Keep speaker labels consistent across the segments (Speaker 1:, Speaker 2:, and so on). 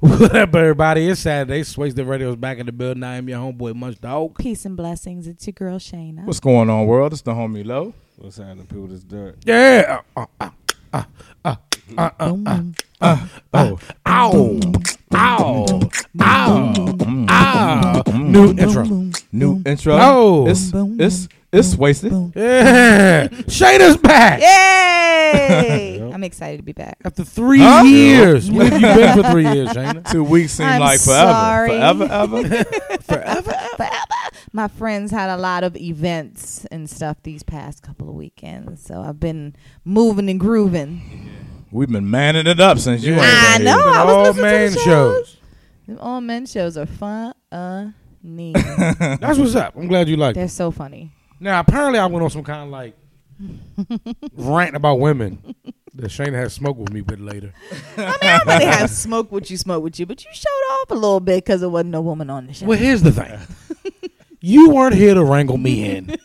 Speaker 1: What up, everybody? It's Saturday. Switch the radio's back in the building. I am your homeboy, Munch Dog.
Speaker 2: Peace and blessings. It's your girl Shayna.
Speaker 3: What's going on, world? It's the homie Low.
Speaker 4: What's happening, people? This dirt.
Speaker 1: Yeah. Uh, uh,
Speaker 2: Boom, boom.
Speaker 3: Oh,
Speaker 1: uh, Ow. Ow. Ow. Ow. New intro.
Speaker 2: Boom,
Speaker 3: new intro.
Speaker 1: Oh.
Speaker 3: it's
Speaker 2: Boom,
Speaker 3: it's it's wasted.
Speaker 2: boom.
Speaker 1: Yeah. Shada's back.
Speaker 2: Yay! I'm excited to be back.
Speaker 1: After three
Speaker 3: Huh?
Speaker 1: years. Where have you been for three years, Shayna?
Speaker 3: Two weeks seem
Speaker 2: I'm
Speaker 3: like forever.
Speaker 2: sorry.
Speaker 3: Forever, ever.
Speaker 2: My friends had a lot of events and stuff these past couple of weekends, so I've been moving and grooving.
Speaker 3: We've been manning it up since you.
Speaker 1: Yeah.
Speaker 3: ain't
Speaker 1: I
Speaker 3: been
Speaker 2: know.
Speaker 3: here.
Speaker 2: Oh, I was
Speaker 1: All
Speaker 2: listening to
Speaker 1: man
Speaker 2: the shows.
Speaker 1: shows.
Speaker 2: Them all men shows are fun. Uh, neat.
Speaker 1: That's what's up. I'm glad you like
Speaker 2: They're so funny.
Speaker 1: Now, apparently, I went on some kind of like rant about women that Shayna had smoked with me with later.
Speaker 2: I mean, everybody have smoke what you smoke with you, but you showed off a little bit because there wasn't no woman on the show.
Speaker 1: Well, here's the thing you weren't here to wrangle me in.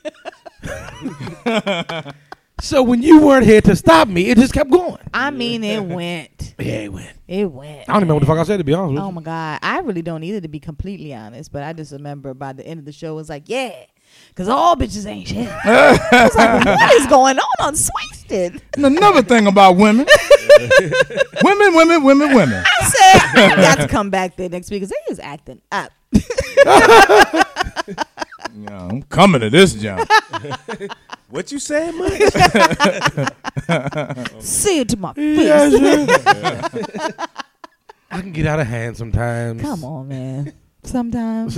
Speaker 1: so when you weren't here to stop me, it just kept going.
Speaker 2: I mean, it went.
Speaker 1: Yeah, it went.
Speaker 2: It went.
Speaker 1: I don't even know what the fuck I said, to be honest with you.
Speaker 2: Oh my god, I really don't either to be completely honest, but I just remember by the end of the show it was like, yeah, cause all bitches ain't shit. I was like, what is going on on Swasted?
Speaker 3: And another thing about women, women, women, women, women.
Speaker 2: I said, I got to come back there next week because they was acting up.
Speaker 3: Yeah, I'm coming to this jump.
Speaker 4: What you saying, man?
Speaker 2: Say it to my face.
Speaker 1: Yeah, sure. I can get out of hand sometimes.
Speaker 2: Come on, man. Sometimes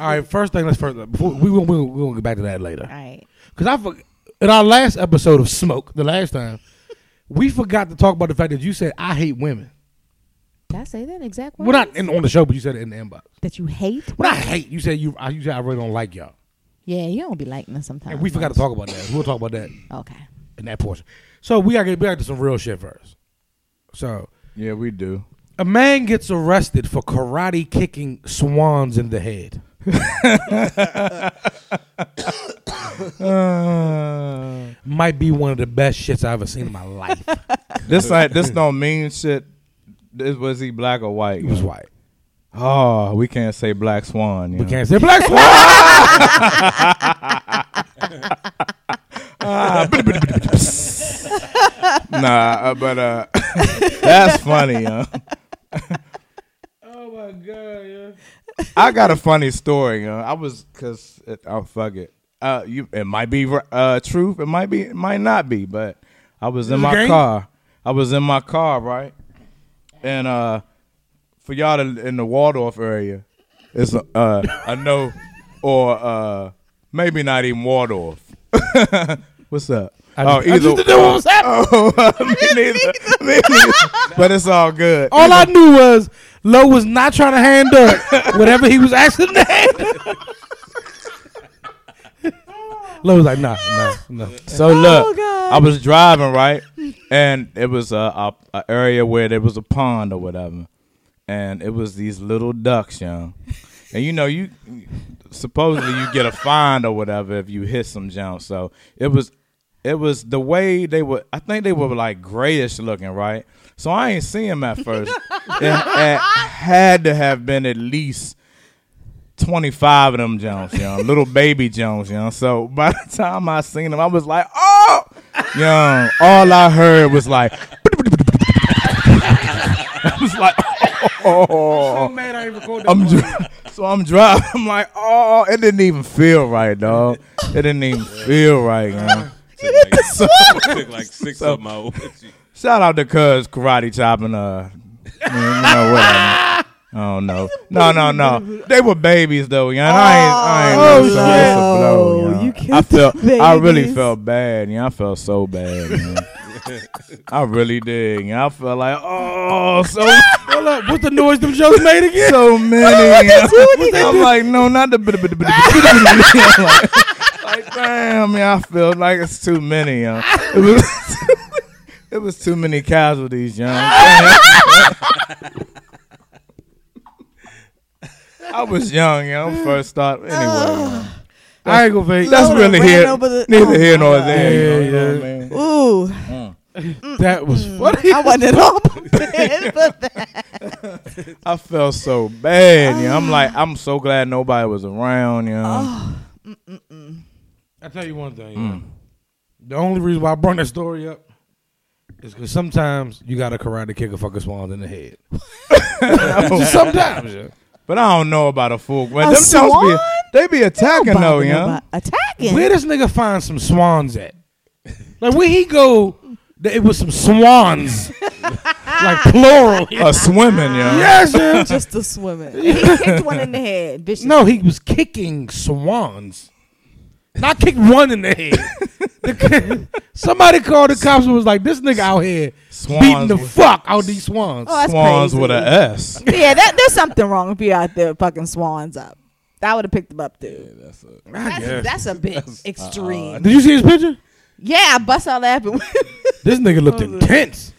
Speaker 1: All right, first thing, let's first. Before, we will we will we will get back to that later.
Speaker 2: all right.
Speaker 1: Because I for, in our last episode of Smoke, the last time, we forgot to talk about the fact that you said I hate women.
Speaker 2: Did I say that exact word?
Speaker 1: Well, not in, on the show, but you said it in the inbox.
Speaker 2: that you hate?
Speaker 1: What I hate, you said you I- you said I really don't like y'all,
Speaker 2: Yeah, you don't be liking us sometimes.
Speaker 1: and we forgot to talk about that. We'll talk about that
Speaker 2: Okay.
Speaker 1: in that portion. So we gotta get back to some real shit first. So
Speaker 3: Yeah, we do.
Speaker 1: a man gets arrested for karate kicking swans in the head.
Speaker 3: Uh,
Speaker 1: Might be one of the best shits I ever seen in my life.
Speaker 3: this like this don't mean shit. This, was he black or white?
Speaker 1: He was white.
Speaker 3: Oh, we can't say black swan. you
Speaker 1: We
Speaker 3: know.
Speaker 1: can't say black swan.
Speaker 3: nah, uh, but uh, that's funny. Huh?
Speaker 1: oh my god! Yeah.
Speaker 3: I got a funny story. Huh? I was cause it, oh fuck it. Uh, you it might be uh truth. It might be. It might not be. But I was in
Speaker 1: This
Speaker 3: my
Speaker 1: a game?
Speaker 3: car. I was in my car, right? And uh, for y'all to, in the Waldorf area, it's a, uh a no, or uh maybe not even Waldorf. What's up?
Speaker 1: I just- I just didn't know what was happening.
Speaker 3: Oh, me neither. Me neither. Oh But it's all good.
Speaker 1: All I knew was Lowe was not trying to hand up whatever he was asking to hand up. Lowe was like, nah, no, no.
Speaker 3: So look,
Speaker 2: God.
Speaker 3: I was driving right, and it was a, a, a area where there was a pond or whatever, and it was these little ducks, young. And you know, you supposedly you get a fine or whatever if you hit some jump. So it was, it was the way they were. I think they were like grayish looking, right? So I ain't see them at first. and, and had to have been at least 25 of them Jones, you know, little baby Jones, you know. So by the time I seen them, I was like, oh, you know, all I heard was like, I was like, oh.
Speaker 1: mad I even recorded
Speaker 3: I'm dri- so I'm driving. I'm like, oh, it didn't even feel right, dog. It didn't even feel right, man.
Speaker 4: took like, took like six of my old.
Speaker 3: Shout out to Cuz Karate Chopping. Uh, you know what? I mean. I don't know. No, no, no. They were babies though, yeah. And I ain't, I ain't
Speaker 1: Oh,
Speaker 3: so it's a
Speaker 2: shit.
Speaker 3: blow,
Speaker 2: Oh, You
Speaker 3: yeah.
Speaker 2: killed
Speaker 3: I felt,
Speaker 2: the
Speaker 3: I really
Speaker 2: babies.
Speaker 3: felt bad. Yeah, I felt so bad. Man. I really did. Yeah, I felt like, oh, so,
Speaker 1: Hold up, what's the noise them jokes made again?
Speaker 3: so many. yeah. I'm like, no, not the. I'm like, like, damn, yeah, I feel like it's too many. Yeah. It was, it was too many casualties, young. I was young, yeah. I'm first start anyway. man.
Speaker 1: I ain't gonna fake.
Speaker 3: That's
Speaker 2: Lola
Speaker 3: really
Speaker 2: ran
Speaker 3: here.
Speaker 2: over the-
Speaker 3: Neither
Speaker 2: oh
Speaker 3: here
Speaker 2: my
Speaker 3: nor
Speaker 2: God.
Speaker 3: there.
Speaker 1: Yeah,
Speaker 3: you know what I
Speaker 1: yeah.
Speaker 3: mean?
Speaker 2: Ooh,
Speaker 1: That was funny.
Speaker 2: I wasn't at all prepared for that.
Speaker 3: I felt so bad. yeah, I'm like, I'm so glad nobody was around. You know,
Speaker 1: I tell you one thing. you know. The only reason why I brought that story up is because sometimes you got to karate kick a fucking swan in the head. Just sometimes. yeah.
Speaker 3: but I don't know about a full. Well,
Speaker 2: A
Speaker 3: them swan?
Speaker 2: swan?
Speaker 3: Be, they be attacking
Speaker 2: Don't
Speaker 3: though,
Speaker 2: bother
Speaker 3: you know.
Speaker 2: nobody. Attacking.
Speaker 1: Where does nigga find some swans at? Like where he go? That it was some swans, like plural.
Speaker 3: Uh, swimming, you know.
Speaker 1: Yes, yeah.
Speaker 2: Just a swimming. He kicked one in the head. Bitch.
Speaker 1: No, he was kicking swans. Not kicked one in the head. The ki- Somebody called the cops and was like, "This nigga out here beating
Speaker 3: Swans
Speaker 1: the
Speaker 3: with-
Speaker 1: fuck out these swans."
Speaker 2: Oh, that's
Speaker 3: Swans
Speaker 2: crazy.
Speaker 3: with a S.
Speaker 2: yeah, that, there's something wrong if you're out there fucking swans up. I would have picked them up, dude. That's, that's a bit extreme.
Speaker 1: Did you see his picture?
Speaker 2: Yeah, I bust out laughing.
Speaker 1: This nigga looked
Speaker 2: Oh, look.
Speaker 1: intense.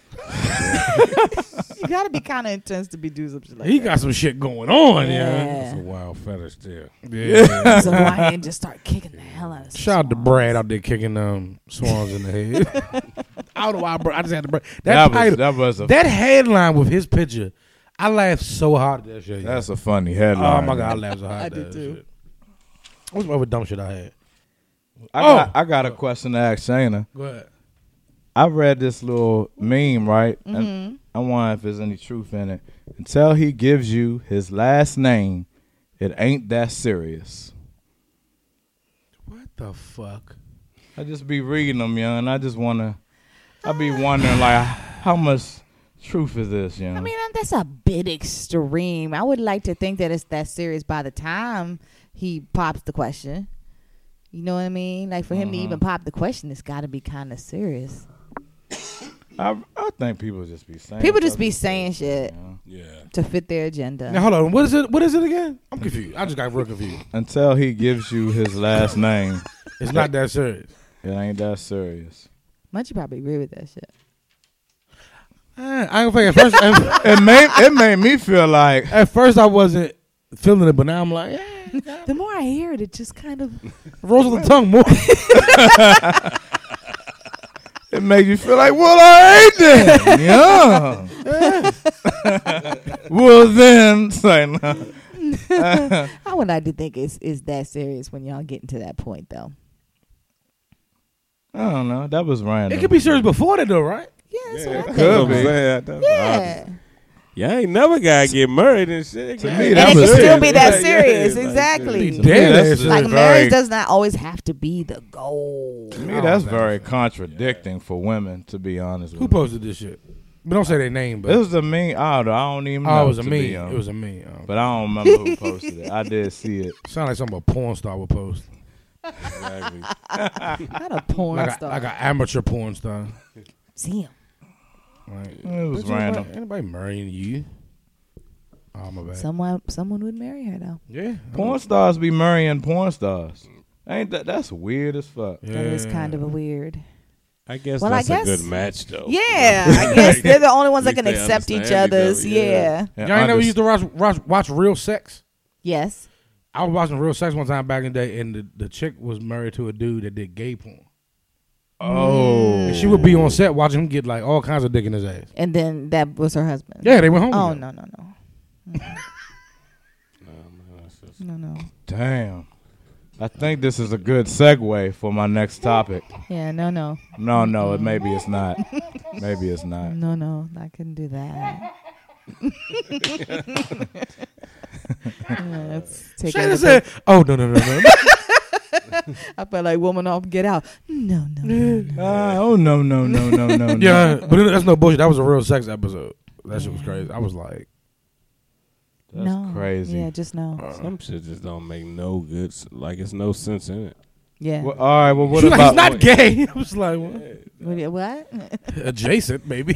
Speaker 2: you gotta be kind of intense to be doing some shit like
Speaker 1: He
Speaker 2: that.
Speaker 1: got some shit going on, yeah.
Speaker 2: Yeah.
Speaker 4: That's a wild fetish there.
Speaker 1: Yeah.
Speaker 2: So why didn't just start kicking the hell out of some
Speaker 1: Shout out to
Speaker 2: swans?
Speaker 1: Brad out there kicking um swans in the head. I don't know why, bro. I just had to. Brad.
Speaker 3: That,
Speaker 1: That,
Speaker 3: was
Speaker 1: title,
Speaker 3: that was a
Speaker 1: that headline with his picture, I laughed so hard at that shit. yeah.
Speaker 3: that's a funny
Speaker 1: Oh
Speaker 3: headline.
Speaker 1: my god, I laughed so hard.
Speaker 2: I
Speaker 1: at
Speaker 2: did
Speaker 1: that
Speaker 2: too.
Speaker 1: Shit. What's my other dumb shit I had?
Speaker 3: I
Speaker 1: Oh.
Speaker 3: got, I got a question to ask Shayna.
Speaker 1: Go ahead.
Speaker 3: I read this little meme, right?
Speaker 2: Mm-hmm.
Speaker 3: And I wonder if there's any truth in it. Until he gives you his last name, it ain't that serious.
Speaker 1: What the fuck?
Speaker 3: I just be reading them, yeah, and I just wanna, I be wondering like, how much truth is this, you know?
Speaker 2: I mean, uh, that's a bit extreme. I would like to think that it's that serious by the time he pops the question. You know what I mean? Like for him to
Speaker 1: Mm-hmm.
Speaker 2: even pop the question, it's got to be kind of serious.
Speaker 3: I, I think people just be saying.
Speaker 2: People just be
Speaker 3: stuff,
Speaker 2: saying shit
Speaker 3: you know?
Speaker 4: Yeah.
Speaker 2: to fit their agenda.
Speaker 1: Now hold on. What is it? What is it again? I'm confused. I just got real confused.
Speaker 3: Until he gives you his last name,
Speaker 1: It's not that serious.
Speaker 3: it ain't that serious.
Speaker 2: Much you probably agree with that shit.
Speaker 1: Eh, I don't think at first. At,
Speaker 3: It made it made me feel like
Speaker 1: at first, I wasn't feeling it, but now I'm like, yeah,
Speaker 2: The more I hear it, it just kind of
Speaker 1: rolls on the tongue more.
Speaker 3: it made you feel like, well, I ain't then. yeah. well then, it's like, nah.
Speaker 2: I would like to think it's is that serious when y'all getting to that point though.
Speaker 3: I don't know. That was random.
Speaker 1: it could be serious before that though, right?
Speaker 2: Yeah, that's
Speaker 4: Yeah,
Speaker 2: what I
Speaker 4: that's
Speaker 2: think.
Speaker 4: what I'm
Speaker 3: be.
Speaker 4: saying. That's
Speaker 2: Yeah.
Speaker 4: obvious. Y'all ain't never gotta get married and shit.
Speaker 3: To me,
Speaker 4: Yeah.
Speaker 3: that
Speaker 2: and it
Speaker 3: was
Speaker 2: can still be that
Speaker 3: serious.
Speaker 4: Yeah, yeah,
Speaker 2: serious.
Speaker 4: like,
Speaker 2: exactly.
Speaker 1: Be dead
Speaker 3: that's
Speaker 1: ass
Speaker 3: the-
Speaker 1: serious.
Speaker 2: Like
Speaker 3: Very-
Speaker 2: marriage does not always have to be the goal.
Speaker 3: To me, that's very contradicting for women, to be honest
Speaker 1: Oh, Who
Speaker 3: with you.
Speaker 1: posted this shit? But don't say their name. But
Speaker 3: It was a meme. I don't, I don't even know.
Speaker 1: oh, it was a
Speaker 3: to
Speaker 1: meme.
Speaker 3: be honest.
Speaker 1: It was a meme. Oh.
Speaker 3: but I don't remember who posted it. I did see it.
Speaker 1: Sound like something a porn star would post,
Speaker 4: Exactly.
Speaker 2: Not a porn
Speaker 1: like a,
Speaker 2: star.
Speaker 1: like an amateur porn star.
Speaker 2: Damn.
Speaker 1: Like,
Speaker 3: It
Speaker 1: Bitch,
Speaker 3: was
Speaker 1: anybody-
Speaker 3: random.
Speaker 1: Anybody marrying you? Oh my bad.
Speaker 2: Someone someone would marry her though.
Speaker 1: yeah,
Speaker 3: Porn stars be marrying porn stars. Ain't that? That's weird as fuck.
Speaker 1: yeah.
Speaker 2: That is kind of a weird.
Speaker 4: I guess
Speaker 2: Well, I
Speaker 4: that's a
Speaker 2: guess-
Speaker 4: good match though.
Speaker 2: Oh, Yeah, I guess they're the only ones that
Speaker 4: At
Speaker 2: can
Speaker 4: least they
Speaker 2: accept each
Speaker 4: understand each
Speaker 2: other's.
Speaker 4: other,
Speaker 2: Yeah.
Speaker 4: yeah.
Speaker 3: And
Speaker 1: Y'all ain't never
Speaker 3: understand-
Speaker 1: used to watch, watch watch Real Sex.
Speaker 2: Yes.
Speaker 1: I was watching Real Sex one time back in the day, and the, the chick was married to a dude that did gay porn.
Speaker 3: Oh,
Speaker 1: And she would be on set watching him get like all kinds of dick in his ass.
Speaker 2: And then that was her husband.
Speaker 1: Yeah, they went home.
Speaker 2: Oh
Speaker 1: together.
Speaker 2: no no no. Mm. No no.
Speaker 3: Damn. I think this is a good segue for my next topic.
Speaker 2: Yeah no no
Speaker 3: No, no, it maybe it's not. Maybe it's not.
Speaker 2: no no. I couldn't do that. yeah, let's take
Speaker 1: Shayna
Speaker 2: another
Speaker 1: said, "Oh no no no no."
Speaker 2: break. I felt like woman off get out. No no. no, no.
Speaker 3: Ah, oh no, no, no, no, no. no.
Speaker 1: yeah, but that's no bullshit. That was a Real Sex episode. That shit was crazy. I was like,
Speaker 3: That's
Speaker 2: no.
Speaker 3: crazy. Uh-huh.
Speaker 2: Yeah, just no.
Speaker 4: Uh-huh. Some shit just don't make no good. s- Like it's no sense in it.
Speaker 2: Yeah.
Speaker 3: Well, all right. Well, what
Speaker 1: She's like,
Speaker 3: about?
Speaker 1: "He's not gay." I was like, well,
Speaker 2: What? what?
Speaker 1: "Adjacent, maybe."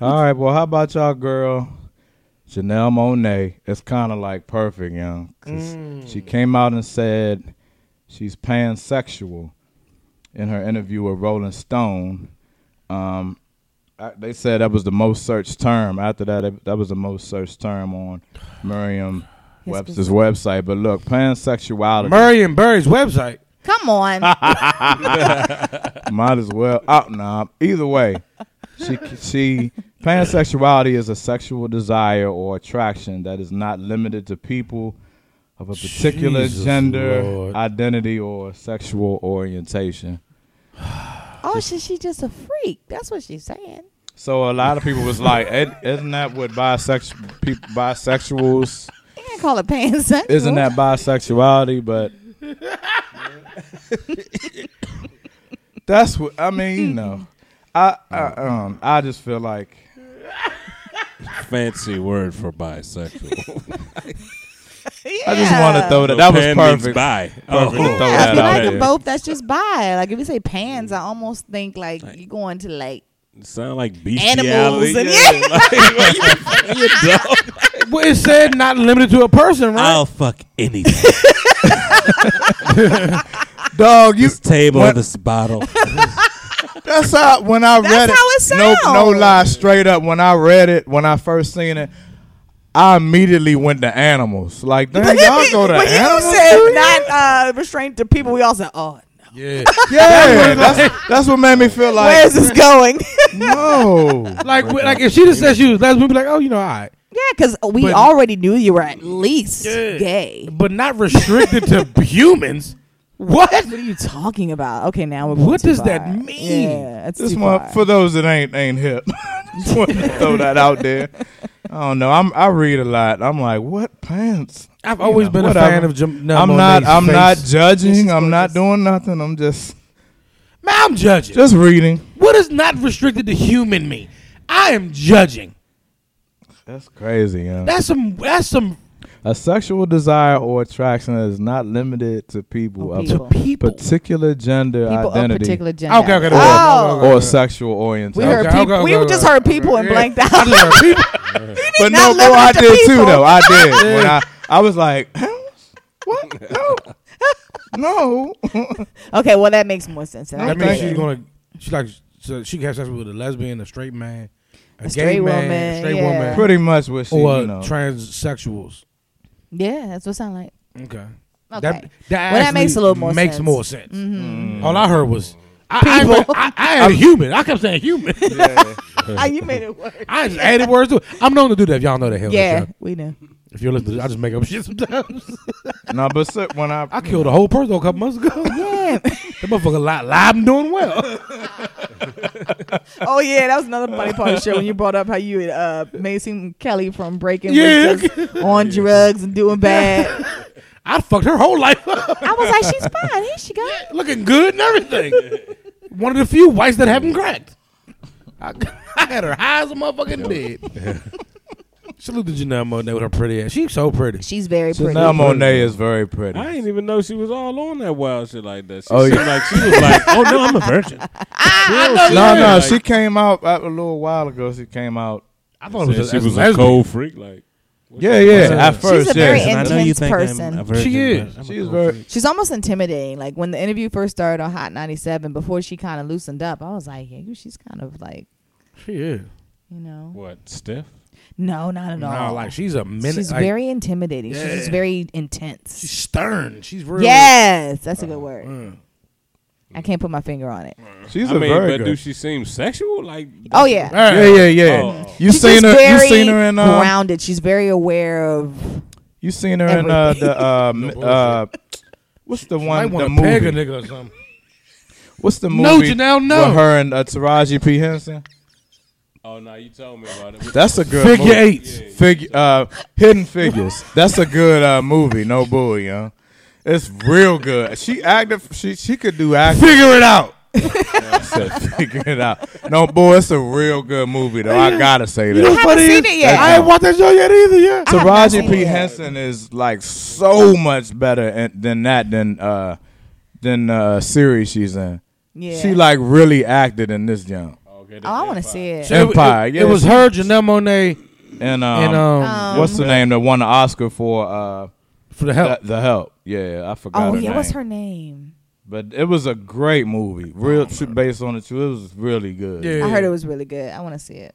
Speaker 3: all right. Well, how about y'all, girl? Janelle Monet. It's kind of like perfect, you know, 'cause she came out and said she's pansexual in her interview with Rolling Stone. Um, I, they said that was the most searched term. After that, it, that was the most searched term on Merriam Webster's website. But look, pansexuality.
Speaker 1: Murray and Barry's website.
Speaker 2: Come on.
Speaker 3: Might as well. Oh, nah. Either way, she she pansexuality is a sexual desire or attraction that is not limited to people of a particular
Speaker 1: Jesus
Speaker 3: gender,
Speaker 1: Lord.
Speaker 3: identity, or sexual orientation.
Speaker 2: oh, she, she just a freak. That's what she's saying.
Speaker 3: So a lot of people was like, "Eh, "Isn't that what bisexual people bisexuals?
Speaker 2: You can't call it pansexual.
Speaker 3: Isn't that bisexuality?" But that's what I mean. You know, I, I um I just feel like
Speaker 4: Fancy word for bisexual.
Speaker 3: I just want to throw that. That was
Speaker 4: Pan means
Speaker 3: perfect.
Speaker 4: Bi.
Speaker 3: Perfect.
Speaker 4: Oh,
Speaker 3: Throw
Speaker 2: Yeah,
Speaker 3: that
Speaker 2: if you
Speaker 3: out
Speaker 2: like
Speaker 3: there.
Speaker 2: them both, that's just bi. Like if you say pans, I almost think like you're going to like
Speaker 4: Sound like
Speaker 2: Animals
Speaker 4: bestiality.
Speaker 2: and-
Speaker 4: like, you dog.
Speaker 1: Well, it said not limited to a person, right?
Speaker 4: I'll fuck anything.
Speaker 3: Dog, you
Speaker 4: This table,
Speaker 3: What?
Speaker 4: this bottle.
Speaker 3: that's how when I
Speaker 2: That's
Speaker 3: read it.
Speaker 2: how it
Speaker 3: No, no
Speaker 2: sounds.
Speaker 3: lie, straight up. When I read it, when I first seen it, I immediately went to animals. Like, damn, y'all go to
Speaker 2: when
Speaker 3: animals.
Speaker 2: you said not uh, restraint to people, we all said, "Oh,
Speaker 1: yeah.
Speaker 3: yeah, that's, that's what made me feel
Speaker 2: where is
Speaker 3: like
Speaker 2: this going?"
Speaker 3: no.
Speaker 1: Like, we- like if she just said she was lesbian, we'd be like, oh, you know, all right.
Speaker 2: yeah, because we
Speaker 1: But-
Speaker 2: already knew you were at least
Speaker 1: Yeah.
Speaker 2: gay.
Speaker 1: But not restricted to humans. What?
Speaker 2: What are you talking about? Okay, now we're
Speaker 1: What
Speaker 2: going too
Speaker 1: does that
Speaker 2: far.
Speaker 1: mean?
Speaker 2: Yeah, it's
Speaker 3: This
Speaker 2: too
Speaker 3: one
Speaker 2: far.
Speaker 3: for those that ain't ain't hip. Just wanted to throw that out there. I don't know. I'm I read a lot. I'm like, what pants?
Speaker 1: I've always
Speaker 3: know,
Speaker 1: been
Speaker 3: whatever.
Speaker 1: a fan of Jam- Janelle
Speaker 3: I'm not.
Speaker 1: Monáe's
Speaker 3: I'm
Speaker 1: face.
Speaker 3: not
Speaker 2: She's
Speaker 3: judging. I'm
Speaker 2: gorgeous.
Speaker 3: not doing nothing. I'm just
Speaker 1: Man, I'm judging.
Speaker 3: just reading.
Speaker 1: what is not restricted to human me? I am judging.
Speaker 3: That's crazy. Yeah.
Speaker 1: That's some. That's some
Speaker 3: A sexual desire or attraction that is not limited to people
Speaker 2: Oh,
Speaker 3: of
Speaker 2: people.
Speaker 3: a
Speaker 1: people.
Speaker 3: particular gender
Speaker 2: people of
Speaker 3: identity
Speaker 2: particular gender.
Speaker 1: Okay, okay, okay,
Speaker 2: Oh,
Speaker 1: okay, okay, okay.
Speaker 3: or sexual
Speaker 2: we
Speaker 3: orientation.
Speaker 2: heard
Speaker 1: Okay,
Speaker 2: people.
Speaker 1: okay,
Speaker 2: we
Speaker 1: okay,
Speaker 2: just
Speaker 1: okay,
Speaker 2: heard people and blanked out.
Speaker 3: but
Speaker 2: not
Speaker 3: no, I
Speaker 2: limited to
Speaker 3: did too
Speaker 2: people.
Speaker 3: though. I did. when I, I was like, what? No. No.
Speaker 2: okay, well that makes more sense. than I
Speaker 1: That
Speaker 2: thought.
Speaker 1: means she's gonna. She like. So she can have sex with a lesbian, a straight man, a, gay
Speaker 2: straight
Speaker 1: man,
Speaker 2: woman,
Speaker 1: a straight
Speaker 2: yeah.
Speaker 1: woman,
Speaker 3: Pretty much what she,
Speaker 1: or
Speaker 3: you know.
Speaker 1: transsexuals.
Speaker 2: Yeah, that's what it sound like.
Speaker 1: Okay.
Speaker 2: Okay.
Speaker 1: That, that,
Speaker 2: Well, that
Speaker 1: actually
Speaker 2: makes a little more
Speaker 1: makes
Speaker 2: sense. Mm-hmm.
Speaker 1: more sense. All I heard was I, I,
Speaker 2: People.
Speaker 1: I, I am human. I kept saying human.
Speaker 2: Ah, you made it work.
Speaker 1: I just added words to it. I'm known to do that. If y'all know the hell.
Speaker 2: Yeah,
Speaker 1: Yeah.
Speaker 2: we know.
Speaker 1: If you're listening, to this, I just make up shit sometimes.
Speaker 3: no, but so, when I,
Speaker 1: I killed a whole person a couple months ago.
Speaker 2: Yeah.
Speaker 1: That motherfucker lied. lied I'm doing well.
Speaker 2: Oh yeah, that was another funny part of the show when you brought up how you had, uh Mason Kelly from Breaking
Speaker 1: Yeah.
Speaker 2: was just on drugs and doing bad.
Speaker 1: I fucked her whole life up.
Speaker 2: I was like, she's fine. Here she go.
Speaker 1: Looking good and everything. One of the few whites that haven't cracked. I, I had her high as a motherfucking dead. Salute to Janelle Monae with her pretty ass. She's so pretty.
Speaker 2: She's very pretty.
Speaker 3: Janelle Monet is very pretty.
Speaker 4: I didn't even know she was all on that wild shit like that. She
Speaker 3: Oh,
Speaker 4: oh,
Speaker 3: yeah.
Speaker 4: yeah. like she was like, oh no, I'm a virgin.
Speaker 3: no, no, she came out uh, a little while ago. She came out.
Speaker 1: I thought it was,
Speaker 4: Said she
Speaker 1: as
Speaker 4: was a
Speaker 1: lesbian.
Speaker 4: cold freak. Like
Speaker 3: Yeah, yeah.
Speaker 4: Yeah.
Speaker 3: At
Speaker 4: She's
Speaker 3: first,
Speaker 2: a
Speaker 3: yeah.
Speaker 2: very And I know you Intense think I'm person. a
Speaker 1: She is.
Speaker 3: She is very.
Speaker 2: She's almost intimidating. Like when the interview first started on Hot 97, before she kind of loosened up, I was like, yeah, she's kind of like,
Speaker 1: She is.
Speaker 2: you know,
Speaker 4: What Steph?
Speaker 2: no, not at all.
Speaker 1: No, like she's a minute.
Speaker 2: she's
Speaker 1: like,
Speaker 2: very intimidating. She's just
Speaker 1: Yeah.
Speaker 2: very intense.
Speaker 1: she's stern. She's really
Speaker 2: yes, that's a good word.
Speaker 1: Mm.
Speaker 2: I can't put my finger on it.
Speaker 3: She's a
Speaker 4: I mean,
Speaker 3: very
Speaker 4: but
Speaker 3: good.
Speaker 4: do she seem sexual? Like
Speaker 2: Oh yeah.
Speaker 3: yeah, yeah, yeah.
Speaker 4: Oh.
Speaker 3: You
Speaker 2: She's
Speaker 3: seen
Speaker 2: just
Speaker 3: her? You
Speaker 2: very
Speaker 3: seen her in? Um,
Speaker 2: grounded. She's very aware of.
Speaker 3: You seen her in uh,
Speaker 2: Everything.
Speaker 3: the uh, m-
Speaker 1: bullshit.
Speaker 3: uh, what's the
Speaker 1: I
Speaker 3: one the
Speaker 1: want to peg a
Speaker 3: movie?
Speaker 1: nigga or something.
Speaker 3: What's the movie?
Speaker 1: No, Janelle, no.
Speaker 3: With her and uh, Taraji P Henson.
Speaker 4: Oh no, you told me about it.
Speaker 3: That's a good
Speaker 1: Figure
Speaker 3: movie.
Speaker 1: eights.
Speaker 3: Fig- uh, Hidden Figures. That's a good uh, movie. No bull, yo. It's real good. She acted. She she could do acting.
Speaker 1: Figure it out.
Speaker 3: So figure it out. No boy, it's a real good movie though. I gotta say
Speaker 2: You
Speaker 3: that.
Speaker 2: haven't seen it yet.
Speaker 1: I ain't watched that show yet either. Yeah.
Speaker 2: I have not seen
Speaker 3: Taraji P
Speaker 2: it.
Speaker 3: Henson is like so much better in, than that than uh than uh series she's in.
Speaker 2: Yeah.
Speaker 3: She like really acted in this jump.
Speaker 4: Okay,
Speaker 2: Oh, I want to see it.
Speaker 1: So it-
Speaker 3: Empire,
Speaker 1: It,
Speaker 3: yeah.
Speaker 1: it was her, Janelle Monae,
Speaker 3: And um,
Speaker 1: and um,
Speaker 2: Um,
Speaker 3: what's the name that won the Oscar for uh
Speaker 1: for the
Speaker 3: the,
Speaker 1: help.
Speaker 3: the help? Yeah, I forgot.
Speaker 2: Oh
Speaker 3: her
Speaker 2: yeah,
Speaker 3: name.
Speaker 2: what's her name?
Speaker 3: But it was a great movie, real tr-
Speaker 2: Oh.
Speaker 3: based on the truth. It was really good.
Speaker 1: Yeah.
Speaker 2: I heard it was really good. I want to see it.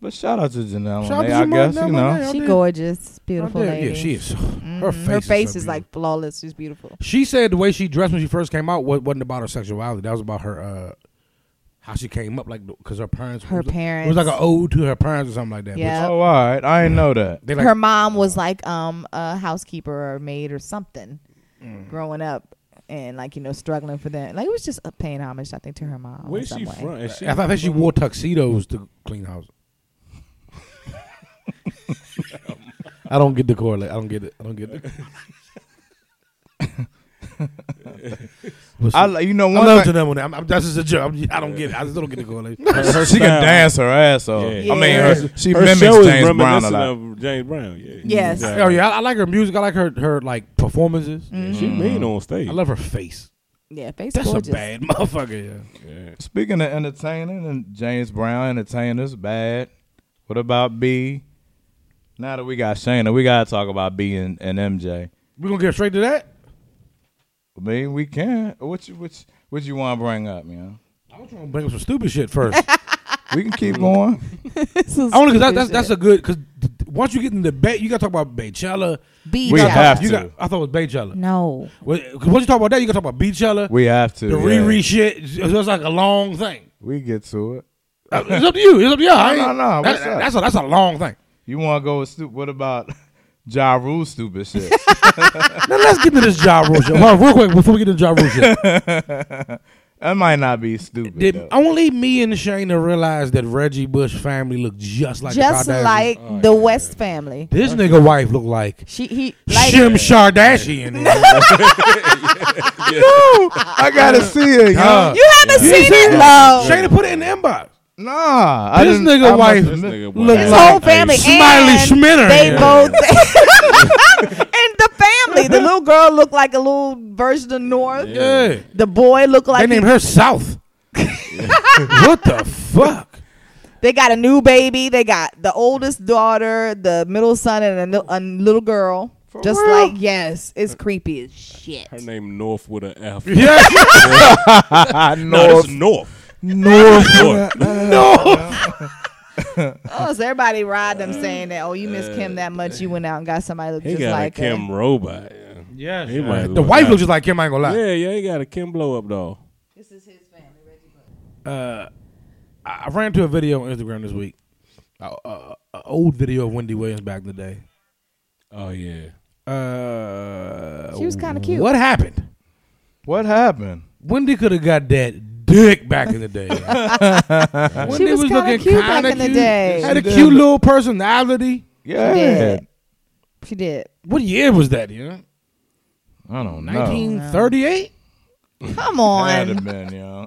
Speaker 3: But shout out to Janelle
Speaker 1: Shout out
Speaker 3: Monae,
Speaker 1: to
Speaker 3: I
Speaker 1: Janelle
Speaker 3: guess you
Speaker 1: Monae,
Speaker 3: know.
Speaker 1: Y'all
Speaker 2: she
Speaker 1: did-
Speaker 2: gorgeous, beautiful
Speaker 1: Oh, damn,
Speaker 2: lady.
Speaker 1: Yeah, she is. Her
Speaker 2: Mhm.
Speaker 1: face,
Speaker 2: Her
Speaker 1: is, so
Speaker 2: face is
Speaker 1: beautiful.
Speaker 2: like flawless. She's beautiful.
Speaker 1: She said the way she dressed when she first came out wa- wasn't about her sexuality. That was about her uh, how she came up, like because her parents.
Speaker 2: Her
Speaker 1: it was,
Speaker 2: parents.
Speaker 1: It was like an ode to her parents or something like that.
Speaker 2: Yeah.
Speaker 1: Which
Speaker 3: Oh, all right. I didn't know that.
Speaker 1: They like oh.
Speaker 2: her mom was like um a housekeeper or maid or something
Speaker 1: Mm.
Speaker 2: growing up and like you know struggling for that like it was just uh, paying homage i think to her mom in
Speaker 4: Where's
Speaker 2: some
Speaker 4: she
Speaker 2: way.
Speaker 4: from? Is she,
Speaker 1: I thought that she wore tuxedos to clean house. I don't get the correlate. I don't get it. I don't get it.
Speaker 3: I li- you know
Speaker 1: I
Speaker 3: one.
Speaker 1: love
Speaker 3: thing-
Speaker 1: Janelle Monae. I'm, I'm, that's just a joke. I'm, I don't get it. I just don't get the correlation.
Speaker 4: her, her
Speaker 3: she can
Speaker 4: style-
Speaker 3: dance her ass off.
Speaker 4: Yeah.
Speaker 3: I mean, her, she
Speaker 4: her
Speaker 3: mimics
Speaker 4: show is
Speaker 3: James Brown a
Speaker 4: reminiscent
Speaker 3: lot.
Speaker 4: of James Brown. Yeah.
Speaker 2: Yes.
Speaker 4: Exactly.
Speaker 1: Oh yeah, I, I like her music. I like her her like performances.
Speaker 2: Mm.
Speaker 4: She mean on stage.
Speaker 1: I love her face.
Speaker 2: yeah face
Speaker 1: That's
Speaker 2: gorgeous
Speaker 1: a bad motherfucker. Yeah.
Speaker 4: Yeah.
Speaker 3: Speaking of entertaining and James Brown entertainers, bad. What about B? Now that we got Shayna, we gotta talk about B and, and MJ.
Speaker 1: We gonna get straight to that.
Speaker 3: I mean, we can. What you what you, what you want to bring up, man?
Speaker 1: I was trying to bring up some stupid shit first.
Speaker 3: We can keep going.
Speaker 2: This is
Speaker 1: Only because that,
Speaker 2: stupid
Speaker 1: that's that's a
Speaker 2: shit.
Speaker 1: good because once you get in the debate, you gotta talk about Baychella.
Speaker 2: Be
Speaker 3: We
Speaker 2: jealous.
Speaker 3: have
Speaker 1: You
Speaker 3: to.
Speaker 1: got, I thought it was Baychella.
Speaker 2: no
Speaker 1: Well, 'cause once you talk about that, you gotta talk about Baychella.
Speaker 3: We have to.
Speaker 1: the
Speaker 3: yeah.
Speaker 1: Riri shit. It's it's like a long thing.
Speaker 3: We get to it.
Speaker 1: Uh, It's up to you. It's up to you. I ain't-
Speaker 3: No,
Speaker 1: that-
Speaker 3: no, no. What's up?
Speaker 1: that's a that's a long thing.
Speaker 3: You want to go with stupid? What about Ja Rule stupid shit?
Speaker 1: Now let's get to this job rule shit. Hold on, real quick before we get to the job rule shit.
Speaker 3: that might not be stupid.
Speaker 1: Did
Speaker 3: though.
Speaker 1: only me and Shayna realize that Reggie Bush family looked just like
Speaker 2: just
Speaker 1: the Kardashians? Oh,
Speaker 2: like the west family
Speaker 1: this nigga wife looked like
Speaker 2: she he like
Speaker 1: Shim Shardashian.
Speaker 3: I gotta see it, yo.
Speaker 1: Dog.
Speaker 2: you haven't seen it love
Speaker 1: Shayna put it in the inbox.
Speaker 3: Nah, I
Speaker 1: This
Speaker 3: didn't-
Speaker 1: nigga
Speaker 3: I must-
Speaker 1: wife
Speaker 4: This nigga
Speaker 1: look
Speaker 4: wife.
Speaker 2: his
Speaker 1: like
Speaker 2: whole family
Speaker 1: Smiley
Speaker 2: and
Speaker 1: Schminner.
Speaker 2: they
Speaker 1: Yeah.
Speaker 2: both and the family the little girl looked like a little version of north
Speaker 1: Yeah.
Speaker 2: the boy looked
Speaker 1: They
Speaker 2: like he
Speaker 1: named her South. what the fuck?
Speaker 2: They got a new baby. They got the oldest daughter, the middle son, and a, li- a little girl. Just
Speaker 1: real?
Speaker 2: like yes, it's creepy as shit.
Speaker 4: Her name North with an F.
Speaker 1: Yeah.
Speaker 3: I
Speaker 4: No,
Speaker 3: know
Speaker 4: it's North.
Speaker 3: North.
Speaker 4: North.
Speaker 2: Oh, so everybody ride
Speaker 1: Uh,
Speaker 2: them saying that. Oh, you miss Kim that much? You went out and got somebody look
Speaker 4: He
Speaker 2: just
Speaker 4: got
Speaker 2: like
Speaker 4: a Kim robot. Yeah.
Speaker 1: Yeah.
Speaker 4: He might
Speaker 1: The wife
Speaker 4: out.
Speaker 1: looks just like Kim. I ain't gonna lie.
Speaker 4: Yeah, yeah, he got a Kim blow up doll.
Speaker 2: This is his family, Reggie.
Speaker 1: I I ran into a video on Instagram this week. A, a- a old video of Wendy Williams back in the day.
Speaker 4: Oh yeah.
Speaker 1: Uh,
Speaker 2: She was kinda cute.
Speaker 1: What happened?
Speaker 3: What happened?
Speaker 1: Wendy could have got that dick back in the day. Wendy
Speaker 2: She was kinda cute back
Speaker 1: kinda
Speaker 2: in the
Speaker 1: cute,
Speaker 2: day.
Speaker 1: Had a
Speaker 3: She did.
Speaker 1: cute little personality.
Speaker 3: Yeah,
Speaker 2: did. She did.
Speaker 1: What year was that? You know,
Speaker 3: I don't know.
Speaker 1: nineteen thirty-eight.
Speaker 2: Come
Speaker 3: Had it
Speaker 2: on,
Speaker 3: been, yo.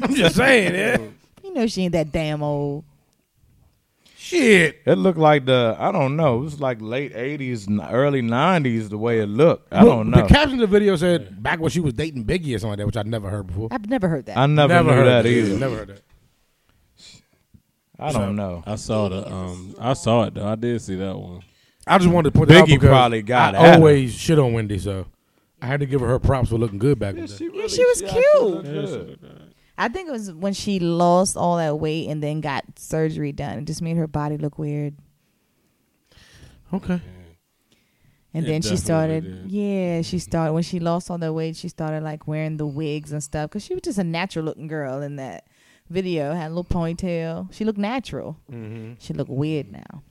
Speaker 1: I'm just saying, yeah.
Speaker 2: you know she ain't that damn old.
Speaker 1: Shit.
Speaker 3: It looked like the I don't know. It was like late '80s, n- early '90s. The way it looked, I
Speaker 1: Well,
Speaker 3: don't know.
Speaker 1: The caption of the video said back when she was dating Biggie or something like that, which I'd never heard before.
Speaker 2: I've never heard that.
Speaker 3: I never, knew that either.
Speaker 1: Never heard that.
Speaker 3: I don't know.
Speaker 4: I saw the um I saw it though. I did see that one.
Speaker 1: I just wanted to point that out
Speaker 3: Biggie
Speaker 1: because
Speaker 3: probably got at
Speaker 1: I
Speaker 3: her.
Speaker 1: always shit on Wendy, so I had to give her her props for looking good back in the day.
Speaker 2: yeah, she was cute. I think it was when she lost all that weight and then got surgery done. It just made her body look weird.
Speaker 1: Okay.
Speaker 2: And
Speaker 4: It
Speaker 2: then she
Speaker 4: definitely
Speaker 2: started,
Speaker 4: did.
Speaker 2: yeah, she started when she lost all that weight. She started like wearing the wigs and stuff because she was just a natural looking girl in that video. Had a little ponytail. She looked natural.
Speaker 4: Mm-hmm.
Speaker 2: She looked weird now.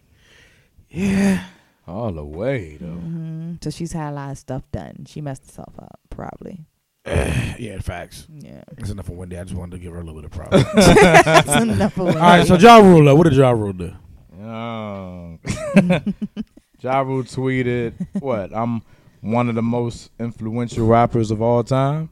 Speaker 3: All the way though.
Speaker 2: Mm-hmm. So she's had a lot of stuff done. She messed herself up probably.
Speaker 1: Yeah, facts.
Speaker 2: Yeah,
Speaker 1: That's enough for Wendy. I just wanted to give her a little bit of props. All
Speaker 2: that's enough of
Speaker 1: right, so Ja Rule, though. what did Ja Rule do?
Speaker 3: Oh. ja Rule tweeted, "What? I'm one of the most influential rappers of all time."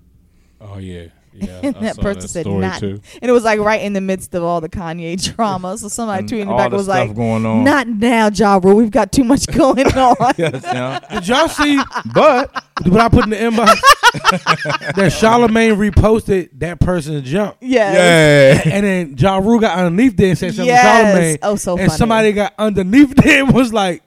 Speaker 4: Oh yeah. Yeah. I
Speaker 2: And that
Speaker 4: saw
Speaker 2: person
Speaker 4: that
Speaker 2: said
Speaker 4: story
Speaker 2: not,
Speaker 4: too.
Speaker 2: and it was like right in the midst of all the Kanye drama. So somebody
Speaker 3: And
Speaker 2: tweeted
Speaker 3: all
Speaker 2: back
Speaker 3: the
Speaker 2: was
Speaker 3: stuff
Speaker 2: like,
Speaker 3: going on.
Speaker 2: "Not now, Ja Rule. We've got too much going on."
Speaker 3: Yes, yeah.
Speaker 1: Did y'all see
Speaker 3: But
Speaker 1: what I put in the inbox? that Charlemagne reposted that person's jump.
Speaker 2: Yes.
Speaker 3: yeah,
Speaker 1: And then Ja Rule got underneath there and said something
Speaker 2: Yes.
Speaker 1: to Charlemagne.
Speaker 2: Oh, so
Speaker 1: And
Speaker 2: funny.
Speaker 1: somebody got underneath there and was like,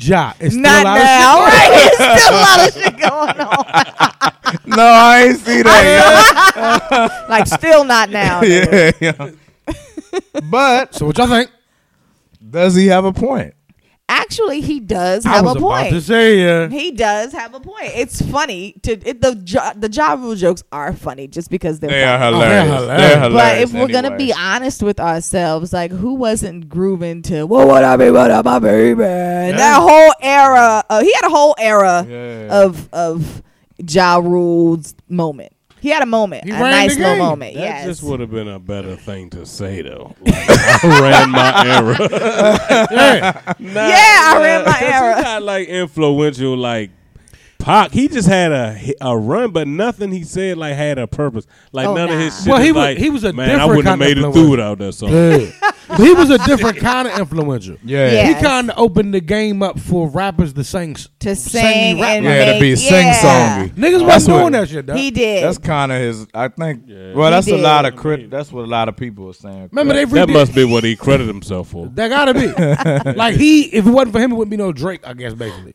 Speaker 1: Ja, it's still
Speaker 2: Not
Speaker 1: out of
Speaker 2: now. Right? It's still a lot of shit going on.
Speaker 3: no, I ain't see that.
Speaker 2: Like, still not now.
Speaker 3: yeah, yeah. yeah. But
Speaker 1: So what y'all think?
Speaker 3: Does he have a point?
Speaker 2: Actually, he does
Speaker 1: I
Speaker 2: have
Speaker 1: was
Speaker 2: a
Speaker 1: about
Speaker 2: point.
Speaker 1: to say yeah.
Speaker 2: He does have a point. It's funny to it, the ja, the Ja Rule jokes are funny just because Oh, they're.
Speaker 3: They
Speaker 2: funny.
Speaker 3: are hilarious.
Speaker 1: hilarious. But
Speaker 3: They're
Speaker 2: But
Speaker 3: hilarious
Speaker 2: if we're gonna
Speaker 3: anyway.
Speaker 2: be honest with ourselves, like who wasn't grooving to "What Would I Be Without My Baby"? That whole era, uh, he had a whole era
Speaker 3: Yeah.
Speaker 2: of of Ja Rule's moment. He had a moment,
Speaker 1: He
Speaker 2: a
Speaker 1: ran
Speaker 2: nice
Speaker 1: the
Speaker 2: little
Speaker 1: game.
Speaker 2: moment.
Speaker 4: That
Speaker 2: yes,
Speaker 4: just would have been a better thing to say though. Like, I ran my era.
Speaker 2: yeah, I ran my
Speaker 4: He's
Speaker 2: era.
Speaker 4: not like influential like Pac. He just had a hi- a run, but nothing he said like had a purpose. Like
Speaker 2: Oh,
Speaker 4: none
Speaker 2: nah.
Speaker 4: of his. Shit
Speaker 1: Well, he
Speaker 4: is
Speaker 1: was-
Speaker 4: like,
Speaker 1: he was a
Speaker 4: man. I
Speaker 1: different
Speaker 4: wouldn't have
Speaker 1: kind of
Speaker 4: made it
Speaker 1: influence.
Speaker 4: through without that song.
Speaker 1: Yeah. he was a different kind of influential.
Speaker 3: Yeah.
Speaker 2: Yeah.
Speaker 1: He
Speaker 2: Yes.
Speaker 1: kind of opened the game up for rappers to sing. s-
Speaker 2: To sing
Speaker 1: rap.
Speaker 2: and
Speaker 3: Yeah, to
Speaker 2: make-
Speaker 3: be sing songy.
Speaker 1: Niggas
Speaker 3: That's
Speaker 1: wasn't doing
Speaker 3: what-
Speaker 1: that shit, though.
Speaker 2: He did.
Speaker 3: That's kind of his. I think.
Speaker 4: Yeah.
Speaker 3: Well,
Speaker 4: He
Speaker 3: that's a
Speaker 2: did.
Speaker 3: lot of crit. That's what a lot of people are saying.
Speaker 1: Remember, they
Speaker 4: That
Speaker 1: redid-
Speaker 4: must be what he credited himself for.
Speaker 1: That gotta be. like, he, if it wasn't for him, it wouldn't be no Drake, I guess, basically.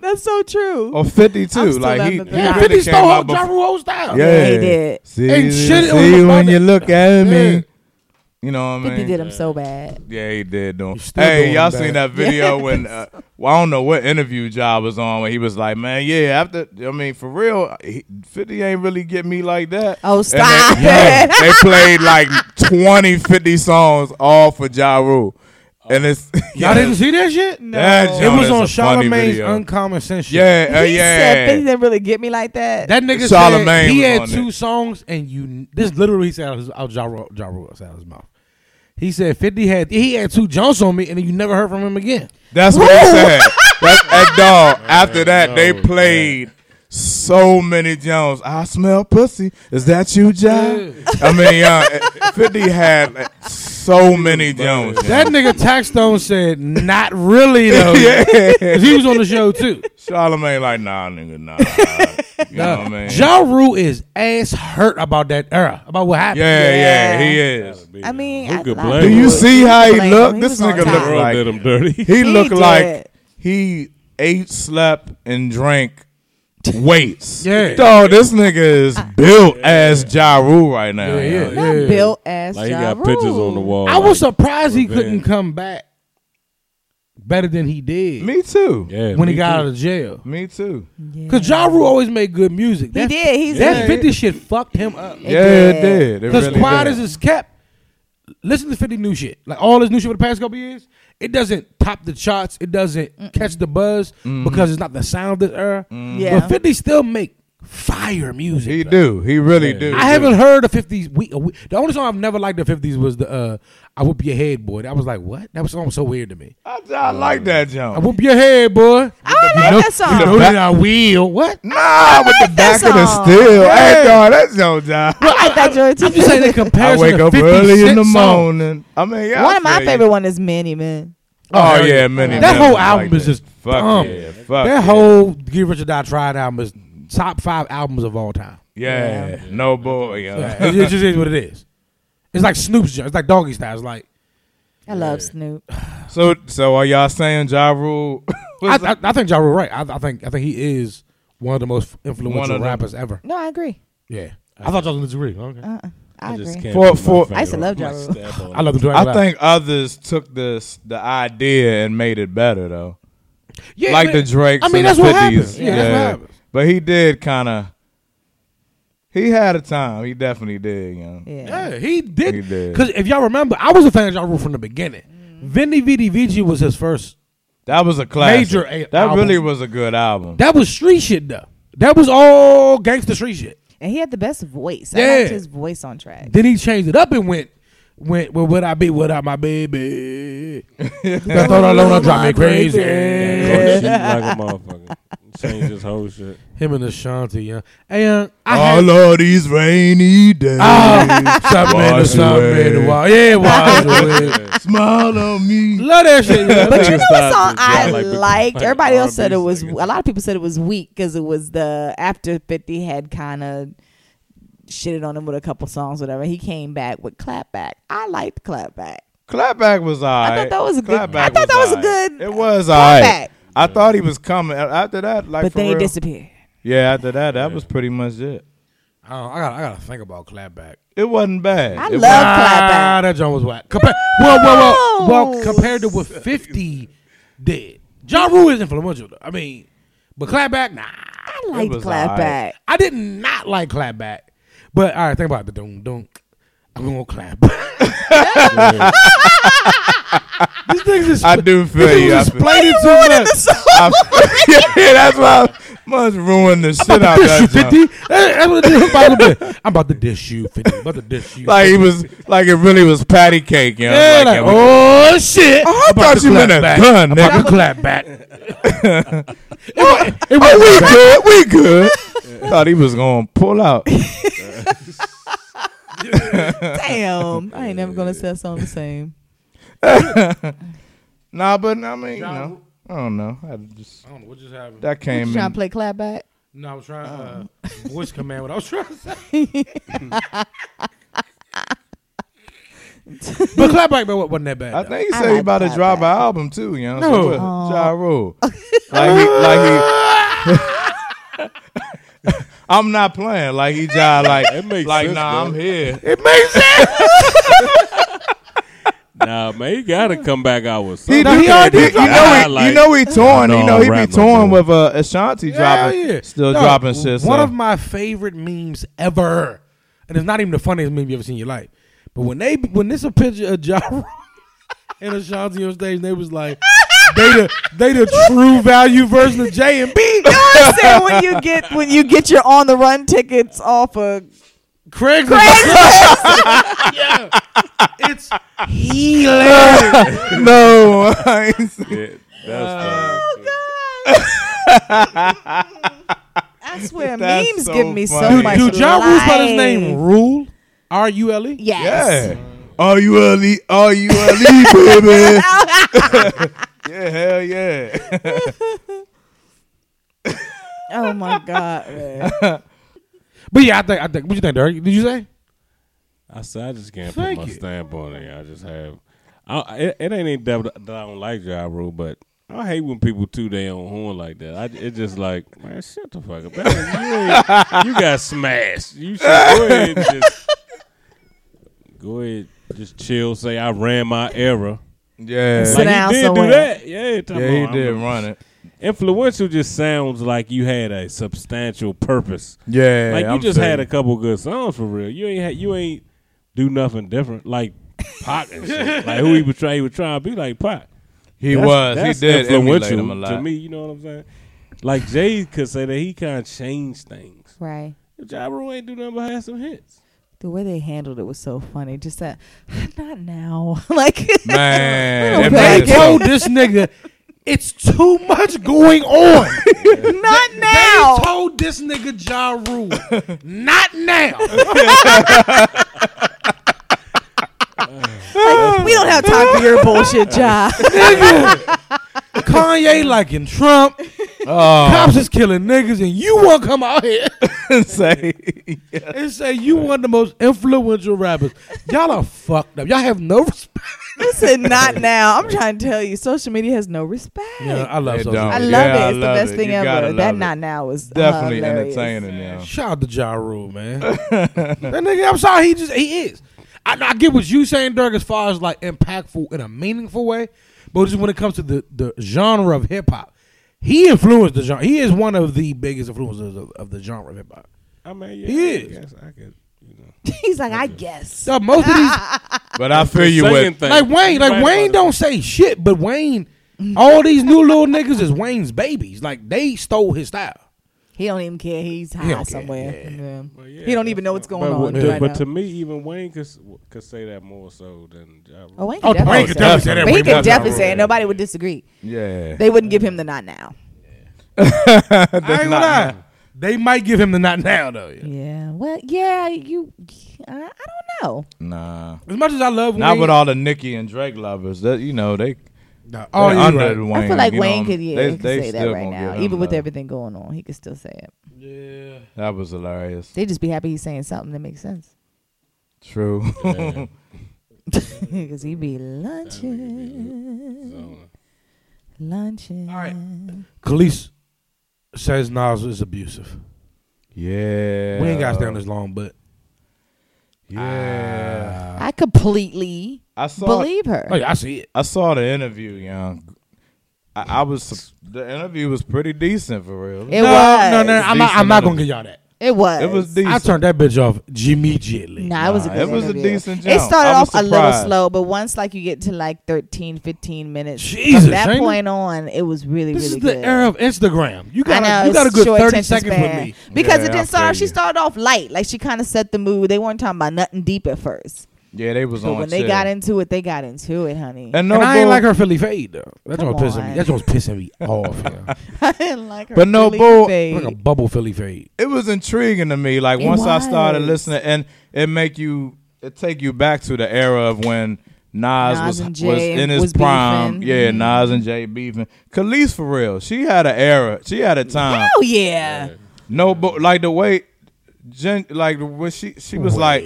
Speaker 2: That's so true.
Speaker 3: Or Oh, fifty
Speaker 2: I'm
Speaker 3: two.
Speaker 2: still
Speaker 3: Like he,
Speaker 2: laughing at that.
Speaker 3: he
Speaker 1: Yeah,
Speaker 3: really
Speaker 1: 50
Speaker 3: came
Speaker 1: stole whole
Speaker 3: out
Speaker 1: Ja
Speaker 3: before.
Speaker 1: Rule style.
Speaker 3: Yeah,
Speaker 2: He did.
Speaker 3: See,
Speaker 1: Ain't shit,
Speaker 3: see
Speaker 1: it was
Speaker 3: you when
Speaker 1: about
Speaker 3: you
Speaker 1: that-
Speaker 3: look at me.
Speaker 1: Yeah.
Speaker 3: You know what I
Speaker 2: Fifty
Speaker 3: mean?
Speaker 2: did him so bad.
Speaker 3: Yeah, he did do him.
Speaker 1: He's still
Speaker 3: Hey,
Speaker 1: doing
Speaker 3: y'all
Speaker 1: him
Speaker 3: seen that
Speaker 1: bad.
Speaker 3: video when uh, well, I don't know what interview job was on when he was like, "Man, yeah, after I mean, for real, he- Fifty ain't really get me like that."
Speaker 2: Oh,
Speaker 3: And
Speaker 2: stop
Speaker 3: They, Yeah, they played like 20, 50 songs all for Ja Rule, and it's
Speaker 1: Y'all didn't see that shit?
Speaker 3: That
Speaker 1: It
Speaker 3: joint
Speaker 1: was
Speaker 3: is
Speaker 1: on
Speaker 3: a funny
Speaker 1: Charlemagne's
Speaker 3: video.
Speaker 1: Uncommon Sense shit.
Speaker 3: yeah, uh,
Speaker 2: he
Speaker 3: yeah.
Speaker 2: said things didn't really get me like that.
Speaker 1: That nigga
Speaker 3: Charlemagne
Speaker 1: said he
Speaker 3: was
Speaker 1: had
Speaker 3: on
Speaker 1: two
Speaker 3: it.
Speaker 1: songs, and you this literally he said out of his out Ja Rule, ja Rule out of his mouth. He said Fifty had he had two jumps on me, and then you never heard from him again.
Speaker 3: That's what he said. That's that dog. After that, they played so many Jones. I smell pussy. Is that you, John? I mean, uh, Fifty had like, so many Jones.
Speaker 1: That nigga Tax Stone said, "Not really though."
Speaker 3: yeah,
Speaker 1: 'Cause he was on the show too. Uh,
Speaker 3: Charlemagne like nah, nigga, nah. You know what I mean?
Speaker 1: Ja Rule is ass hurt about that era, about what happened.
Speaker 3: yeah, yeah,
Speaker 2: Yeah.
Speaker 3: he is.
Speaker 2: I mean,
Speaker 4: Who
Speaker 2: I-
Speaker 4: could
Speaker 2: I-
Speaker 4: blame
Speaker 3: Do you
Speaker 4: him?
Speaker 3: see how he look?
Speaker 2: He
Speaker 3: This
Speaker 2: was on
Speaker 3: nigga
Speaker 2: top.
Speaker 4: The
Speaker 3: look
Speaker 4: world
Speaker 3: like
Speaker 4: did him dirty.
Speaker 3: he look
Speaker 2: did.
Speaker 3: like he ate, slept, and drank weights.
Speaker 1: Yeah.
Speaker 3: Dog, this nigga is built as Ja Rule right now.
Speaker 1: Yeah,
Speaker 3: yo.
Speaker 1: yeah.
Speaker 2: Not
Speaker 1: Yeah.
Speaker 2: built as
Speaker 4: Like he
Speaker 2: Ja
Speaker 4: got
Speaker 2: Rule.
Speaker 4: pictures on the wall.
Speaker 1: I was
Speaker 4: like,
Speaker 1: surprised he couldn't
Speaker 4: Revenge.
Speaker 1: come back better than he did
Speaker 3: Me too.
Speaker 4: yeah,
Speaker 1: when he
Speaker 4: me
Speaker 1: got out
Speaker 4: too.
Speaker 1: of jail.
Speaker 3: Me too.
Speaker 2: Yeah.
Speaker 1: Cause Ja Rule always made good music.
Speaker 2: he
Speaker 1: That,
Speaker 2: did. He's
Speaker 1: That
Speaker 2: yeah.
Speaker 1: Fifty shit fucked him up.
Speaker 3: yeah, it
Speaker 2: did.
Speaker 3: did. It
Speaker 1: Because
Speaker 3: really
Speaker 1: quiet
Speaker 3: did.
Speaker 1: as it's kept, listen to 50 new shit. Like all this new shit for the past couple years, it doesn't top the charts. It doesn't catch the buzz because it's not the sound of this era.
Speaker 2: Mm-hmm. Yeah.
Speaker 1: But 50 still make fire music.
Speaker 3: he
Speaker 1: bro.
Speaker 3: do. He really
Speaker 4: Yeah.
Speaker 3: do.
Speaker 1: I haven't heard of 50s. We, a we- the only song I've never liked of 50s was the uh, I Whoop Your Head, Boy. That was like, what? That was song was so weird to me.
Speaker 3: I, I like that
Speaker 1: I
Speaker 3: Jones.
Speaker 1: Whoop Your Head, Boy.
Speaker 2: I don't like that song.
Speaker 1: You know that I will. What?
Speaker 3: Nah, with the
Speaker 2: like
Speaker 3: back
Speaker 2: that
Speaker 3: of the
Speaker 2: song.
Speaker 3: steel. Hey, dog, that's Jones, John.
Speaker 2: I like that joint too.
Speaker 1: I'm just saying the
Speaker 3: I
Speaker 1: comparison.
Speaker 3: wake
Speaker 1: to
Speaker 3: up
Speaker 1: 50
Speaker 3: early in
Speaker 1: Cent
Speaker 3: the
Speaker 1: song-
Speaker 3: morning. I mean, yeah,
Speaker 2: One
Speaker 3: I
Speaker 2: of my
Speaker 3: feel you.
Speaker 2: favorite one is Many Men.
Speaker 3: Oh,
Speaker 1: hell
Speaker 3: yeah, many.
Speaker 1: That
Speaker 3: men
Speaker 1: whole
Speaker 3: like
Speaker 1: album
Speaker 3: that.
Speaker 1: is just
Speaker 3: fuck
Speaker 1: dumb.
Speaker 3: yeah, fuck
Speaker 1: that
Speaker 3: yeah.
Speaker 1: whole Get Rich or Die Trying album is top five albums of all time.
Speaker 3: yeah, no boy. Yeah.
Speaker 1: it, it just is what it is. It's like Snoop's. It's like Doggy Style. It's like
Speaker 2: I love Snoop.
Speaker 3: so, so are y'all saying Ja Rule?
Speaker 1: I,
Speaker 3: was
Speaker 1: I, I think Ja Rule right. I, I think I think he is one of the most
Speaker 3: One
Speaker 1: influential
Speaker 3: of them.
Speaker 1: rappers ever.
Speaker 2: No, I agree.
Speaker 1: Yeah, I, thought y'all didn't disagree. Okay.
Speaker 2: Uh, I,
Speaker 4: I
Speaker 2: agree.
Speaker 4: just can't.
Speaker 3: For-
Speaker 4: put my
Speaker 3: for-
Speaker 4: finger
Speaker 2: I used to love
Speaker 4: on
Speaker 2: Ja
Speaker 4: my
Speaker 2: Rule.
Speaker 4: step on
Speaker 1: I love the Drake.
Speaker 3: I think others took this the idea and made it better though,
Speaker 1: yeah,
Speaker 3: like
Speaker 1: man.
Speaker 3: the Drakes.
Speaker 1: I mean,
Speaker 3: and
Speaker 1: that's
Speaker 3: the
Speaker 1: what
Speaker 3: 50s.
Speaker 1: happens. Yeah, that's what happens.
Speaker 3: But he did kind of. He had a time. He definitely did. You know.
Speaker 2: Yeah.
Speaker 1: Yeah, he
Speaker 3: He
Speaker 1: did.
Speaker 3: did. Mm.
Speaker 1: Because if y'all remember, I was a fan of Ja Rule from the beginning. Vinny Vidi Vici was his first.
Speaker 3: That was a classic.
Speaker 1: Major a-
Speaker 3: that
Speaker 1: album.
Speaker 3: really was a good album.
Speaker 1: That was street shit though. That was all gangster street shit.
Speaker 2: And he had the best voice.
Speaker 1: Yeah.
Speaker 2: I liked his voice on track.
Speaker 1: Then he changed it up and went, went, well, would I be without my baby? that thought alone, I drive me crazy.
Speaker 4: Yeah. She like a motherfucker. Change his whole shit.
Speaker 1: Him and Ashanti, yeah. Hey, uh, I
Speaker 3: All
Speaker 1: had,
Speaker 3: of these rainy days.
Speaker 1: oh, something in the
Speaker 3: Wash
Speaker 1: sun,
Speaker 3: away.
Speaker 1: made the wild. Yeah, wild.
Speaker 3: Smile on me.
Speaker 1: Love that shit. yeah.
Speaker 2: But you know what
Speaker 4: Besides
Speaker 2: song
Speaker 4: the
Speaker 2: I
Speaker 4: Jai, like, the-
Speaker 2: liked?
Speaker 4: like,
Speaker 2: Everybody else
Speaker 4: R&B
Speaker 2: said it was.
Speaker 4: singers.
Speaker 2: A lot of people said it was weak because it was the after Fifty had kind of shitted on him with a couple songs, whatever. He came back with Clapback. I liked Clapback.
Speaker 3: Clapback was all right.
Speaker 2: thought that was a good-
Speaker 3: Clapback
Speaker 2: I thought that was a
Speaker 3: all
Speaker 2: good
Speaker 3: It was all right.
Speaker 2: comeback.
Speaker 3: I thought he was coming after that. Like,
Speaker 2: but
Speaker 3: for
Speaker 2: then he
Speaker 3: real.
Speaker 2: disappeared.
Speaker 3: Yeah, after that, that was pretty much it.
Speaker 1: I, don't, I gotta, I gotta think about clapback.
Speaker 3: It wasn't bad.
Speaker 2: I
Speaker 3: It
Speaker 2: love
Speaker 3: wa-
Speaker 1: Ah,
Speaker 2: clapback.
Speaker 1: that joint was whack. Compa- well, well, well, well,
Speaker 2: No.
Speaker 1: compared to what Fifty did, Ja Rule is influential. Though. I mean, but clapback, nah.
Speaker 2: I liked
Speaker 3: was
Speaker 2: clapback.
Speaker 3: alright.
Speaker 1: I did not like clapback. But all right, think about the don't don't. I'm gonna clap. These things is.
Speaker 3: I do feel you. I
Speaker 1: Just
Speaker 3: feel-
Speaker 1: played it too much.
Speaker 3: I- yeah, that's why I must ruin the
Speaker 1: I'm
Speaker 3: shit
Speaker 1: about
Speaker 3: out
Speaker 1: to
Speaker 3: of
Speaker 1: dish you,
Speaker 3: that. junk.
Speaker 1: 50. That- That's what it is about the bit. I'm about to dish you, 50. I'm about to dish you.
Speaker 3: Like
Speaker 1: 50.
Speaker 3: it was, like it really was patty cake. You know?
Speaker 1: yeah,
Speaker 3: Like,
Speaker 1: like,
Speaker 3: it was-
Speaker 1: oh, shit.
Speaker 3: I thought you meant a gun,
Speaker 1: I'm about
Speaker 3: nigga.
Speaker 1: to clap back.
Speaker 3: It was oh, we good. We good. Thought he was gonna pull out.
Speaker 2: Damn, I ain't never gonna sell something the same.
Speaker 3: Nah, but I mean, you know, I don't know. I just
Speaker 1: I don't know what just happened.
Speaker 3: that
Speaker 2: You
Speaker 3: came
Speaker 2: trying
Speaker 3: in.
Speaker 2: to play clapback?
Speaker 1: No, I was trying uh,
Speaker 3: Oh.
Speaker 1: voice command. What I was trying to say. but clapback but wasn't that bad.
Speaker 3: I
Speaker 1: though.
Speaker 3: think he
Speaker 2: I
Speaker 3: said he
Speaker 2: like
Speaker 3: about to
Speaker 2: that
Speaker 3: drop an
Speaker 2: back.
Speaker 3: album too. You know,
Speaker 1: No.
Speaker 3: so what?
Speaker 2: Aw.
Speaker 3: Ja Rule. like he, like he. I'm not playing. Like he ja like
Speaker 4: It makes
Speaker 3: like
Speaker 4: sense,
Speaker 3: nah.
Speaker 4: though.
Speaker 3: I'm here.
Speaker 1: it makes sense.
Speaker 4: Nah, man, he gotta come back out with
Speaker 3: He,
Speaker 4: something.
Speaker 1: do- he already
Speaker 3: you,
Speaker 1: dropped-
Speaker 3: know he,
Speaker 4: Like-
Speaker 3: you know he torn.
Speaker 4: I know
Speaker 3: You know
Speaker 4: I'm
Speaker 3: he be
Speaker 4: rapping,
Speaker 3: torn
Speaker 4: bro.
Speaker 3: with uh, Ashanti
Speaker 1: Hell
Speaker 3: dropping,
Speaker 1: yeah.
Speaker 3: still
Speaker 1: No,
Speaker 3: dropping shit.
Speaker 1: One
Speaker 3: so.
Speaker 1: of my favorite memes ever, and it's not even the funniest meme you ever seen in your life. But when they when this a picture of Ja Rule and Ashanti on stage, they was like, they the they the true value version of J and B.
Speaker 2: You know what I'm saying? When you get when you get your on the run tickets off of
Speaker 1: Craigslist. yeah, it's hilarious.
Speaker 3: no, Uh, I ain't see-
Speaker 4: Yeah, that's funny.
Speaker 3: Oh,
Speaker 2: I swear
Speaker 3: That's
Speaker 2: memes
Speaker 3: so
Speaker 2: give me so
Speaker 3: funny.
Speaker 2: much.
Speaker 1: Do Ja Rule spell his
Speaker 2: life.
Speaker 1: name Rule? R U L E?
Speaker 2: Yes.
Speaker 3: yeah. Are you a lead? Are oh, you a lead, baby? yeah, hell yeah.
Speaker 2: Oh my god, man.
Speaker 1: But yeah, I think I think what you think, Derek? Did you say?
Speaker 4: I said I just can't
Speaker 1: Thank
Speaker 4: put my
Speaker 1: you.
Speaker 4: stamp on it. I just have. I, it, it ain't even that, that I don't like Ja Rule, but I hate when people too they on horn like that. I, it's just like man, shut the fuck up. You, ain't- you got smashed. You should go ahead and just go ahead, just chill. Say I ran my error.
Speaker 3: Yeah.
Speaker 2: Sit
Speaker 4: Like
Speaker 2: down
Speaker 4: he did
Speaker 2: somewhere.
Speaker 4: do that. Yeah, talking
Speaker 3: yeah, he
Speaker 4: about,
Speaker 3: did
Speaker 4: I'm a-
Speaker 3: run it.
Speaker 4: Influential just sounds like you had a substantial purpose.
Speaker 3: Yeah.
Speaker 4: Like you
Speaker 3: I'm
Speaker 4: just had a
Speaker 3: saying.
Speaker 4: couple good songs for real. You ain't ha- you ain't do nothing different like Pac and shit. Like who he was trying he was trying to be like Pac.
Speaker 3: He
Speaker 4: That's-
Speaker 3: was.
Speaker 4: that's
Speaker 3: he did emulate
Speaker 4: influential
Speaker 3: him a lot.
Speaker 4: to me. You know what I'm saying? Like Jay could say that he kind of changed things.
Speaker 2: Right.
Speaker 4: Ja Rule ain't do nothing but have some hits.
Speaker 2: The way they handled it was so funny. Just that, not now. like,
Speaker 3: Man,
Speaker 2: They
Speaker 3: it
Speaker 1: They
Speaker 3: made it so-
Speaker 1: told this nigga it's too much going on.
Speaker 2: not
Speaker 1: They
Speaker 2: now.
Speaker 1: told this nigga Ja Rule, not now.
Speaker 2: Like, we don't have time for your bullshit, Ja.
Speaker 1: Kanye liking Trump,
Speaker 3: oh,
Speaker 1: cops is killing niggas, and you want to come out here
Speaker 3: say,
Speaker 1: and say you one of the most influential rappers. Y'all are fucked up. Y'all have no respect.
Speaker 2: Listen, not now. I'm trying to tell you, social media has no respect.
Speaker 1: Yeah, I love
Speaker 3: They
Speaker 1: social
Speaker 3: don't.
Speaker 2: I
Speaker 1: media.
Speaker 2: love
Speaker 3: Oh,
Speaker 2: it. It's
Speaker 3: Yeah, I
Speaker 2: the
Speaker 3: love
Speaker 2: best
Speaker 3: it.
Speaker 2: thing
Speaker 3: You gotta
Speaker 2: ever.
Speaker 3: love
Speaker 2: That
Speaker 3: it.
Speaker 2: not now is uh,
Speaker 3: definitely
Speaker 2: hilarious.
Speaker 3: entertaining now.
Speaker 1: Shout out to Ja Rule, man. that nigga, I'm sorry, he just he is. I, I get what you saying, Dirk, as far as like impactful in a meaningful way, but just when it comes to the the genre of hip hop, he influenced the genre. He is one of the biggest influencers of, of the genre of hip hop.
Speaker 4: I mean, yeah,
Speaker 1: He
Speaker 4: I
Speaker 1: is.
Speaker 4: guess I could. You know.
Speaker 2: He's like, I guess.
Speaker 1: So most of these,
Speaker 3: But I feel you
Speaker 4: Second
Speaker 3: with.
Speaker 4: thing,
Speaker 1: like Wayne,
Speaker 4: you
Speaker 1: like
Speaker 4: right
Speaker 1: Wayne
Speaker 4: about
Speaker 1: don't say shit, but Wayne, all these new little niggas is Wayne's babies. Like they stole his style.
Speaker 2: He don't even care. He's
Speaker 1: don't
Speaker 2: high
Speaker 1: care,
Speaker 2: somewhere. Yeah.
Speaker 4: it. But yeah,
Speaker 2: He don't
Speaker 4: that's
Speaker 2: even know what's
Speaker 4: fine.
Speaker 2: going
Speaker 4: but,
Speaker 2: on
Speaker 4: But,
Speaker 2: right
Speaker 4: but
Speaker 2: now.
Speaker 4: to me, even Wayne could s- could say that more so than Ja Rule.
Speaker 2: Oh, Wayne
Speaker 1: Oh,
Speaker 2: could
Speaker 1: Wayne
Speaker 2: definitely
Speaker 1: could
Speaker 2: say it.
Speaker 1: definitely say that.
Speaker 2: But he
Speaker 1: Wayne
Speaker 2: could
Speaker 1: definitely
Speaker 2: definitely
Speaker 1: wrote
Speaker 2: say
Speaker 1: that.
Speaker 2: it. Nobody would disagree.
Speaker 3: Yeah.
Speaker 2: They wouldn't give him the not now.
Speaker 3: That's
Speaker 1: I ain't gonna lie.
Speaker 3: not-
Speaker 1: They might give him the not now though. yeah.
Speaker 2: Yeah. Well, yeah, you. I, I don't know.
Speaker 3: Nah.
Speaker 1: As much as I love Wayne,
Speaker 3: Not with all the Nicki and Drake lovers. That you know they.
Speaker 1: Nah, oh,
Speaker 3: they
Speaker 1: you're
Speaker 3: under
Speaker 1: right.
Speaker 3: the
Speaker 2: I
Speaker 3: Wayne,
Speaker 2: feel like
Speaker 3: you know,
Speaker 2: Wayne could, yeah,
Speaker 3: they-
Speaker 2: he could
Speaker 3: they
Speaker 2: say that
Speaker 3: still
Speaker 2: right
Speaker 3: gonna give
Speaker 2: now.
Speaker 3: him
Speaker 2: Even with
Speaker 3: love.
Speaker 2: everything going on, he could still say it.
Speaker 1: Yeah.
Speaker 3: That was hilarious.
Speaker 2: They just be happy he's saying something that makes sense.
Speaker 3: True.
Speaker 4: Yeah.
Speaker 2: Because he be lunching.
Speaker 4: So,
Speaker 2: Lunching.
Speaker 1: All right. Khalees says Nas is abusive.
Speaker 3: Yeah.
Speaker 1: We ain't got us down this long, but
Speaker 3: Yeah.
Speaker 2: I completely
Speaker 3: I saw
Speaker 2: believe her.
Speaker 1: oh, yeah, I see it.
Speaker 3: I saw the interview, young. I, I was su- the interview was pretty decent for real.
Speaker 2: It
Speaker 1: no,
Speaker 2: was.
Speaker 1: no, no, I'm not, I'm not gonna
Speaker 3: Decent
Speaker 1: give y'all that.
Speaker 2: It was.
Speaker 3: it was decent.
Speaker 1: I turned that bitch off immediately.
Speaker 2: Nah, it was a
Speaker 3: Nah,
Speaker 2: good
Speaker 3: it was a
Speaker 2: interview.
Speaker 3: decent
Speaker 2: It
Speaker 3: jump.
Speaker 2: started
Speaker 3: I
Speaker 2: off
Speaker 3: was
Speaker 2: a little
Speaker 3: surprised.
Speaker 2: slow, but once like you get to like 13, 15 minutes,
Speaker 1: Jesus,
Speaker 2: from that
Speaker 1: ain't it?
Speaker 2: point on, it was really,
Speaker 1: This
Speaker 2: really
Speaker 1: is the
Speaker 2: good.
Speaker 1: era of Instagram. You
Speaker 2: I
Speaker 1: got
Speaker 2: know
Speaker 1: a, you got a
Speaker 2: it's
Speaker 1: good
Speaker 2: short
Speaker 1: thirty
Speaker 2: attention
Speaker 1: seconds
Speaker 2: span.
Speaker 1: with me.
Speaker 2: because
Speaker 3: Yeah,
Speaker 2: it
Speaker 3: I
Speaker 2: didn't start
Speaker 3: feel
Speaker 2: off. She
Speaker 3: you.
Speaker 2: started off light, like she kind of set the mood. They weren't talking about nothing deep at first,
Speaker 3: yeah, they was
Speaker 2: but
Speaker 3: on.
Speaker 2: when they
Speaker 3: Oh, chill.
Speaker 2: got into it, they got into it, honey.
Speaker 3: and no,
Speaker 1: and I ain't
Speaker 3: bull-
Speaker 1: like her Philly fade though. That's
Speaker 2: Come
Speaker 1: what's pissing
Speaker 2: on.
Speaker 1: me. That's what's pissing me off. Yeah.
Speaker 2: I didn't like her,
Speaker 3: But no
Speaker 2: Philly
Speaker 3: bull-
Speaker 1: Like
Speaker 2: fade.
Speaker 1: a bubble Philly fade.
Speaker 3: It was intriguing to me. Like
Speaker 2: It
Speaker 3: once I started
Speaker 2: was.
Speaker 3: listening, and it make you it take you back to the era of when Nas,
Speaker 2: Nas
Speaker 3: was
Speaker 2: and
Speaker 3: was
Speaker 2: Jay
Speaker 3: in his
Speaker 2: was
Speaker 3: prime.
Speaker 2: beefing. Mm-hmm.
Speaker 3: Yeah, Nas and Jay beefing. Khalees for real. She had an era. She had a time.
Speaker 2: Hell yeah.
Speaker 3: No, but like the way, gen, like what she she was like,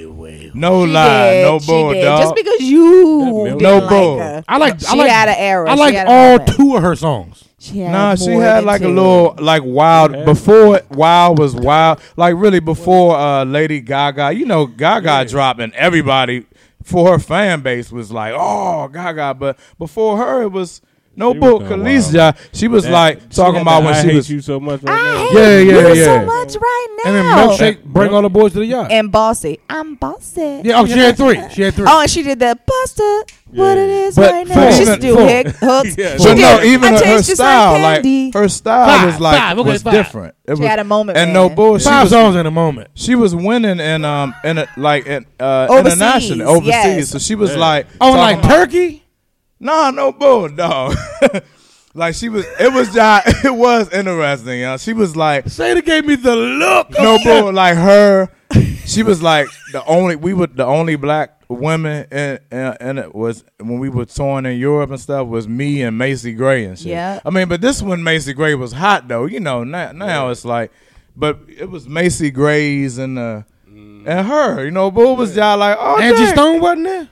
Speaker 3: no
Speaker 2: She
Speaker 3: lie,
Speaker 2: did,
Speaker 3: no
Speaker 2: she
Speaker 3: bull,
Speaker 2: did.
Speaker 3: dog.
Speaker 2: Just because you
Speaker 4: That milk-
Speaker 2: didn't
Speaker 3: No
Speaker 2: like
Speaker 3: bull.
Speaker 2: her.
Speaker 1: I like.
Speaker 2: She
Speaker 1: I like,
Speaker 2: had an era.
Speaker 1: I
Speaker 2: She
Speaker 1: like
Speaker 2: had a
Speaker 1: all
Speaker 2: moment.
Speaker 1: two of her songs.
Speaker 2: She had
Speaker 3: Nah, she
Speaker 2: more
Speaker 3: had
Speaker 2: than
Speaker 3: like a
Speaker 2: two.
Speaker 3: little like wild
Speaker 4: Yeah.
Speaker 3: before wild was wild. Like really before uh Lady Gaga, you know, Gaga dropped and everybody for her fan base was like, "Oh, Gaga," but before her it was no
Speaker 4: She was
Speaker 3: book
Speaker 4: doing
Speaker 3: Khalees. She was like talking about when
Speaker 4: I
Speaker 3: she
Speaker 4: hate
Speaker 3: was
Speaker 4: you so much
Speaker 2: I
Speaker 4: right now.
Speaker 2: hate
Speaker 3: Yeah, yeah,
Speaker 2: you
Speaker 3: yeah.
Speaker 2: so much right now.
Speaker 1: And then milkshake, bring all the boys to the yard.
Speaker 2: Oh. And bossy. I'm bossy.
Speaker 1: yeah, oh, she had three. She had three.
Speaker 2: Oh, and she did that buster. What it is
Speaker 3: But
Speaker 2: right
Speaker 3: for
Speaker 2: now. She
Speaker 3: even-
Speaker 2: used to do
Speaker 3: for-
Speaker 2: hick, hooks.
Speaker 4: Yeah.
Speaker 2: She
Speaker 3: But
Speaker 2: did.
Speaker 3: no, even
Speaker 2: I
Speaker 3: her, her
Speaker 2: taste just
Speaker 3: style, like,
Speaker 2: candy.
Speaker 3: her style
Speaker 1: Five,
Speaker 3: was like
Speaker 1: five, okay,
Speaker 3: was
Speaker 1: five.
Speaker 3: different. It
Speaker 2: She
Speaker 3: was,
Speaker 2: had a moment,
Speaker 3: and no
Speaker 2: man.
Speaker 3: bullshit. She
Speaker 1: Five
Speaker 3: was
Speaker 1: songs in a moment.
Speaker 3: she was winning in um in a, like in uh
Speaker 2: Overseas,
Speaker 3: international overseas.
Speaker 2: yes.
Speaker 3: So she was
Speaker 4: Yeah.
Speaker 3: like
Speaker 1: Oh,
Speaker 3: talking
Speaker 1: like
Speaker 3: about-
Speaker 1: Turkey.
Speaker 3: nah, no bull dog. like she was it was ja- it was interesting, you know. She was like
Speaker 1: Seda gave me the look.
Speaker 3: no bull like her she was like the only we were the only black women and and it was when we were touring in Europe and stuff was me and Macy Gray and shit.
Speaker 2: Yeah.
Speaker 3: I mean, but this one Macy Gray was hot though. You know, now now it's like but it was Macy Gray's and uh and her, you know, but it was y'all like, oh,
Speaker 1: Angie
Speaker 3: dang.
Speaker 1: Stone wasn't there.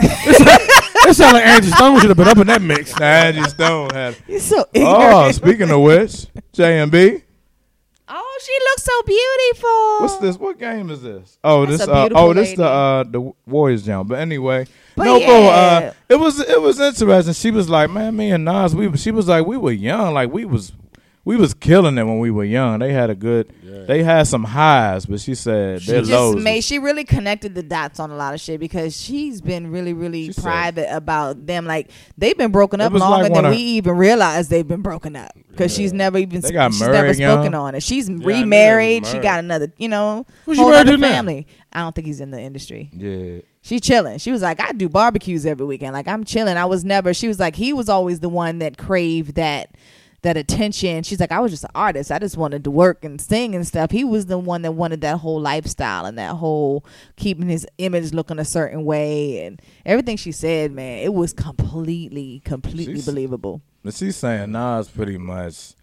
Speaker 1: it sounded like Angie Stone should have been up in that mix.
Speaker 3: Now, Angie Stone had.
Speaker 2: You're so
Speaker 3: Oh,
Speaker 2: ignorant.
Speaker 3: speaking of which, J and B,
Speaker 2: Oh, she looks so beautiful.
Speaker 3: what's this? What game is this? Oh,
Speaker 2: Oh. That's
Speaker 3: this.
Speaker 2: a
Speaker 3: Uh,
Speaker 2: beautiful
Speaker 3: oh, this the
Speaker 2: lady.
Speaker 3: uh, the Warriors jump. But anyway,
Speaker 2: But
Speaker 3: no,
Speaker 2: yeah.
Speaker 3: bro. Uh, it was it was interesting. She was like, man, me and Nas, we. She was like, we were young, like we was. We was killing it when we were young. They had a good, they had some highs, but she said
Speaker 2: She
Speaker 3: they're
Speaker 2: just
Speaker 3: lows.
Speaker 2: made. She really connected the dots on a lot of shit because she's been really, really
Speaker 3: She said-
Speaker 2: private about them. Like they've been broken
Speaker 3: It
Speaker 2: up
Speaker 3: was like
Speaker 2: longer
Speaker 3: one
Speaker 2: than
Speaker 3: of-
Speaker 2: we even realized they've been broken up because she's never even.
Speaker 3: They got
Speaker 2: she's never
Speaker 3: married young.
Speaker 2: spoken on it. She's
Speaker 4: was
Speaker 2: remarried. She
Speaker 4: married.
Speaker 2: got another. You know,
Speaker 1: Who's she
Speaker 2: whole
Speaker 1: married
Speaker 2: other
Speaker 1: to now?
Speaker 2: family. I don't think he's in the industry.
Speaker 3: yeah,
Speaker 2: She chilling. She was like, I do barbecues every weekend. Like I'm chilling. I was never. She was like, he was always the one that craved that that attention. She's like, I was just an artist. I just wanted to work and sing and stuff. He was the one that wanted that whole lifestyle and that whole keeping his image looking a certain way and everything she said, man, it was completely, completely
Speaker 3: She's-
Speaker 2: believable.
Speaker 3: but she's saying Nas pretty much.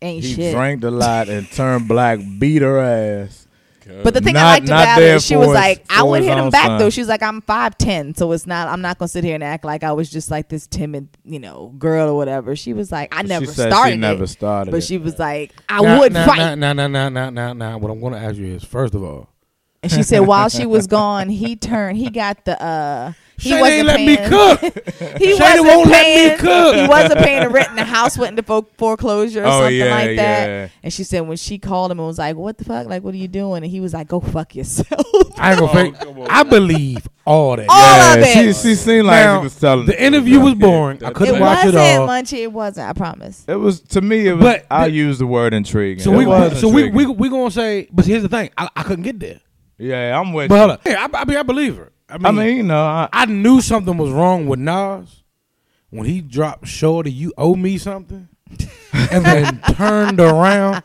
Speaker 2: Ain't
Speaker 3: He
Speaker 2: shit.
Speaker 3: drank a lot and turned black, beat her ass.
Speaker 2: But the thing
Speaker 3: Not-
Speaker 2: I liked
Speaker 3: not
Speaker 2: about
Speaker 3: there
Speaker 2: it, she was
Speaker 3: for his-
Speaker 2: like, I
Speaker 3: for
Speaker 2: would
Speaker 3: his
Speaker 2: hit him
Speaker 3: own
Speaker 2: back
Speaker 3: son.
Speaker 2: though. She was like, I'm five ten, so it's not. I'm not gonna sit here and act like I was just like this timid, you know, girl or whatever. She was like, I
Speaker 3: But
Speaker 2: never
Speaker 3: she said
Speaker 2: started.
Speaker 3: She never
Speaker 2: it.
Speaker 3: started.
Speaker 2: but
Speaker 3: it.
Speaker 2: she was like, I
Speaker 1: Nah,
Speaker 2: would
Speaker 1: nah,
Speaker 2: fight.
Speaker 1: Nah, nah, nah, nah, nah, nah. What I'm going to ask you is, first of all,
Speaker 2: And she said, while she was gone, he turned. He got the. uh He
Speaker 1: Shady
Speaker 2: wasn't
Speaker 1: ain't let
Speaker 2: paying.
Speaker 1: me cook.
Speaker 2: He
Speaker 1: Shady
Speaker 2: wasn't
Speaker 1: won't let me
Speaker 2: paying.
Speaker 1: cook.
Speaker 2: He wasn't paying the rent, and the house went into fo- foreclosure or
Speaker 3: Oh,
Speaker 2: something
Speaker 3: yeah,
Speaker 2: like that.
Speaker 3: yeah.
Speaker 2: And she said when she called him and was like, "What the fuck? Like, what are you doing?" And he was like, "Go fuck yourself."
Speaker 1: I ain't
Speaker 4: Oh,
Speaker 1: going to
Speaker 4: come
Speaker 1: fake.
Speaker 4: on.
Speaker 1: I believe all that.
Speaker 2: All
Speaker 3: yeah,
Speaker 2: of
Speaker 3: She,
Speaker 2: it.
Speaker 3: she seemed like
Speaker 1: Oh, Now,
Speaker 3: she was telling
Speaker 1: the
Speaker 3: the
Speaker 1: interview
Speaker 3: truth.
Speaker 1: was boring.
Speaker 4: Yeah,
Speaker 1: I couldn't
Speaker 4: that-
Speaker 1: watch it
Speaker 2: wasn't,
Speaker 1: all.
Speaker 2: Munchie. It wasn't. I promise.
Speaker 3: It was to me. It was.
Speaker 1: But
Speaker 3: I
Speaker 1: the-
Speaker 3: use the word intriguing.
Speaker 1: So
Speaker 3: It
Speaker 1: we,
Speaker 3: was
Speaker 1: so we, we,
Speaker 3: intriguing.
Speaker 1: we gonna say, but here's the thing, I, I couldn't get there.
Speaker 3: yeah, I'm with.
Speaker 1: But
Speaker 3: you.
Speaker 1: hold up, yeah, I, I mean, I believe her. I mean,
Speaker 3: I
Speaker 1: I
Speaker 3: mean, you know, I,
Speaker 1: knew something was wrong with Nas when he dropped "Shorty, you owe me something," and then turned around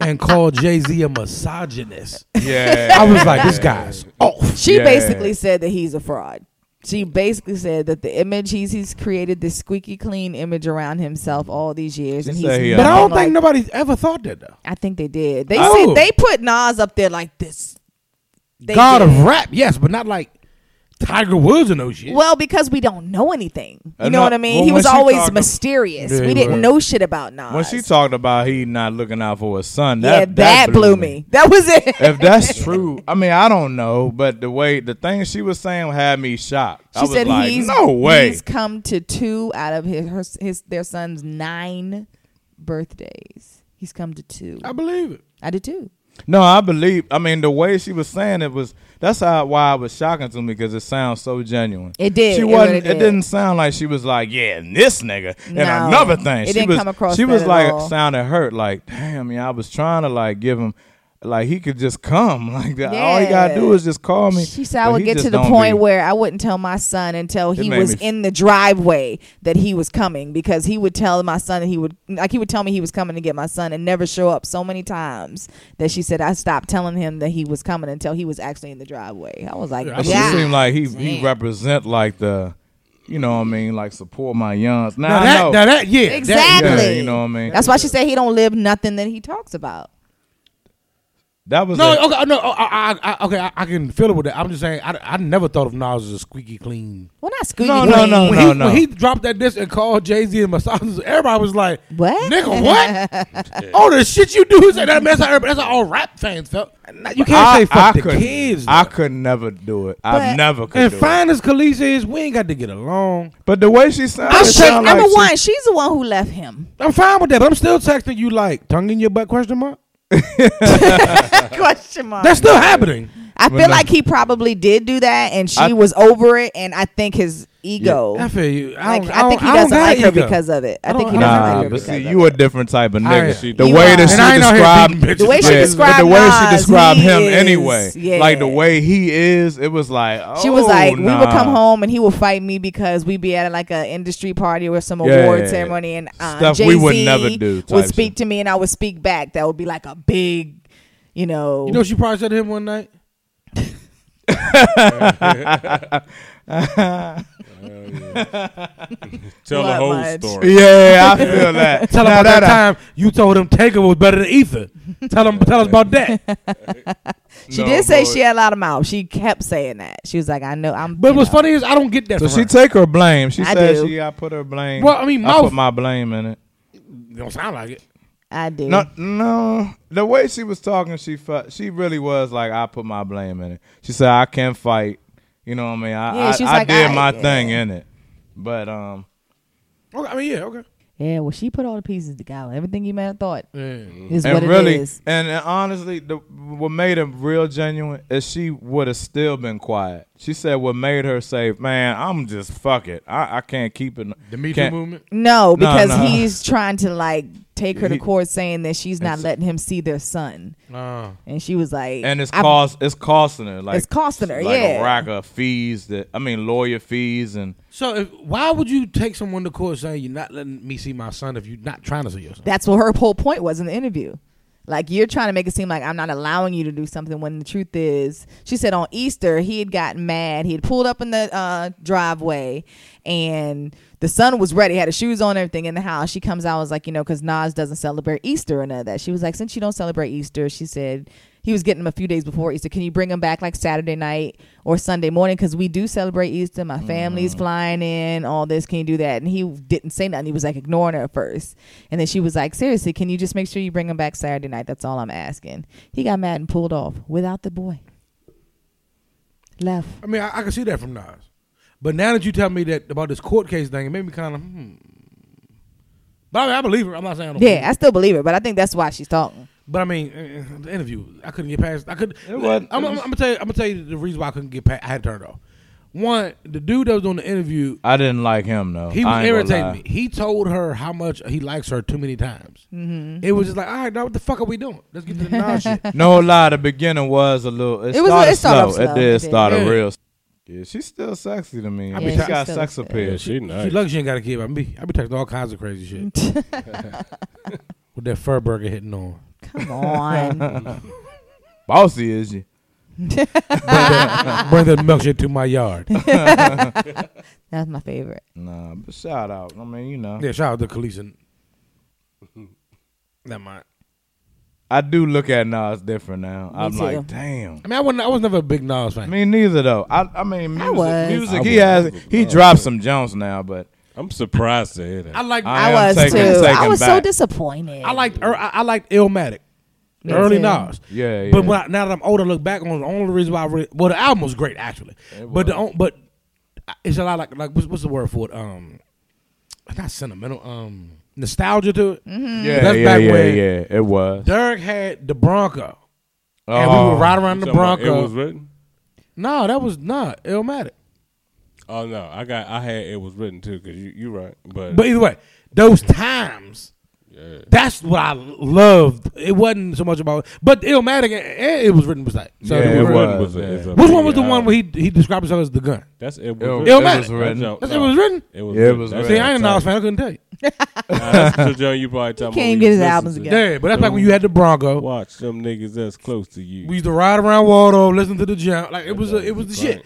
Speaker 1: and called Jay Z a misogynist.
Speaker 3: yeah,
Speaker 1: I was like, this guy's off.
Speaker 2: She
Speaker 3: Yeah.
Speaker 2: basically said that he's a fraud. She basically said that the image he's he's created this squeaky clean image around himself all these years,
Speaker 3: She
Speaker 2: and
Speaker 3: said
Speaker 2: he's
Speaker 3: he a-
Speaker 1: But I don't
Speaker 2: like-
Speaker 1: think nobody's ever thought that though.
Speaker 2: I think they did. They
Speaker 1: Oh.
Speaker 2: said they put Nas up there like this. They
Speaker 1: God
Speaker 2: did.
Speaker 1: of rap, yes, but not like Tiger Woods and no shit.
Speaker 2: Well, because we don't know anything. You
Speaker 3: And
Speaker 2: know
Speaker 3: no-
Speaker 2: what I mean?
Speaker 3: well,
Speaker 2: he
Speaker 3: when
Speaker 2: was
Speaker 3: she
Speaker 2: always
Speaker 3: talked-
Speaker 2: mysterious.
Speaker 1: Yeah,
Speaker 2: we
Speaker 1: he
Speaker 2: didn't
Speaker 1: was.
Speaker 2: know shit about Nas.
Speaker 3: When she talked about he not looking out for his son, that,
Speaker 2: yeah, that, blew me. That was it.
Speaker 3: If that's true, I mean I don't know, but the way the thing she was saying had me shocked. I
Speaker 2: she
Speaker 3: was
Speaker 2: said
Speaker 3: like,
Speaker 2: he's
Speaker 3: no way.
Speaker 2: He's come to two out of his, her, his their son's nine birthdays. He's come to two.
Speaker 1: I believe it.
Speaker 2: I did too.
Speaker 3: No, I believe. I mean, the way she was saying it was that's how why it was shocking to me because it sounds so genuine.
Speaker 2: It did.
Speaker 3: She
Speaker 2: It
Speaker 3: wasn't.
Speaker 2: really
Speaker 3: It,
Speaker 2: did.
Speaker 3: didn't sound like she was like, yeah, and this nigga and
Speaker 2: No,
Speaker 3: another thing.
Speaker 2: it
Speaker 3: she
Speaker 2: didn't
Speaker 3: was,
Speaker 2: come across
Speaker 3: She
Speaker 2: that
Speaker 3: was
Speaker 2: at
Speaker 3: like
Speaker 2: all.
Speaker 3: sounding hurt. Like, damn, yeah, I was trying to like give him. Like he could just come, like that. all he gotta
Speaker 2: Yeah.
Speaker 3: do is just call me.
Speaker 2: She said I
Speaker 3: But
Speaker 2: would
Speaker 3: he
Speaker 2: get
Speaker 3: just
Speaker 2: to the
Speaker 3: don't
Speaker 2: point
Speaker 3: be-
Speaker 2: where I wouldn't tell my son until he
Speaker 3: made
Speaker 2: was
Speaker 3: me f-
Speaker 2: in the driveway that he was coming because he would tell my son that he would like he would tell me he was coming to get my son and never show up so many times that she said I stopped telling him that he was coming until he was actually in the driveway. I was like,
Speaker 1: Yeah,
Speaker 2: yeah,
Speaker 1: I
Speaker 3: She seemed like he he
Speaker 2: Damn.
Speaker 3: represent like the, you know what I mean, like support my youngs. Now,
Speaker 1: Now
Speaker 3: I
Speaker 1: that,
Speaker 3: know,
Speaker 1: now that, yeah, that-
Speaker 2: Exactly.
Speaker 3: yeah, you know what I mean.
Speaker 2: that's why she said he don't live nothing that he talks about.
Speaker 3: that was a-
Speaker 1: No, okay, no, I, I, I, okay, I, I can feel it with that. I'm just saying, I, I never thought of Nas as a squeaky clean.
Speaker 2: Well, not squeaky.
Speaker 3: No, no,
Speaker 2: clean.
Speaker 3: no,
Speaker 1: when
Speaker 3: no,
Speaker 1: he,
Speaker 3: no.
Speaker 1: When he dropped that disc and called Jay Z and massages, everybody was like,
Speaker 2: What?
Speaker 1: Nigga, what? oh, the shit you do is like that. That's how, everybody- that's how all rap fans felt. Nah, You can't say fuck the
Speaker 3: couldn't-
Speaker 1: kids.
Speaker 3: I
Speaker 1: though.
Speaker 3: could never do it. I
Speaker 2: But-
Speaker 3: never could.
Speaker 1: and
Speaker 3: do it.
Speaker 1: fine as Khalees is, we ain't got to get along.
Speaker 3: But the way she sounded,
Speaker 2: I'm
Speaker 3: it
Speaker 2: sure,
Speaker 3: sound
Speaker 2: number
Speaker 3: like she-
Speaker 2: one, she's the one who left him.
Speaker 1: I'm fine with that, but I'm still texting you like tongue in your butt question mark.
Speaker 2: Question mark.
Speaker 1: That's still happening.
Speaker 2: I feel
Speaker 3: Well, no.
Speaker 2: like he probably did do that, and she
Speaker 3: I-
Speaker 2: was over it. And I think his ego.
Speaker 1: I feel you. I,
Speaker 2: Oh. like,
Speaker 1: don't,
Speaker 2: I, think he
Speaker 1: don't
Speaker 2: doesn't
Speaker 1: got
Speaker 2: like her
Speaker 1: ego.
Speaker 2: because of it. I,
Speaker 1: I
Speaker 2: think he
Speaker 1: don't-
Speaker 2: doesn't
Speaker 1: I
Speaker 2: like
Speaker 3: Nah,
Speaker 2: her
Speaker 3: but
Speaker 2: because
Speaker 3: see,
Speaker 2: of
Speaker 3: you
Speaker 2: it.
Speaker 3: a different type of
Speaker 1: I
Speaker 3: nigga.
Speaker 1: am.
Speaker 3: the
Speaker 2: You
Speaker 3: way
Speaker 2: are.
Speaker 3: that
Speaker 1: And I ain't
Speaker 3: she
Speaker 1: out here
Speaker 3: described,
Speaker 1: beating bitches.
Speaker 2: The way she
Speaker 3: Yeah,
Speaker 2: described
Speaker 3: but the way she
Speaker 2: Nas,
Speaker 3: described
Speaker 2: he
Speaker 3: him
Speaker 2: is-
Speaker 3: anyway,
Speaker 2: yeah.
Speaker 3: like the way he is, it was like oh,
Speaker 2: She was like,
Speaker 3: nah.
Speaker 2: "We would come home and he would fight me because we'd be at like an industry party or some
Speaker 3: Yeah,
Speaker 2: award
Speaker 3: yeah, yeah.
Speaker 2: ceremony, and uh,
Speaker 3: Stuff
Speaker 2: Jay-Z
Speaker 3: we would never do type
Speaker 2: Would speak to me, and I would speak back. That would be like a big, you know,
Speaker 1: You know, what she probably said to him one night.
Speaker 4: Tell the
Speaker 2: Blood
Speaker 4: whole
Speaker 2: lodge.
Speaker 4: story.
Speaker 3: Yeah, I feel that.
Speaker 1: Tell him
Speaker 3: Now
Speaker 1: about that,
Speaker 3: I-
Speaker 1: time you told him Taker was better than Ether. tell him, tell us about that.
Speaker 2: she
Speaker 3: No,
Speaker 2: did say
Speaker 3: but-
Speaker 2: she had a lot of mouth. She kept saying that. She was like, "I know I'm."
Speaker 1: But
Speaker 2: you
Speaker 1: what's
Speaker 2: know.
Speaker 1: funny is I don't get that.
Speaker 3: So
Speaker 1: from
Speaker 3: she
Speaker 1: her.
Speaker 3: take her blame. She
Speaker 2: I
Speaker 3: said
Speaker 2: do.
Speaker 3: she I put her blame.
Speaker 1: Well, I mean,
Speaker 3: I
Speaker 1: mouth-
Speaker 3: put my blame in it.
Speaker 1: It don't sound like it.
Speaker 2: I do.
Speaker 3: No, no. The way she was talking, she felt, she really was like, I put my blame in it. She said, I can fight. You know what I mean? I,
Speaker 2: Yeah,
Speaker 3: I,
Speaker 2: she was
Speaker 3: I
Speaker 2: like,
Speaker 3: did
Speaker 2: I-
Speaker 3: my
Speaker 2: yeah.
Speaker 3: thing in it. But um,
Speaker 1: Okay, I mean, yeah, okay.
Speaker 2: Yeah, well, she put all the pieces together. Everything you might have thought
Speaker 1: Yeah.
Speaker 2: is
Speaker 3: Mm. and
Speaker 2: what
Speaker 3: really,
Speaker 2: it is.
Speaker 3: And, and honestly, the, what made her real genuine is she would have still been quiet. She said what made her say, man, I'm just fuck it. I, I can't keep it.
Speaker 1: The Me Too
Speaker 3: can't-
Speaker 1: movement.
Speaker 2: No, because
Speaker 3: no.
Speaker 2: he's trying to like take her to
Speaker 3: He-
Speaker 2: court, saying that she's not
Speaker 3: It's-
Speaker 2: letting him see their son,
Speaker 1: Uh,
Speaker 2: and she was like,
Speaker 3: And it's
Speaker 2: I-
Speaker 3: cost it's costing her like
Speaker 2: It's costing her,
Speaker 3: like
Speaker 2: yeah.
Speaker 3: a rack of fees that I mean lawyer fees and
Speaker 1: so if, why would you take someone to court saying you're not letting me see my son if you're not trying to see your son?
Speaker 2: That's what her whole point was in the interview. Like you're trying to make it seem like I'm not allowing you to do something when the truth is, she said on Easter he had gotten mad. He had pulled up in the uh, driveway, and the son was ready, had his shoes on, everything in the house. She comes out and was like, you know, because Nas doesn't celebrate Easter or none of that. She was like, since you don't celebrate Easter, she said he was getting them a few days before Easter. Can you bring them back like Saturday night or Sunday morning? Because we do celebrate Easter. My
Speaker 3: Mm-hmm.
Speaker 2: family's flying in, all this. Can you do that? And he didn't say nothing. He was like ignoring her at first. And then she was like, seriously, can you just make sure you bring them back Saturday night? That's all I'm asking. He got mad and pulled off without the boy. Left.
Speaker 1: I mean, I, I can see that from Nas. But now that you tell me that about this court case thing, it made me kind of hmm. But I, mean, I believe her. I'm not saying I don't believe
Speaker 2: Yeah,
Speaker 1: her.
Speaker 2: I still believe it, but I think that's why she's talking.
Speaker 1: But I mean, eh, eh, the interview, I couldn't get past. I could.
Speaker 3: It wasn't-
Speaker 1: I'm, I'm, I'm gonna tell you. I'm gonna tell you the reason why I couldn't get past. I had to turn it off. One, the dude that was doing the interview,
Speaker 3: I didn't like him though.
Speaker 1: He
Speaker 3: I
Speaker 1: was
Speaker 3: ain't gonna
Speaker 1: irritating
Speaker 3: lie.
Speaker 1: me. He told her how much he likes her too many times. Mm-hmm. It was just like, all right, now what the fuck are we doing? Let's get to the Nas shit.
Speaker 3: No lie, the beginning was a little. It,
Speaker 2: It was-
Speaker 3: started
Speaker 2: it started off
Speaker 3: slow.
Speaker 2: slow.
Speaker 3: It did
Speaker 2: It did.
Speaker 3: start
Speaker 1: Yeah.
Speaker 3: a real. Yeah, she's still sexy to me.
Speaker 1: I
Speaker 3: I
Speaker 1: be
Speaker 3: mean, she
Speaker 1: trying-
Speaker 3: got
Speaker 2: Still
Speaker 3: sex
Speaker 2: sexy.
Speaker 3: appeal.
Speaker 4: Yeah, she
Speaker 1: She
Speaker 4: nice.
Speaker 1: lucky she ain't got a kid by me. I be texting all kinds of crazy shit. With that fur burger hitting on.
Speaker 2: Come on.
Speaker 3: Bossy is she?
Speaker 1: Bring that milkshake to my yard.
Speaker 2: that's my favorite.
Speaker 3: Nah, but shout out. I mean, you know.
Speaker 1: Yeah, shout out to Khalees and Never mind.
Speaker 3: I do look at Nas different now. I'm
Speaker 2: too.
Speaker 3: like, damn.
Speaker 1: I mean, I wasn't. I was never a big Nas fan.
Speaker 3: Me neither though. I I mean music,
Speaker 2: was.
Speaker 3: music
Speaker 4: I
Speaker 3: he
Speaker 4: was.
Speaker 3: has he dropped some Jones now, but
Speaker 4: I'm surprised to hear that.
Speaker 1: I liked. I,
Speaker 3: I-
Speaker 2: I
Speaker 3: am
Speaker 2: was
Speaker 3: taken-
Speaker 2: too. I
Speaker 3: taken
Speaker 2: was so
Speaker 3: back.
Speaker 2: disappointed.
Speaker 1: liked. er, I, I liked Illmatic. The
Speaker 2: Me
Speaker 1: early
Speaker 2: too.
Speaker 1: Nas.
Speaker 3: Yeah, yeah.
Speaker 1: But when I, now that I'm older, I look back on it, the only reason why I really, well, the album was great actually. But the on- but it's a lot like like what's, what's the word for it? Um, not sentimental. Um, nostalgia to it.
Speaker 2: Mm-hmm.
Speaker 3: yeah,
Speaker 1: That's
Speaker 3: yeah,
Speaker 1: back
Speaker 3: yeah,
Speaker 1: when-
Speaker 3: yeah, it was.
Speaker 1: Derek had the Bronco, and we
Speaker 3: Oh.
Speaker 1: were riding around
Speaker 4: You
Speaker 1: the
Speaker 4: talking about
Speaker 1: Bronco.
Speaker 4: It was written.
Speaker 1: no, that was not Illmatic.
Speaker 4: Oh no, I got. I had it was written too because you you right. But,
Speaker 1: But either way, those times. That's what I loved. It wasn't so much about, but Illmatic, eh, it was written was like. So
Speaker 3: Yeah,
Speaker 1: it
Speaker 3: it
Speaker 1: was written.
Speaker 3: was,
Speaker 4: a-
Speaker 3: yeah.
Speaker 4: is a
Speaker 1: Which one was the
Speaker 4: big
Speaker 1: one
Speaker 4: album.
Speaker 1: where he he described himself as the gun?
Speaker 4: That's it.
Speaker 3: It was-
Speaker 4: Was
Speaker 1: Illmatic.
Speaker 3: written.
Speaker 4: That
Speaker 1: That's it was written.
Speaker 4: It was
Speaker 3: Yeah, it
Speaker 4: written.
Speaker 3: was
Speaker 4: That's
Speaker 1: See,
Speaker 3: written.
Speaker 4: what
Speaker 1: I ain't a
Speaker 4: I'm
Speaker 1: Nas fan. I couldn't tell you.
Speaker 4: talking- Nah, that's the John you probably talking
Speaker 2: Can't
Speaker 4: about when
Speaker 2: get
Speaker 4: you
Speaker 2: his
Speaker 4: listen
Speaker 2: albums
Speaker 4: to-
Speaker 1: Yeah,
Speaker 2: together.
Speaker 1: but that's back when you had the Bronco.
Speaker 4: Watch them niggas that's close to you.
Speaker 1: We used to ride around Waldo, listen to the jump. Like it was, a, it was the shit.
Speaker 4: Right.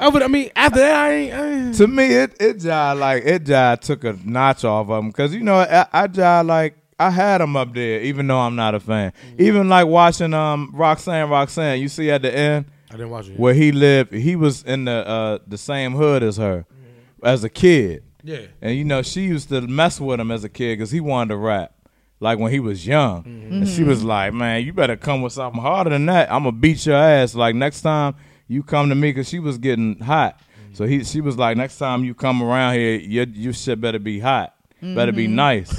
Speaker 1: I, would, I mean, after that, I ain't. I ain't
Speaker 3: To me, it it jive like it jive took a notch off of him because you know I, I jive like I had him up there even though I'm not a fan. Even like watching um Roxanne Roxanne, you see at the end
Speaker 1: I didn't watch it.
Speaker 3: where he lived, he was in the uh the same hood as her as a kid,
Speaker 1: Yeah,
Speaker 3: and you know she used to mess with him as a kid because he wanted to rap like when he was young, and she
Speaker 1: Mm-hmm.
Speaker 3: was like, man, you better come with something harder than that. I'm gonna beat your ass. Like next time you come to me, because she was getting hot. So he, she was like, next time you come around here, your, your shit better be hot, better
Speaker 1: Mm-hmm.
Speaker 3: be nice.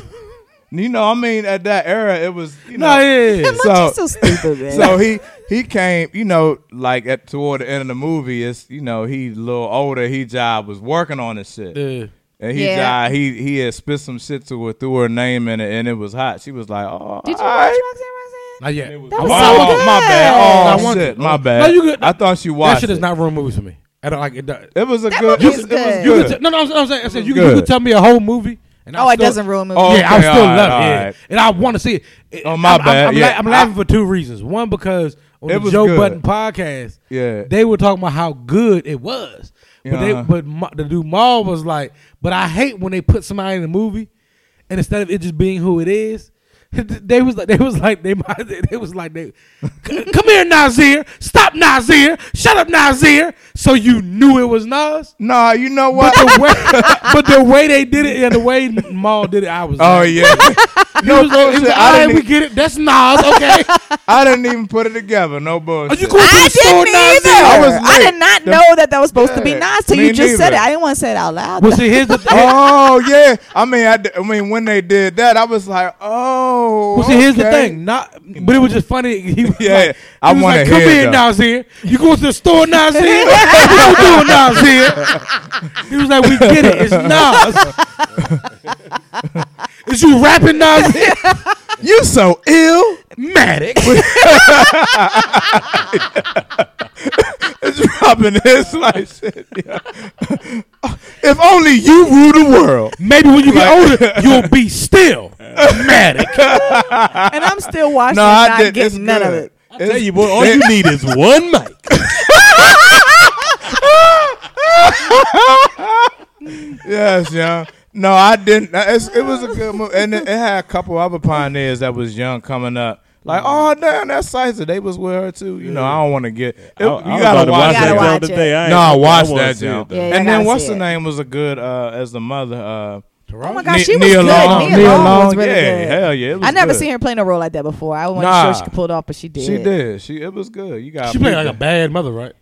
Speaker 3: you know, I mean, at that era, it was you know,
Speaker 1: no, yeah, yeah, yeah.
Speaker 2: Munchie's so
Speaker 3: so-
Speaker 2: stupid, man.
Speaker 3: so he he came, you know, like at toward the end of the movie, it's you know he a little older. He job was working on this shit,
Speaker 1: Yeah.
Speaker 3: and he
Speaker 2: Yeah.
Speaker 3: job he he had spit some shit to her, threw her name in it, and it was hot. She was like, "Oh,
Speaker 2: Did you
Speaker 3: all
Speaker 2: watch
Speaker 3: right.
Speaker 2: Roxanne Roxanne?
Speaker 1: not yet.
Speaker 4: was-
Speaker 2: That
Speaker 3: Oh,
Speaker 2: was so good.
Speaker 3: my bad.
Speaker 1: I
Speaker 3: Oh
Speaker 1: want
Speaker 3: shit,
Speaker 1: to.
Speaker 3: my bad.
Speaker 1: No, you good.
Speaker 3: I thought you watched.
Speaker 1: That shit
Speaker 3: it.
Speaker 1: is not ruin movies for me. I don't like it. does-
Speaker 3: It was a
Speaker 2: That
Speaker 3: good.
Speaker 2: movie
Speaker 3: you-
Speaker 2: was
Speaker 3: it was
Speaker 2: good.
Speaker 1: You could
Speaker 3: good.
Speaker 1: t- no, no, I'm, I'm saying, I said you,
Speaker 3: Good.
Speaker 1: could- you could tell me a whole movie. And I
Speaker 2: Oh, it
Speaker 1: still-
Speaker 2: doesn't ruin movies.
Speaker 3: Oh,
Speaker 1: yeah, I'm
Speaker 3: Okay,
Speaker 1: still
Speaker 3: all right,
Speaker 1: loving
Speaker 3: all
Speaker 1: it,
Speaker 3: right.
Speaker 1: and I want to see it. It-
Speaker 3: Oh, my
Speaker 1: I'm- I'm-
Speaker 3: bad,
Speaker 1: I'm,
Speaker 3: yeah.
Speaker 1: I'm laughing for two reasons. One because on
Speaker 3: It
Speaker 1: the
Speaker 3: was
Speaker 1: Joe
Speaker 3: good.
Speaker 1: Button podcast,
Speaker 3: Yeah. Uh-huh.
Speaker 1: they were talking about how good it was. But
Speaker 3: Yeah.
Speaker 1: they, but Ma, the dude Maul was like, but I hate when they put somebody in a movie, and instead of it just being who it is. They was like they was like they might they was like they "C- come here Nazir stop Nazir shut up Nazir so you knew it was Nas
Speaker 3: Nah, you know
Speaker 1: but
Speaker 3: what?
Speaker 1: the way, but the way they did it and the way Maul did it, I was.
Speaker 3: oh
Speaker 1: like,
Speaker 3: yeah.
Speaker 1: no, was like,
Speaker 3: bullshit,
Speaker 1: it was,
Speaker 3: I
Speaker 1: all right,
Speaker 3: didn't
Speaker 1: we
Speaker 3: e-
Speaker 1: get it. That's Nas, okay?
Speaker 3: I didn't even put it together. No bullshit.
Speaker 1: Are you going to
Speaker 2: I
Speaker 1: the store,
Speaker 2: didn't either.
Speaker 1: Nazir?
Speaker 3: I
Speaker 2: I,
Speaker 3: was late.
Speaker 2: did not
Speaker 3: The-
Speaker 2: know that that was supposed to be
Speaker 3: Yeah,
Speaker 2: Nas till
Speaker 3: me
Speaker 2: you just said
Speaker 3: neither.
Speaker 2: it. I didn't want to say it out loud.
Speaker 1: Well, see, here's the thing.
Speaker 3: oh yeah. I mean, I, d- I mean, when they did that, I was like, oh.
Speaker 1: Well, see, here's the
Speaker 3: okay.
Speaker 1: thing. Not, but it was just funny. He was
Speaker 3: Yeah,
Speaker 1: like,
Speaker 3: I
Speaker 1: he was
Speaker 3: wanna
Speaker 1: like, come
Speaker 3: hear it,
Speaker 1: here,
Speaker 3: though."
Speaker 1: Nazir. You going to the store, Nazir? what you doing, Nazir? He was like, we get it. It's Nas. Is you rapping, Nazir?
Speaker 3: You so ill.
Speaker 1: Matic.
Speaker 3: It's dropping this like shit. yeah. if only you rule the world.
Speaker 1: Maybe when you get older, you'll be still Matic.
Speaker 2: and I'm still watching
Speaker 3: No,
Speaker 2: and
Speaker 3: I
Speaker 2: not
Speaker 3: did. It's
Speaker 2: getting none
Speaker 3: good.
Speaker 2: of it.
Speaker 3: I
Speaker 4: Tell you, boy, all you need is one mic.
Speaker 3: Yes, yeah. No, I didn't. uh, It's, it was a good movie, and it, it had a couple other pioneers that was young coming up. Like, oh damn, that's Sizer. They was with her too. You know, I don't want to get. It,
Speaker 4: I, I was
Speaker 3: you
Speaker 4: about
Speaker 3: gotta
Speaker 4: to
Speaker 3: watch
Speaker 2: watch
Speaker 3: that.
Speaker 2: it.
Speaker 4: the
Speaker 2: watch
Speaker 4: other
Speaker 2: it.
Speaker 4: day. I ain't-
Speaker 3: No, I watched
Speaker 4: wanna
Speaker 3: that
Speaker 4: see it,
Speaker 3: jump.
Speaker 4: though.
Speaker 2: Yeah,
Speaker 3: and
Speaker 2: I
Speaker 3: then
Speaker 2: gotta
Speaker 3: what's
Speaker 2: see
Speaker 3: the
Speaker 2: it.
Speaker 3: name was a good uh, as the mother. Uh,
Speaker 2: Oh my gosh,
Speaker 3: Ne-
Speaker 2: she was
Speaker 3: Nia
Speaker 2: good.
Speaker 3: Long.
Speaker 2: Nia,
Speaker 3: Nia
Speaker 2: Long, was
Speaker 3: Long,
Speaker 2: really
Speaker 3: yeah,
Speaker 2: good.
Speaker 3: hell yeah, it was
Speaker 2: I never
Speaker 3: good.
Speaker 2: seen her playing a role like that before. I wasn't
Speaker 3: Nah.
Speaker 2: sure she could pull it off, but she did.
Speaker 3: she did. She it was good. You got
Speaker 1: She played like a bad mother, right?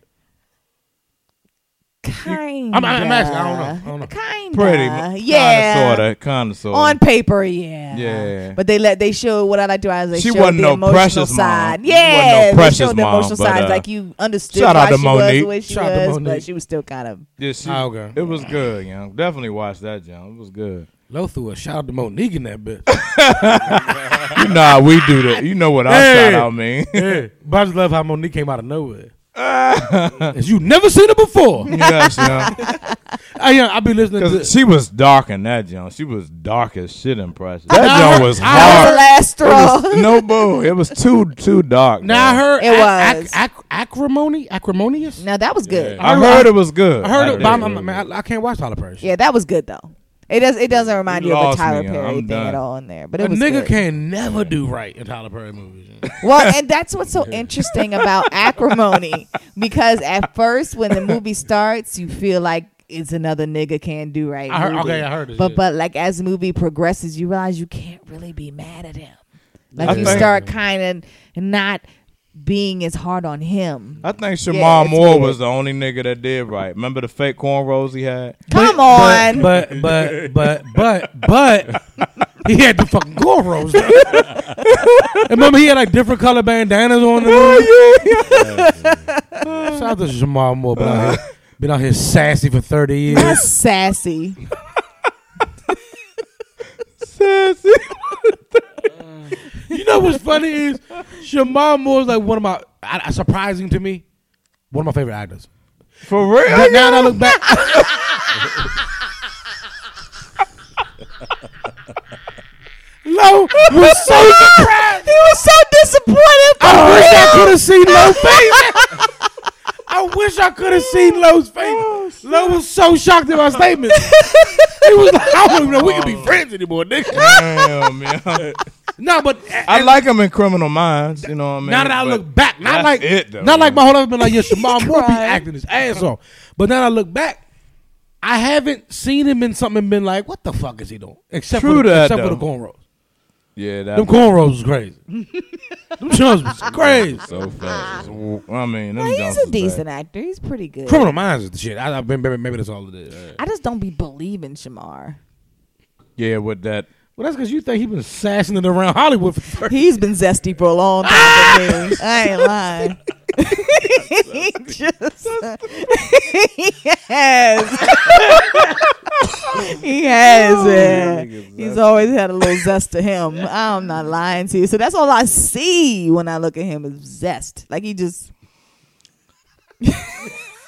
Speaker 2: Kind.
Speaker 1: I'm- I'm asking, I don't know, I don't know.
Speaker 2: Kind.
Speaker 3: pretty, mu-
Speaker 2: Yeah.
Speaker 3: kinda, sorta, kinda, sorta.
Speaker 2: On paper, yeah.
Speaker 3: Yeah.
Speaker 2: But they let they showed what I like to do is they
Speaker 3: She
Speaker 2: showed
Speaker 3: wasn't
Speaker 2: the
Speaker 3: no
Speaker 2: emotional
Speaker 3: Precious Mom.
Speaker 2: side.
Speaker 3: She wasn't no
Speaker 2: Yeah,
Speaker 3: Precious
Speaker 2: they showed the
Speaker 3: Mom,
Speaker 2: emotional
Speaker 3: but,
Speaker 2: side
Speaker 3: uh,
Speaker 2: like you understood
Speaker 3: shout out
Speaker 2: why
Speaker 3: to
Speaker 2: she was
Speaker 3: Monique.
Speaker 2: the way she
Speaker 1: Shout out to
Speaker 2: was,
Speaker 1: Monique.
Speaker 2: but she was still kind of
Speaker 3: Yeah, she,
Speaker 1: Oh, okay.
Speaker 3: It was good, young. Definitely watched that, young. It was good.
Speaker 1: Low threw a shout out to Monique in that bitch.
Speaker 3: You know how we do that. You know what our
Speaker 1: Hey.
Speaker 3: shout out mean.
Speaker 1: yeah. But I just love how Monique came out of nowhere. As you never seen her before.
Speaker 3: yes, young.
Speaker 1: I, yeah, I be listening to.
Speaker 3: Because she was dark in that, young. She was dark as shit in Precious.
Speaker 1: Now
Speaker 3: That,
Speaker 1: her-
Speaker 3: young was
Speaker 1: I
Speaker 2: that was the
Speaker 3: hard.
Speaker 2: last straw.
Speaker 3: It was- no bull. It was too too dark.
Speaker 1: now I
Speaker 3: dog.
Speaker 1: heard
Speaker 2: It
Speaker 1: ac-
Speaker 2: was.
Speaker 1: ac- ac- acrimony, acrimonious.
Speaker 2: now that was good.
Speaker 4: Yeah.
Speaker 3: I heard it was good.
Speaker 1: I heard
Speaker 3: I
Speaker 1: it, but I'm,
Speaker 4: did.
Speaker 1: I'm- man, I, I can't watch Tyler Perry.
Speaker 2: Yeah, that was good though. It does. It doesn't remind
Speaker 3: You
Speaker 2: you, of a
Speaker 3: lost
Speaker 2: Tyler
Speaker 3: me.
Speaker 2: Perry
Speaker 3: I'm
Speaker 2: thing
Speaker 3: done.
Speaker 2: at all in there. But
Speaker 1: A
Speaker 2: it was
Speaker 1: nigga
Speaker 2: good.
Speaker 1: can never do right in Tyler Perry movies.
Speaker 2: Well, and that's what's so interesting about acrimony because at first, when the movie starts, you feel like it's another nigga can't do right.
Speaker 1: I heard,
Speaker 2: movie.
Speaker 1: okay, I heard it.
Speaker 2: But but like as the movie progresses, you realize you can't really be mad at him. Like
Speaker 3: I
Speaker 2: you
Speaker 3: think-
Speaker 2: start kind of not being as hard on him.
Speaker 3: I think Shamar
Speaker 2: Yeah, it's
Speaker 3: Moore
Speaker 2: weird.
Speaker 3: was the only nigga that did right. Remember the fake cornrows he had?
Speaker 2: Come on,
Speaker 1: But but but but but he had the fucking cornrows. And remember, he had like different color bandanas on. Oh yeah. Shout out to Jamal Moore, been out here, been out here sassy for thirty years.
Speaker 2: that's sassy.
Speaker 3: Sassy.
Speaker 1: you know what's funny is Jamal Moore is like one of my I, I- surprising to me, one of my favorite actors.
Speaker 3: For real?
Speaker 1: But now that I look back, Lo was so surprised.
Speaker 2: He was so disappointed.
Speaker 1: I
Speaker 3: Oh,
Speaker 1: wish I could have seen Lo's face. I wish I could have seen Lo's
Speaker 3: Oh,
Speaker 1: face. Lo was so shocked at my statement. he was like, I don't even know we can
Speaker 3: Oh.
Speaker 1: be friends anymore, nigga.
Speaker 3: Damn, yeah.
Speaker 1: no, but
Speaker 3: I like him in Criminal Minds. You know what I mean?
Speaker 1: now that I
Speaker 3: But
Speaker 1: look back, not
Speaker 3: that's
Speaker 1: like
Speaker 3: it, though.
Speaker 1: not like my whole life been like, yeah, Shamar Moore be
Speaker 2: cried.
Speaker 1: acting his ass off. But now that I look back, I haven't seen him in something and been like, what the fuck is he doing? Except
Speaker 3: True
Speaker 1: for the,
Speaker 3: that,
Speaker 1: except for
Speaker 3: though.
Speaker 1: the cornrows.
Speaker 3: yeah,
Speaker 1: Them
Speaker 3: that.
Speaker 1: cornrows was crazy. Them chums was crazy.
Speaker 4: So fast.
Speaker 3: I mean, them
Speaker 2: Well, he's
Speaker 3: Johnson's
Speaker 2: a
Speaker 3: bad.
Speaker 2: decent actor. He's pretty good.
Speaker 1: Criminal Minds is the shit. I, I, maybe, maybe that's all it is.
Speaker 2: I just don't be believing Shamar.
Speaker 3: Yeah, with that.
Speaker 1: Well, that's because you think he been sassing it around Hollywood for 30
Speaker 2: He's been zesty for a long time.
Speaker 3: Ah!
Speaker 2: for me. I ain't lying. he just uh, he has he
Speaker 3: Oh,
Speaker 2: has it. He's always had a little zest to him. I'm not lying to you. So that's all I see when I look at him is zest. Like he just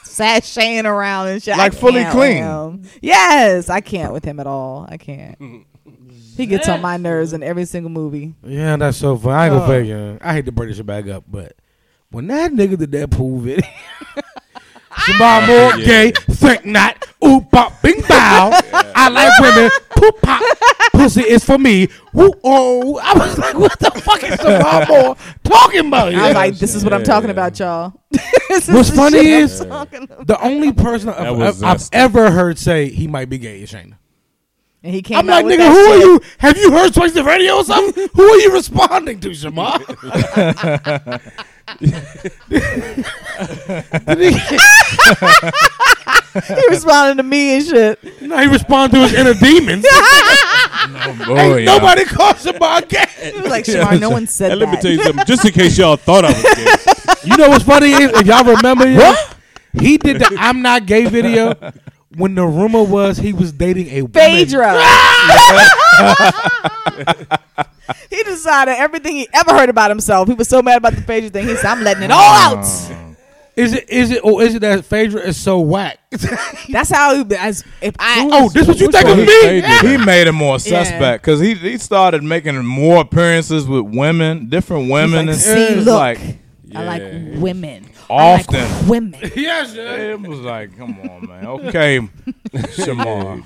Speaker 2: sashaying around and shit. I
Speaker 3: Like fully
Speaker 2: can't with
Speaker 3: clean.
Speaker 2: him. Yes, I can't with him at all. I can't. He gets on my nerves in every single movie.
Speaker 1: Yeah, that's so funny. I ain't gonna fake you. I hate to bring this shit back up, but when that nigga did that pool video, Shabam Moore,
Speaker 4: Yeah.
Speaker 1: gay, think not, ooh, pop, bing, bow. I like women, poop, pop, pussy is for me, woo, oh. I was like, what the fuck is Shabam Moore talking about?
Speaker 2: I'm
Speaker 1: Yeah.
Speaker 2: like, this is what I'm talking
Speaker 4: yeah.
Speaker 2: about, y'all. This is
Speaker 1: What's
Speaker 2: the
Speaker 1: funny
Speaker 2: shit I'm
Speaker 1: is-
Speaker 2: talking about.
Speaker 1: the only person I've,
Speaker 4: was
Speaker 1: I've, I've
Speaker 4: zesty.
Speaker 1: ever heard say he might be gay is Shayna.
Speaker 2: and he came
Speaker 1: I'm
Speaker 2: out
Speaker 1: like,
Speaker 2: with
Speaker 1: nigga,
Speaker 2: that
Speaker 1: who are
Speaker 2: shit.
Speaker 1: you? Have you heard Twice the Radio or something? who are you responding to, Shamar? Did he-
Speaker 2: He responded to me and shit.
Speaker 1: No, he responded to his inner demons. Ain't
Speaker 3: Oh, yeah.
Speaker 1: nobody calls him by gay.
Speaker 2: He was like, Shamar, no one said
Speaker 4: And
Speaker 2: that.
Speaker 4: let me tell you something, just in case y'all thought I was gay.
Speaker 1: You know what's funny is if y'all remember this, he did the "I'm not gay" video when the rumor was he was dating a woman.
Speaker 2: Phaedra. he decided everything he ever heard about himself. He was so mad about the Phaedra thing. He said, I'm letting it all out.
Speaker 1: Is it? Is it? Or is it that Phaedra is so whack?
Speaker 2: That's how, he, as if I.
Speaker 1: oh, this what you think of
Speaker 4: one
Speaker 1: me?
Speaker 4: is Phaedra?
Speaker 1: Yeah.
Speaker 3: He made him more suspect because he, he started making more appearances with women, different women,
Speaker 2: like,
Speaker 3: and
Speaker 2: see,
Speaker 3: it was
Speaker 2: look.
Speaker 3: like
Speaker 2: I like
Speaker 4: Yeah.
Speaker 2: women. I
Speaker 3: Often.
Speaker 2: like women.
Speaker 1: Yes, yeah.
Speaker 3: it was like, come on, man. Okay, Shamar.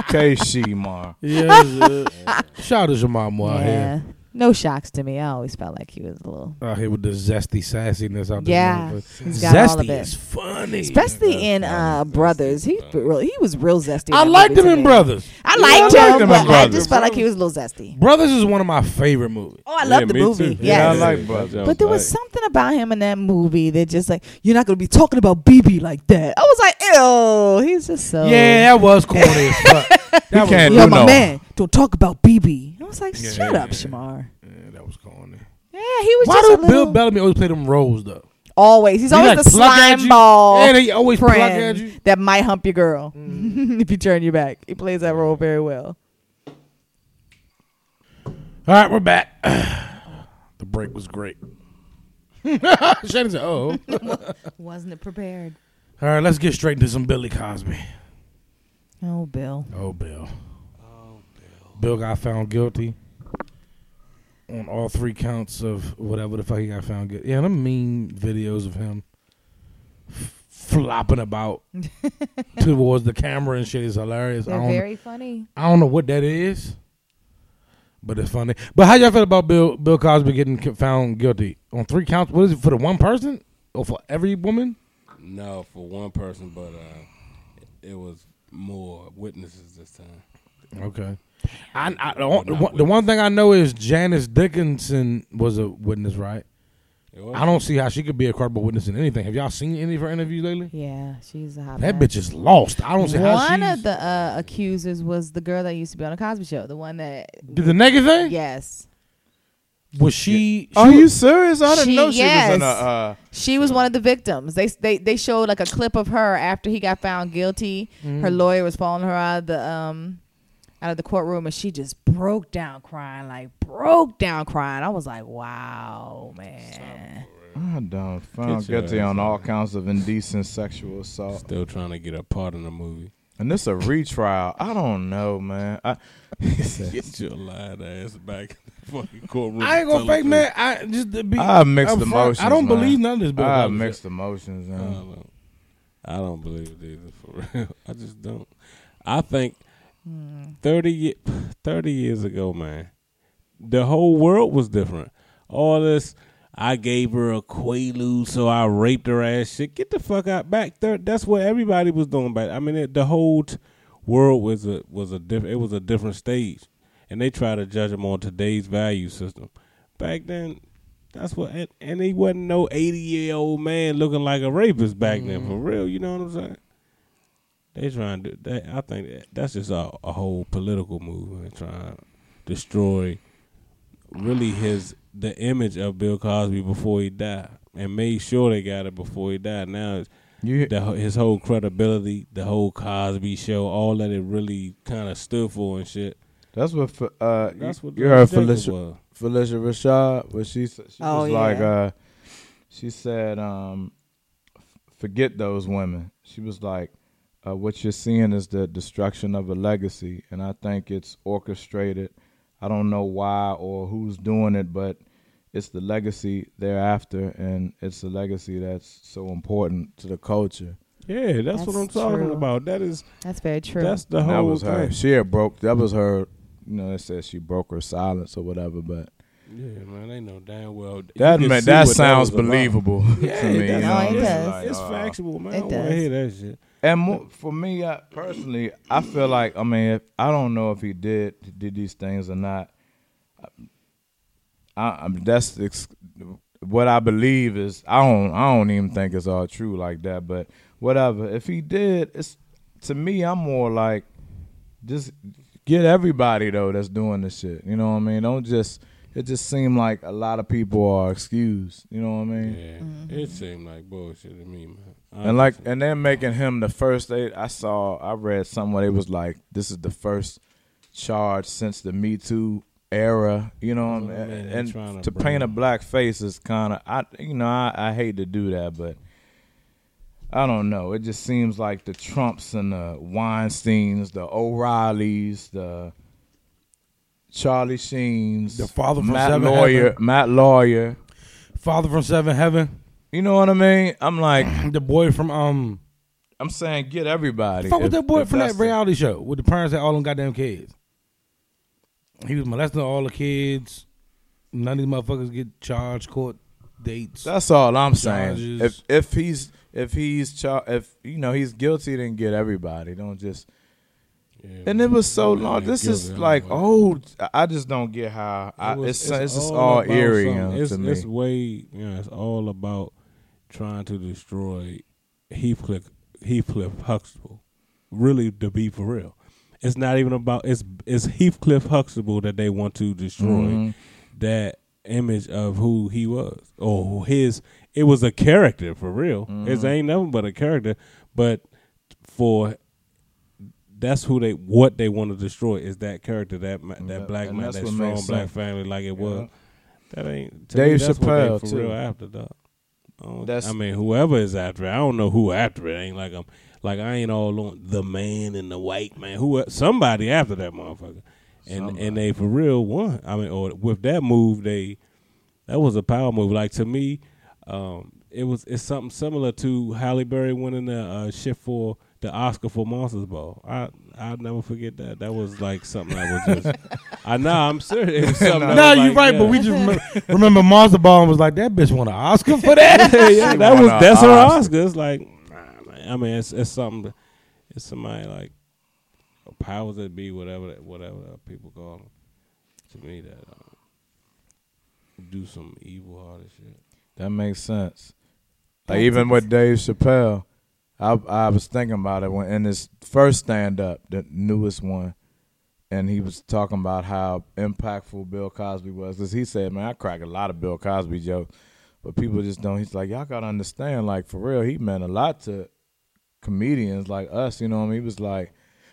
Speaker 3: okay, Shamar.
Speaker 1: yes yeah. Shout out to Jamal Moore out
Speaker 2: Yeah.
Speaker 1: here,
Speaker 2: No shocks to me. I always felt like he was a little.
Speaker 1: out here with the zesty sassiness out there.
Speaker 2: Yeah, he's got
Speaker 1: zesty
Speaker 2: all of it.
Speaker 1: is funny.
Speaker 2: Especially in uh, Brothers, he real, he was real zesty.
Speaker 1: I
Speaker 2: that
Speaker 1: liked
Speaker 2: movie
Speaker 1: him
Speaker 2: to
Speaker 1: in
Speaker 2: me.
Speaker 1: Brothers.
Speaker 2: I liked
Speaker 3: I liked him
Speaker 2: him,
Speaker 3: in
Speaker 2: but I
Speaker 3: Brothers.
Speaker 2: just felt like he was a little zesty.
Speaker 1: Brothers is one of my favorite movies.
Speaker 2: Oh, I love the
Speaker 4: me
Speaker 2: movie.
Speaker 4: too.
Speaker 2: Yes.
Speaker 3: Yeah, I like Brothers.
Speaker 4: That
Speaker 2: but there was something about him in that movie that just like you're not gonna be talking about BB like that. I was like, ew, he's just so
Speaker 1: Yeah, that was corny as fuck. That was
Speaker 3: can't
Speaker 1: real-
Speaker 2: Yo,
Speaker 3: do
Speaker 2: my
Speaker 3: no.
Speaker 2: man, don't talk about BB. I was like,
Speaker 1: Yeah,
Speaker 2: shut
Speaker 1: yeah,
Speaker 2: up, Shamar.
Speaker 1: Yeah, that was corny.
Speaker 2: Yeah, he was
Speaker 1: Why
Speaker 2: just
Speaker 1: do
Speaker 2: a little,
Speaker 1: Bill Bellamy always play them roles though?
Speaker 2: always. He's
Speaker 1: He,
Speaker 2: always
Speaker 1: like,
Speaker 2: the
Speaker 1: pluck at
Speaker 2: slime
Speaker 1: you.
Speaker 2: ball
Speaker 1: Yeah, they always pluck at you. Mm.
Speaker 2: friend that might hump your girl if you turn your back. He plays that role very well.
Speaker 1: All right, we're back. the break was great. Shannon said, "Oh." All
Speaker 2: Wasn't it prepared?
Speaker 1: right, let's get straight into some Billy Cosby.
Speaker 2: Oh, Bill.
Speaker 1: Oh, Bill. Oh, Bill. Bill got found guilty on all three counts of whatever the fuck he got found guilty. Yeah, them mean videos of him f- flopping about towards the camera and shit is hilarious. I
Speaker 2: They're
Speaker 1: don't,
Speaker 2: very funny.
Speaker 1: I don't know what that is, but it's funny. But how y'all feel about Bill Bill Cosby getting co- found guilty on three counts? What is it for the one person or for every woman?
Speaker 4: No, for one person, but uh, it was more witnesses this time.
Speaker 1: Okay. I, I the, one, the one- the one thing I know is Janice Dickinson was a witness, right?
Speaker 4: It was-
Speaker 1: I don't see how she could be a credible witness in anything. Have y'all seen any of her interviews lately?
Speaker 2: Yeah, she's a hot.
Speaker 1: That
Speaker 2: mess.
Speaker 1: bitch is lost. I don't see how she's.
Speaker 2: One of the uh, accusers was the girl that used to be on the Cosby Show, the one that.
Speaker 1: Did the nigga thing?
Speaker 2: Yes,
Speaker 1: Was she?
Speaker 3: Are
Speaker 1: she
Speaker 3: Oh, you serious? I didn't
Speaker 2: She-
Speaker 3: know she was in a.
Speaker 2: yes.
Speaker 3: Uh,
Speaker 2: she was one of the victims. They they they showed like a clip of her after he got found guilty.
Speaker 1: Mm-hmm.
Speaker 2: Her lawyer was following her out of the um out of the courtroom, and she just broke down crying, like broke down crying. I was like, wow, man.
Speaker 3: I done found
Speaker 4: Get your
Speaker 3: guilty
Speaker 4: ass
Speaker 3: on all counts of indecent sexual assault,
Speaker 4: Still trying to get a part in the movie.
Speaker 3: and this a retrial. I don't know, man. I,
Speaker 4: Get your lying ass back in the fucking courtroom.
Speaker 1: I ain't gonna
Speaker 4: Tell
Speaker 1: fake,
Speaker 4: them
Speaker 1: man. I just to be.
Speaker 3: I have mixed
Speaker 1: upfront,
Speaker 3: emotions.
Speaker 1: I don't
Speaker 3: man.
Speaker 1: believe none of this. Bill
Speaker 3: I have
Speaker 1: Cosby
Speaker 3: mixed
Speaker 1: shit.
Speaker 3: emotions.
Speaker 4: I
Speaker 3: Man.
Speaker 4: don't, know. I don't believe it either, for real. I just don't. I think 30, ye- 30 years ago, man, the whole world was different. All this, I gave her a Quaalude, so I raped her ass shit. Get the fuck out back there. That's what everybody was doing back. I mean, it, the whole t- world was a was a different. It was a different stage, and they try to judge them on today's value system. Back then, that's what, and, and he wasn't no eighty year old man looking like a rapist back then for real. You know what I'm saying? They trying to. They, I think that, that's just a, a whole political move and trying to destroy really his the image of Bill Cosby before he died, and made sure they got it before he died. Now it's
Speaker 3: You
Speaker 4: the, whole- his whole credibility, the whole Cosby show, all that it really kind of stood for and shit.
Speaker 3: That's what Fe- uh,
Speaker 4: That's what
Speaker 3: you heard
Speaker 4: Jacob
Speaker 3: Felicia,
Speaker 4: was.
Speaker 3: Felicia Rashad. What she s- she
Speaker 2: Oh,
Speaker 3: was like,
Speaker 2: yeah.
Speaker 3: uh, she said, um, f- "Forget those women." She was like, uh, "What you're seeing is the destruction of a legacy, and I think it's orchestrated. I don't know why or who's doing it, but it's the legacy thereafter, and it's a legacy that's so important to the culture."
Speaker 4: Yeah, that's, what
Speaker 2: That's
Speaker 4: I'm talking
Speaker 2: true.
Speaker 4: about. That is
Speaker 2: That's very true.
Speaker 4: that's the
Speaker 3: And that
Speaker 4: whole
Speaker 3: was her.
Speaker 4: thing.
Speaker 3: She had broke. That was her. You know, it said she broke her silence or whatever, but.
Speaker 4: Yeah, man, they know damn well.
Speaker 3: That
Speaker 4: you can
Speaker 3: ma-
Speaker 4: see
Speaker 3: that
Speaker 4: what
Speaker 3: sounds
Speaker 4: was about.
Speaker 3: believable
Speaker 4: Yeah,
Speaker 3: to me.
Speaker 4: that's-
Speaker 3: you know
Speaker 2: no, Oh,
Speaker 3: what
Speaker 2: it
Speaker 3: I'm saying?
Speaker 2: does.
Speaker 3: Like,
Speaker 4: It's
Speaker 3: uh,
Speaker 4: factual, man. I
Speaker 2: it
Speaker 4: don't want to
Speaker 2: does.
Speaker 4: hear that shit.
Speaker 3: And mo- for me I, personally, I feel like I mean, if, I don't know if he did did these things or not. I, I that's ex- what I believe is I don't I don't even think it's all true like that. But whatever, if he did, it's to me I'm more like just get everybody though that's doing this shit. You know what I mean? Don't just it just seemed like a lot of people are excused. You know what I mean?
Speaker 4: Yeah,
Speaker 2: Mm-hmm.
Speaker 4: it seemed like bullshit to me, man.
Speaker 3: And like, and they're making him the first. They, I saw, I read somewhere they was like, this is the first charge since the Me Too era. You know, what I mean?
Speaker 4: That's what I mean, they're
Speaker 3: and
Speaker 4: trying
Speaker 3: to
Speaker 4: to
Speaker 3: paint a
Speaker 4: bring-
Speaker 3: black face is kind of, I, you know, I, I hate to do that, but I don't know. It just seems like the Trumps and the Weinstein's, the O'Reillys, the Charlie Sheens,
Speaker 1: The father from
Speaker 3: Matt
Speaker 1: Seven
Speaker 3: Lawyer,
Speaker 1: Heaven.
Speaker 3: Matt Lawyer.
Speaker 1: Father from Seven Heaven,
Speaker 3: You know what I mean? I'm like,
Speaker 1: the boy from um,
Speaker 3: I'm saying get everybody.
Speaker 1: fuck with
Speaker 3: If-
Speaker 1: that boy
Speaker 3: if
Speaker 1: from that
Speaker 3: that's the-
Speaker 1: reality show with the parents had all them goddamn kids. He was molesting all the kids. None of these motherfuckers get charged, court dates.
Speaker 3: That's all I'm saying. If
Speaker 1: Charges.
Speaker 3: if he's if he's char- if you know he's guilty, then get everybody. Don't just. And it was so long. This is like old. I- I just don't get how. I, it's, it's just all,
Speaker 4: about
Speaker 3: eerie you know,
Speaker 4: something. It's,
Speaker 3: to me.
Speaker 4: it's way, you know, it's all about trying to destroy Heathcliff, Heathcliff Huxtable. Really, to be for real, it's not even about it's it's Heathcliff Huxtable that they want to destroy.
Speaker 3: Mhm.
Speaker 4: That image of who he was or who his. It was a character for real.
Speaker 3: Mm-hmm.
Speaker 4: It ain't nothing but a character. But for that's who they what they want to destroy is that character that ma- that
Speaker 3: Yeah,
Speaker 4: black
Speaker 3: and
Speaker 4: man
Speaker 3: Mm, that's
Speaker 4: that
Speaker 3: what
Speaker 4: strong
Speaker 3: makes
Speaker 4: black
Speaker 3: sense.
Speaker 4: family like it
Speaker 3: Yeah.
Speaker 4: was that ain't to
Speaker 3: Dave
Speaker 4: me, that's what they
Speaker 3: Chappelle,
Speaker 4: for
Speaker 3: too.
Speaker 4: real after dog. I don't-
Speaker 3: That's-
Speaker 4: I mean whoever is after it, I don't know who after it ain't like I'm like I ain't all on the man and the white man who somebody after that motherfucker and and they for real won I mean or with that move they that was a power move like to me um, it was it's something similar to Halle Berry winning the uh, shit for the Oscar for Monsters Ball. I I'll never forget that. That was like something that was just. I know. I'm serious. It was something that
Speaker 1: No,
Speaker 4: was
Speaker 1: you're
Speaker 4: like,
Speaker 1: right,
Speaker 4: yeah.
Speaker 1: but we just remember, remember Monster Ball and was like, that bitch won an Oscar for that.
Speaker 4: yeah, yeah, that
Speaker 3: won
Speaker 4: was
Speaker 3: a
Speaker 4: that's her
Speaker 3: Oscar.
Speaker 4: Oscar. It's like, nah, man. I mean, it's it's something. It's somebody like powers that be, whatever that- whatever that people call them. To me, that um, do some evil hearted shit.
Speaker 3: That makes sense. Like
Speaker 2: That
Speaker 3: even
Speaker 2: makes
Speaker 3: with Dave Chappelle, I I was thinking about it when in his first stand up, the newest one, and he was talking about how impactful Bill Cosby was because he said, "Man, I crack a lot of Bill Cosby jokes, but people just don't." He's like, "Y'all gotta understand, like for real, he meant a lot to comedians like us." You know what I mean? He was like,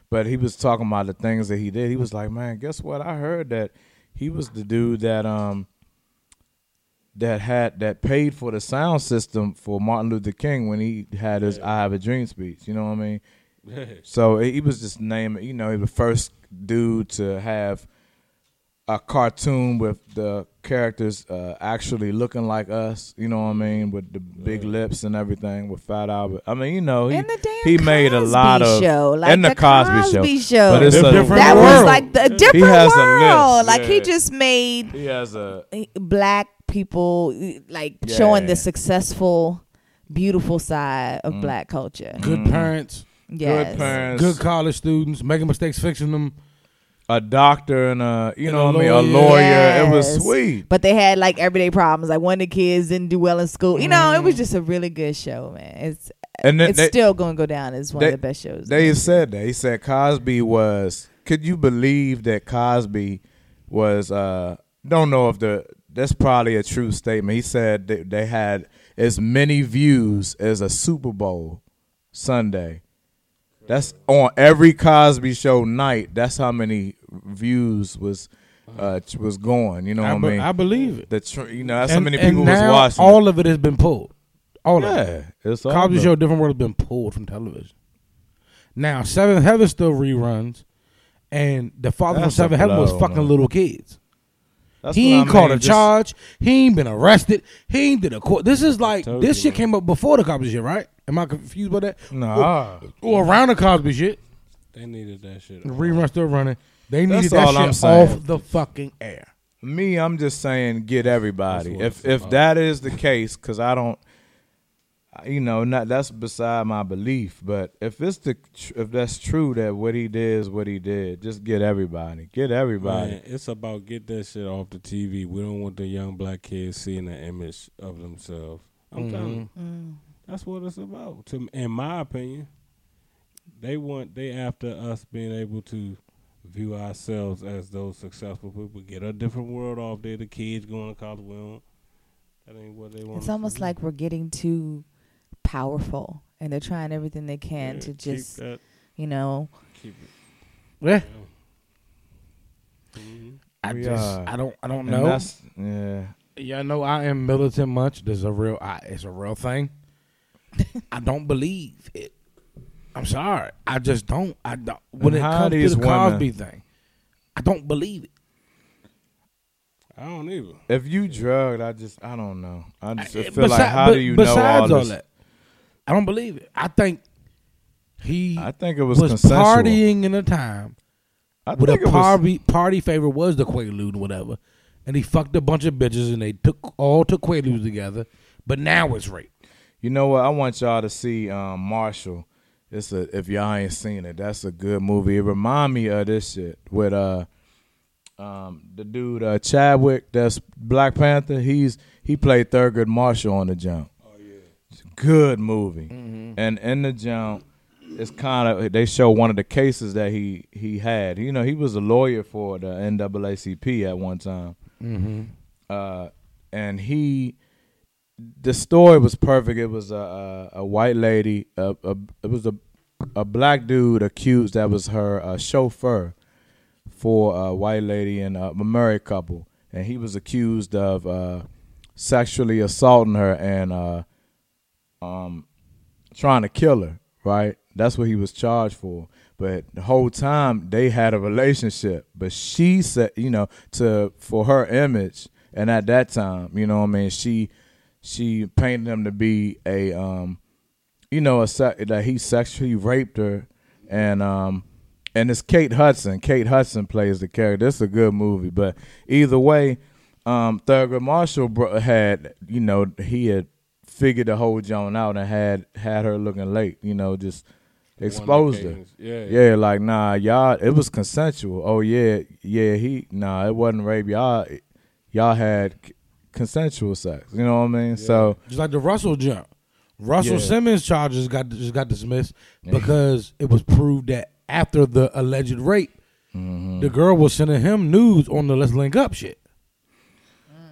Speaker 3: but he was talking about the things that he did. He was like, "Man, guess what? I heard that he was the dude that um." that had that paid for the sound system for Martin Luther King when he had his "I Have a Dream" speech. You know what I mean? So he was just named. You know, he was the first dude to have a cartoon with the characters uh, actually looking like us. You know what I mean? With the big lips and everything, with Fat Albert. I mean, you know, he,
Speaker 2: And the damn
Speaker 3: he made a lot
Speaker 2: Cosby
Speaker 3: of
Speaker 2: show, like
Speaker 3: and the,
Speaker 2: the
Speaker 3: Cosby,
Speaker 2: Cosby Show.
Speaker 3: show. But it's
Speaker 1: They're
Speaker 3: a,
Speaker 1: different
Speaker 2: That
Speaker 1: world.
Speaker 2: was like the, a different
Speaker 3: has a
Speaker 2: world.
Speaker 3: list,
Speaker 2: like he
Speaker 3: yeah.
Speaker 2: just made eh,
Speaker 3: He has a
Speaker 2: black people eh, like showing
Speaker 3: Yeah. Mm.
Speaker 2: the successful, beautiful side of black culture.
Speaker 1: Good parents,
Speaker 2: Yes.
Speaker 3: good parents,
Speaker 1: good college students, making mistakes, fixing them.
Speaker 3: a doctor and a you
Speaker 1: And
Speaker 3: know
Speaker 1: a
Speaker 3: what I mean a
Speaker 1: lawyer.
Speaker 3: lawyer. It was
Speaker 2: Yes.
Speaker 3: sweet.
Speaker 2: But they had like everyday problems. Like one of the kids didn't do well in school. You know, it was just a really good show, man. It's
Speaker 3: Mm. And then
Speaker 2: it's
Speaker 3: they,
Speaker 2: still going to go down as one
Speaker 3: they-
Speaker 2: of the best shows. Mm.
Speaker 3: they said that he said Cosby was. Could you believe that Cosby was? uh Don't know if the that's probably a true statement. He said they, they had as many views as a Super Bowl Sunday. That's on every Cosby show night. That's how many views was uh was going. You know
Speaker 1: I,
Speaker 3: what
Speaker 1: be-
Speaker 3: I mean?
Speaker 1: I believe it.
Speaker 3: the tr- you know that's how
Speaker 1: And-
Speaker 3: many
Speaker 1: and
Speaker 3: people
Speaker 1: now
Speaker 3: was watching.
Speaker 1: All of it has been pulled. All of
Speaker 3: yeah,
Speaker 1: it.
Speaker 3: it's all
Speaker 1: Cosby
Speaker 3: the-
Speaker 1: Show, Different World has been pulled from television. Now, Seven Heaven still reruns, and the father
Speaker 3: That's
Speaker 1: from Seven
Speaker 3: a
Speaker 1: Heaven was
Speaker 3: blow,
Speaker 1: fucking
Speaker 3: man.
Speaker 1: little kids.
Speaker 3: That's
Speaker 1: he
Speaker 3: what I
Speaker 1: ain't caught
Speaker 3: mean,
Speaker 1: a
Speaker 3: just-
Speaker 1: charge. He ain't been arrested. He ain't did a court. This is like
Speaker 4: told
Speaker 1: this
Speaker 4: you,
Speaker 1: shit
Speaker 4: man.
Speaker 1: came up before the Cosby shit, right? Am I confused by that?
Speaker 3: Nah.
Speaker 1: Or, or around the Cosby shit.
Speaker 4: They needed that shit.
Speaker 1: The rerun still running. They
Speaker 3: That's
Speaker 1: needed that
Speaker 3: all
Speaker 1: shit
Speaker 3: I'm saying.
Speaker 1: off the fucking air.
Speaker 3: Me, I'm just saying, get everybody.
Speaker 4: That's what
Speaker 3: If
Speaker 4: it's
Speaker 3: if
Speaker 4: about.
Speaker 3: that is the case, because I don't, I- you know, not that's beside my belief. But if it's the tr- if that's true that what he did is what he did, just get everybody, get everybody.
Speaker 4: Man, it's about get that shit off the TV. We don't want the young black kids seeing the image of themselves. I'm telling you,
Speaker 2: Mm.
Speaker 4: that's what it's about. To in my opinion, they want they after us being able to view ourselves as those successful people. Get a different world off there. The kids going to college. We don't. That ain't what they want. us
Speaker 2: it's
Speaker 4: to
Speaker 2: almost
Speaker 4: do.
Speaker 2: like we're getting too powerful and they're trying everything they
Speaker 4: Yeah,
Speaker 2: can to
Speaker 4: keep
Speaker 2: just,
Speaker 4: that-
Speaker 2: you know,
Speaker 4: keep it.
Speaker 1: Yeah.
Speaker 4: Mhm.
Speaker 1: I
Speaker 3: We
Speaker 1: just
Speaker 3: are.
Speaker 1: I don't I don't
Speaker 3: And
Speaker 1: know.
Speaker 3: that's yeah.
Speaker 1: Y'all know I am militant much. This is a real I, it's a real thing. I don't believe it. I'm sorry. I just don't. I don't. When
Speaker 3: And
Speaker 1: it
Speaker 3: how
Speaker 1: comes to
Speaker 3: these
Speaker 1: the
Speaker 3: women-
Speaker 1: Cosby thing, I don't believe it.
Speaker 4: I don't either.
Speaker 3: If you drugged, I just I don't know. I just I feel
Speaker 1: eh, Besi-
Speaker 3: like how
Speaker 1: but-
Speaker 3: do you know all,
Speaker 1: besides all
Speaker 3: this?
Speaker 1: that? I don't believe it. I think he
Speaker 3: I think it was,
Speaker 1: was,
Speaker 3: consensual.
Speaker 1: partying in a time
Speaker 3: I
Speaker 1: with
Speaker 3: think
Speaker 1: a
Speaker 3: it was-
Speaker 1: party party favorite was the Quaalude, whatever, and he fucked a bunch of bitches and they took all took Quaaludes together. But now it's rape.
Speaker 3: You know what? I want y'all to see um, Marshall. It's a if y'all ain't seen it, that's a good movie. It remind me of this shit with uh um the dude uh Chadwick that's Black Panther. He's he played Thurgood Marshall on the jump. Oh yeah. Mm-hmm. It's a good movie. And in the jump it's kind of they show one of the cases that he he had. You know, he was a lawyer for the NAACP at one time. Uh and he the story was perfect. It was a a, a white lady. A, a it was a a black dude accused that was her uh, chauffeur for a white lady and a married couple, and he was accused of uh, sexually assaulting her and uh, um, trying to kill her. Right, that's what he was charged for. But the whole time they had a relationship, but she said, you know, to for her image, and at that time, you know, what I mean, she she painted him to be a um you know a se- that he sexually raped her and um and it's Kate Hudson. Kate Hudson plays the character. This is a good movie, but either way, um Thurgood Marshall bro- had you know he had figured the whole Joan out and had had her looking late. You know, just exposed her.
Speaker 4: Yeah.
Speaker 3: Yeah, like nah, y'all. It was consensual. Oh yeah, yeah. He nah, it wasn't rape. Y'all, y'all had c- consensual sex. You know what I mean? So
Speaker 1: Just like the Russell jump. Russell
Speaker 3: Yeah.
Speaker 1: Simmons charges got just got dismissed because it was proved that after the alleged rape,
Speaker 3: Mm-hmm.
Speaker 1: the girl was sending him nudes on the let's link up shit.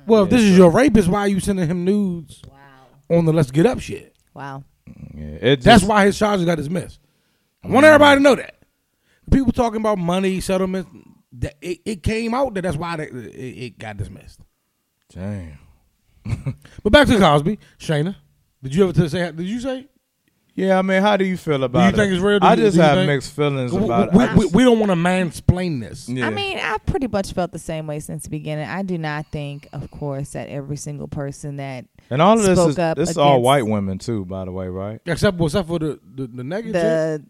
Speaker 1: Well, if this is your rapist, why are you sending him nudes
Speaker 2: Wow.
Speaker 1: on the let's get up shit?
Speaker 2: Wow.
Speaker 3: yeah, it Mm. just,
Speaker 1: That's why his charges got dismissed. I want everybody to know that. People talking about money settlements. That it, it came out that that's why they, it, it got dismissed.
Speaker 3: Damn.
Speaker 1: But back to Cosby, Shayna. Did you ever say? Did you say?
Speaker 3: Yeah, I mean, how do you feel about
Speaker 1: think
Speaker 3: it?
Speaker 1: it's real? Do
Speaker 3: I
Speaker 1: you-
Speaker 3: just
Speaker 1: do you
Speaker 3: have
Speaker 1: think-
Speaker 3: mixed feelings
Speaker 1: We,
Speaker 3: about
Speaker 1: we-
Speaker 3: it. I
Speaker 1: we-
Speaker 3: just-
Speaker 1: we don't want to mansplain this.
Speaker 3: yeah.
Speaker 2: I mean, I pretty much felt the same way since the beginning. I do not think, of course, that every single person that
Speaker 3: and all of this
Speaker 2: spoke
Speaker 3: is
Speaker 2: up
Speaker 3: this is all
Speaker 2: against-
Speaker 3: white women too, by the way, right?
Speaker 1: Except well, except for the the, the negative.
Speaker 2: the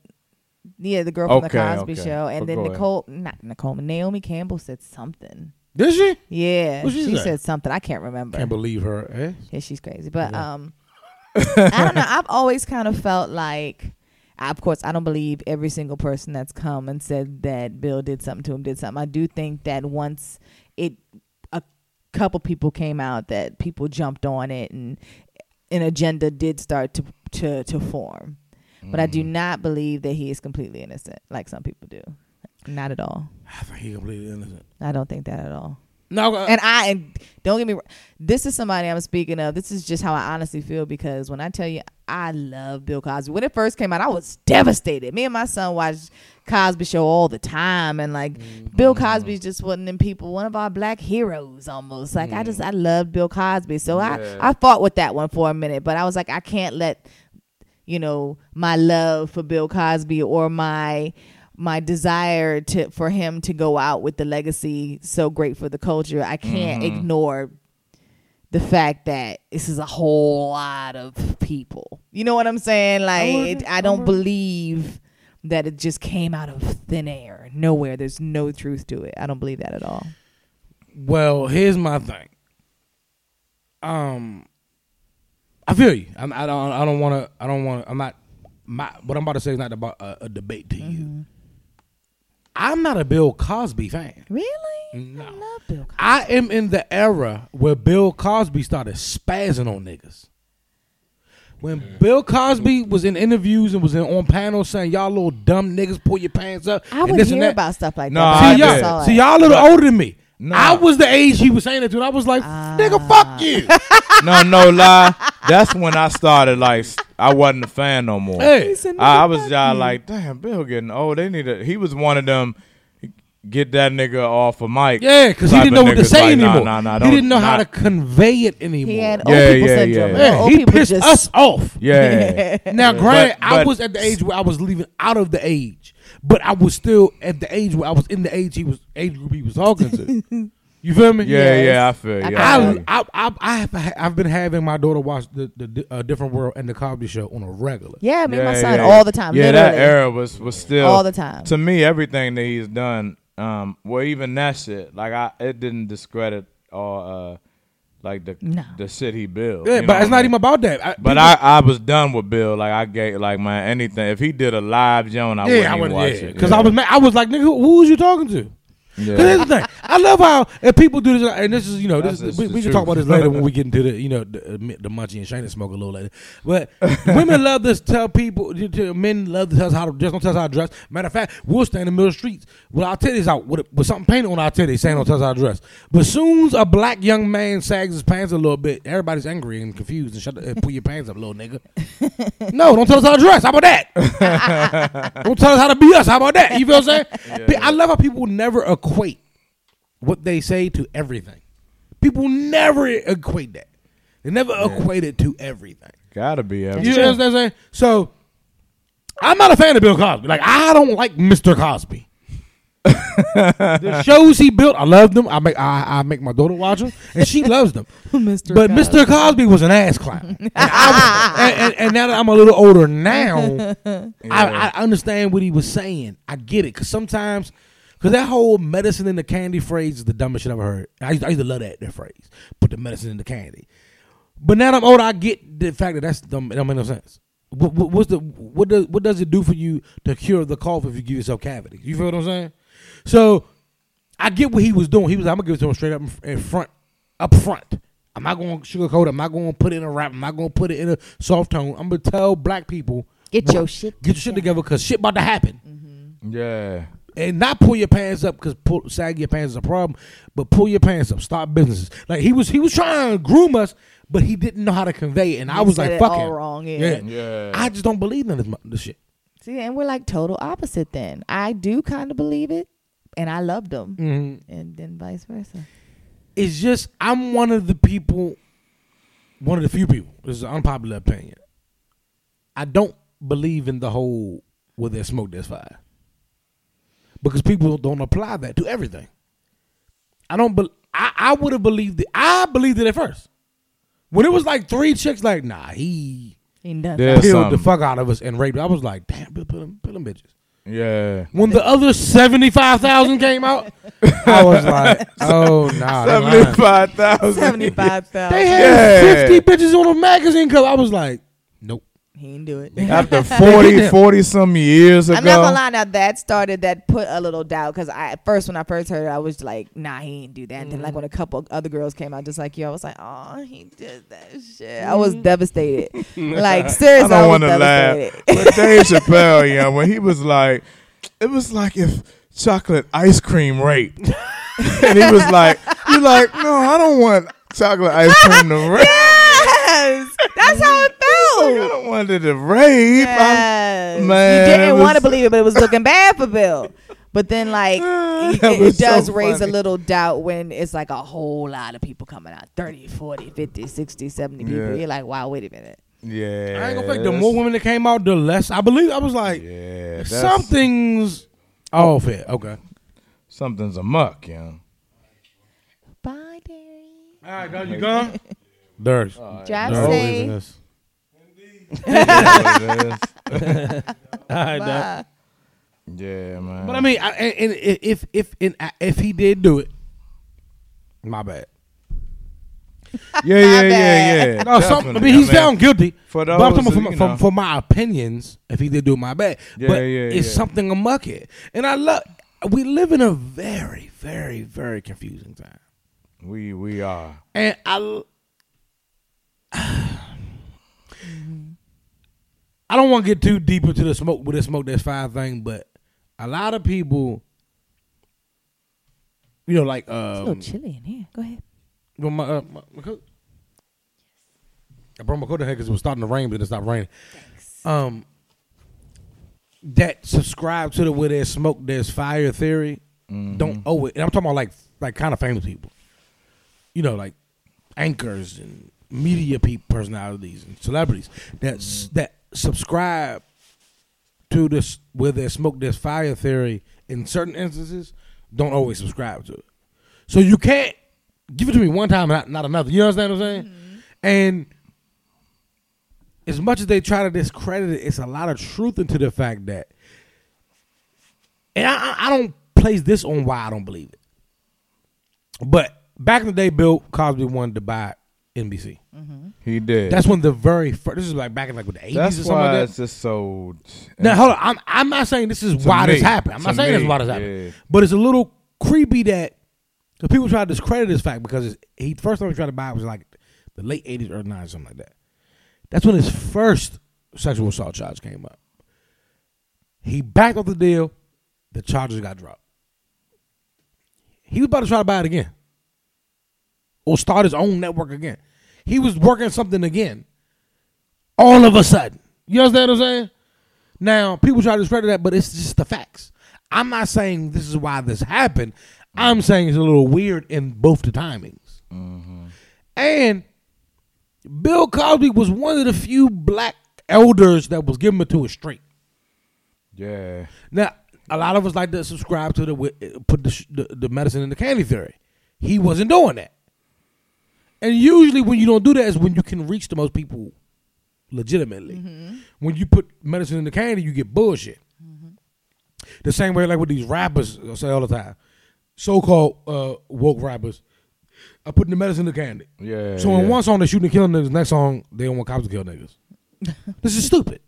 Speaker 2: yeah the girl from
Speaker 3: Okay,
Speaker 2: the Cosby
Speaker 3: okay.
Speaker 2: Show, and
Speaker 3: But
Speaker 2: then
Speaker 3: go ahead.
Speaker 2: Nicole, not Nicole, Naomi Campbell said something.
Speaker 1: Did she?
Speaker 2: Yeah,
Speaker 1: What'd she
Speaker 2: she,
Speaker 1: say?
Speaker 2: said something. I can't remember.
Speaker 1: Can't believe her. Eh?
Speaker 2: Yeah, she's crazy. But um I don't know. I've always kind of felt like I, of course I don't believe every single person that's come and said that Bill did something to him did something. I do think that once it a couple people came out that people jumped on it and an agenda did start to to to form. But I do not believe that he is completely innocent like some people do. Not at all.
Speaker 1: I think he completely innocent.
Speaker 2: I don't think that at all
Speaker 1: No, uh,
Speaker 2: and I and don't get me wrong. This is somebody I'm speaking of. This is just how I honestly feel because when I tell you I love Bill Cosby. When it first came out, I was devastated. Me and my son watched Cosby show all the time and like Bill Cosby just wasn't in people, one of our black heroes almost. Like I just I loved Bill Cosby. So I, I fought with that one for a minute, but I was like, I can't let you know my love for Bill Cosby or my my desire to for him to go out with the legacy so great for the culture. I can't ignore the fact that this is a whole lot of people. You know what I'm saying? Like it, I don't believe that it just came out of thin air, nowhere. There's no truth to it. I don't believe that at all.
Speaker 1: well, here's my thing. Um, I feel you. I'm, I don't. I don't want to. I don't want. to I'm not. My what I'm about to say is not about a, a debate to you. I'm not a Bill Cosby fan.
Speaker 2: Really?
Speaker 1: No.
Speaker 2: I love Bill Cosby.
Speaker 1: I am in the era where Bill Cosby started spazzing on niggas. When
Speaker 3: Mm.
Speaker 1: Bill Cosby was in interviews and was in on panels saying y'all little dumb niggas pull your pants up,
Speaker 2: I
Speaker 1: and
Speaker 2: would
Speaker 1: this and
Speaker 2: hear
Speaker 1: that.
Speaker 2: about stuff like
Speaker 3: No,
Speaker 1: See
Speaker 3: I
Speaker 2: that.
Speaker 3: did.
Speaker 2: That's
Speaker 1: y'all,
Speaker 2: all
Speaker 1: see y'all a little older than me.
Speaker 3: No.
Speaker 1: I was the age he was saying it to, and I was like,
Speaker 2: Ah.
Speaker 1: "Nigga, fuck you."
Speaker 3: no, no lie. That's when I started like I wasn't a fan no more.
Speaker 1: Hey,
Speaker 2: He's a
Speaker 3: I, I
Speaker 2: nigga
Speaker 3: was
Speaker 2: fuck
Speaker 3: y'all like, damn, Bill getting old. They need a. He was one of them. Get that nigga off of mic.
Speaker 1: yeah, because he
Speaker 3: type
Speaker 1: didn't know
Speaker 3: of
Speaker 1: what to
Speaker 3: niggas.
Speaker 1: say
Speaker 3: Like, nah,
Speaker 1: anymore.
Speaker 3: nah, nah,
Speaker 1: he
Speaker 3: don't-
Speaker 1: didn't know how
Speaker 3: nah.
Speaker 1: to convey it anymore.
Speaker 2: He had old
Speaker 3: Yeah,
Speaker 2: people
Speaker 3: yeah,
Speaker 2: syndrome.
Speaker 3: yeah.
Speaker 2: Like,
Speaker 1: Yeah,
Speaker 2: old
Speaker 1: he
Speaker 2: people
Speaker 1: pissed
Speaker 2: just,
Speaker 1: us off.
Speaker 3: Yeah.
Speaker 1: Now, granted, I
Speaker 3: but-
Speaker 1: was at the age where I was leaving out of the age, but I was still at the age where I was in the age he was age group he was talking to. you feel me?
Speaker 3: yeah, yeah. I feel. you.
Speaker 2: I
Speaker 3: Yeah, I,
Speaker 1: I,
Speaker 3: feel you.
Speaker 1: I, I, I have, I've been having my daughter watch the, the, di- uh, Different World and the Cosby Show on a regular.
Speaker 2: Yeah, me and my
Speaker 3: Yeah,
Speaker 2: son
Speaker 3: yeah.
Speaker 2: all the time.
Speaker 3: Yeah,
Speaker 2: literally.
Speaker 3: that era was was still
Speaker 2: All the time.
Speaker 3: To me, everything that he's done, um, well, even that shit, like I, it didn't discredit all, uh, like the
Speaker 2: No.
Speaker 3: the shit he built.
Speaker 1: Yeah,
Speaker 3: you know
Speaker 1: but it's
Speaker 3: what I
Speaker 1: not
Speaker 3: mean?
Speaker 1: even about that. I,
Speaker 3: But
Speaker 1: people-
Speaker 3: I, I was done with Bill. Like I gave like man anything. If he did a live Joan,
Speaker 1: yeah,
Speaker 3: I
Speaker 1: I
Speaker 3: wouldn't even
Speaker 1: wouldn't
Speaker 3: watch
Speaker 1: yeah,
Speaker 3: it.
Speaker 1: because
Speaker 3: Yeah.
Speaker 1: I was mad. I was like, nigga, who, who was you talking to? 'Cause
Speaker 3: Yeah.
Speaker 1: here's the thing. I love how if people do this, and this is you know this
Speaker 3: That's
Speaker 1: is, we,
Speaker 3: just
Speaker 1: we
Speaker 3: the
Speaker 1: can talk about
Speaker 3: truth.
Speaker 1: this later when we get into the you know the, uh, mi- the munchie and Shane smoke a little later. But women love to tell people, to- to- men love to tell us how to dress. Don't tell us how to dress. Matter of fact, we'll stand in the middle of the streets with our titties out with, with something painted on our titties saying don't tell us how to dress. But soon as a black young man sags his pants a little bit, everybody's angry and confused and shut the, pull your pants up, little nigga. No, don't tell us how to dress. How about that? don't tell us how to be us. How about that? You feel what I'm saying? I love how people never equate what they say to everything. People never equate that. They never equate it to everything.
Speaker 3: gotta be everything.
Speaker 1: You know what I'm saying? So I'm not a fan of Bill Cosby. Like I don't like Mr. Cosby. the shows he built, I love them. I make I, I make my daughter watch them, and she loves them.
Speaker 2: Mr.
Speaker 1: But
Speaker 2: Cosby.
Speaker 1: Mr. Cosby was an ass clown. and, I was- and- and- and now that I'm a little older now, I, I understand what he was saying. I get it because sometimes, because that whole medicine in the candy phrase is the dumbest shit I've ever heard. I used, I used to love that that phrase. Put the medicine in the candy. But now that I'm older, I get the fact that that's dumb. It don't make no sense. What, what- what's the what does what does it do for you to cure the cough if you give yourself cavities? You feel what I'm saying? So I get what he was doing. He was I'm gonna give it to him straight up in- in front, up front. I'm not going to sugarcoat. it. I'm not going to put it in a rap. I'm not going to put it in a soft tone. I'm gonna tell black people
Speaker 2: Get your shit
Speaker 1: get your shit together because shit about to happen.
Speaker 3: yeah.
Speaker 1: And not pull your pants up because pull sagging your pants is a problem, but pull your pants up. Start businesses. Like he was, he was trying to groom us, but he didn't know how to convey it. And I
Speaker 2: He
Speaker 1: was
Speaker 2: said
Speaker 1: like,
Speaker 2: it
Speaker 1: "Fuck
Speaker 2: all
Speaker 1: him.
Speaker 2: wrong, yeah.
Speaker 3: Yeah.
Speaker 1: I just don't believe in this, mu- this shit.
Speaker 2: See, and we're like total opposite then. I do kind of believe it, and I loved them,
Speaker 1: Mm-hmm.
Speaker 2: and then vice versa.
Speaker 1: it's just I'm one of the people, one of the few people. This is an unpopular opinion. I don't believe in the whole "where there's smoke, there's fire," because people don't apply that to everything. I don't. Be- I I would have believed it. I believed it at first when it was like three chicks. Like, nah, he
Speaker 2: Ain't done
Speaker 3: Yeah.
Speaker 1: killed
Speaker 3: That's
Speaker 1: the
Speaker 3: something.
Speaker 1: fuck out of us and raped. I was like, damn, Bill, Bill, them- Bill them bitches.
Speaker 3: Yeah.
Speaker 1: When the other seventy five thousand came out, I was like, oh nah, they lying.
Speaker 3: Seventy-five thousand.
Speaker 2: Seventy-five
Speaker 1: They
Speaker 2: thousand.
Speaker 1: had
Speaker 3: Yeah.
Speaker 1: 50 bitches on a magazine cover. I was like, nope.
Speaker 2: He didn't do it.
Speaker 3: After
Speaker 1: They did.
Speaker 3: 40, 40 some years ago.
Speaker 2: I'm not gonna lie. Now that started that put a little doubt because I at first when I first heard it, I was like, nah, he ain't do that. And then like when a couple other girls came out just like you, I was like, oh, he did that shit. I was devastated. like
Speaker 3: I
Speaker 2: seriously, I,
Speaker 3: don't
Speaker 2: was
Speaker 3: want to laugh.
Speaker 2: devastated.
Speaker 3: But Dave Chappelle, yeah, when he was like, it was like if chocolate ice cream raped. and he was like, you're like, no, I don't want chocolate ice cream to rape.
Speaker 2: yes, that's how it
Speaker 3: Like,
Speaker 2: felt.
Speaker 3: I don't want it to rape. I'm-
Speaker 2: Yes.
Speaker 3: man,
Speaker 2: you
Speaker 3: it
Speaker 2: didn't
Speaker 3: was-
Speaker 2: want to believe it, but it was looking bad for Bill. But then, like, it,
Speaker 3: That
Speaker 2: it
Speaker 3: was so
Speaker 2: does raise a
Speaker 3: funny.
Speaker 2: little doubt when it's like a whole lot of people coming out 30, 40, 50, 60, 70 people.
Speaker 3: Yeah.
Speaker 2: You're like, wow, wait a minute.
Speaker 3: yeah.
Speaker 1: I ain't gonna fake the
Speaker 3: that's-
Speaker 1: more women that came out, the less I believe. I was like,
Speaker 3: Yeah. that's-
Speaker 1: something's off here. Okay.
Speaker 3: Something's amuck, yeah.
Speaker 2: Bye, Derry.
Speaker 1: All right, dog, you gone? There's.
Speaker 3: Uh,
Speaker 2: Drive
Speaker 1: there's always in
Speaker 2: safe.
Speaker 1: this.
Speaker 3: yeah,
Speaker 1: All right, dog.
Speaker 2: Bye.
Speaker 3: man.
Speaker 1: But I mean, I, and, and if if and I- if he did do it, my bad.
Speaker 3: yeah, yeah,
Speaker 2: My
Speaker 3: yeah,
Speaker 2: bad.
Speaker 3: yeah.
Speaker 1: No, some, I
Speaker 3: Definitely.
Speaker 1: mean, he's
Speaker 3: mean,
Speaker 1: down guilty.
Speaker 3: For
Speaker 1: but I'm talking
Speaker 3: those
Speaker 1: about
Speaker 3: who,
Speaker 1: for, my,
Speaker 3: you
Speaker 1: for,
Speaker 3: know.
Speaker 1: for my opinions, if he did do my bad.
Speaker 3: Yeah,
Speaker 1: but
Speaker 3: yeah,
Speaker 1: it's
Speaker 3: yeah.
Speaker 1: something amuck here. And I love, we live in a very, very, very confusing time.
Speaker 3: We, we are.
Speaker 1: And I, l- I don't want to get too deep into the smoke with the smoke that's fire thing, but a lot of people, you know, like,
Speaker 2: It's a
Speaker 1: um,
Speaker 2: little chilly in here. Go ahead.
Speaker 1: you want my, uh, my, my coat? I brought my coat in here because it was starting to rain, but it stopped raining. Um, that subscribe to the where there's smoke, there's fire theory. Don't owe it. And I'm talking about like like kind of famous people, you know, like anchors and media people, personalities and celebrities that s that subscribe to this where there's smoke, there's fire theory. In certain instances, don't always subscribe to it. So you can't give it to me one time, not, not another. You understand what I'm saying? And as much as they try to discredit it, it's a lot of truth into the fact that. And I, I- I don't place this on why I don't believe it. But back in the day, Bill Cosby wanted to buy NBC.
Speaker 3: He did.
Speaker 1: That's when the very first. This is like back in like with the eighties or
Speaker 3: That's
Speaker 1: something
Speaker 3: why
Speaker 1: like
Speaker 3: it's
Speaker 1: that.
Speaker 3: just so.
Speaker 1: Now hold on, I'm I'm not saying this is
Speaker 3: To
Speaker 1: why this
Speaker 3: me.
Speaker 1: happened. I'm not
Speaker 3: To
Speaker 1: saying this is
Speaker 3: me,
Speaker 1: why this happened.
Speaker 3: yeah.
Speaker 1: But it's a little creepy that because people try to discredit this fact because it's, he first time he tried to buy it was like the late eighties, early nineties, something like that. That's when his first sexual assault charge came up. He backed off the deal. The charges got dropped. He was about to try to buy it again, or start his own network again. He was working something again. All of a sudden, you understand what I'm saying? Now, people try to discredit that, but it's just the facts. I'm not saying this is why this happened. I'm saying it's a little weird in both the timings. And Bill Cosby was one of the few black elders that was giving it to us straight.
Speaker 3: Yeah.
Speaker 1: Now, a lot of us like to subscribe to the wi- put the, sh- the the medicine in the candy theory. He wasn't doing that. And usually, when you don't do that, is when you can reach the most people legitimately. When you put medicine in the candy, you get bullshit. The same way, like with these rappers, I say all the time, so-called uh, woke rappers, are putting the medicine in the candy.
Speaker 3: Yeah.
Speaker 1: So in one song they shooting and killing niggas, next song they don't want cops to kill niggas. this is stupid.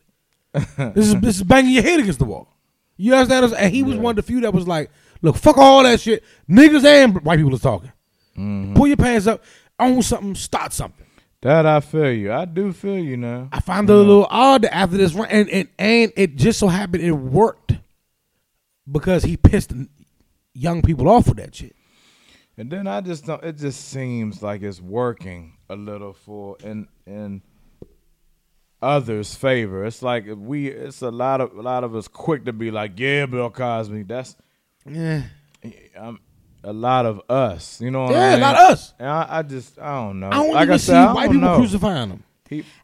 Speaker 1: this is this is banging your head against the wall. You understand? Us? And he was one of the few that was like, "Look, fuck all that shit. Niggas and white people is talking.
Speaker 3: Mm.
Speaker 1: Pull your pants up, own something, start something."
Speaker 3: that I feel you. I do feel you now.
Speaker 1: I found it
Speaker 3: Mm.
Speaker 1: a little odd that after this run, and, and and it just so happened it worked because he pissed young people off with that shit.
Speaker 3: And then I just don't. It just seems like it's working a little for in in others' favor. It's like we. It's a lot of a lot of us quick to be like, yeah, Bill Cosby. That's
Speaker 1: Yeah,
Speaker 3: um, a lot of us. You know what I
Speaker 1: yeah,
Speaker 3: mean?
Speaker 1: not us.
Speaker 3: And I, I just I don't know.
Speaker 1: I don't
Speaker 3: like
Speaker 1: even
Speaker 3: I
Speaker 1: see
Speaker 3: said, I
Speaker 1: white
Speaker 3: don't
Speaker 1: people
Speaker 3: know.
Speaker 1: crucifying him.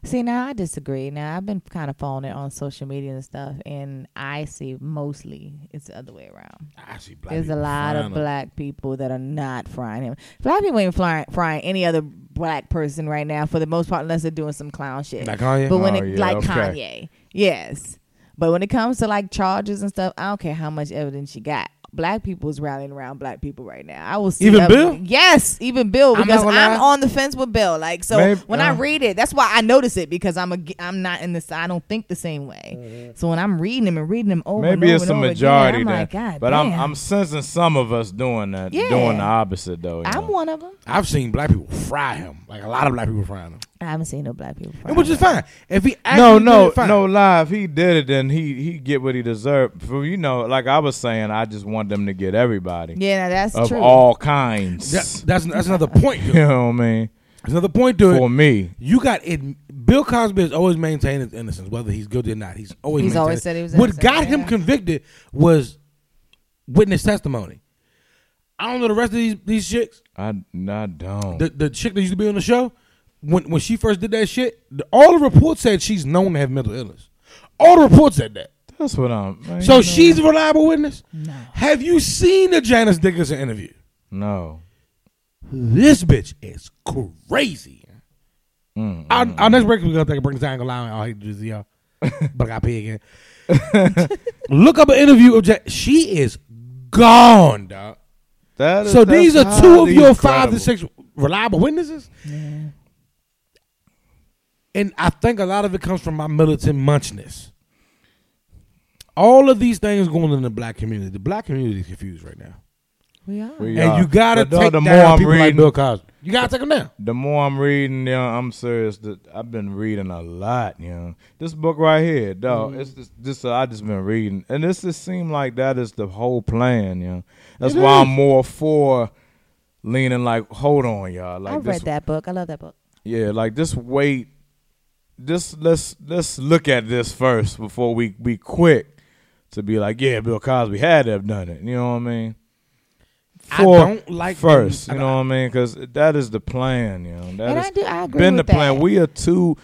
Speaker 2: See, now I disagree. Now I've been kind of following it on social media and stuff, and I see mostly it's the other way around.
Speaker 1: I see black
Speaker 2: There's a
Speaker 1: people
Speaker 2: lot
Speaker 1: frying
Speaker 2: of
Speaker 1: 'em.
Speaker 2: black people that are not frying him. Black people ain't flying, frying any other black person right now for the most part, unless they're doing some clown shit.
Speaker 1: Like Kanye?
Speaker 2: But when
Speaker 3: Oh,
Speaker 2: it
Speaker 3: yeah,
Speaker 2: like
Speaker 3: okay.
Speaker 2: Kanye, yes. But when it comes to like charges and stuff, I don't care how much evidence you got. Black people is rallying around black people right now. I will see
Speaker 1: Even
Speaker 2: that-
Speaker 1: Bill?
Speaker 2: Yes, even Bill.
Speaker 1: I'm not
Speaker 2: Because I'm,
Speaker 1: gonna lie. uh-huh.
Speaker 2: on the fence with Bill. Like so,
Speaker 3: Maybe-
Speaker 2: when I
Speaker 3: uh.
Speaker 2: read it, that's why I notice it because I'm a g- I'm not in this. I don't think the same way.
Speaker 1: Uh-huh.
Speaker 2: So when I'm reading them and reading them over, and
Speaker 3: Maybe
Speaker 2: over
Speaker 3: it's the
Speaker 2: and over
Speaker 3: majority
Speaker 2: again, I'm
Speaker 3: that,
Speaker 2: like, God
Speaker 3: but I'm
Speaker 2: damn.
Speaker 3: I'm sensing some of us doing that,
Speaker 2: Yeah.
Speaker 3: doing the opposite though. you
Speaker 2: I'm
Speaker 3: know?
Speaker 2: one of them.
Speaker 1: I've seen black people fry him. Like a lot of black people frying him.
Speaker 2: I haven't seen no black people.
Speaker 1: And which is fine. If he actually
Speaker 3: no,
Speaker 1: did
Speaker 3: no,
Speaker 1: it, fine.
Speaker 3: no. Live, he did it, then he he get what he deserved. For you know, like I was saying, I just want them to get everybody
Speaker 2: Yeah, now that's
Speaker 3: of
Speaker 2: true.
Speaker 3: all kinds.
Speaker 1: That- that's that's another point. To
Speaker 3: you
Speaker 1: it.
Speaker 3: know what I mean?
Speaker 1: That's another point to
Speaker 3: For
Speaker 1: it.
Speaker 3: me,
Speaker 1: You got it. Bill Cosby has always maintained his innocence, whether he's guilty or not. He's always
Speaker 2: He's
Speaker 1: maintained
Speaker 2: always
Speaker 1: it.
Speaker 2: said he was
Speaker 1: What
Speaker 2: innocent,
Speaker 1: got him
Speaker 2: yeah.
Speaker 1: convicted was witness testimony. I don't know the rest of these these chicks.
Speaker 3: I I don't.
Speaker 1: The the chick that used to be on the show, when when she first did that shit, the, all the reports said she's known to have mental illness. All the reports said that.
Speaker 3: that's what I'm. man,
Speaker 1: So
Speaker 3: you know-
Speaker 1: she's a reliable witness.
Speaker 2: No.
Speaker 1: Have you seen the Janice Dickinson interview?
Speaker 3: no.
Speaker 1: This bitch is crazy. Our,
Speaker 3: Um,
Speaker 1: our next break, we're gonna take a break. 'cause I ain't gonna lie, I hate to do this, to y'all, but I got paid again. Look up an interview of Jan- she is gone, dog.
Speaker 3: That is,
Speaker 1: So these
Speaker 3: that's
Speaker 1: are two of
Speaker 3: highly
Speaker 1: your five
Speaker 3: credible.
Speaker 1: to six reliable witnesses. And I think a lot of it comes from my militant munchness. All of these things going in the black community. The black community is confused right now.
Speaker 2: We are.
Speaker 3: We
Speaker 1: And
Speaker 3: are.
Speaker 1: you gotta
Speaker 3: But the-
Speaker 1: take
Speaker 3: the
Speaker 1: down
Speaker 3: more I'm
Speaker 1: people like
Speaker 3: reading,
Speaker 1: Bill Cosby. You gotta take them down.
Speaker 3: the more I'm reading, you know, I'm serious. That I've been reading a lot, you know. This book right here, dog.
Speaker 2: Mm-hmm.
Speaker 3: It's just, just uh, I just been reading, and this just seemed like that is the whole plan, you know. That's
Speaker 1: It
Speaker 3: why
Speaker 1: is.
Speaker 3: I'm more for leaning like, hold on, y'all. Like
Speaker 2: I
Speaker 3: this,
Speaker 2: read that book. I love that book.
Speaker 3: yeah, like this wait. This let's let's look at this first before we we quick to be like, yeah, Bill Cosby had to have done it. You know what I mean?
Speaker 1: I
Speaker 3: For
Speaker 1: don't like them-
Speaker 3: first.
Speaker 1: I
Speaker 3: you
Speaker 1: don't-
Speaker 3: know what I mean? Because that is the plan. You know that
Speaker 2: And
Speaker 3: is-
Speaker 2: I do- I agree
Speaker 3: been
Speaker 2: with
Speaker 3: the plan.
Speaker 2: that.
Speaker 3: We are too.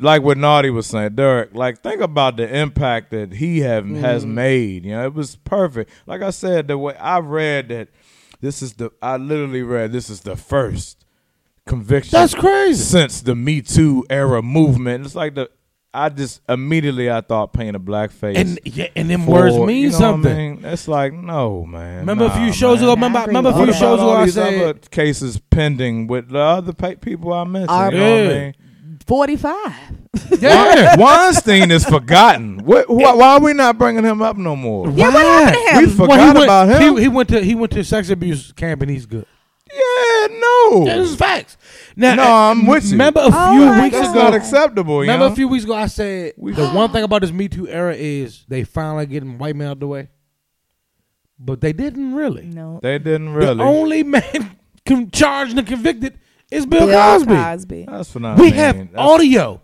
Speaker 3: Like what Naughty was saying, Derek. Like think about the impact that he have has
Speaker 2: Mm-hmm.
Speaker 3: made. You know, it was perfect. Like I said, the way I read that, this is the I literally read this is the first conviction.
Speaker 1: That's crazy.
Speaker 3: Since the Me Too era movement, it's like the I just immediately I thought painting a black face.
Speaker 1: And yeah, and them
Speaker 3: for-
Speaker 1: words
Speaker 3: you
Speaker 1: mean
Speaker 3: know what I
Speaker 1: something.
Speaker 3: mean? It's like no man.
Speaker 1: Remember a
Speaker 3: nah,
Speaker 1: few shows
Speaker 3: man.
Speaker 1: ago.
Speaker 2: man.
Speaker 1: Remember,
Speaker 2: I agree
Speaker 1: remember a
Speaker 2: with
Speaker 1: few
Speaker 2: that.
Speaker 1: shows
Speaker 3: What about
Speaker 1: ago.
Speaker 3: all
Speaker 1: I
Speaker 3: these
Speaker 1: said
Speaker 3: other cases pending with the other pa- people I mentioned.
Speaker 2: Our-
Speaker 3: you know what
Speaker 1: Yeah.
Speaker 3: I mean?
Speaker 2: Forty-five.
Speaker 3: Wein- Weinstein is forgotten. What, why, why are we not bringing him up no more?
Speaker 2: Yeah, what happened to
Speaker 1: Why?
Speaker 2: him?
Speaker 3: We
Speaker 1: Well,
Speaker 3: forgot
Speaker 1: he went,
Speaker 3: about him.
Speaker 1: He, he went to he went to sex abuse camp and he's good.
Speaker 3: yeah, no.
Speaker 1: Yeah, this is facts. Now,
Speaker 3: No,
Speaker 1: uh,
Speaker 3: I'm with you.
Speaker 1: Remember a few
Speaker 2: Oh my
Speaker 1: weeks
Speaker 3: That's
Speaker 2: God.
Speaker 1: ago.
Speaker 3: not acceptable. you
Speaker 1: Remember
Speaker 3: know?
Speaker 1: a few weeks ago, I said
Speaker 3: We-
Speaker 1: the one thing about this Me Too era is they finally getting white men out the way, but they didn't really.
Speaker 2: No.
Speaker 3: they didn't really.
Speaker 1: The only man con- charged and convicted is Bill, Cosby.
Speaker 2: Cosby.
Speaker 3: That's what I
Speaker 1: We
Speaker 3: mean.
Speaker 1: have
Speaker 3: That's-
Speaker 1: audio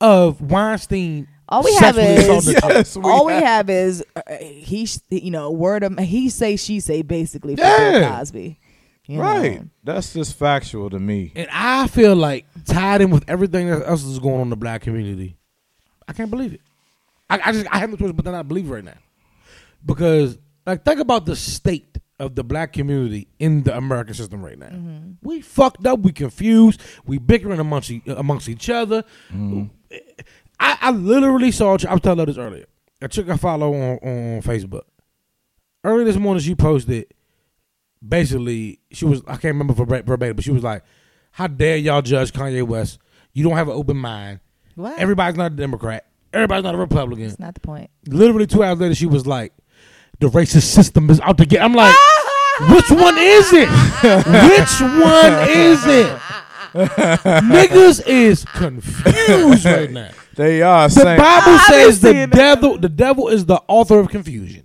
Speaker 1: of Weinstein.
Speaker 2: All we have
Speaker 1: sexually
Speaker 2: is
Speaker 1: assaulting a chick.
Speaker 3: Yes,
Speaker 2: all we have is uh, he. sh- You know, word of he say she say basically for Bill
Speaker 3: Yeah.
Speaker 2: Cosby. You know?
Speaker 3: Right. That's just factual to me.
Speaker 1: And I feel like tied in with everything that else is going on in the black community. I can't believe it. I, I just I have no choice but to not believe right now. because like think about the state of the black community in the American system right now. We fucked up. We confused. We bickering amongst e- amongst each other. I, I literally saw. a ch- I was telling her this earlier. A chick I follow on on Facebook. Early this morning, she posted. Basically, she was. I can't remember verba- verbatim, but she was like, "How dare y'all judge Kanye West? You don't have an open mind.
Speaker 2: What?
Speaker 1: Everybody's not a Democrat. Everybody's not a Republican."
Speaker 2: That's not the point.
Speaker 1: literally two hours later, she was like, "The racist system is out to get." I'm like, which one is it? Which one is it? Niggas is confused right now.
Speaker 3: They are
Speaker 1: The
Speaker 3: saying
Speaker 1: Bible says the
Speaker 2: seeing that.
Speaker 1: devil, the devil is the author of confusion.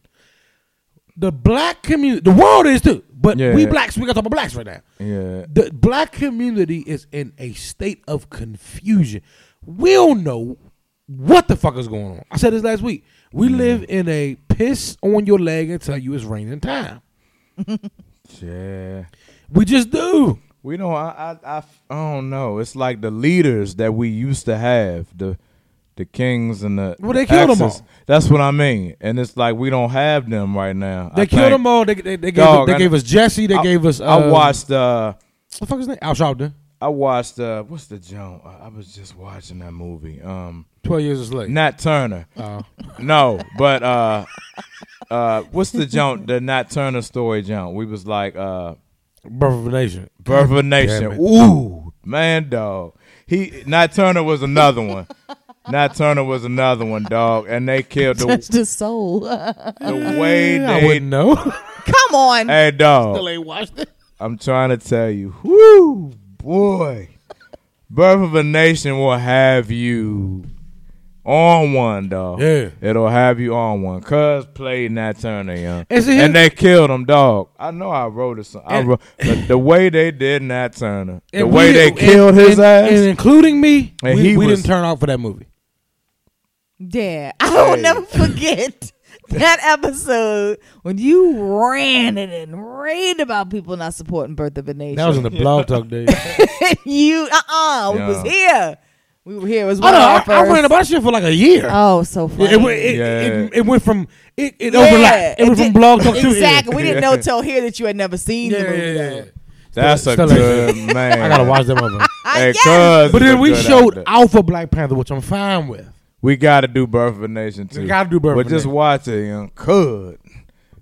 Speaker 1: The black community, the world is too, but
Speaker 3: Yeah.
Speaker 1: we blacks, we gotta talk about blacks right now.
Speaker 3: Yeah.
Speaker 1: The black community is in a state of confusion. We don't know what the fuck is going on. I said this last week. We live in a piss on your leg and tell you it's raining time.
Speaker 3: Yeah.
Speaker 1: We just do.
Speaker 3: We don't. I, I. I. I don't know. It's like the leaders that we used to have the, the kings and the.
Speaker 1: Well, they
Speaker 3: the
Speaker 1: killed 'em
Speaker 3: axis.
Speaker 1: all.
Speaker 3: That's what I mean. And it's like we don't have them right now.
Speaker 1: They
Speaker 3: I
Speaker 1: killed
Speaker 3: think-
Speaker 1: them all. They, they, they gave,
Speaker 3: Dog,
Speaker 1: they
Speaker 3: I-
Speaker 1: gave us Jesse. They
Speaker 3: I-
Speaker 1: gave us. Uh,
Speaker 3: I watched. Uh,
Speaker 1: What the fuck is his name? Al Sharpton.
Speaker 3: I watched. Uh, what's the Joan? I, I was just watching that movie. Um,
Speaker 1: Twelve Years a Slave.
Speaker 3: Nat Turner.
Speaker 1: Uh,
Speaker 3: No, but uh, uh, what's the Joan? The Nat Turner story, Joan. We was like, uh,
Speaker 1: Birth of a Nation.
Speaker 3: Birth of a
Speaker 1: damn
Speaker 3: Nation.
Speaker 1: it.
Speaker 3: Ooh, man, dog. He Nat Turner was another one. Nat Turner was another one, dog. And they killed
Speaker 2: Touch
Speaker 3: the,
Speaker 2: the soul.
Speaker 3: the way
Speaker 1: I
Speaker 3: they.
Speaker 1: wouldn't know.
Speaker 2: Come on.
Speaker 3: Hey, dog.
Speaker 1: ain't watched it.
Speaker 3: I'm trying to tell you. Woo, boy. Birth of a Nation will have you on one, dog.
Speaker 1: Yeah.
Speaker 3: It'll have you on one. Cuz played Nat Turner, young.
Speaker 1: Is it him?
Speaker 3: And they killed him, dog. I know I wrote a song. I
Speaker 1: And-
Speaker 3: wrote, but the way they did Nat Turner, the
Speaker 1: And
Speaker 3: way
Speaker 1: we-
Speaker 3: they
Speaker 1: and-
Speaker 3: killed his
Speaker 1: and-
Speaker 3: ass.
Speaker 1: and including me,
Speaker 3: And
Speaker 1: we,
Speaker 3: he
Speaker 1: we
Speaker 3: was-
Speaker 1: didn't turn out for that movie.
Speaker 2: Yeah, I will
Speaker 3: Hey.
Speaker 2: never forget that episode when you ranted and raved about people not supporting Birth of a Nation.
Speaker 1: That was in the blog talk days.
Speaker 2: you, uh, uh we was
Speaker 3: Yeah.
Speaker 2: here. We were here. It was
Speaker 1: I,
Speaker 2: one
Speaker 1: know,
Speaker 2: of
Speaker 1: I,
Speaker 2: our
Speaker 1: I
Speaker 2: first.
Speaker 1: ran about that shit for like a year.
Speaker 2: oh, so funny.
Speaker 1: it, it, went- it,
Speaker 3: Yeah.
Speaker 1: it, it went from it, it
Speaker 2: Yeah,
Speaker 1: overlapped. It,
Speaker 2: it
Speaker 1: went from
Speaker 2: did-
Speaker 1: blog talk to
Speaker 2: exactly. We didn't
Speaker 3: Yeah.
Speaker 2: know till here that you had never seen
Speaker 1: Yeah,
Speaker 2: the
Speaker 1: yeah,
Speaker 2: movie.
Speaker 1: yeah, yeah.
Speaker 2: though.
Speaker 3: That's a
Speaker 1: Still- still
Speaker 3: good man.
Speaker 1: I gotta watch that motherfucker.
Speaker 2: Ah,
Speaker 3: Hey,
Speaker 2: yes.
Speaker 3: Cuz
Speaker 1: But
Speaker 3: is
Speaker 1: then
Speaker 3: a
Speaker 1: we
Speaker 3: good
Speaker 1: showed
Speaker 3: actor.
Speaker 1: Alpha Black Panther, which I'm fine with.
Speaker 3: We gotta do Birth of a Nation too.
Speaker 1: We gotta do Birth
Speaker 3: but
Speaker 1: of a
Speaker 3: just
Speaker 1: Nation.
Speaker 3: watch it, young. Could.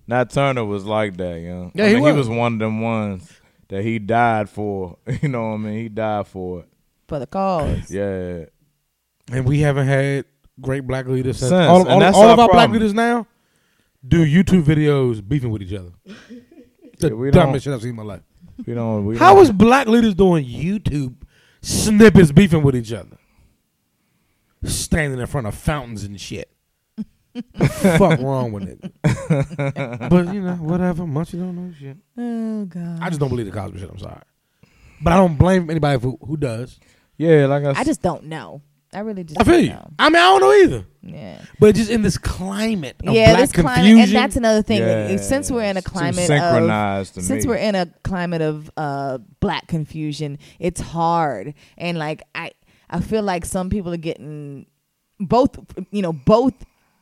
Speaker 3: Nat Turner was like that, young.
Speaker 1: Yeah,
Speaker 3: I
Speaker 1: he
Speaker 3: mean,
Speaker 1: was.
Speaker 3: one of them ones that he died for. You know what I mean? He died for it.
Speaker 2: for the cause.
Speaker 3: Yeah.
Speaker 1: And we haven't had great black leaders since.
Speaker 3: Since,
Speaker 1: all of,
Speaker 3: and
Speaker 1: all,
Speaker 3: that's
Speaker 1: all
Speaker 3: our
Speaker 1: of our black
Speaker 3: problem.
Speaker 1: leaders now do YouTube videos beefing with each other. The
Speaker 3: Yeah, we
Speaker 1: dumbest shit I've seen in my life.
Speaker 3: We don't. We
Speaker 1: How
Speaker 3: don't-
Speaker 1: is black leaders doing YouTube snippets beefing with each other? Standing in front of fountains and shit. Fuck wrong with it. but you know, whatever. Much you don't know shit.
Speaker 2: Oh God.
Speaker 1: I just don't believe the Cosby shit. I'm sorry, but I don't blame anybody who, who does.
Speaker 3: Yeah, like I,
Speaker 2: I
Speaker 3: s-
Speaker 2: just don't know. I really just
Speaker 1: I feel
Speaker 2: don't
Speaker 1: you.
Speaker 2: know.
Speaker 1: I mean, I don't know either.
Speaker 2: Yeah.
Speaker 1: But just in this climate of
Speaker 2: yeah,
Speaker 1: black
Speaker 2: this climate,
Speaker 1: confusion,
Speaker 2: and that's another thing.
Speaker 3: Yeah,
Speaker 2: Since we're in a
Speaker 3: it's too
Speaker 2: climate of
Speaker 3: synchronized to
Speaker 2: since
Speaker 3: me.
Speaker 2: we're in a climate of uh, black confusion, it's hard, and like I, I feel like some people are getting both, you know, both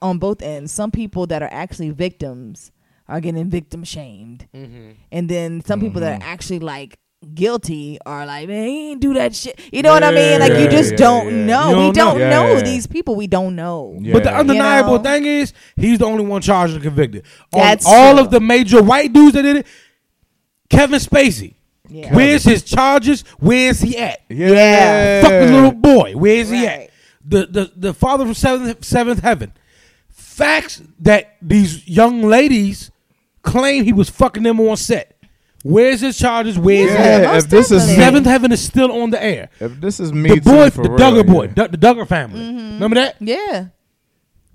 Speaker 2: on both ends. Some people that are actually victims are getting victim shamed,
Speaker 3: Mm-hmm.
Speaker 2: and then some people that are actually like guilty are like, man, he ain't do that shit. You know what I mean? Like you
Speaker 3: Yeah,
Speaker 2: just
Speaker 3: yeah,
Speaker 2: don't
Speaker 3: yeah.
Speaker 2: know.
Speaker 1: You
Speaker 2: we
Speaker 1: don't know.
Speaker 2: don't know
Speaker 3: Yeah.
Speaker 2: these people. We don't know.
Speaker 3: Yeah.
Speaker 1: But the undeniable
Speaker 2: You know?
Speaker 1: thing is, he's the only one charged and convicted. On
Speaker 2: That's
Speaker 1: all
Speaker 2: true.
Speaker 1: of the major white dudes that did it, Kevin Spacey.
Speaker 2: Yeah.
Speaker 1: Where's his charges? Where's he at?
Speaker 3: yeah.
Speaker 2: Yeah.
Speaker 1: Fucking little boy, where's he
Speaker 2: Right.
Speaker 1: at? The the the father from seventh seventh heaven. Facts that these young ladies claim he was fucking them on set. Where's his charges? Where's he
Speaker 3: Yeah,
Speaker 1: at?
Speaker 2: most
Speaker 3: if this is
Speaker 2: definitely.
Speaker 1: Seventh heaven is still on the air.
Speaker 3: if this is me,
Speaker 1: the boy,
Speaker 3: too, for
Speaker 1: the
Speaker 3: real,
Speaker 1: Duggar boy,
Speaker 3: yeah.
Speaker 1: Du- the Duggar family.
Speaker 2: Mm-hmm.
Speaker 1: Remember that?
Speaker 2: Yeah.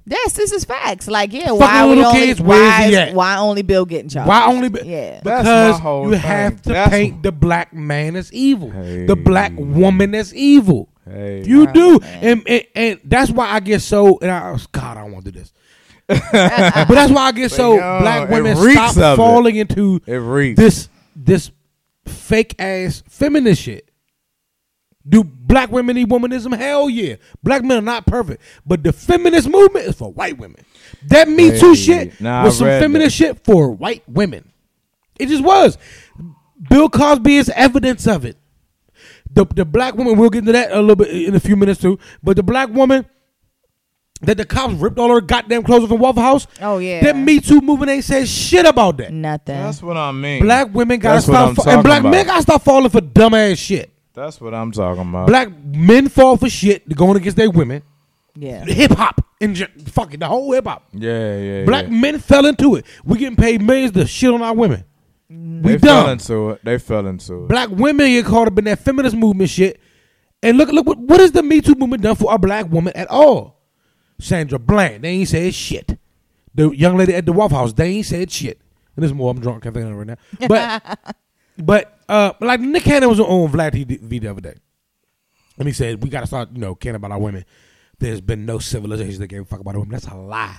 Speaker 2: Yes, this is facts. Like, yeah, why
Speaker 1: little
Speaker 2: we only,
Speaker 1: kids, where is
Speaker 2: why,
Speaker 1: he
Speaker 2: is-
Speaker 1: at?
Speaker 2: why only Bill getting charged?
Speaker 1: Why only? Be-
Speaker 2: Yeah. That's
Speaker 3: my
Speaker 1: Because
Speaker 3: whole
Speaker 1: you
Speaker 3: thing.
Speaker 1: have to
Speaker 3: That's-
Speaker 1: paint the black man as evil, the black
Speaker 3: Hey.
Speaker 1: woman as evil.
Speaker 3: Hey.
Speaker 1: You
Speaker 2: Oh,
Speaker 1: do,
Speaker 2: man.
Speaker 1: and, and and that's why I get so. And I, oh, God, I don't want to do this, but that's why I get so.
Speaker 3: yo,
Speaker 1: black
Speaker 3: it
Speaker 1: women
Speaker 3: reeks
Speaker 1: stop
Speaker 3: of it.
Speaker 1: falling into
Speaker 3: It reeks.
Speaker 1: this this fake ass feminist shit. Do black women need womanism? Hell yeah. Black men are not perfect. But the feminist movement is for white women. That Me Too
Speaker 3: Hey,
Speaker 1: shit
Speaker 3: nah,
Speaker 1: was
Speaker 3: I
Speaker 1: some
Speaker 3: read
Speaker 1: feminist shit for white women. It just was. Bill Cosby is evidence of it. The, the black woman, we'll get into that a little bit in a few minutes too, but the black woman that the cops ripped all her goddamn clothes off in Waffle House.
Speaker 2: Oh, yeah.
Speaker 1: That Me Too movement ain't said shit about that.
Speaker 2: Nothing.
Speaker 3: That's what I mean.
Speaker 1: Black women gotta
Speaker 3: That's what
Speaker 1: stop,
Speaker 3: I'm
Speaker 1: fa- and
Speaker 3: talking
Speaker 1: black men
Speaker 3: about.
Speaker 1: gotta stop falling for dumbass shit.
Speaker 3: That's what I'm talking about.
Speaker 1: Black men fall for shit going against their women.
Speaker 2: yeah.
Speaker 1: Hip hop in gen- fuck it, the whole hip hop.
Speaker 3: Yeah, yeah.
Speaker 1: Black
Speaker 3: yeah.
Speaker 1: men fell into it. We getting paid millions to shit on our women. We
Speaker 3: They
Speaker 1: dumb.
Speaker 3: fell into it. They fell into it.
Speaker 1: Black women get caught up in that feminist movement shit. And look, look what what is the Me Too movement done for a black woman at all? Sandra Bland, they ain't said shit. The young lady at the Waffle House, they ain't said shit. And there's more. I'm drunk. Can't think of it right now. But but uh, like Nick Cannon was on Vlad TV the other day, and he said we gotta start you know caring about our women. There's been no civilization that gave a fuck about women. That's a lie.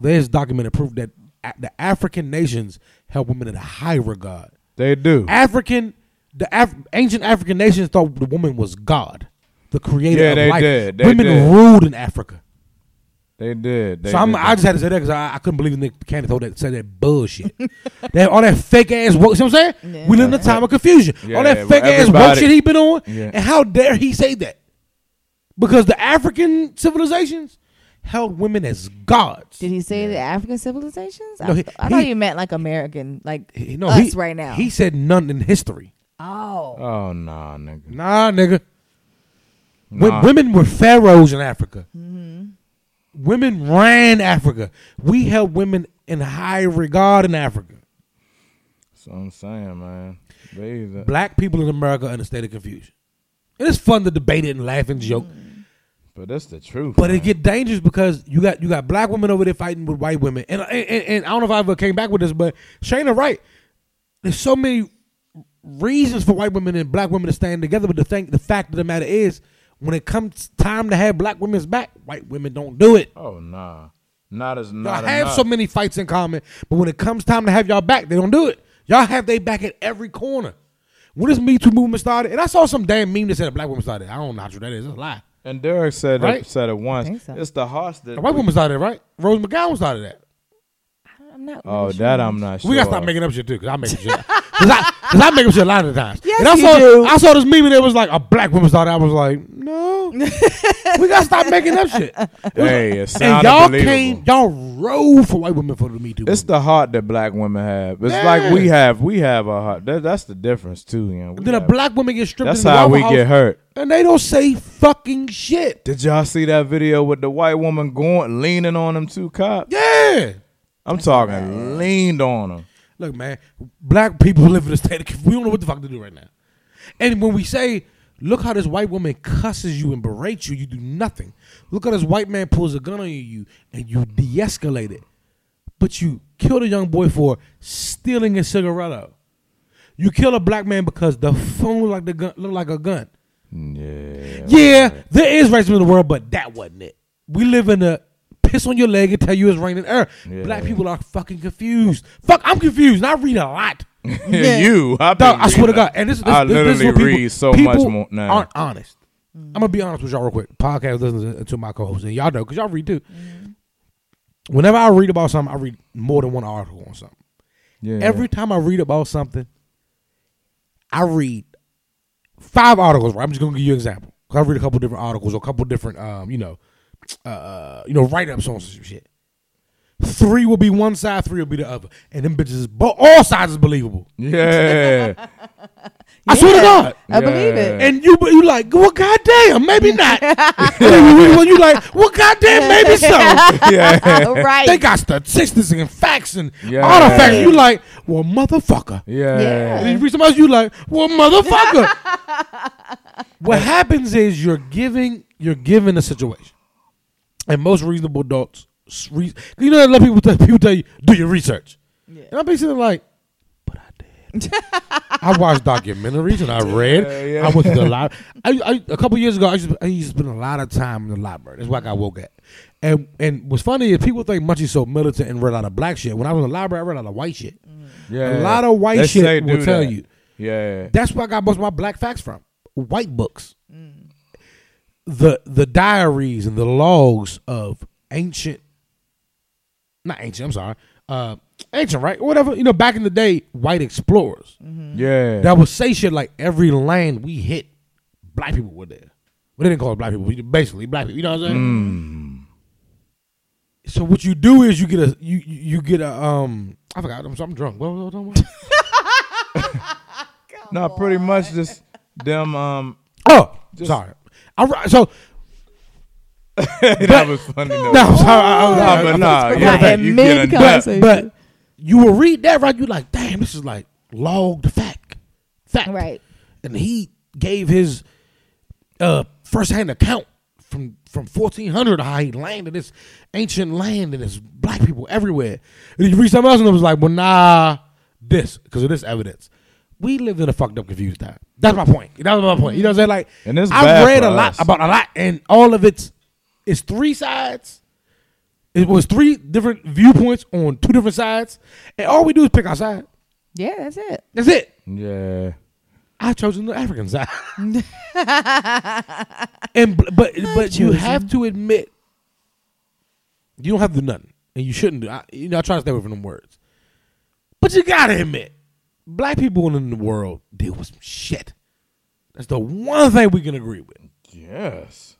Speaker 1: There's documented proof that a- the African nations held women in a high regard.
Speaker 3: They do.
Speaker 1: African, the Af- ancient African nations thought the woman was God, the creator
Speaker 3: Yeah,
Speaker 1: of
Speaker 3: they
Speaker 1: life.
Speaker 3: did. They
Speaker 1: Women
Speaker 3: did.
Speaker 1: ruled in Africa.
Speaker 3: They did. They
Speaker 1: so I'm,
Speaker 3: did.
Speaker 1: I just had to say that because I, I couldn't believe Nick Cannon told that said that bullshit. that all that fake ass woke. See what I'm saying?
Speaker 2: Yeah.
Speaker 1: We live in a time of confusion. all
Speaker 3: Yeah,
Speaker 1: that fake ass woke
Speaker 3: everybody-
Speaker 1: shit he been on,
Speaker 3: Yeah.
Speaker 1: and how dare he say that? Because the African civilizations held women as gods.
Speaker 2: Did he say the African civilizations?
Speaker 1: No,
Speaker 2: I,
Speaker 1: he-
Speaker 2: I thought
Speaker 1: he-
Speaker 2: he meant like American, like
Speaker 1: He- no,
Speaker 2: us
Speaker 1: he-
Speaker 2: right now.
Speaker 1: He said none in history.
Speaker 2: oh,
Speaker 3: oh nah, nigga.
Speaker 1: Nah, nigga. Wo-
Speaker 3: Nah.
Speaker 1: women were pharaohs in Africa. Women ran Africa. We held women in high regard in Africa.
Speaker 3: That's what I'm saying, man. They the,
Speaker 1: Black people in America are in a state of confusion. And it's fun to debate it and laugh and joke,
Speaker 3: but that's the truth.
Speaker 1: but it
Speaker 3: man.
Speaker 1: get dangerous because you got you got black women over there fighting with white women. And and, and, and I don't know if I ever came back with this, but Shayna Wright, there's so many reasons for white women and black women to stand together. But the thing, the fact of the matter is, when it comes time to have black women's back, white women don't do it.
Speaker 3: Oh nah. Not as
Speaker 1: Y'all
Speaker 3: not
Speaker 1: have
Speaker 3: enough.
Speaker 1: so many fights in common, but when it comes time to have y'all back, they don't do it. Y'all have they back at every corner. When this Me Too movement started, and I saw some damn meme that said a black woman started. it. I don't know how true that is. It's a lie.
Speaker 3: And Derek said
Speaker 1: Right?
Speaker 3: it, said it once.
Speaker 2: think so.
Speaker 3: It's the horse that
Speaker 1: A white woman started it, right? Rose McGowan started that.
Speaker 2: I'm not.
Speaker 3: Oh,
Speaker 2: really sure.
Speaker 3: that I'm not sure.
Speaker 1: We gotta stop making up shit too, cause I make up shit. Cause I, cause I make up shit a lot of the times.
Speaker 2: Yes,
Speaker 1: and I
Speaker 2: you
Speaker 1: saw,
Speaker 2: do.
Speaker 1: I saw this meme and it was like a black woman started. I was like, no, we gotta stop making up shit.
Speaker 3: Hey, it
Speaker 1: And
Speaker 3: sounded
Speaker 1: y'all
Speaker 3: believable.
Speaker 1: came, y'all rode for white women for the Me Too.
Speaker 3: It's the heart that black women have. It's
Speaker 1: Yeah.
Speaker 3: like we have, we have a heart. That, that's the difference too. You know, We
Speaker 1: Then a
Speaker 3: have-
Speaker 1: black woman gets stripped.
Speaker 3: That's
Speaker 1: in the
Speaker 3: how
Speaker 1: Waffle
Speaker 3: we
Speaker 1: House,
Speaker 3: get hurt.
Speaker 1: and they don't say fucking shit.
Speaker 3: Did y'all see that video with the white woman going leaning on them two cops?
Speaker 1: Yeah.
Speaker 3: I'm talking leaned on them.
Speaker 1: Look, man, black people live in a state of we don't know what the fuck to do right now. And when we say, look how this white woman cusses you and berates you, you do nothing. Look how this white man pulls a gun on you and you de-escalate it. But you killed a young boy for stealing a cigarette. You kill a black man because the phone looked like the gun looked like a gun.
Speaker 3: Yeah.
Speaker 1: Yeah, there is racism in the world, but that wasn't it. We live in a piss on your leg and tell you it's raining air.
Speaker 3: Yeah.
Speaker 1: Black people are fucking confused. Fuck, I'm confused. And I read a lot.
Speaker 3: you, I,
Speaker 1: Dog, I swear to God. And this, this,
Speaker 3: I
Speaker 1: this, this is
Speaker 3: literally
Speaker 1: what people,
Speaker 3: read so
Speaker 1: people
Speaker 3: much more now.
Speaker 1: aren't honest. I'm gonna be honest with y'all real quick. Podcast listeners to my co-hosts, and y'all know because y'all read too.
Speaker 3: Mm-hmm.
Speaker 1: Whenever I read about something, I read more than one article on something.
Speaker 3: Yeah.
Speaker 1: Every time I read about something, I read five articles. Right? I'm just gonna give you an example. 'Cause I read a couple different articles or a couple different, um, you know, uh, you know, write ups on some shit. Three will be one side, three will be the other, and them bitches. But all sides is believable.
Speaker 3: yeah.
Speaker 1: I swear to
Speaker 2: Yeah.
Speaker 1: God.
Speaker 2: I believe
Speaker 3: Yeah.
Speaker 2: it.
Speaker 1: And you, you like, well, goddamn, maybe not. when you like, well, goddamn, maybe so.
Speaker 3: yeah.
Speaker 2: right.
Speaker 1: They got statistics and facts and
Speaker 3: Yeah.
Speaker 1: artifacts. You like, well, motherfucker.
Speaker 3: Yeah.
Speaker 1: And then you read somebody else, you like, well, motherfucker. what happens is you're giving you're given a situation, and most reasonable adults, s- re- you know, a lot of people tell people tell you do your research,
Speaker 2: Yeah.
Speaker 1: and I'm basically like, but I did. I watched documentaries and I read.
Speaker 3: Yeah, yeah.
Speaker 1: I went to the library. I, I, a couple years ago, I used, to, I used to spend a lot of time in the library. That's why I got woke at. And and what's funny is people think Munchie's so militant and read a lot of black shit. When I was in the library, I read a lot of white shit.
Speaker 3: Yeah.
Speaker 1: A lot of white
Speaker 3: They
Speaker 1: shit
Speaker 3: say
Speaker 1: will
Speaker 3: do
Speaker 1: tell
Speaker 3: that.
Speaker 1: you.
Speaker 3: Yeah.
Speaker 1: That's where I got most of my black facts from. white books, the the diaries and the logs of ancient, not ancient. I'm sorry, uh, ancient, right? Whatever you know, back in the day, white explorers
Speaker 3: Mm-hmm. Yeah.
Speaker 1: Mm-hmm. that would say shit like every land we hit, black people were there. We didn't call it black people, we- basically black people. You know what I'm saying?
Speaker 3: Mm.
Speaker 1: So what you do is you get a you you you get a um I forgot I'm, I'm drunk. What was I talking about?
Speaker 3: no, pretty much just them. Um,
Speaker 1: Oh, sorry. All right, so
Speaker 3: that was funny. though.
Speaker 1: no, I'm sorry. I- I was-
Speaker 3: Nah, but nah,
Speaker 2: Right,
Speaker 3: yeah,
Speaker 2: and
Speaker 3: you
Speaker 2: mid
Speaker 3: get a nut.
Speaker 2: conversation.
Speaker 1: but you will read that right. You like, damn, this is like logged fact, fact,
Speaker 2: Right.
Speaker 1: And he gave his uh firsthand account from from 1400 how he landed this ancient land and there's black people everywhere. And then you read something else and it was like, well, nah, this because of this evidence. We lived in a fucked up, confused time. That's my point. That's my point. You know what I'm saying? Like,
Speaker 3: And it's bad
Speaker 1: I've read
Speaker 3: for
Speaker 1: a lot
Speaker 3: us.
Speaker 1: about a lot, and all of it's it's three sides. It was three different viewpoints on two different sides, and all we do is pick our side.
Speaker 2: Yeah, that's it.
Speaker 1: That's it.
Speaker 3: Yeah.
Speaker 1: I chose the African side. and b- but but you have to admit you don't have to do nothing, and you shouldn't do. I, you know, I try to stay away from them words, but you gotta admit, black people in the world deal with some shit. That's the one thing we can agree with.
Speaker 3: Yes.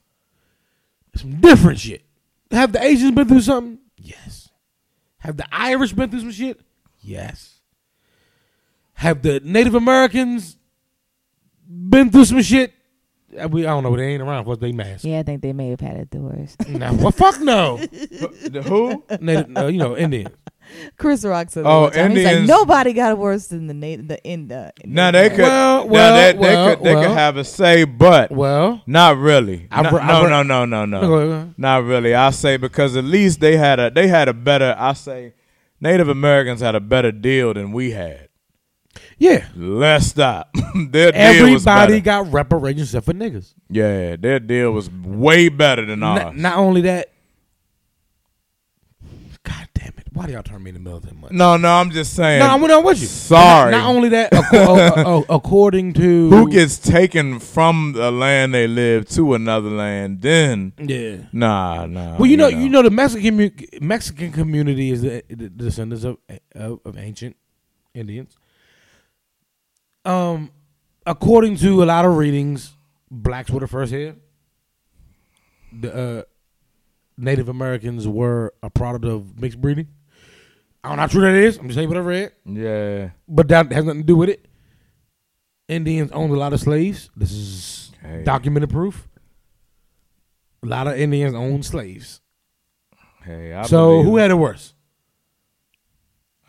Speaker 1: Some different shit. Have the Asians been through something? Yes. Have the Irish been through some shit? Yes. Have the Native Americans been through some shit? Uh, We I don't know. They ain't around for us. They mask.
Speaker 2: Yeah, I think they may have had it the worst.
Speaker 1: Nah, well, fuck no.
Speaker 3: Who- the Who?
Speaker 1: Native, uh, you know, Indian.
Speaker 2: Chris Rock said, "Oh,
Speaker 3: Oh,
Speaker 2: and he's like
Speaker 3: Indians-
Speaker 2: nobody got it worse than the na- the uh, in the."
Speaker 3: No, they could.
Speaker 1: Well,
Speaker 3: no,
Speaker 1: well,
Speaker 3: they, they
Speaker 1: well,
Speaker 3: could. They
Speaker 1: well.
Speaker 3: could have a say, but
Speaker 1: Well,
Speaker 3: not really.
Speaker 1: I
Speaker 3: no,
Speaker 1: re- I
Speaker 3: no,
Speaker 1: re-
Speaker 3: no, no, no, no,
Speaker 1: Okay.
Speaker 3: not really. I say because at least they had a they had a better. I say Native Americans had a better deal than we had.
Speaker 1: yeah.
Speaker 3: Let's stop. their deal was
Speaker 1: Everybody
Speaker 3: better.
Speaker 1: got reparations except for niggas.
Speaker 3: yeah, their deal was way better than ours.
Speaker 1: Not, not only that. God damn it! Why do y'all turn me in the middle of that much?
Speaker 3: no, no, I'm just saying.
Speaker 1: No, I'm not with you.
Speaker 3: Sorry.
Speaker 1: Not, not only that, ac- o- o- uh, according to
Speaker 3: who gets taken from the land they live to another land? Then
Speaker 1: Yeah.
Speaker 3: nah, nah.
Speaker 1: Well, you know, you know, the Mexican mu- Mexican community is the, the descendants of, of of ancient Indians. Um, according to a lot of readings, blacks were the first here. The uh, Native Americans were a product of mixed breeding. I don't know how true that is. I'm just saying what I read.
Speaker 3: Yeah.
Speaker 1: but that has nothing to do with it. Indians owned a lot of slaves. This is
Speaker 3: Okay.
Speaker 1: documented proof. A lot of Indians owned slaves.
Speaker 3: Hey, I
Speaker 1: so
Speaker 3: believe
Speaker 1: who
Speaker 3: it.
Speaker 1: had it worse?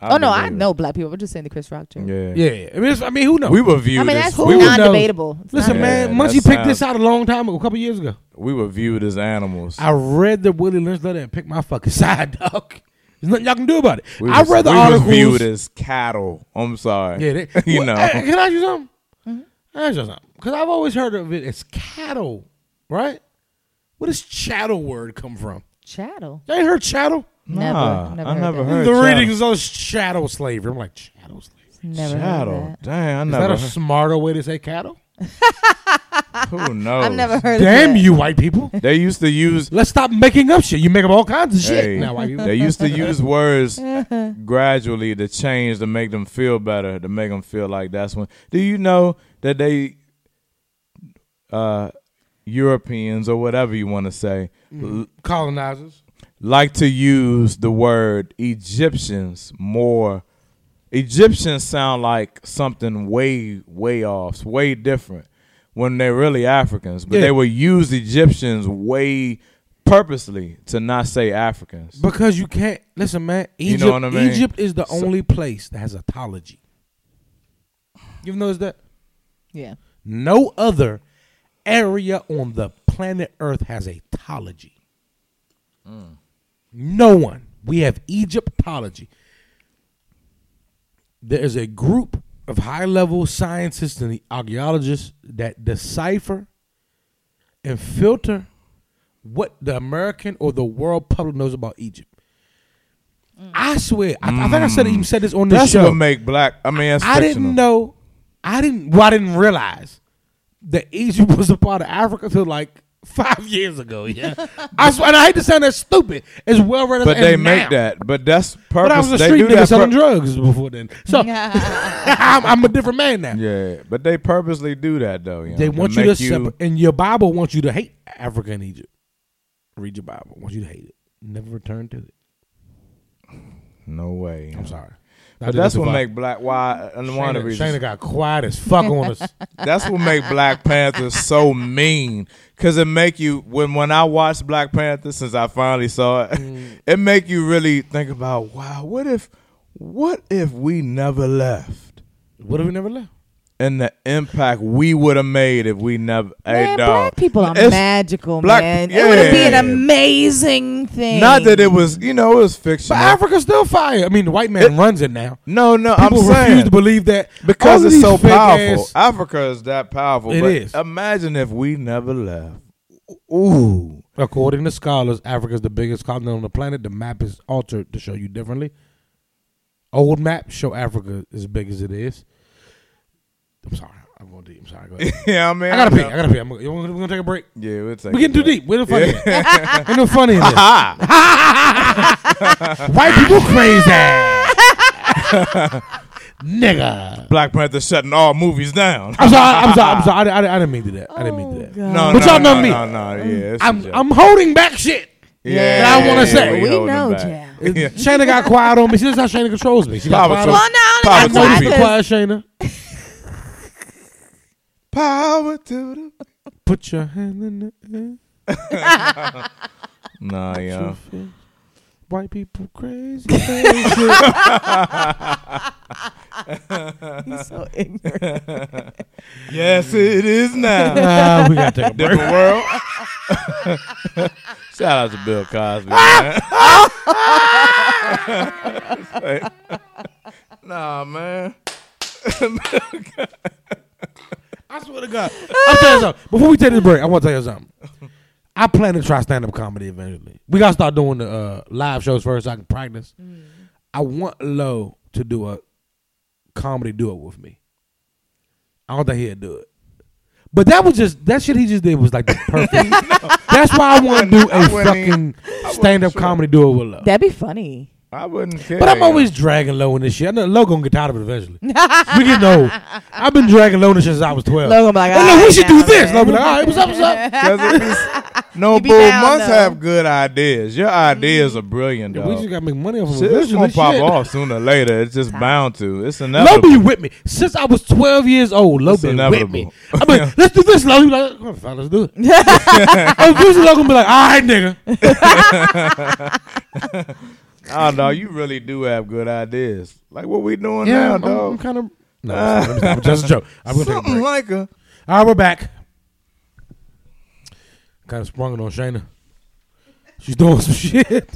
Speaker 3: I
Speaker 2: oh no, I
Speaker 3: believe it.
Speaker 2: know black people. We're just saying the Chris Rock joke.
Speaker 3: Yeah.
Speaker 1: Yeah, I mean, it's, I mean, who knows?
Speaker 3: We were viewed
Speaker 2: I mean,
Speaker 3: as
Speaker 2: that's
Speaker 3: we were,
Speaker 1: not-
Speaker 2: non-debatable. It's
Speaker 1: Listen,
Speaker 2: not-
Speaker 1: man,
Speaker 3: Yeah,
Speaker 1: Munchie
Speaker 3: that
Speaker 1: picked this out a long time ago, a couple years ago.
Speaker 3: we were viewed as animals.
Speaker 1: I read the Willie Lynch letter and picked my fucking side, dog. There's nothing y'all can do about it.
Speaker 3: we
Speaker 1: I
Speaker 3: was-
Speaker 1: read the
Speaker 3: we
Speaker 1: articles.
Speaker 3: Was viewed as cattle. I'm sorry.
Speaker 1: yeah, they,
Speaker 3: you
Speaker 1: Well,
Speaker 3: know.
Speaker 1: eh, Can I ask you something? Can I ask you something? Because I've always heard of it as cattle, right? Where does chattel word come from?
Speaker 2: chattel.
Speaker 1: Y'all ain't heard chattel?
Speaker 2: Never,
Speaker 3: Nah,
Speaker 2: never
Speaker 3: I
Speaker 2: heard
Speaker 3: never
Speaker 2: that.
Speaker 3: heard
Speaker 1: the
Speaker 3: chattel.
Speaker 1: readings is all shadow slavery. I'm like, shadow slavery? Is
Speaker 2: Never heard
Speaker 3: Cattle.
Speaker 2: that.
Speaker 3: Dang, I
Speaker 1: that
Speaker 3: never.
Speaker 1: a smarter way to say cattle?
Speaker 3: heard- who knows?
Speaker 2: I've never heard.
Speaker 1: Damn
Speaker 2: of that.
Speaker 1: you, white people.
Speaker 3: They used to use.
Speaker 1: Let's stop making up shit. You make up all kinds of shit
Speaker 3: Hey,
Speaker 1: now, white people.
Speaker 3: they used to use words gradually to change to make them feel better, to make them feel like that's when. Do you know that they, uh, Europeans or whatever you want to say, l-
Speaker 1: Colonizers.
Speaker 3: like to use the word Egyptians more. Egyptians sound like something way, way off, way different when they're really Africans. But
Speaker 1: Yeah.
Speaker 3: they will use Egyptians way purposely to not say Africans.
Speaker 1: Because you can't listen, man.
Speaker 3: You
Speaker 1: Egypt,
Speaker 3: know what I mean?
Speaker 1: Egypt is the
Speaker 3: So-
Speaker 1: only place that has autology. You've noticed that?
Speaker 2: Yeah,
Speaker 1: No other area on the planet Earth has a tology. No one. We have Egyptology. There is a group of high level scientists and archaeologists that decipher and filter what the American or the world public knows about Egypt. I swear, I, I think I said even said this on this
Speaker 3: That's
Speaker 1: show.
Speaker 3: what make black. I mean, that's
Speaker 1: I didn't
Speaker 3: fictional.
Speaker 1: know. I didn't. Well, I didn't realize that Egypt was a part of Africa till like five years ago. Yeah, I swear, and I hate to sound that stupid. It's well read, as
Speaker 3: But
Speaker 1: I am
Speaker 3: they make
Speaker 1: now.
Speaker 3: that. But that's purpose.
Speaker 1: But I was a
Speaker 3: they
Speaker 1: street
Speaker 3: do that
Speaker 1: nigga selling
Speaker 3: pur-
Speaker 1: drugs before then, so I'm, I'm a different man now.
Speaker 3: Yeah, but they purposely do that though. You know,
Speaker 1: They want you to
Speaker 3: make
Speaker 1: separate, and your Bible wants you to hate Africa and Egypt. Read your Bible, wants you to hate it. Never return to it.
Speaker 3: No way.
Speaker 1: I'm sorry.
Speaker 3: But that's what make Black Why and one of the reasons.
Speaker 1: Shana got quiet as fuck on us.
Speaker 3: That's what make Black Panther so mean. Cause it make you when when I watched Black Panther since I finally saw it,
Speaker 1: Mm.
Speaker 3: it make you really think about wow, what if what if we never left?
Speaker 1: what if we never left?
Speaker 3: And the impact we would have made if we never hey,
Speaker 2: Man,
Speaker 3: dog.
Speaker 2: black people are
Speaker 3: It's-
Speaker 2: magical,
Speaker 3: black-
Speaker 2: man. It would be an
Speaker 3: yeah.
Speaker 2: amazing thing.
Speaker 3: Not that it was you know, it was
Speaker 1: But
Speaker 3: fictional.
Speaker 1: Africa's still fire. I mean, the white man
Speaker 3: It-
Speaker 1: runs it now.
Speaker 3: no, no, I'm
Speaker 1: People refuse
Speaker 3: saying
Speaker 1: to believe that all
Speaker 3: because
Speaker 1: of
Speaker 3: it's
Speaker 1: these
Speaker 3: so
Speaker 1: fake
Speaker 3: powerful.
Speaker 1: ass-
Speaker 3: Africa is that powerful.
Speaker 1: It
Speaker 3: but
Speaker 1: is.
Speaker 3: Imagine if we never left. Ooh.
Speaker 1: According to scholars, Africa's the biggest continent on the planet. The map is altered to show you differently. Old maps show Africa as big as it is. I'm sorry. I'm going deep. I'm sorry. Go ahead.
Speaker 3: yeah, man.
Speaker 1: I gotta pee. I gotta pee. I'm, gonna- we're gonna take a break.
Speaker 3: Yeah, we'll take
Speaker 1: We're getting
Speaker 3: it
Speaker 1: too
Speaker 3: back.
Speaker 1: deep. We're the funny. in. Ain't no funny in this.
Speaker 3: Ah.
Speaker 1: White people crazy. Nigga.
Speaker 3: Black Panther shutting all movies down.
Speaker 1: I'm sorry. I'm sorry. I'm sorry. I, di- I, di- I didn't mean to do that.
Speaker 2: Oh,
Speaker 1: I didn't mean to
Speaker 3: Oh,
Speaker 1: do that.
Speaker 3: No,
Speaker 1: But
Speaker 3: no,
Speaker 1: y'all know
Speaker 3: no,
Speaker 1: me.
Speaker 3: No, no, yeah, it's a
Speaker 1: I'm
Speaker 3: joke.
Speaker 1: I'm holding back shit.
Speaker 3: yeah,
Speaker 1: that I wanna say.
Speaker 2: We
Speaker 3: holding
Speaker 2: know,
Speaker 3: back.
Speaker 2: Jeff.
Speaker 3: Yeah.
Speaker 1: Shayna got quiet on me. See, that's how Shayna controls me. She got quiet
Speaker 3: Power trip.
Speaker 1: on me.
Speaker 2: well, no,
Speaker 3: Power
Speaker 2: I
Speaker 1: I
Speaker 3: That's
Speaker 1: know you
Speaker 3: why
Speaker 1: be
Speaker 3: I
Speaker 1: quiet, Shayna.
Speaker 3: Power to the.
Speaker 1: Put your hand in the air.
Speaker 3: Nah, yeah.
Speaker 1: Yeah. White people crazy. crazy.
Speaker 2: He's so ignorant.
Speaker 3: yes, it is now.
Speaker 1: nah, we gotta take a break.
Speaker 3: Different world. Shout out to Bill Cosby. man. nah, man.
Speaker 1: I swear to God. I'll tell you something. Before we take this break, I want to tell you something. I plan to try stand up comedy eventually. We gotta start doing the uh, live shows first so I can practice. I want Lo to do a comedy duo with me. I don't think he'll do it. But that was just that shit he just did was like the perfect. That's why I want to do a
Speaker 3: I wouldn't even-
Speaker 1: fucking stand up
Speaker 3: sure.
Speaker 1: comedy duo with Lo.
Speaker 2: That'd be funny.
Speaker 3: I wouldn't care.
Speaker 1: But I'm
Speaker 3: yeah.
Speaker 1: always dragging Lo in this shit. I know Lo gonna get tired of it eventually. we getting old. I've been dragging Lo in this shit since I was twelve.
Speaker 2: Logan be
Speaker 3: Oh,
Speaker 2: like,
Speaker 1: Hey,
Speaker 2: "All
Speaker 1: look, we
Speaker 2: right
Speaker 1: should
Speaker 2: now,
Speaker 1: do this.
Speaker 2: man."
Speaker 1: Lo be like, all right, what's up, what's up?
Speaker 3: 'Cause it is- no,
Speaker 2: be
Speaker 3: bull
Speaker 2: down,
Speaker 3: must
Speaker 2: though.
Speaker 3: have good ideas. Your ideas are brilliant,
Speaker 1: Yeah, we
Speaker 3: though.
Speaker 1: just gotta make money off of
Speaker 3: Shit,
Speaker 1: it.
Speaker 3: it's gonna
Speaker 1: Shit.
Speaker 3: pop off sooner or later. It's just bound to. It's
Speaker 1: Lo
Speaker 3: inevitable.
Speaker 1: be with me since I was twelve years old. Lo
Speaker 3: It's
Speaker 1: been with
Speaker 3: inevitable.
Speaker 1: me. I'm like, let's do this. Lo, He like, "Come on, fine, let's do it. I'm usually Lo gonna be like, all right, nigga.
Speaker 3: Oh no, you really do have good ideas. Like what we doing now,
Speaker 1: I'm,
Speaker 3: dog.
Speaker 1: kind of. No, it's not. Let me stop. It's just a joke. I'm gonna take a
Speaker 3: Something
Speaker 1: break.
Speaker 3: like a
Speaker 1: All right, we're back. Kind of sprung it on Shayna. She's doing some shit.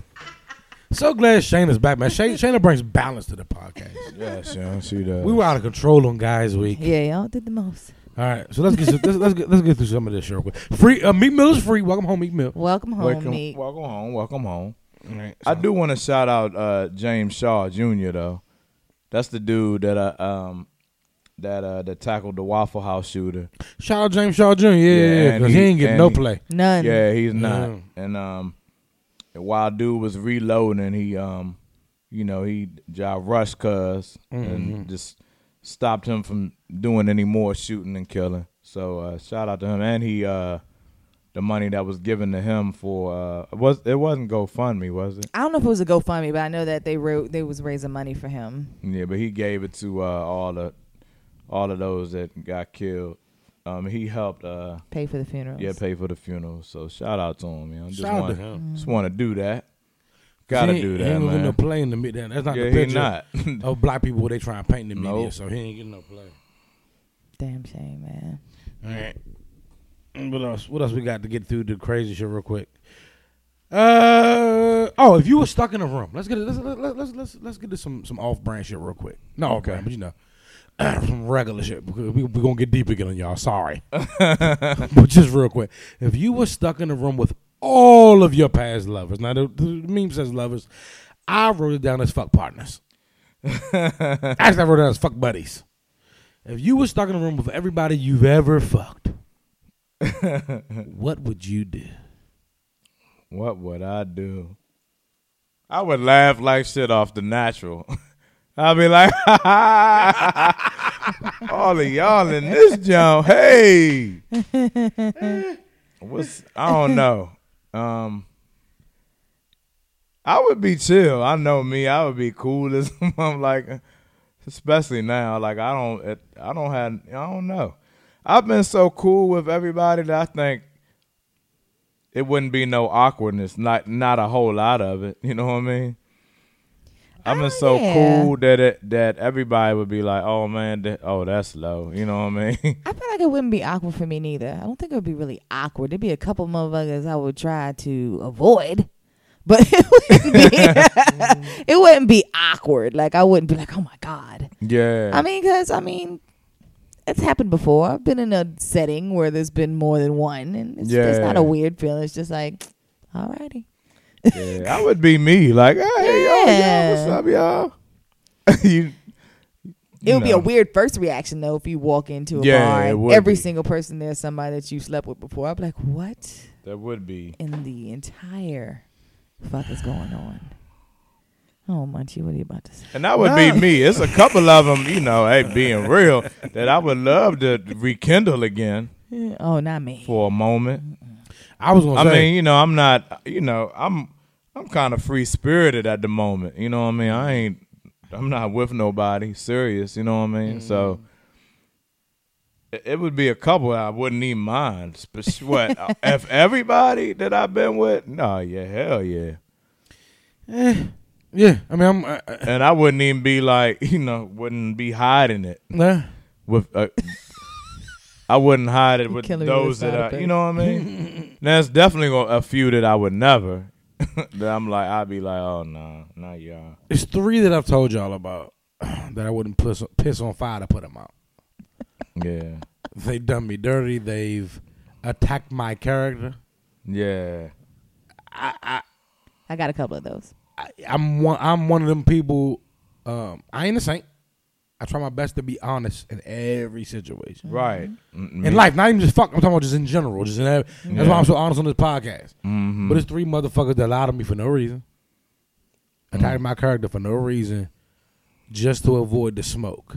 Speaker 1: So glad Shayna's back, man. Shay, Shayna brings balance to the podcast.
Speaker 3: yes, yeah, she does.
Speaker 1: We were out of control on Guys Week.
Speaker 2: Yeah, y'all did the most.
Speaker 1: All right, so let's get some- let's, let's get let's get through some of this real quick. Free uh, Meek Mill is free. Welcome home, Meek Mill.
Speaker 2: Welcome home,
Speaker 3: welcome,
Speaker 2: Meek.
Speaker 3: welcome home, welcome home.
Speaker 1: I
Speaker 3: I do want to shout out uh, James Shaw Jr. though. That's the dude that uh, um that uh that tackled the Waffle House shooter.
Speaker 1: shout out James Shaw Jr. Yeah,
Speaker 3: Yeah,
Speaker 1: yeah,
Speaker 3: and
Speaker 1: because he,
Speaker 3: he-
Speaker 1: ain't getting
Speaker 3: and
Speaker 1: no
Speaker 3: he-
Speaker 1: play.
Speaker 2: None.
Speaker 3: Yeah, he's not.
Speaker 1: Yeah.
Speaker 3: And um, while dude was reloading, he um, you know, he Ja rushed Cuz and just stopped him from doing any more shooting and killing. So uh, shout out to him, and he uh, the money that was given to him for uh, was it wasn't GoFundMe, was it?
Speaker 2: I don't know if it was a GoFundMe, but I know that they wrote they was raising money for him.
Speaker 3: Yeah, but he gave it to uh, all the all of those that got killed. Um, he helped. Uh,
Speaker 2: Pay for the funerals.
Speaker 3: Yeah, pay for the funeral. So shout out to him, man. Just
Speaker 1: Shout out
Speaker 3: wanna,
Speaker 1: to him.
Speaker 3: Just want to do that. Gotta
Speaker 1: He ain't-
Speaker 3: do
Speaker 1: He
Speaker 3: that,
Speaker 1: ain't getting no
Speaker 3: man.
Speaker 1: play in the media. That's not
Speaker 3: Yeah,
Speaker 1: the
Speaker 3: he
Speaker 1: picture
Speaker 3: not.
Speaker 1: of black people where they try and paint in the media.
Speaker 3: Nope.
Speaker 1: So he ain't getting no play.
Speaker 2: Damn shame, man.
Speaker 1: All right. What else? What else we got to get through the crazy shit real quick? Uh oh! If you were stuck in a room, let's get let's let's let's let's, let's get to some some off brand shit real quick. No, okay, but you know, some regular shit. Because we we gonna get deep again on y'all. Sorry, but just real quick, if you were stuck in a room with all of your past lovers, now the, the meme says lovers, I wrote it down as fuck partners. Actually, I wrote it down as fuck buddies. If you were stuck in a room with everybody you've ever fucked, what would you do?
Speaker 3: What would I do? I would laugh like shit off the natural. I'd be like, all of y'all in this jump. Hey, what's? I don't know. Um, I would be chill. I know me. I would be cool as I'm like, especially now. Like I don't. it- I don't have. I don't know. I've been so cool with everybody that I think it wouldn't be no awkwardness. Not not a whole lot of it. You know what I mean? I've been
Speaker 2: Oh,
Speaker 3: so
Speaker 2: yeah.
Speaker 3: cool that it that everybody would be like, "Oh man, that, oh that's low." You know what I mean?
Speaker 2: I feel like it wouldn't be awkward for me neither. I don't think it would be really awkward. There'd be a couple motherfuckers I would try to avoid, but it wouldn't be, it wouldn't be awkward. Like I wouldn't be like, oh my god.
Speaker 3: yeah.
Speaker 2: I mean, because I mean, it's happened before. I've been in a setting where there's been more than one, and it's, it's not
Speaker 3: Yeah.
Speaker 2: a weird feeling. It's just like, alrighty.
Speaker 3: Yeah, I would be me. Like, hey,
Speaker 2: Yeah.
Speaker 3: yo, yo, what's up, y'all? you,
Speaker 2: It would be
Speaker 3: No.
Speaker 2: a weird first reaction though if you walk into a
Speaker 3: Yeah,
Speaker 2: bar
Speaker 3: it
Speaker 2: and
Speaker 3: would
Speaker 2: every
Speaker 3: be.
Speaker 2: single person there's somebody that you slept with before. I'd be like, what
Speaker 3: that would be.
Speaker 2: in the entire fuck is going on? Oh, Munchie, what are you about to say?
Speaker 3: And that would
Speaker 2: No.
Speaker 3: be me. It's a couple of them, you know, hey, being real, that I would love to rekindle again
Speaker 2: Yeah, Oh, not me.
Speaker 3: for a moment.
Speaker 1: I was gonna
Speaker 3: I
Speaker 1: say.
Speaker 3: mean, you know, I'm not, you know, I'm, I'm kind of free spirited at the moment. You know what I mean? I ain't, I'm not with nobody serious. You know what I mean? So it, it would be a couple I wouldn't even mind. But what if everybody that I've been with? No, yeah, hell yeah.
Speaker 1: yeah, I mean, I'm. I, I,
Speaker 3: And I wouldn't even be like, you know, wouldn't be hiding it
Speaker 1: nah.
Speaker 3: with. Uh, I wouldn't hide it
Speaker 2: You
Speaker 3: with
Speaker 2: killing me with
Speaker 3: those that
Speaker 2: side
Speaker 3: I,
Speaker 2: effects.
Speaker 3: you know what I mean. There's definitely gonna, a few that I would never. that I'm like, I'd be like, oh no, nah, not y'all.
Speaker 1: It's three that I've told y'all about that I wouldn't piss, piss on fire to put them out.
Speaker 3: Yeah,
Speaker 1: They done me dirty. They've attacked my character.
Speaker 3: yeah,
Speaker 2: I got a couple of those.
Speaker 1: I, I'm one. I'm one of them people. Um, I ain't a saint. I try my best to be honest in every
Speaker 2: Mm-hmm.
Speaker 1: situation
Speaker 3: right. Mm-hmm.
Speaker 1: in life. Not even just fuck. I'm talking about just in general. Just in every, that's why I'm so honest on this podcast.
Speaker 3: Mm-hmm.
Speaker 1: But it's three motherfuckers that lied to me for no reason, attacked
Speaker 3: Mm-hmm.
Speaker 1: my character for no reason, just to avoid the smoke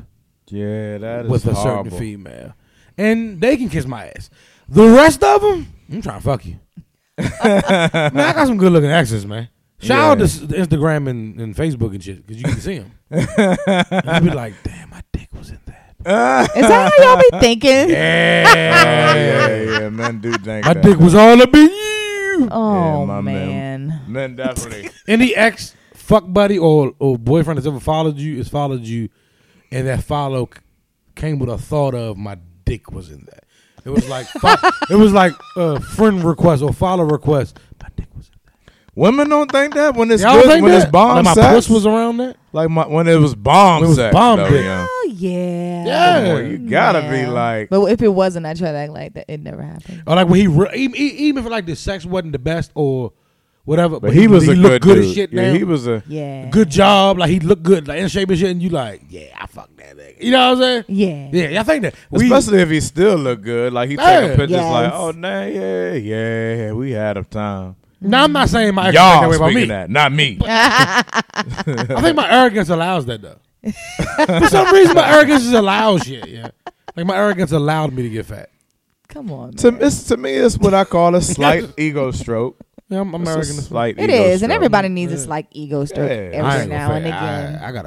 Speaker 3: yeah, that is
Speaker 1: with a
Speaker 3: horrible.
Speaker 1: certain female, and they can kiss my ass. The rest of them, I'm trying to fuck you. man, I got some good looking exes, man. Shout out to
Speaker 3: Yeah.
Speaker 1: s- to Instagram and, and Facebook and shit because you can see them. you be like, damn, my dick was in that.
Speaker 2: Is that how y'all be thinking?
Speaker 3: Yeah,
Speaker 1: Yeah,
Speaker 3: yeah, yeah, men do think
Speaker 1: my
Speaker 3: that.
Speaker 1: dick was all up in you.
Speaker 2: Oh
Speaker 3: my man.
Speaker 2: man.
Speaker 3: Men definitely.
Speaker 1: Any ex fuck buddy or or boyfriend that's ever followed you has followed you, and that follow c- came with a thought of my dick was in that. It was like fo- it was like uh, friend request or follow request. My dick was in that.
Speaker 3: Women don't think that when it's
Speaker 1: Y'all don't
Speaker 3: good,
Speaker 1: think
Speaker 3: when
Speaker 1: that?
Speaker 3: it's bomb
Speaker 1: Like my
Speaker 3: sex.
Speaker 1: puss was around that.
Speaker 3: Like my when it was bomb
Speaker 1: It was
Speaker 3: sex.
Speaker 1: bomb
Speaker 3: though,
Speaker 1: dick.
Speaker 3: yeah.
Speaker 2: Oh yeah.
Speaker 1: Yeah.
Speaker 3: Come on, you gotta be
Speaker 2: Yeah.
Speaker 3: like
Speaker 2: But if it wasn't, I try to act like that. It never happened.
Speaker 1: Or like when he re- even, even if like the sex wasn't the best or whatever,
Speaker 3: But he was a
Speaker 1: looked
Speaker 3: good,
Speaker 1: good
Speaker 3: dude.
Speaker 1: as shit.
Speaker 3: yeah,
Speaker 1: now.
Speaker 3: he was a
Speaker 2: Yeah.
Speaker 1: good job. Like he looked good, like in shape and shit. And you like, yeah, I fuck that nigga. You know what I'm saying?
Speaker 2: Yeah.
Speaker 1: Yeah, I think that. We,
Speaker 3: especially if he still looked good. Like he
Speaker 1: Yeah.
Speaker 3: taking pictures
Speaker 2: Yes.
Speaker 3: like, oh nah, yeah, yeah, we had a time.
Speaker 1: now I'm not saying my ex was that
Speaker 3: Y'all
Speaker 1: way about
Speaker 3: speaking
Speaker 1: me.
Speaker 3: that, not me.
Speaker 1: I think my arrogance allows that though. For some reason, my arrogance just allows shit. Yeah, like my arrogance allowed me to get fat.
Speaker 2: Come on.
Speaker 3: to,
Speaker 2: man.
Speaker 3: it's, to me, it's what I call a slight ego stroke.
Speaker 1: Yeah, I'm, I'm
Speaker 3: It's a
Speaker 1: arrogant. as fuck.
Speaker 3: slight
Speaker 2: It
Speaker 3: ego
Speaker 2: is, and
Speaker 3: stroke.
Speaker 2: everybody needs a
Speaker 1: Yeah.
Speaker 2: slight ego stroke
Speaker 3: Yeah.
Speaker 1: I
Speaker 2: every
Speaker 1: ain't
Speaker 2: now
Speaker 1: gonna
Speaker 2: and
Speaker 1: fake.
Speaker 2: again.
Speaker 1: I, I got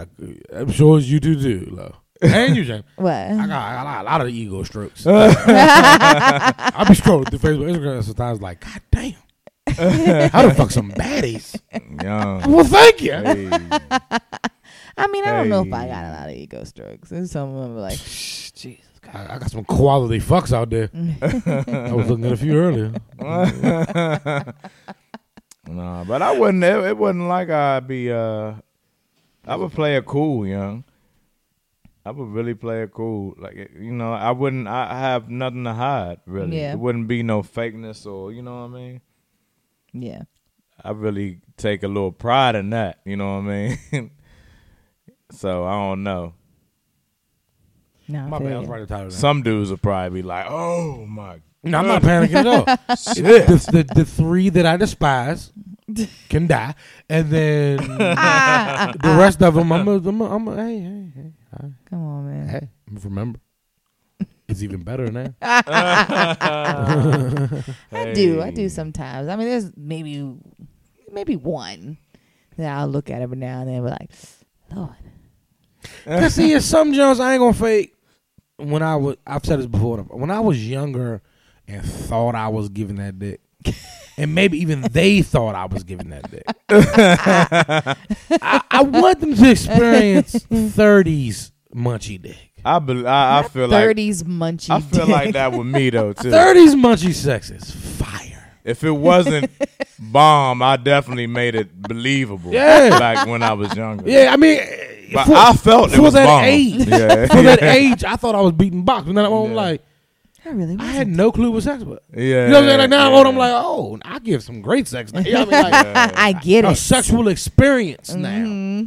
Speaker 1: a. I'm sure as you do do, love. And you, James. I
Speaker 2: what?
Speaker 1: got, I got a lot of ego strokes. I'll be scrolling through Facebook, Instagram sometimes, like, God damn. How the fuck some baddies?
Speaker 3: Yeah.
Speaker 1: Well, thank you.
Speaker 3: Hey.
Speaker 2: I mean, I don't know if I
Speaker 3: Hey.
Speaker 2: got a lot of ego strokes. And some of them are like, Jesus Christ.
Speaker 1: I, I got some quality fucks out there. I was looking at a few earlier.
Speaker 3: nah, but I wouldn't. It, it wasn't like I'd be. uh I would play it cool, young. I would really play it cool. Like it- you know, I wouldn't. I I have nothing to hide. Really,
Speaker 2: Yeah.
Speaker 3: it wouldn't be no fakeness or you know what I mean.
Speaker 2: Yeah.
Speaker 3: I really take a little pride in that. You know what I mean. so I don't know.
Speaker 2: No, I
Speaker 1: My
Speaker 2: feel
Speaker 1: bad. I was
Speaker 2: you.
Speaker 1: right at the title.
Speaker 3: Some dudes would probably be like, "Oh my
Speaker 1: No, I'm not panicking at all. the, the, the three that I despise can die, and then the
Speaker 2: Ah, ah,
Speaker 1: rest of them, I'm a, I'm a, I'm a, hey, hey, hey,
Speaker 2: ah. Come on, man.
Speaker 1: hey, remember. It's even better now.
Speaker 2: I do. I do sometimes. I mean, there's maybe maybe one that I'll look at every now and then, and be like, Lord,
Speaker 1: Cause see, it's some Jones I ain't gonna fake. When I was, I've said this before. When I was younger and thought I was giving that dick, and maybe even they thought I was giving that dick. I, I want them to experience thirties munchy dick.
Speaker 3: I, be, I, I feel like
Speaker 2: thirties munchy.
Speaker 3: I feel
Speaker 2: dick.
Speaker 3: like that with me though too.
Speaker 1: Thirties munchy sex is fire.
Speaker 3: If it wasn't bomb, I definitely made it believable.
Speaker 1: Yeah.
Speaker 3: Like when I was younger.
Speaker 1: Yeah, I mean, eh,
Speaker 3: But
Speaker 1: for,
Speaker 3: I felt it
Speaker 1: for
Speaker 3: was
Speaker 1: that
Speaker 3: bomb.
Speaker 1: age,
Speaker 3: Yeah.
Speaker 1: for that age, I thought I was beating box, but then I'm
Speaker 3: Yeah.
Speaker 1: like,
Speaker 2: I really
Speaker 1: I
Speaker 2: wasn't.
Speaker 1: had no clue what sex was.
Speaker 3: Yeah.
Speaker 1: You know what I'm saying? Like now I'm
Speaker 3: yeah.
Speaker 1: older, I'm like, oh, I give some great sex. Now. You know what I mean? Like,
Speaker 2: I get
Speaker 3: Oh,
Speaker 1: a
Speaker 2: it.
Speaker 1: sexual experience now.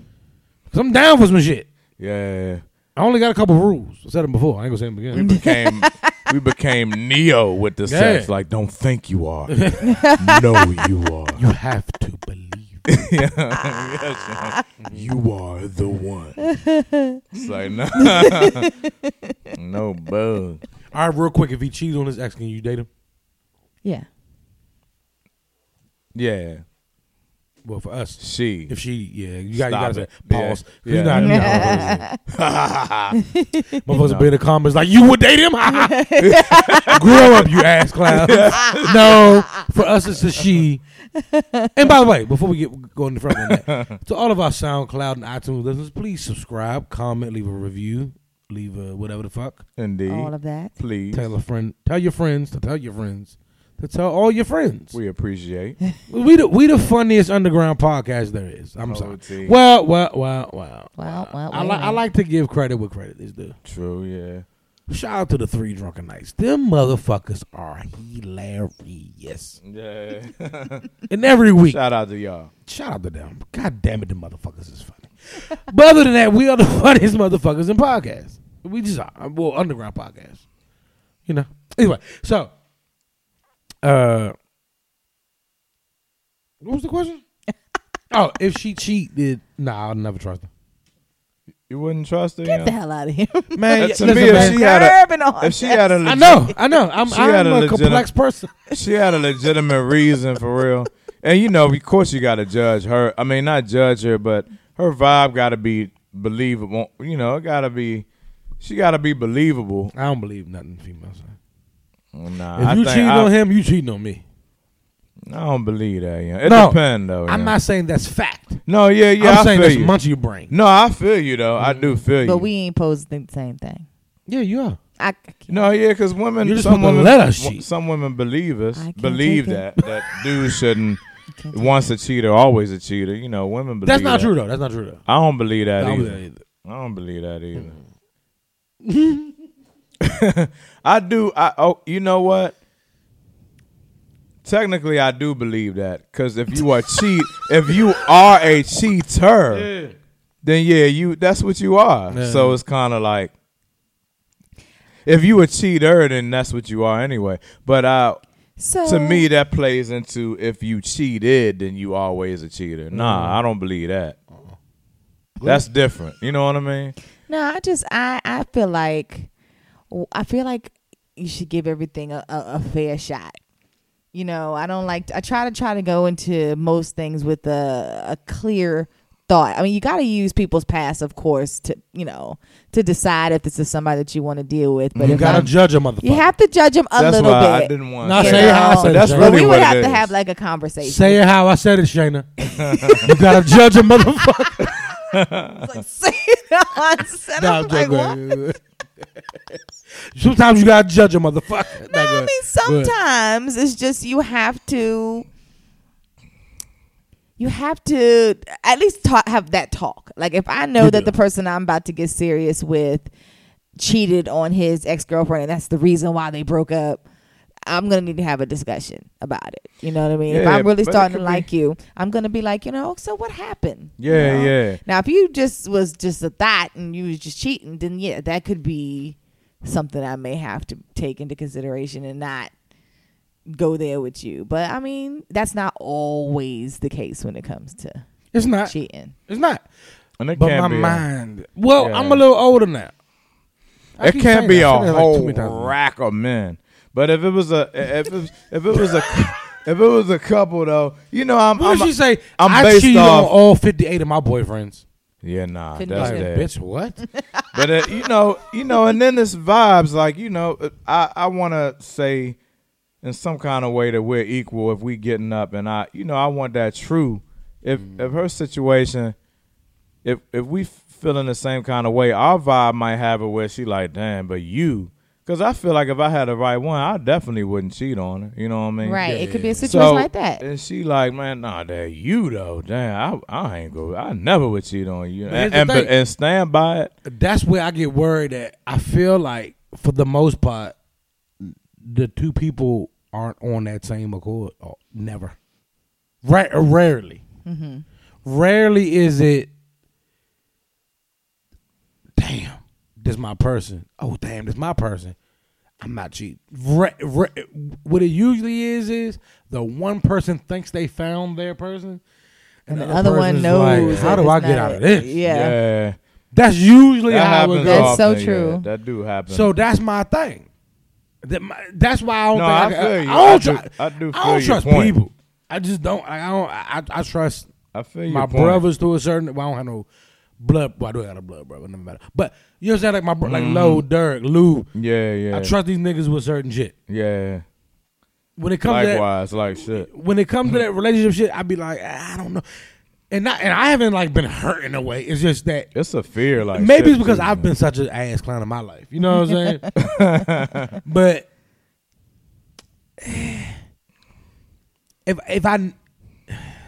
Speaker 1: Cause I'm down for some shit.
Speaker 3: Yeah.
Speaker 1: I only got a couple rules. I said them before. I ain't gonna say them
Speaker 3: We
Speaker 1: again.
Speaker 3: became we became Neo with the sex.
Speaker 1: Yeah.
Speaker 3: Like, don't think you are. no, you are.
Speaker 1: you have to believe.
Speaker 3: You are the one. It's like no, no bug.
Speaker 1: All right, real quick. If he cheats on his ex, can you date him?
Speaker 2: Yeah.
Speaker 3: Yeah,
Speaker 1: Well, for us,
Speaker 3: she.
Speaker 1: if she, yeah, you got, you
Speaker 3: Stop
Speaker 1: gotta say
Speaker 3: it.
Speaker 1: pause.
Speaker 3: Yeah.
Speaker 1: You
Speaker 3: Yeah.
Speaker 1: know, how them motherfuckers is. motherfuckers be in the comments like, "You would date him? Grow up, you ass clown." no, for us, it's a she. And by the way, before we get going further on that, to all of our SoundCloud and iTunes listeners, please subscribe, comment, leave a review, leave a whatever the fuck.
Speaker 3: Indeed.
Speaker 2: All of that.
Speaker 3: Please.
Speaker 1: Tell a friend, tell your friends to tell your friends to tell all your friends.
Speaker 3: We appreciate.
Speaker 1: We the, we the funniest underground podcast there is. I'm
Speaker 3: Oh,
Speaker 1: sorry.
Speaker 3: gee.
Speaker 1: Well, well, well, well.
Speaker 2: Wow. Wow.
Speaker 1: I like I like to give credit where credit is due.
Speaker 3: True. Yeah.
Speaker 1: Shout out to the three drunken knights. Them motherfuckers are hilarious.
Speaker 3: Yeah.
Speaker 1: And every week,
Speaker 3: Shout out to y'all.
Speaker 1: shout out to them. God damn it, the motherfuckers is funny. but other than that, we are the funniest motherfuckers in podcasts. We just are. Well, underground podcast. You know. Anyway, so uh what was the question? oh, if she cheated, nah, I'll never trust her.
Speaker 3: You wouldn't trust her.
Speaker 2: Get
Speaker 3: yeah?
Speaker 2: the hell out of here.
Speaker 1: Man,
Speaker 3: That- to
Speaker 1: listen,
Speaker 3: me, if
Speaker 1: man.
Speaker 3: she had a,
Speaker 2: Curbing on
Speaker 3: if she had a,
Speaker 1: I
Speaker 3: legit,
Speaker 1: know, I know. I'm,
Speaker 3: She had
Speaker 1: I'm a,
Speaker 3: a legitimate-
Speaker 1: complex person.
Speaker 3: she had a legitimate reason for real. And you know, of course, you got to judge her. I mean, not judge her, but her vibe got to be believable. You know, it got to be. She got to be believable.
Speaker 1: I don't believe nothing female. Son.
Speaker 3: Nah,
Speaker 1: If
Speaker 3: I
Speaker 1: you
Speaker 3: think
Speaker 1: cheating
Speaker 3: I,
Speaker 1: on him, you cheating on me.
Speaker 3: I don't believe that. Yeah, it
Speaker 1: No,
Speaker 3: depends though.
Speaker 1: I'm
Speaker 3: Oh, yeah.
Speaker 1: not saying that's fact.
Speaker 3: No, yeah, yeah,
Speaker 1: I'm
Speaker 3: I
Speaker 1: saying
Speaker 3: feel
Speaker 1: that's
Speaker 3: you.
Speaker 1: munchy brain.
Speaker 3: no, I feel you though. I do feel you.
Speaker 2: But we ain't posing the same thing.
Speaker 1: Yeah, you are.
Speaker 2: I, I can't.
Speaker 3: No, yeah, because women,
Speaker 1: You're just
Speaker 3: some
Speaker 1: supposed to
Speaker 3: women,
Speaker 1: let us
Speaker 3: w-
Speaker 1: cheat.
Speaker 3: some women believe us,
Speaker 2: I can't
Speaker 3: believe
Speaker 2: take
Speaker 3: that
Speaker 2: it.
Speaker 3: that dudes shouldn't.
Speaker 2: can't take
Speaker 3: Once a cheater, always a cheater. You know, women believe
Speaker 1: That's not
Speaker 3: that.
Speaker 1: true though. That's not true though.
Speaker 3: I don't believe that
Speaker 1: I don't
Speaker 3: either.
Speaker 1: believe that either.
Speaker 3: I don't believe that either. I do. I oh, you know what? Technically, I do believe that because if you are cheat, if you are a cheater, then yeah, you that's what you are.
Speaker 1: Yeah.
Speaker 3: So it's kind of like if you a cheater, then that's what you are anyway. But uh,
Speaker 2: So
Speaker 3: to
Speaker 1: Uh,
Speaker 3: me, that plays into if you cheated, then you always a cheater. Nah, I don't believe that.
Speaker 1: Uh-uh.
Speaker 3: That's different. You know what I mean?
Speaker 2: no, I just I I feel like I feel like you should give everything a, a, a fair shot. You know, I don't like I try to try to go into most things with a a clear thought. I mean, you got to use people's past, of course, to you know to decide if this is somebody that you want to deal with. But
Speaker 1: You
Speaker 2: if
Speaker 1: gotta
Speaker 2: I'm-
Speaker 1: judge a motherfucker.
Speaker 2: you have to judge them a
Speaker 3: That's
Speaker 2: little
Speaker 3: why
Speaker 2: bit.
Speaker 3: I didn't want.
Speaker 1: Nah,
Speaker 3: to
Speaker 2: You
Speaker 1: say it how I
Speaker 2: know?
Speaker 1: said it,
Speaker 3: That's
Speaker 1: Jay.
Speaker 2: But
Speaker 3: really
Speaker 2: we
Speaker 3: what
Speaker 2: would
Speaker 3: it
Speaker 2: have to
Speaker 3: is.
Speaker 2: have like a conversation.
Speaker 1: Say it how I said it, Shayna. you gotta judge a motherfucker.
Speaker 2: Like, say it how I said it.
Speaker 1: Nah,
Speaker 2: I'm
Speaker 1: I'm
Speaker 2: like,
Speaker 1: joking.
Speaker 2: what?
Speaker 1: Sometimes you gotta judge a motherfucker. Nah,
Speaker 2: No,
Speaker 1: go
Speaker 2: I mean
Speaker 1: ahead. Go ahead.
Speaker 2: sometimes it's just you have to. You have to at least talk, have that talk. Like if I know
Speaker 1: You
Speaker 2: that
Speaker 1: do.
Speaker 2: the person I'm about to get serious with cheated on his ex girlfriend, and that's the reason why they broke up. I'm gonna need to have a discussion about it. You know what I mean? if
Speaker 3: Yeah,
Speaker 2: I'm really
Speaker 3: but it
Speaker 2: starting to
Speaker 3: could be-
Speaker 2: like you, I'm gonna be like, you know, so what happened? You
Speaker 3: Yeah,
Speaker 2: know?
Speaker 3: yeah.
Speaker 2: Now, if you just was just a thought and you was just cheating, then yeah, that could be something I may have to take into consideration and not go there with you. But I mean, that's not always the case when it comes to
Speaker 1: It's not.
Speaker 2: cheating.
Speaker 1: It's not.
Speaker 3: And it
Speaker 1: But
Speaker 3: can't
Speaker 1: my
Speaker 3: be a-
Speaker 1: mind. Well,
Speaker 3: Yeah.
Speaker 1: I'm a little older now. I
Speaker 3: it
Speaker 1: keep
Speaker 3: can't
Speaker 1: saying
Speaker 3: be
Speaker 1: that.
Speaker 3: a
Speaker 1: I said that like too
Speaker 3: whole
Speaker 1: many times.
Speaker 3: rack of men. But if it was a if it, if it was a if it was a couple though, you know I'm,
Speaker 1: What
Speaker 3: I'm
Speaker 1: did she say?
Speaker 3: I'm
Speaker 1: i
Speaker 3: based
Speaker 1: cheated on
Speaker 3: off-
Speaker 1: all 58 of my boyfriends.
Speaker 3: yeah nah
Speaker 2: Couldn't
Speaker 3: that's
Speaker 1: Like,
Speaker 2: Yeah.
Speaker 3: dead.
Speaker 1: bitch, what?
Speaker 3: But uh, you know you know and then this vibes like you know I I want to say in some kind of way that we're equal if we getting up and I you know I want that true if
Speaker 1: Mm-hmm.
Speaker 3: if her situation if if we feeling the same kind of way our vibe might have it where she like damn but you because I feel like if I had the right one I definitely wouldn't cheat on her you know what I mean
Speaker 2: Right. it could be a situation
Speaker 3: So-
Speaker 2: like that.
Speaker 3: And she like, man, nah, that you though. Damn, I, I ain't go. I never would cheat on you.
Speaker 1: But here's
Speaker 3: And
Speaker 1: the thing.
Speaker 3: and, and stand by it.
Speaker 1: That's where I get worried that I feel like, for the most part, the two people aren't on that same accord. Oh, never. Right, rarely.
Speaker 2: Mm-hmm.
Speaker 1: Rarely is it, damn, this my person. Oh, damn, this my person. I'm not cheating. Ra- ra- what it usually is is the one person thinks they found their person, and,
Speaker 2: The other one
Speaker 1: person's like,
Speaker 2: knows.
Speaker 1: how
Speaker 2: that
Speaker 1: do I
Speaker 2: it's
Speaker 1: get
Speaker 2: not
Speaker 1: out of
Speaker 2: it.
Speaker 1: this?
Speaker 2: Yeah.
Speaker 1: That's usually
Speaker 3: that
Speaker 1: how it goes.
Speaker 3: happens.
Speaker 2: That's so
Speaker 3: often, yeah.
Speaker 2: true.
Speaker 3: that do happen.
Speaker 1: So that's my thing. That my, that's why I don't
Speaker 3: No, I
Speaker 1: think I,
Speaker 3: feel
Speaker 1: can-
Speaker 3: you.
Speaker 1: I, I don't
Speaker 3: I
Speaker 1: tru-
Speaker 3: do- I do
Speaker 1: don't
Speaker 3: feel your
Speaker 1: trust
Speaker 3: point.
Speaker 1: people. I just don't. I I don't. I, I I trust
Speaker 3: I feel your
Speaker 1: my
Speaker 3: point.
Speaker 1: brothers to a certain. Well, I don't have no blood. Well, I do have a blood brother. No matter. But you know what I'm saying? Like my bro, like Low, Dirk, Lou.
Speaker 3: Mm. Yeah, yeah,
Speaker 1: I trust these niggas with certain shit.
Speaker 3: yeah.
Speaker 1: When it comes to that,
Speaker 3: Likewise, like shit.
Speaker 1: when it comes to that relationship shit, I'd be like, I don't know. And not, and I haven't like been hurt in a way. It's just that
Speaker 3: It's a fear. Like
Speaker 1: Maybe
Speaker 3: shit,
Speaker 1: it's because
Speaker 3: too,
Speaker 1: I've
Speaker 3: man.
Speaker 1: been such an ass clown in my life. You know what I'm saying? but if if I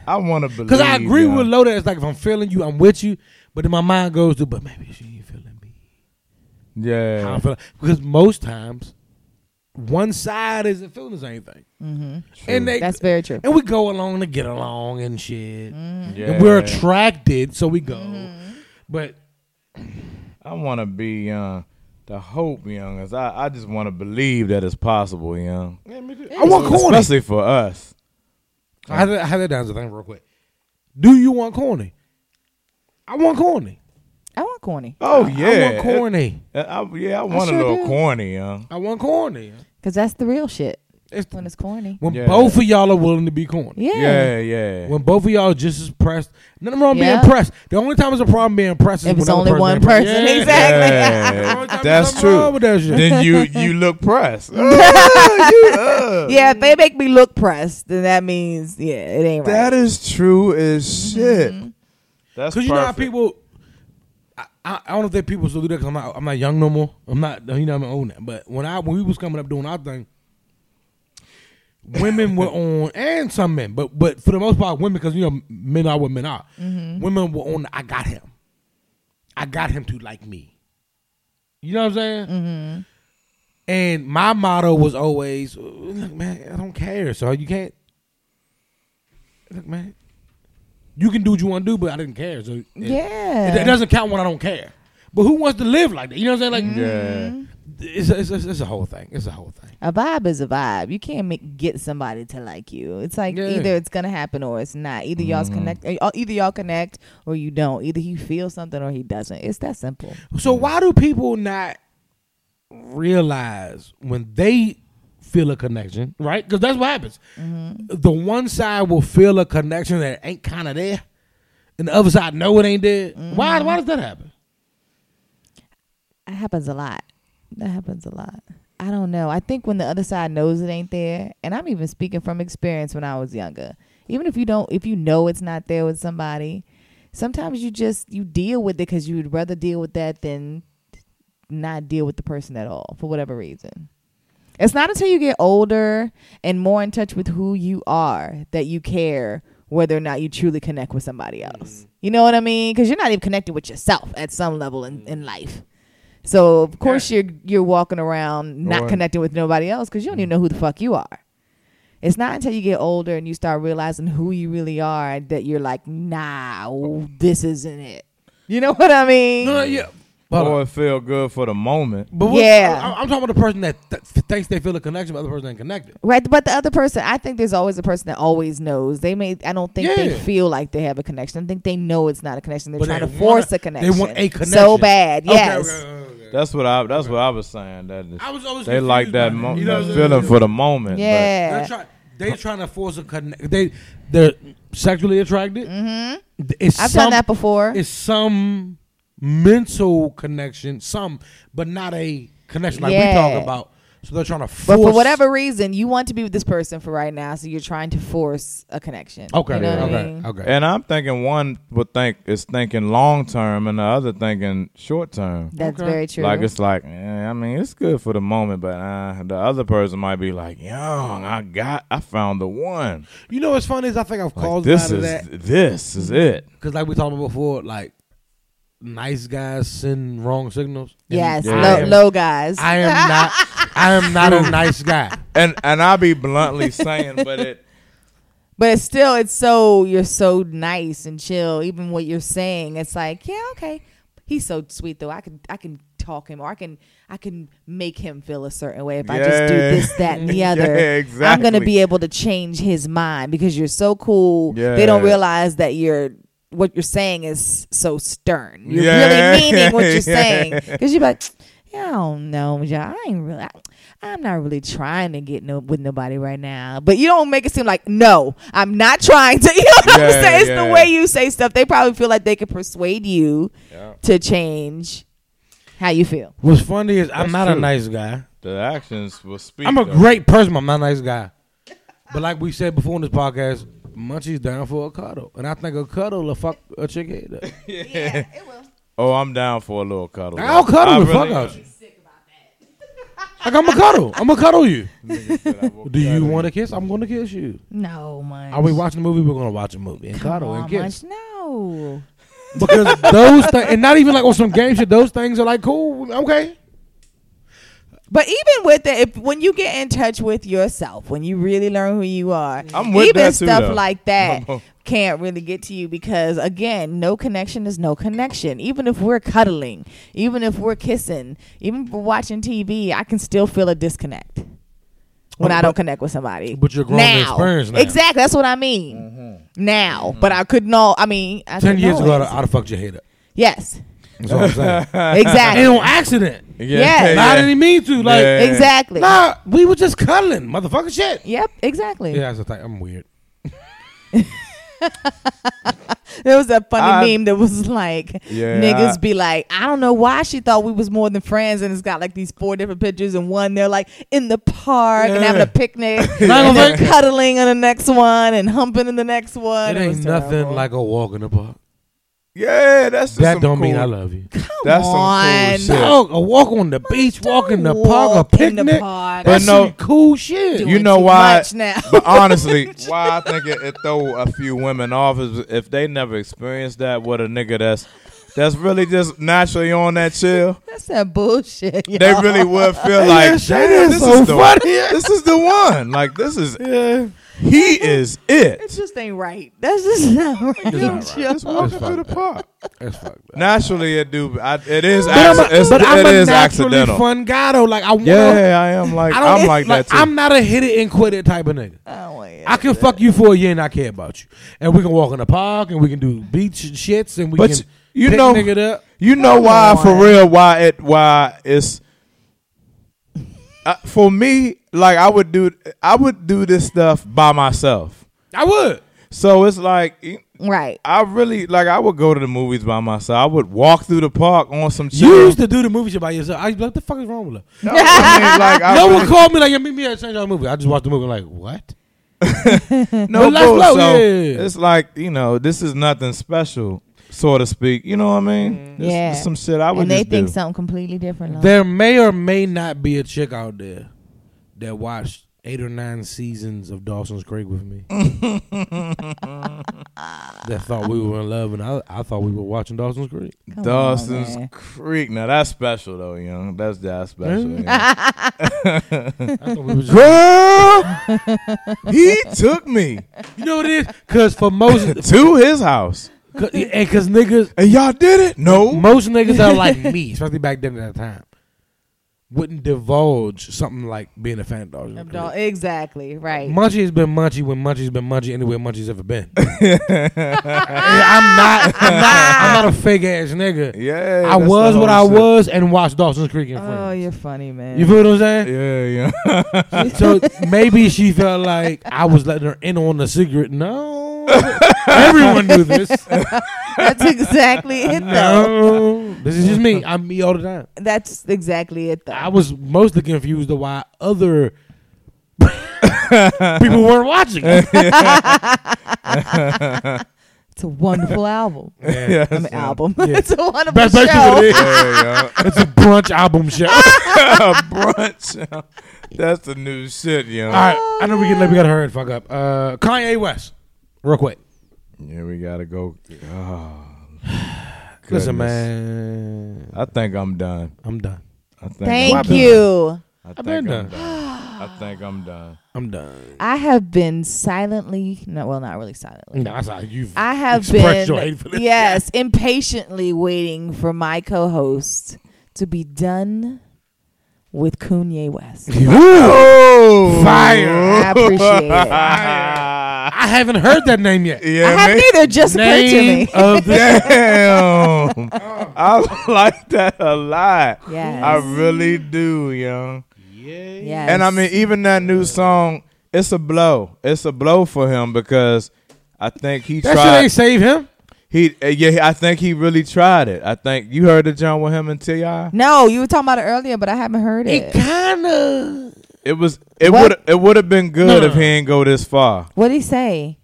Speaker 3: I want to believe
Speaker 1: because I agree
Speaker 3: yeah.
Speaker 1: with Loda, it's like if I'm feeling you, I'm with you. But then my mind goes to, but maybe she ain't feeling me. How
Speaker 3: Yeah,
Speaker 1: I'm feeling because most times one side isn't feeling the same thing, and they
Speaker 2: That's very true.
Speaker 1: and we go along to get along and shit.
Speaker 3: yeah.
Speaker 1: And we're attracted, so we go. But
Speaker 3: I want to be young. The hope, young, is I. I just want to believe that it's possible, young.
Speaker 1: I want corny.
Speaker 3: Especially for us.
Speaker 1: I had, that, I had that down as a thing real quick. Do you want corny? I want corny.
Speaker 2: I want corny
Speaker 3: Oh
Speaker 1: I
Speaker 3: yeah,
Speaker 1: want corny.
Speaker 3: Uh, I, yeah, I want
Speaker 2: sure
Speaker 3: a little
Speaker 2: do.
Speaker 3: corny, young.
Speaker 1: I want corny.
Speaker 2: because that's the real shit
Speaker 1: It's
Speaker 2: when it's corny.
Speaker 1: when
Speaker 3: Yeah.
Speaker 1: both of y'all are willing to be corny.
Speaker 2: Yeah.
Speaker 3: Yeah, yeah.
Speaker 1: When both of y'all just as pressed. Nothing wrong
Speaker 2: Yeah.
Speaker 1: being pressed. The only time it's a problem being pressed is
Speaker 2: If it's
Speaker 1: when
Speaker 2: only
Speaker 1: other
Speaker 2: one
Speaker 1: person ain't pressed. Yeah.
Speaker 2: person, exactly.
Speaker 3: Yeah,
Speaker 1: Yeah.
Speaker 3: that's
Speaker 1: Something wrong
Speaker 3: true.
Speaker 1: with that shit.
Speaker 3: Then you you look pressed.
Speaker 2: Yeah, if they make me look pressed, then that means yeah, it ain't right.
Speaker 3: That is true as shit. That's
Speaker 1: Mm-hmm. Cause you know how
Speaker 3: perfect.
Speaker 1: people. I, I I don't know if that people still do that because I'm not I'm not young no more. I'm not you know I'm old now. But when I when we was coming up doing our thing, women were on and some men, but but for the most part women because you know men are what men are.
Speaker 3: Mm-hmm.
Speaker 1: Women were on. I got him. I got him to like me. You know what I'm saying?
Speaker 3: Mm-hmm.
Speaker 1: And my motto was always, "Look, man, I don't care. So you can't. Look, man, you can do what you want to do, but I didn't care. So it-
Speaker 2: Yeah.
Speaker 1: it, doesn't count when I don't care. But who wants to live like that? You know what I'm saying? Like,
Speaker 2: Mm-hmm.
Speaker 1: Mm-hmm.
Speaker 3: Yeah.
Speaker 1: Mm. it's, a, it's, a, it's a whole thing. It's a whole thing.
Speaker 2: a vibe is a vibe. You can't make, get somebody to like you. It's like
Speaker 1: Yeah.
Speaker 2: either it's gonna happen or it's not. Either y'all's connect, uh, either y'all connect or you don't. Either he feels something or he doesn't. It's that simple.
Speaker 1: So why do people not realize when they feel a connection, right? Because that's what happens. The one side will feel a connection that ain't kind of there, and the other side know it ain't there. Why? Why does that happen?
Speaker 2: That happens a lot. That happens a lot. I don't know. I think when the other side knows it ain't there, and I'm even speaking from experience when I was younger. Even if you don't, if you know it's not there with somebody, sometimes you just you deal with it because you would rather deal with that than not deal with the person at all for whatever reason. It's not until you get older and more in touch with who you are that you care whether or not you truly connect with somebody
Speaker 1: Mm-hmm.
Speaker 2: else. You know what I mean? Because you're not even connected with yourself at some level in,
Speaker 1: Mm-hmm.
Speaker 2: in life. So of course you're you're walking around not
Speaker 3: Right.
Speaker 2: connecting with nobody else because you don't even know who the fuck you are. It's not until you get older and you start realizing who you really are that you're like, nah, w- this isn't it. You know what I mean?
Speaker 1: No, no, yeah. Hold
Speaker 3: or
Speaker 1: on.
Speaker 3: it feel good for the moment.
Speaker 1: But what,
Speaker 2: Yeah.
Speaker 1: I, am talking about the person that th- thinks they feel a connection, but the other person ain't connected.
Speaker 2: Right, but the other person, I think there's always a person that always knows. They may, I don't think
Speaker 1: Yeah.
Speaker 2: they feel like they have a connection. I think they know it's not a connection. They're
Speaker 1: But
Speaker 2: trying
Speaker 1: they
Speaker 2: to force
Speaker 1: wanna-
Speaker 2: a connection.
Speaker 1: They want a connection
Speaker 2: so bad.
Speaker 1: Okay,
Speaker 2: Yes,
Speaker 1: okay, okay, okay.
Speaker 3: That's what I. That's what I was saying. That is,
Speaker 1: I was always
Speaker 3: they like
Speaker 1: confused
Speaker 3: that,
Speaker 1: by
Speaker 3: mo-
Speaker 1: You know
Speaker 3: that
Speaker 1: what I'm
Speaker 3: feeling
Speaker 1: saying?
Speaker 3: for the moment. but-
Speaker 1: They're
Speaker 2: yeah.
Speaker 1: trying. They trying to force a connect. They they're sexually attracted.
Speaker 2: hmm
Speaker 1: It's
Speaker 2: I've
Speaker 1: some,
Speaker 2: done that before.
Speaker 1: It's some mental connection, some, but not a connection like we
Speaker 2: Yeah.
Speaker 1: talking about. So they're trying to
Speaker 2: But
Speaker 1: force.
Speaker 2: for whatever reason, you want to be with this person for right now, so you're trying to force a connection.
Speaker 1: Okay.
Speaker 2: You know what I
Speaker 1: okay.
Speaker 2: mean?
Speaker 1: Okay.
Speaker 3: And I'm thinking one would think is thinking long term, and the other thinking short term.
Speaker 2: That's
Speaker 1: Okay.
Speaker 2: very true.
Speaker 3: Like it's like, eh, I mean, it's good for the moment, but uh, the other person might be like, "Young, I got, I found the one.
Speaker 1: you know what's funny is I think I've
Speaker 3: Like,
Speaker 1: called
Speaker 3: this
Speaker 1: this
Speaker 3: is
Speaker 1: that
Speaker 3: this is it."
Speaker 1: because like we talked about before, like nice guys send wrong signals. And
Speaker 2: yes,
Speaker 3: Yeah.
Speaker 1: I
Speaker 2: low,
Speaker 1: am-
Speaker 2: low guys.
Speaker 1: I am not. I am not a nice guy.
Speaker 3: And and I be bluntly saying, but it
Speaker 2: But it's still, it's so you're so nice and chill. Even what you're saying, it's like, yeah, okay. He's so sweet though. I can, I can talk him, or I can, I can make him feel a certain way if I just do
Speaker 3: Yeah.
Speaker 2: this, that, and the
Speaker 3: Yeah,
Speaker 2: other. I'm
Speaker 3: exactly.
Speaker 2: gonna be able to change his mind because you're so cool. They
Speaker 3: Yeah.
Speaker 2: don't realize that you're. What you're saying is so stern. You're
Speaker 3: Yeah.
Speaker 2: really meaning what you're
Speaker 3: Yeah.
Speaker 2: saying because you're like, yeah, I don't know, y'all. I ain't really. I, I'm not really trying to get no with nobody right now. But you don't make it seem like no, I'm not trying to. You know what I'm
Speaker 3: Yeah,
Speaker 2: saying? It's
Speaker 3: yeah.
Speaker 2: the way you say stuff. They probably feel like they can persuade you to change how you feel.
Speaker 1: What's funny is I'm
Speaker 3: That's
Speaker 1: not
Speaker 3: true.
Speaker 1: a nice guy.
Speaker 3: the actions will speak.
Speaker 1: I'm a
Speaker 3: though.
Speaker 1: great person, but I'm not a nice guy. But like we said before in this podcast, Munchie's down for a cuddle, and I think a cuddle will fuck a chick head up.
Speaker 3: Oh, I'm down for a little cuddle.
Speaker 1: I'll cuddle
Speaker 3: I
Speaker 1: the fuck out you. Like I'm a cuddle. I'm gonna cuddle you.
Speaker 3: really-
Speaker 1: Do you want to kiss? I'm gonna kiss you.
Speaker 2: No, man.
Speaker 1: Are we watching a movie? We're gonna watch a movie and cuddle and kiss.
Speaker 2: No.
Speaker 1: Because those things, and not even like on some game shit. Those things are like cool. Okay.
Speaker 2: But even with that, if when you get in touch with yourself, when you really learn who you are,
Speaker 3: I'm with
Speaker 2: even
Speaker 3: that too,
Speaker 2: stuff
Speaker 3: though.
Speaker 2: like that
Speaker 3: I'm-
Speaker 2: can't really get to you because again, no connection is no connection. Even if we're cuddling, even if we're kissing, even if we're watching TV, I can still feel a disconnect when
Speaker 1: Oh,
Speaker 2: I don't
Speaker 1: but-
Speaker 2: connect with somebody.
Speaker 1: but you're growing the experience now.
Speaker 2: exactly. That's what I mean.
Speaker 3: Mm-hmm.
Speaker 2: Now, but I could know. I mean, I
Speaker 1: Ten
Speaker 2: couldn't
Speaker 1: years ago,
Speaker 2: always.
Speaker 1: I'd, I'd have fucked your head up.
Speaker 2: yes,
Speaker 1: That's all I'm saying. and
Speaker 2: exactly,
Speaker 1: on accident.
Speaker 3: Yeah,
Speaker 2: Yes.
Speaker 1: Nah, I didn't mean to. Like,
Speaker 3: Yeah.
Speaker 2: exactly.
Speaker 1: nah, we were just cuddling, motherfucker. Shit.
Speaker 2: Yep, exactly.
Speaker 1: Yeah, that's the thing. I'm weird.
Speaker 2: There was that funny
Speaker 3: I-
Speaker 2: meme that was like
Speaker 3: Yeah,
Speaker 2: niggas
Speaker 3: I-
Speaker 2: be like, I don't know why she thought we was more than friends, and it's got like these four different pictures, and one they're like in the park and having
Speaker 1: Yeah.
Speaker 2: a picnic,
Speaker 1: gonna
Speaker 2: and they're
Speaker 1: lie.
Speaker 2: cuddling in the next one and humping in the next one.
Speaker 1: It
Speaker 2: was
Speaker 1: ain't nothing
Speaker 2: terrible.
Speaker 1: like a walk in the park.
Speaker 3: Yeah, that's just
Speaker 1: That
Speaker 3: some
Speaker 1: don't mean
Speaker 3: cool-
Speaker 1: I love you.
Speaker 3: That's some cool
Speaker 2: on.
Speaker 3: shit.
Speaker 1: Dog, a walk on the beach, walk in the
Speaker 2: Don't
Speaker 1: park, a
Speaker 2: walk in the
Speaker 1: picnic.
Speaker 2: park.
Speaker 1: That's
Speaker 3: But no-
Speaker 1: some cool shit.
Speaker 2: Doing
Speaker 3: you know
Speaker 2: too
Speaker 3: why?
Speaker 2: much now.
Speaker 3: but honestly, why I think it, it throw a few women off is if they never experienced that with a nigga that's that's really just naturally on that chill.
Speaker 2: That's that bullshit.
Speaker 3: They
Speaker 2: y'all.
Speaker 3: really would feel
Speaker 1: Yeah,
Speaker 3: like
Speaker 1: shit
Speaker 3: "Damn,
Speaker 1: is
Speaker 3: this
Speaker 1: so
Speaker 3: is the
Speaker 1: funny."
Speaker 3: this is the one. Like this is he is
Speaker 2: It
Speaker 3: it.
Speaker 2: just ain't right. That's just not right.
Speaker 1: not right.
Speaker 2: y'all.
Speaker 3: Just walking
Speaker 1: fucked
Speaker 3: through the
Speaker 1: up.
Speaker 3: park.
Speaker 1: That's fucked up.
Speaker 3: Naturally, it do. I, it is.
Speaker 1: But I'm a,
Speaker 3: acci- it's,
Speaker 1: but I'm
Speaker 3: it
Speaker 1: a
Speaker 3: is
Speaker 1: naturally
Speaker 3: accidental.
Speaker 1: fun guy though. Like I want.
Speaker 3: Yeah, I am like
Speaker 1: I
Speaker 3: I
Speaker 1: don't,
Speaker 3: am like that too.
Speaker 1: I'm not a hit it and quit it type of nigga.
Speaker 2: Oh, yeah.
Speaker 1: I can fuck you for a year and I care about you, and we can walk in the park and we can do beach shits and we
Speaker 3: But
Speaker 1: can
Speaker 3: you
Speaker 1: pick
Speaker 3: know-
Speaker 1: nigga up.
Speaker 3: You know
Speaker 2: Come
Speaker 3: why for
Speaker 2: on.
Speaker 3: real why it why it's uh, for me like I would do I would do this stuff by myself.
Speaker 1: I would.
Speaker 3: So it's like
Speaker 2: Right.
Speaker 3: I really like I would go to the movies by myself. I would walk through the park on some
Speaker 1: You
Speaker 3: chill.
Speaker 1: used to do the movie shit by yourself. I was like, the fuck is wrong with her?
Speaker 3: No, I mean, like, I
Speaker 1: no
Speaker 3: really-
Speaker 1: one called me like, yeah, meet me at St. John movie. I just watched the movie. I'm like, what?
Speaker 3: no
Speaker 1: But let's
Speaker 3: bull.
Speaker 1: go,
Speaker 3: so
Speaker 1: yeah.
Speaker 3: it's like you know this is nothing special, so to speak. You know what I mean? This-
Speaker 2: Yeah.
Speaker 3: this some shit I would
Speaker 2: and they
Speaker 3: just
Speaker 2: think
Speaker 3: do.
Speaker 2: something completely different.
Speaker 1: There may or may not be a chick out there that watched eight or nine seasons of Dawson's Creek with me. that thought we were in love, and I, I thought we were watching Dawson's Creek.
Speaker 2: Come on,
Speaker 3: Dawson's
Speaker 2: man.
Speaker 3: Creek. Now that's special though, young. That's that's special.
Speaker 1: Mm.
Speaker 3: young.
Speaker 1: I thought we was
Speaker 3: Girl, he took me
Speaker 1: you know what it is? Because for most,
Speaker 3: to his house.
Speaker 1: Cause, and cause niggas,
Speaker 3: And y'all did it? No.
Speaker 1: most niggas that are like me, especially back then at that time, wouldn't divulge something like being a fan of dogs. in the
Speaker 2: Them
Speaker 1: crib.
Speaker 2: dog- Exactly right.
Speaker 1: Munchie's been Munchie when Munchie's been Munchie anywhere Munchie's ever been. I'm not, I'm not, I'm not a fake ass nigga.
Speaker 3: Yeah.
Speaker 1: I
Speaker 3: that's the
Speaker 1: was what
Speaker 3: whole
Speaker 1: I
Speaker 3: shit.
Speaker 1: was and watched Dawson's Creek in
Speaker 2: Oh,
Speaker 1: front.
Speaker 2: you're funny, man.
Speaker 1: You feel what I'm saying?
Speaker 3: Yeah, yeah.
Speaker 1: So maybe she felt like I was letting her in on the cigarette. No, everyone knew this.
Speaker 2: That's exactly it, though.
Speaker 1: No, this is just me. I'm me all the time.
Speaker 2: That's exactly it, though.
Speaker 1: I was mostly confused of why other people weren't watching.
Speaker 2: it's a wonderful album.
Speaker 1: Yeah.
Speaker 2: An album.
Speaker 1: Yeah.
Speaker 2: it's a wonderful
Speaker 1: That's
Speaker 2: show.
Speaker 1: basically what it is.
Speaker 3: yeah, yeah.
Speaker 1: It's a brunch album show.
Speaker 3: Brunch. That's the new shit, yo.
Speaker 1: All right, I know we get we gotta hurry and fuck up. Uh, Kanye West, real quick.
Speaker 3: Yeah, we gotta go. Oh,
Speaker 1: Listen,
Speaker 3: goodness.
Speaker 1: man,
Speaker 3: I think I'm done.
Speaker 1: I'm done.
Speaker 3: I think I'm
Speaker 2: Thank
Speaker 3: done.
Speaker 2: you.
Speaker 3: I think
Speaker 1: been
Speaker 3: I'm
Speaker 1: done.
Speaker 3: done. I think I'm done.
Speaker 1: I'm done.
Speaker 2: I have been silently, no, well, not really silently.
Speaker 1: No, that's how you've
Speaker 2: I have
Speaker 1: expressed
Speaker 2: been,
Speaker 1: your hate for this.
Speaker 2: yes, impatiently waiting for my co host to be done with Kanye West.
Speaker 3: Oh,
Speaker 1: Fire.
Speaker 2: I appreciate it.
Speaker 1: I haven't heard that name yet.
Speaker 2: I
Speaker 3: Yeah,
Speaker 2: have
Speaker 3: man.
Speaker 2: neither just occurred to
Speaker 1: Name
Speaker 2: me.
Speaker 1: of the
Speaker 3: Damn. I like that a lot.
Speaker 2: Yes.
Speaker 3: I really do, yo.
Speaker 2: Yes.
Speaker 3: And I mean, even that new song, it's a blow. It's a blow for him because I think he
Speaker 1: that shit
Speaker 3: tried.
Speaker 1: ain't save him.
Speaker 3: He uh, yeah, I think he really tried it. I think you heard the joint with him and Ti.
Speaker 2: no, you were talking about it earlier, but I haven't heard
Speaker 1: It
Speaker 2: it.
Speaker 1: kind of
Speaker 3: It was it
Speaker 2: What?
Speaker 3: would it would have been good
Speaker 1: No.
Speaker 3: if he didn't go this far.
Speaker 2: What'd he say?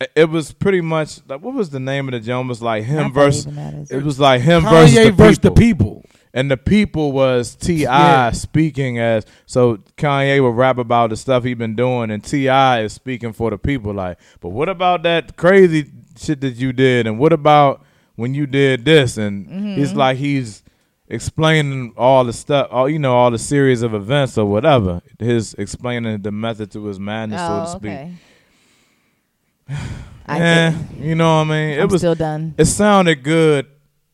Speaker 3: It- It was pretty much like what was the name of the joint? It was like him
Speaker 2: Not that it
Speaker 3: versus.
Speaker 2: even matters.
Speaker 3: It was like him versus the,
Speaker 1: Kanye versus the
Speaker 3: people.
Speaker 1: people.
Speaker 3: and the people was Ti
Speaker 1: Yeah.
Speaker 3: speaking as so Kanye would rap about the stuff he been doing, and Ti is speaking for the people. Like, but what about that crazy shit that you did, and what about when you did this? And
Speaker 2: Mm-hmm.
Speaker 3: he's like he's explaining all the stuff, all you know, all the series of events or whatever. His explaining the method to his madness, so to speak.
Speaker 2: Oh, okay. I
Speaker 3: Eh,
Speaker 2: think
Speaker 3: you know what I mean?
Speaker 2: I'm
Speaker 3: it was
Speaker 2: still done.
Speaker 3: it sounded good,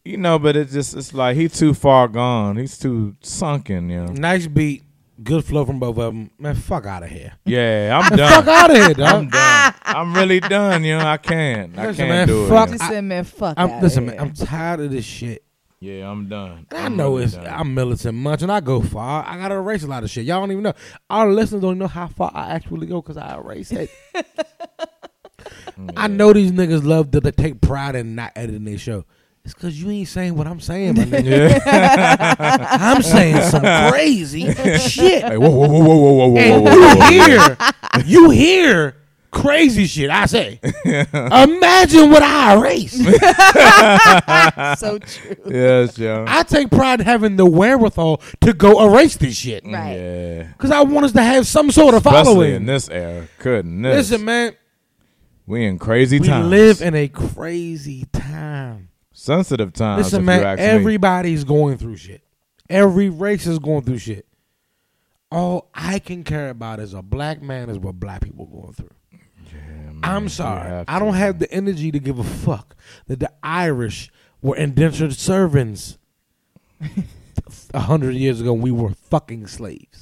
Speaker 3: you know, but it just it's like he too far gone. He's too sunken, you know.
Speaker 1: Nice beat, good flow from both of them. Man, fuck out of here.
Speaker 3: Yeah, I'm
Speaker 1: Man, fuck out
Speaker 3: done.
Speaker 1: of here, dog.
Speaker 3: I'm done. I'm really done, you know. I can't. I
Speaker 1: Listen, man,
Speaker 3: can't do it.
Speaker 1: fuck-
Speaker 3: yo.
Speaker 2: Just
Speaker 1: I-
Speaker 2: said, man, fuck.
Speaker 1: I'm,
Speaker 2: outta
Speaker 1: listen,
Speaker 2: here.
Speaker 1: man, I'm tired of this shit.
Speaker 3: Yeah, I'm done.
Speaker 1: And I
Speaker 3: I'm
Speaker 1: know
Speaker 3: really
Speaker 1: it's
Speaker 3: done.
Speaker 1: I'm militant much, and I go far. I gotta erase a lot of shit. Y'all don't even know. Our listeners don't know how far I actually go because I erase it. I know these niggas love that they take pride in not editing their show. It's because you ain't saying what I'm saying, my nigga.
Speaker 3: Yeah.
Speaker 1: I'm saying some crazy shit.
Speaker 3: hey, whoa, whoa, whoa, whoa, whoa, whoa, whoa,
Speaker 1: And
Speaker 3: whoa, whoa,
Speaker 1: you
Speaker 3: whoa.
Speaker 1: hear, you hear crazy shit. I say, imagine what I erase.
Speaker 2: so true.
Speaker 3: Yes, yo.
Speaker 1: I take pride in having the wherewithal to go erase this shit
Speaker 2: Right.
Speaker 3: Yeah.
Speaker 1: because I want us to have some sort of
Speaker 3: Especially in
Speaker 1: following.
Speaker 3: this era. Goodness.
Speaker 1: Listen, man,
Speaker 3: we in crazy
Speaker 1: we
Speaker 3: times.
Speaker 1: live in a crazy time.
Speaker 3: sensitive times.
Speaker 1: Listen,
Speaker 3: if you
Speaker 1: man,
Speaker 3: ask me.
Speaker 1: everybody's going through shit. Every race is going through shit. All I can care about as a black man is what black people going through. I'm sorry.
Speaker 3: have
Speaker 1: I don't
Speaker 3: to,
Speaker 1: have the energy to give a fuck that the Irish were indentured servants a hundred years ago. We were fucking slaves.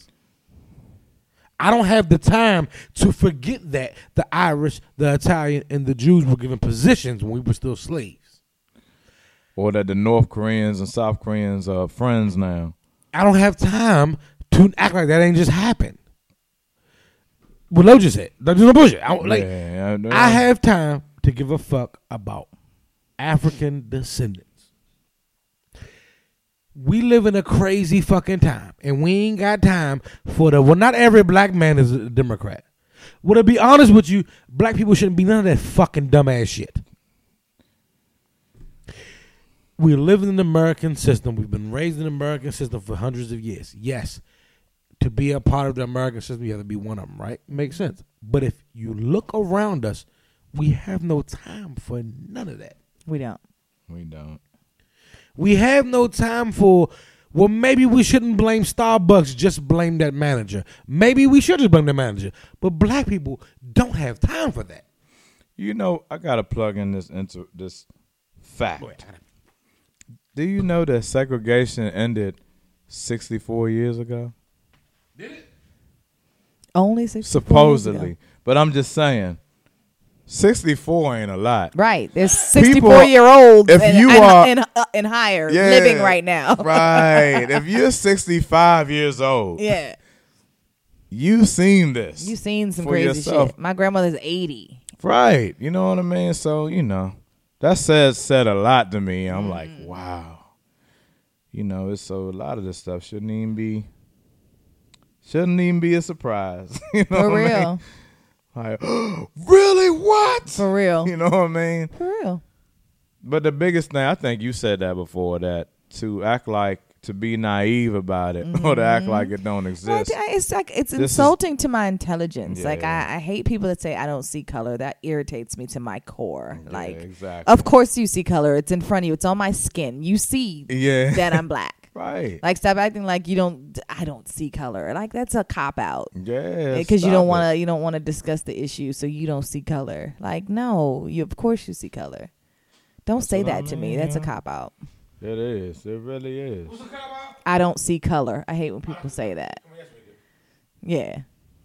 Speaker 1: I don't have the time to forget that the Irish, the Italian, and the Jews were given positions when we were still slaves.
Speaker 3: or that the North Koreans and South Koreans are friends now.
Speaker 1: I don't have time to act like that ain't just happened. What Lo just said. That's no bullshit. I, don't- like,
Speaker 3: yeah, yeah.
Speaker 1: I have time to give a fuck about African descendants. We live in a crazy fucking time, and we ain't got time for the. Well, not every black man is a Democrat. Well, to be honest with you, black people shouldn't be none of that fucking dumbass shit. We live in an American system. We've been raised in an American system for hundreds of years. Yes, to be a part of the American system, you have to be one of them, right? Makes sense. But if you look around us, we have no time for none of that.
Speaker 2: We don't.
Speaker 3: We don't.
Speaker 1: We have no time for. Well, maybe we shouldn't blame Starbucks. Just blame that manager. Maybe we should just blame the manager. But black people don't have time for that.
Speaker 3: You know, I gotta plug in this into this fact. Do you know that segregation ended 64 years ago?
Speaker 2: Only 64 years ago.
Speaker 3: Supposedly. But I'm just saying, 64 ain't a lot.
Speaker 2: Right. There's
Speaker 3: People-
Speaker 2: 64 year olds
Speaker 3: if
Speaker 2: and,
Speaker 3: you
Speaker 2: and,
Speaker 3: are-
Speaker 2: and, uh, and higher
Speaker 3: Yeah.
Speaker 2: living right now.
Speaker 3: right. If you're 65 years old,
Speaker 2: Yeah.
Speaker 3: you've seen this.
Speaker 2: You seen some
Speaker 3: For
Speaker 2: crazy
Speaker 3: yourself.
Speaker 2: shit. My grandmother's 80.
Speaker 3: Right. You know what I mean? So, you know, that says said a lot to me.
Speaker 2: Mm-hmm.
Speaker 3: I'm like, wow. You know, it's so a lot of this stuff shouldn't even be shouldn't even be a surprise. you know
Speaker 2: For
Speaker 3: what I
Speaker 2: real.
Speaker 3: mean? Like, really what?
Speaker 2: For real.
Speaker 3: You know what I mean?
Speaker 2: For real.
Speaker 3: But the biggest thing, I think you said that before, that to act like to be naive about it or to act like it don't
Speaker 2: Like,
Speaker 3: exist.
Speaker 2: I- it's like it's
Speaker 3: this is-
Speaker 2: insulting to my intelligence. Like
Speaker 3: Yeah.
Speaker 2: I, I hate people that say I don't see color. That irritates me to my core. like
Speaker 3: yeah, exactly.
Speaker 2: of course you see color. It's in front of you. It's on my skin. You see
Speaker 3: yeah.
Speaker 2: that I'm black.
Speaker 3: right.
Speaker 2: Like stop acting like you don't. I don't see color. Like that's a cop out.
Speaker 3: yeah.
Speaker 2: because you
Speaker 3: stop
Speaker 2: don't
Speaker 3: it.
Speaker 2: want to you don't want to discuss the issue so you don't see color like no you of course you see color don't say
Speaker 3: what I
Speaker 2: that to me
Speaker 3: mean,
Speaker 2: that's a
Speaker 3: yeah.
Speaker 2: cop out
Speaker 3: It is. It really is.
Speaker 2: i don't see color i hate when people say that yeah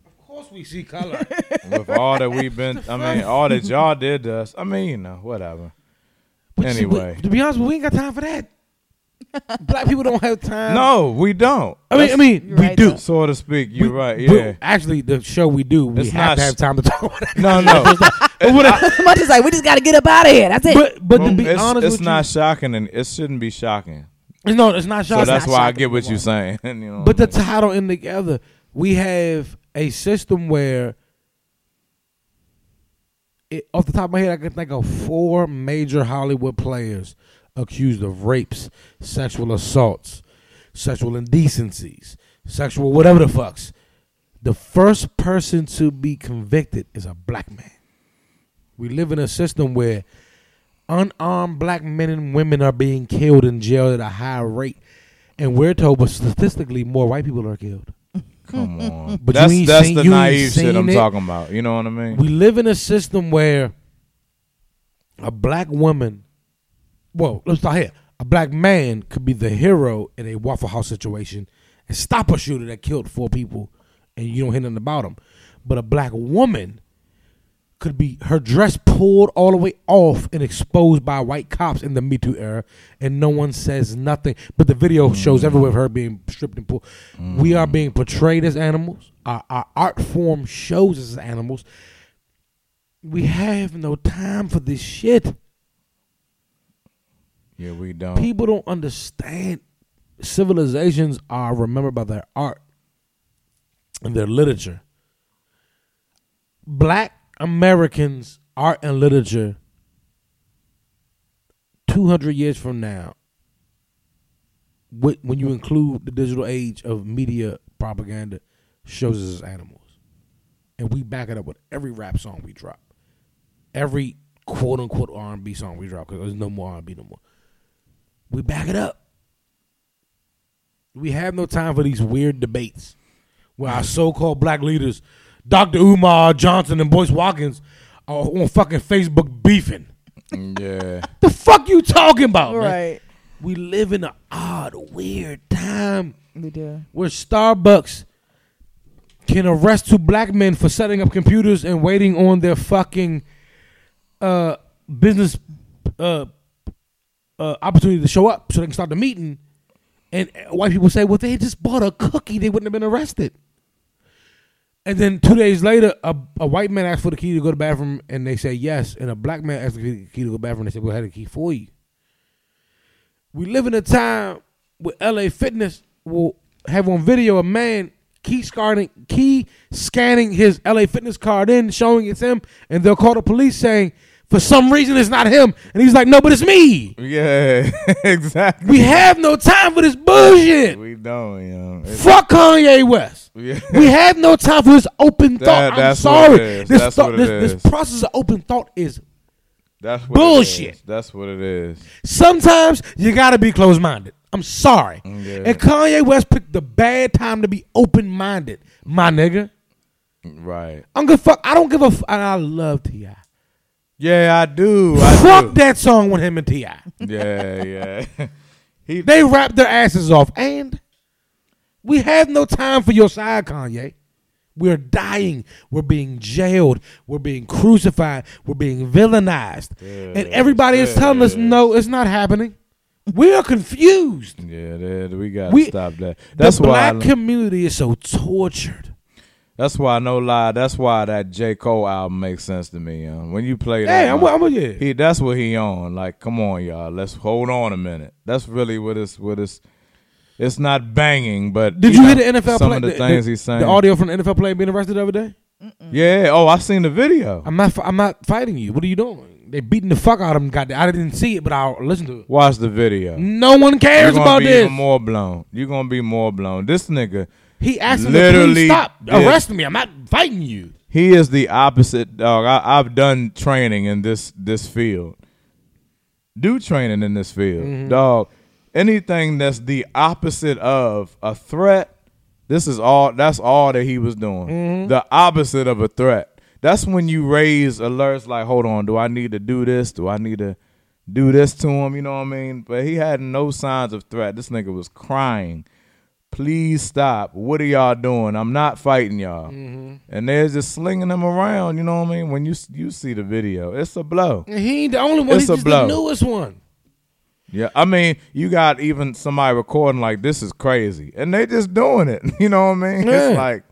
Speaker 1: Of course we see color.
Speaker 3: With all that we've been, I mean, all that y'all did to us. I mean, you know, whatever.
Speaker 1: But see, but
Speaker 3: Anyway.
Speaker 1: to be honest, we ain't got time for that. Black people don't have time.
Speaker 3: No, we don't.
Speaker 1: Uh, I mean, I mean,
Speaker 2: You're
Speaker 1: we
Speaker 2: right,
Speaker 1: do.
Speaker 2: though.
Speaker 3: So to speak, you're
Speaker 1: We
Speaker 3: right.
Speaker 1: do.
Speaker 3: Yeah.
Speaker 1: Actually, the show we do, we
Speaker 3: It's
Speaker 1: have
Speaker 3: not
Speaker 1: to
Speaker 3: s-
Speaker 1: have time to talk about that.
Speaker 3: No, no.
Speaker 1: But, what I-
Speaker 2: much as like we just gotta get up out of here that's it
Speaker 1: but, but to be
Speaker 3: it's,
Speaker 1: honest
Speaker 3: it's
Speaker 1: with
Speaker 3: not shocking, and it shouldn't be shocking.
Speaker 1: you, no, it's not
Speaker 3: So
Speaker 1: shocking.
Speaker 3: that's
Speaker 2: not
Speaker 3: why I
Speaker 2: shocking
Speaker 3: get what
Speaker 2: to
Speaker 3: you're saying. you know
Speaker 1: But the
Speaker 3: what I mean?
Speaker 1: tie don't end together. We have a system where, it, off the top of my head, I can think of four major Hollywood players accused of rapes, sexual assaults, sexual indecencies, sexual whatever the fucks. The first person to be convicted is a black man. We live in a system where unarmed black men and women are being killed and jailed at a high rate. And we're told, but statistically, more white people are killed.
Speaker 3: come on.
Speaker 1: But you
Speaker 3: that's
Speaker 1: ain't
Speaker 3: that's
Speaker 1: seen-
Speaker 3: the
Speaker 1: you ain't
Speaker 3: naive shit
Speaker 1: seen
Speaker 3: I'm
Speaker 1: it.
Speaker 3: talking about. You know what I mean?
Speaker 1: We live in a system where a black woman, well, let's start here. A black man could be the hero in a Waffle House situation and stop a shooter that killed four people and you don't hear nothing about him. But a black woman could be her dress pulled all the way off and exposed by white cops in the Me Too era, and no one says nothing. But the video shows everywhere of her being stripped and pulled. We are being portrayed as animals. Our, our art form shows us as animals. We have no time for this shit.
Speaker 3: yeah, we don't.
Speaker 1: People don't understand. Civilizations are remembered by their art and their literature. Black Americans' art and literature, 200 years from now, wh- when you include the digital age of media propaganda, shows us as animals. And we back it up with every rap song we drop, every quote unquote R&B song we drop, because there's no more R&B no more we back it up. We have no time for these weird debates where our so-called black leaders, Dr. Umar Johnson and Boyce Watkins, are on fucking Facebook beefing.
Speaker 3: yeah.
Speaker 1: The fuck you talking about, man?
Speaker 2: right
Speaker 1: We live in an odd, weird time
Speaker 2: we do
Speaker 1: where Starbucks can arrest two black men for setting up computers and waiting on their fucking uh, business uh, uh, opportunity to show up so they can start the meeting. And uh, white people say, well, if they had just bought a cookie, they wouldn't have been arrested. And then two days later, a, a white man asked for the key to go to the bathroom, and they say yes. And a black man asked for the key to go to the bathroom, and they said, well, I had the key for you. We live in a time where LA Fitness will have on video a man key scanning, key scanning his LA Fitness card in, showing it's him, and they'll call the police saying, for some reason, it's not him. And he's like, no, but it's me.
Speaker 3: Yeah. exactly.
Speaker 1: We have no time for this bullshit.
Speaker 3: We don't. You know. It's-
Speaker 1: Fuck Kanye West.
Speaker 3: Yeah.
Speaker 1: We have no time for this open
Speaker 3: That-
Speaker 1: thought. I'm
Speaker 3: that's what
Speaker 1: sorry.
Speaker 3: it is.
Speaker 1: This,
Speaker 3: That's
Speaker 1: thought,
Speaker 3: what it
Speaker 1: this,
Speaker 3: is.
Speaker 1: this process of open thought is
Speaker 3: That's what it
Speaker 1: Bullshit.
Speaker 3: is. That's what it is.
Speaker 1: sometimes you gotta be closed minded. I'm sorry.
Speaker 3: Yeah.
Speaker 1: And Kanye West picked the bad time to be open minded, my nigga.
Speaker 3: Right.
Speaker 1: I'm gonna fuck. I don't give a. F- and I love Ti.
Speaker 3: Yeah, I do. I
Speaker 1: Fuck
Speaker 3: do.
Speaker 1: that song with him and T.I.
Speaker 3: Yeah, yeah. he
Speaker 1: They rap their asses off. And we have no time for your side, Kanye. We're dying. We're being jailed. We're being crucified. We're being villainized. and everybody is telling us, no, it's not happening. We are confused.
Speaker 3: Yeah, that- we gotta
Speaker 1: We-
Speaker 3: stop that. That's
Speaker 1: the
Speaker 3: why.
Speaker 1: black
Speaker 3: I,
Speaker 1: community is so tortured.
Speaker 3: that's why. No lie. That's why that J Cole album makes sense to me. Um, when you play that,
Speaker 1: Hey, I'm,
Speaker 3: um,
Speaker 1: I'm, yeah.
Speaker 3: he that's what he on. Like, come on, y'all. Let's hold on a minute. That's really what it's what it's. It's not banging, but
Speaker 1: Did you
Speaker 3: know,
Speaker 1: hear the NFL
Speaker 3: Some
Speaker 1: play?
Speaker 3: of the, things he's saying.
Speaker 1: The audio from the NFL player being arrested the other day.
Speaker 3: Yeah. Oh, I seen the video.
Speaker 1: I'm not. fi- I'm not fighting you. What are you doing? They beating the fuck out of him. Goddamn. I didn't see it, but I'll listen to it.
Speaker 3: Watch the video.
Speaker 1: No one
Speaker 3: You're
Speaker 1: cares
Speaker 3: gonna
Speaker 1: about
Speaker 3: be
Speaker 1: this.
Speaker 3: even more blown. You're gonna be more blown. This nigga,
Speaker 1: he asked him to
Speaker 3: Literally
Speaker 1: please stop
Speaker 3: did.
Speaker 1: arresting me. I'm not fighting you.
Speaker 3: he is the opposite dog. I, I've done training in this this field. Do training in this field, dog. Anything that's the opposite of a threat, this is all. That's all that he was doing. The opposite of a threat. That's when you raise alerts like, hold on, do I need to do this? Do I need to do this to him? You know what I mean? But he had no signs of threat. This nigga was crying. Please stop. What are y'all doing? I'm not fighting y'all. And they're just slinging them around. You know what I mean? When you you see the video, it's a blow.
Speaker 1: And he ain't the only one.
Speaker 3: It's
Speaker 1: He's
Speaker 3: a
Speaker 1: just
Speaker 3: blow.
Speaker 1: the newest one.
Speaker 3: Yeah, I mean, you got even somebody recording like this is crazy, and they just doing it. You know what I mean?
Speaker 1: Yeah.
Speaker 3: It's like,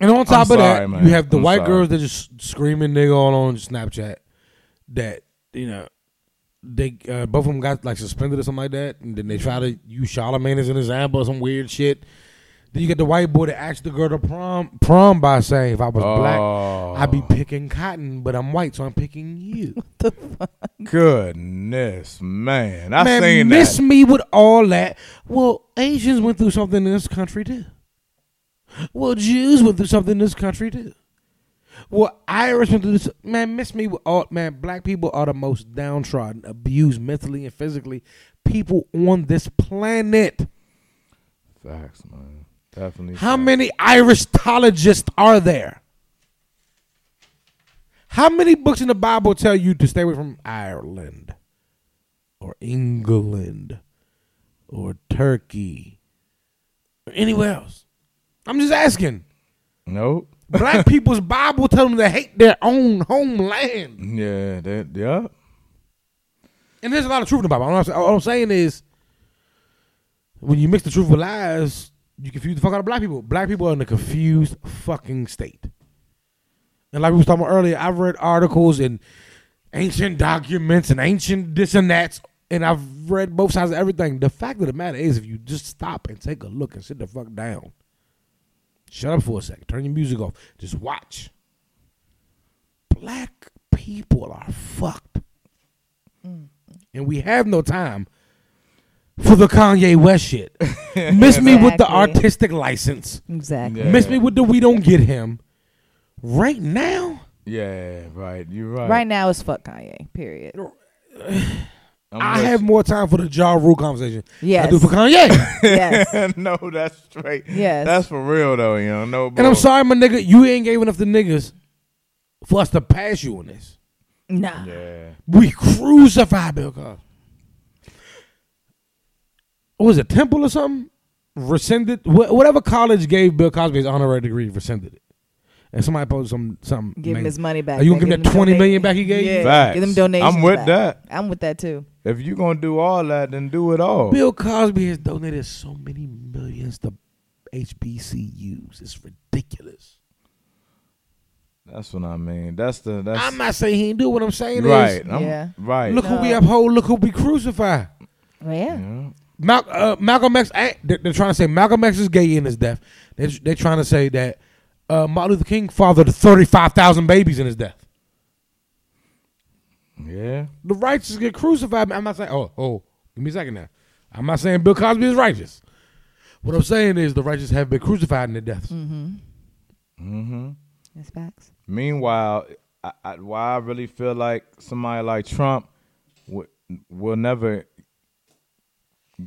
Speaker 1: And on top of
Speaker 3: sorry,
Speaker 1: that,
Speaker 3: man.
Speaker 1: you have the
Speaker 3: I'm
Speaker 1: white
Speaker 3: sorry.
Speaker 1: girls that just screaming nigga all on Snapchat. That you know, they uh, both of them got like suspended or something like that, and then they try to use Charlamagne as an example or some weird shit. Then you get the white boy that asked the girl to prom prom by saying, "If I was
Speaker 3: Oh.
Speaker 1: black, I'd be picking cotton, but I'm white, so I'm picking you."
Speaker 3: goodness, man, I
Speaker 1: Man,
Speaker 3: seen
Speaker 1: miss
Speaker 3: that.
Speaker 1: me with all that. Well, Asians went through something in this country too. Well, Jews went through something in this country too. Well, Irish went through this. Man, miss me with all. Man, black people are the most downtrodden, abused mentally and physically people on this planet.
Speaker 3: Facts, man. Definitely.
Speaker 1: How
Speaker 3: facts.
Speaker 1: many Irishologists are there? How many books in the Bible tell you to stay away from Ireland or England or Turkey or anywhere else? I'm just asking.
Speaker 3: Nope.
Speaker 1: Black people's Bible tell them to hate their own homeland.
Speaker 3: Yeah. That. Yeah.
Speaker 1: And there's a lot of truth in the Bible. All I'm, all I'm saying is, when you mix the truth with lies, you confuse the fuck out of black people. Black people are in a confused fucking state. And like we was talking about earlier, I've read articles and ancient documents and ancient this and that's, and I've read both sides of everything. The fact of the matter is, if you just stop and take a look and sit the fuck down, shut up for a second, turn your music off, just watch. Black people are fucked and we have no time for the Kanye West shit. Miss me with the
Speaker 2: Exactly.
Speaker 1: artistic license.
Speaker 2: Exactly.
Speaker 3: Yeah.
Speaker 1: Miss me with the we don't get him. Right now,
Speaker 3: Yeah. Right. You're right.
Speaker 2: Right now, it's fuck Kanye. Period.
Speaker 3: I'm
Speaker 1: i
Speaker 3: with
Speaker 1: have more time for the Ja Rule conversation. Yeah, I
Speaker 2: Yes.
Speaker 1: do for Kanye.
Speaker 2: Yes.
Speaker 3: no, that's straight.
Speaker 2: Yes.
Speaker 3: That's for real though. You know. No.
Speaker 1: and I'm
Speaker 3: bull.
Speaker 1: sorry, my nigga, you ain't gave enough to niggas for us to pass you on this.
Speaker 2: nah.
Speaker 3: Yeah.
Speaker 1: We crucify Bill Cosby. What was it Temple or something? Rescinded wh- whatever college gave Bill Cosby his honorary degree, rescinded it. And somebody posted some some
Speaker 2: Give him
Speaker 1: man-
Speaker 2: his money back.
Speaker 1: Are you
Speaker 2: man.
Speaker 1: gonna give him that
Speaker 2: him
Speaker 1: 20 million
Speaker 2: donat-
Speaker 1: back he gave you?
Speaker 2: Yeah. Give them
Speaker 3: Facts.
Speaker 2: donations.
Speaker 3: I'm with
Speaker 2: back.
Speaker 3: that.
Speaker 2: I'm with that too.
Speaker 3: If you gonna do all that, then do it all.
Speaker 1: Bill Cosby has donated so many millions to HBCUs. It's ridiculous.
Speaker 3: That's what I mean. That's the. That's
Speaker 1: I'm not saying he didn't do it. What I'm saying
Speaker 3: right. I'm-
Speaker 2: Yeah.
Speaker 3: Right.
Speaker 1: is, look who we
Speaker 2: No.
Speaker 1: uphold. Look who we crucify. Oh,
Speaker 2: Well, yeah.
Speaker 3: Yeah.
Speaker 1: Mal- uh, Malcolm X. ain't- They're, they're trying to say Malcolm X is gay in his death. They're, they're trying to say that uh, Martin Luther King fathered 35,000 babies in his death.
Speaker 3: Yeah.
Speaker 1: The righteous get crucified. I'm not saying. Oh, oh, give me a second now. I'm not saying Bill Cosby is righteous. What I'm saying is the righteous have been crucified in their deaths.
Speaker 2: That's facts.
Speaker 3: Meanwhile, I, I, why I really feel like somebody like Trump would, will never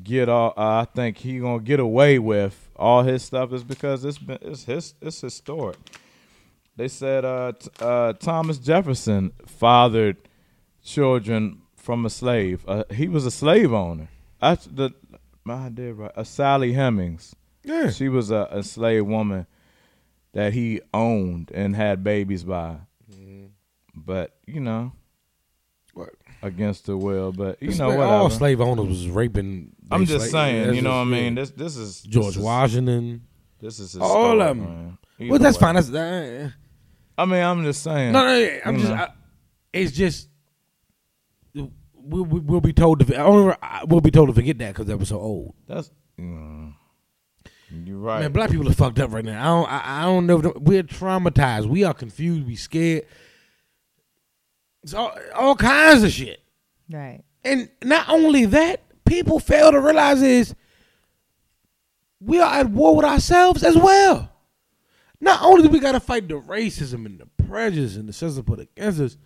Speaker 3: get all. uh, I think he gonna get away with all his stuff is because it's been it's his it's historic. They said uh, t- uh, Thomas Jefferson fathered children from a slave. Uh, he was a slave owner. I the I did right. Uh, Sally Hemings.
Speaker 1: Yeah.
Speaker 3: She was a, a slave woman that he owned and had babies by.
Speaker 2: Mm-hmm.
Speaker 3: But you know,
Speaker 1: What?
Speaker 3: against the will. But you
Speaker 1: This
Speaker 3: know
Speaker 1: man-
Speaker 3: what?
Speaker 1: All slave owners was raping.
Speaker 3: I'm
Speaker 1: they
Speaker 3: just
Speaker 1: slave-
Speaker 3: saying.
Speaker 1: that's
Speaker 3: You know what I
Speaker 1: just-
Speaker 3: mean?
Speaker 1: yeah.
Speaker 3: This this is
Speaker 1: George
Speaker 3: this is,
Speaker 1: Washington.
Speaker 3: This is
Speaker 1: All
Speaker 3: historic,
Speaker 1: of 'em.
Speaker 3: man. Either
Speaker 1: Well, that's
Speaker 3: way.
Speaker 1: fine. That's that.
Speaker 3: I mean, I'm just saying.
Speaker 1: No, no, yeah, I'm
Speaker 3: You
Speaker 1: just.
Speaker 3: know.
Speaker 1: I, it's just. We'll, we'll we'll be told to. I don't, I- we'll be told to forget that because that was so old.
Speaker 3: That's mm, you're right.
Speaker 1: Man, black people are fucked up right now. I don't. I, I don't know. If, we're traumatized. We are confused. We scared. It's all, all kinds of shit.
Speaker 2: Right.
Speaker 1: And not only that, people fail to realize is we are at war with ourselves as well. Not only do we gotta fight the racism and the prejudice and the system put against us,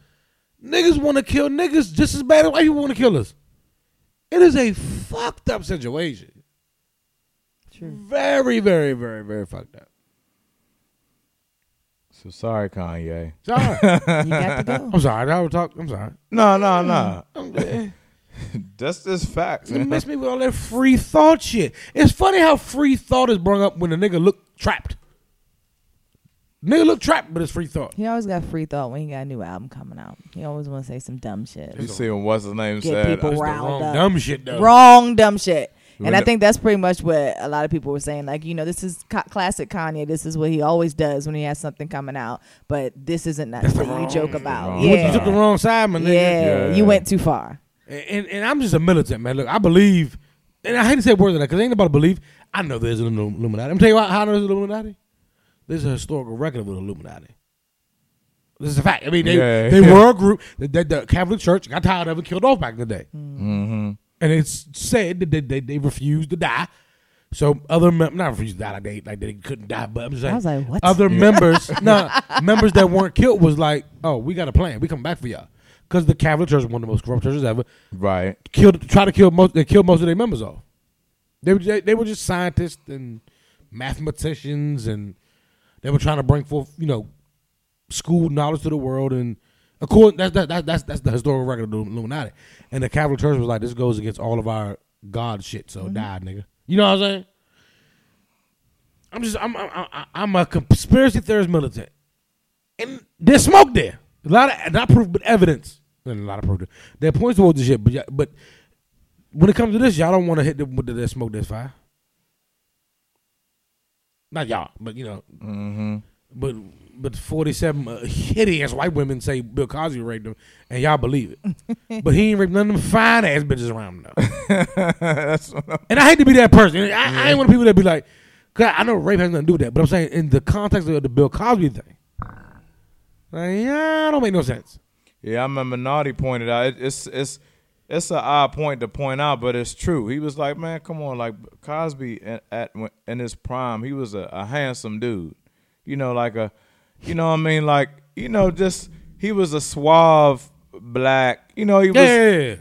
Speaker 1: niggas wanna kill niggas just as bad as white people wanna kill us. It is a fucked up situation.
Speaker 2: True.
Speaker 1: Very, very, very, very fucked up.
Speaker 3: so sorry, Kanye.
Speaker 1: Sorry.
Speaker 2: You got to go.
Speaker 1: I'm sorry. I was talking. I'm sorry.
Speaker 3: No, no, no.
Speaker 1: I'm just,
Speaker 3: That's just facts.
Speaker 1: you
Speaker 3: man.
Speaker 1: miss me with all that free thought shit. It's funny how free thought is brought up when a nigga look trapped. Nigga look trapped, but it's free thought.
Speaker 2: He always got free thought when he got a new album coming out. He always want to say some dumb shit.
Speaker 3: You see, what's his name
Speaker 2: Get
Speaker 3: said?
Speaker 2: people
Speaker 3: I-
Speaker 2: riled
Speaker 1: Wrong
Speaker 2: up.
Speaker 1: dumb shit though.
Speaker 2: wrong dumb shit.
Speaker 3: We
Speaker 2: And I
Speaker 3: know-
Speaker 2: think that's pretty much what a lot of people were saying. Like, you know, this is co- classic Kanye. This is what he always does when he has something coming out. But this isn't that
Speaker 1: the
Speaker 2: thing you
Speaker 1: wrong-
Speaker 2: joke about.
Speaker 3: wrong
Speaker 1: You went- You
Speaker 2: Yeah.
Speaker 1: took the wrong side, my
Speaker 2: Yeah.
Speaker 1: nigga.
Speaker 3: Yeah.
Speaker 2: You went too far.
Speaker 1: And, and I'm just a militant, man. Look, I believe, and I hate to say words like that because ain't about to believe. I know there's an Illum- Illuminati. I'm tell you how, how I know there's an Illuminati. There's a historical record of an Illuminati. This is a fact. I mean, they,
Speaker 3: Yeah.
Speaker 1: they were a group that, that the Catholic Church got tired of and killed off back in the day.
Speaker 3: Mhm.
Speaker 1: and it's said that they, they, they refused to die. So other mem- not refused to die like they like they couldn't die, but I'm just saying
Speaker 2: I was like, what?
Speaker 1: other members, no members that weren't killed was like, oh, we got a plan, we come back for y'all, because the Catholic Church, one of the most corrupt churches ever,
Speaker 3: Right.
Speaker 1: killed try to kill most they killed most of their members off. They were they, they were just scientists and mathematicians and they were trying to bring forth you know school knowledge to the world and according that's that, that that's that's the historical record of the Illuminati and the Catholic Church was like this goes against all of our God shit so die nigga you know what I'm saying. I'm just I'm I'm, I'm- I'm a conspiracy theorist militant, and there's smoke there. A lot of not proof, but evidence, and a lot of proof. There, there are points towards the shit, but y'all- but when it comes to this, y'all don't want to hit them with the, that smoke. That's fire. Not y'all, but you know,
Speaker 3: Mm-hmm.
Speaker 1: but but 47 uh, hideous white women say Bill Cosby raped them, and y'all believe it. but he ain't raped none of them fine ass bitches around him. Though.
Speaker 3: That's what I'm,
Speaker 1: And I hate to be that person. I, I ain't one of the people that be like, God, I know rape has nothing to do with that, but I'm saying in the context of the Bill Cosby thing, like, yeah, it don't make no sense.
Speaker 3: yeah, I remember Naughty pointed out. It, it's it's it's an odd point to point out, but it's true. He was like, man, come on, like Cosby at, at in his prime, he was a, a handsome dude. You know, like a, you know what I mean, like you know, just he was a suave black. You know, he was.
Speaker 1: Yeah, yeah, yeah.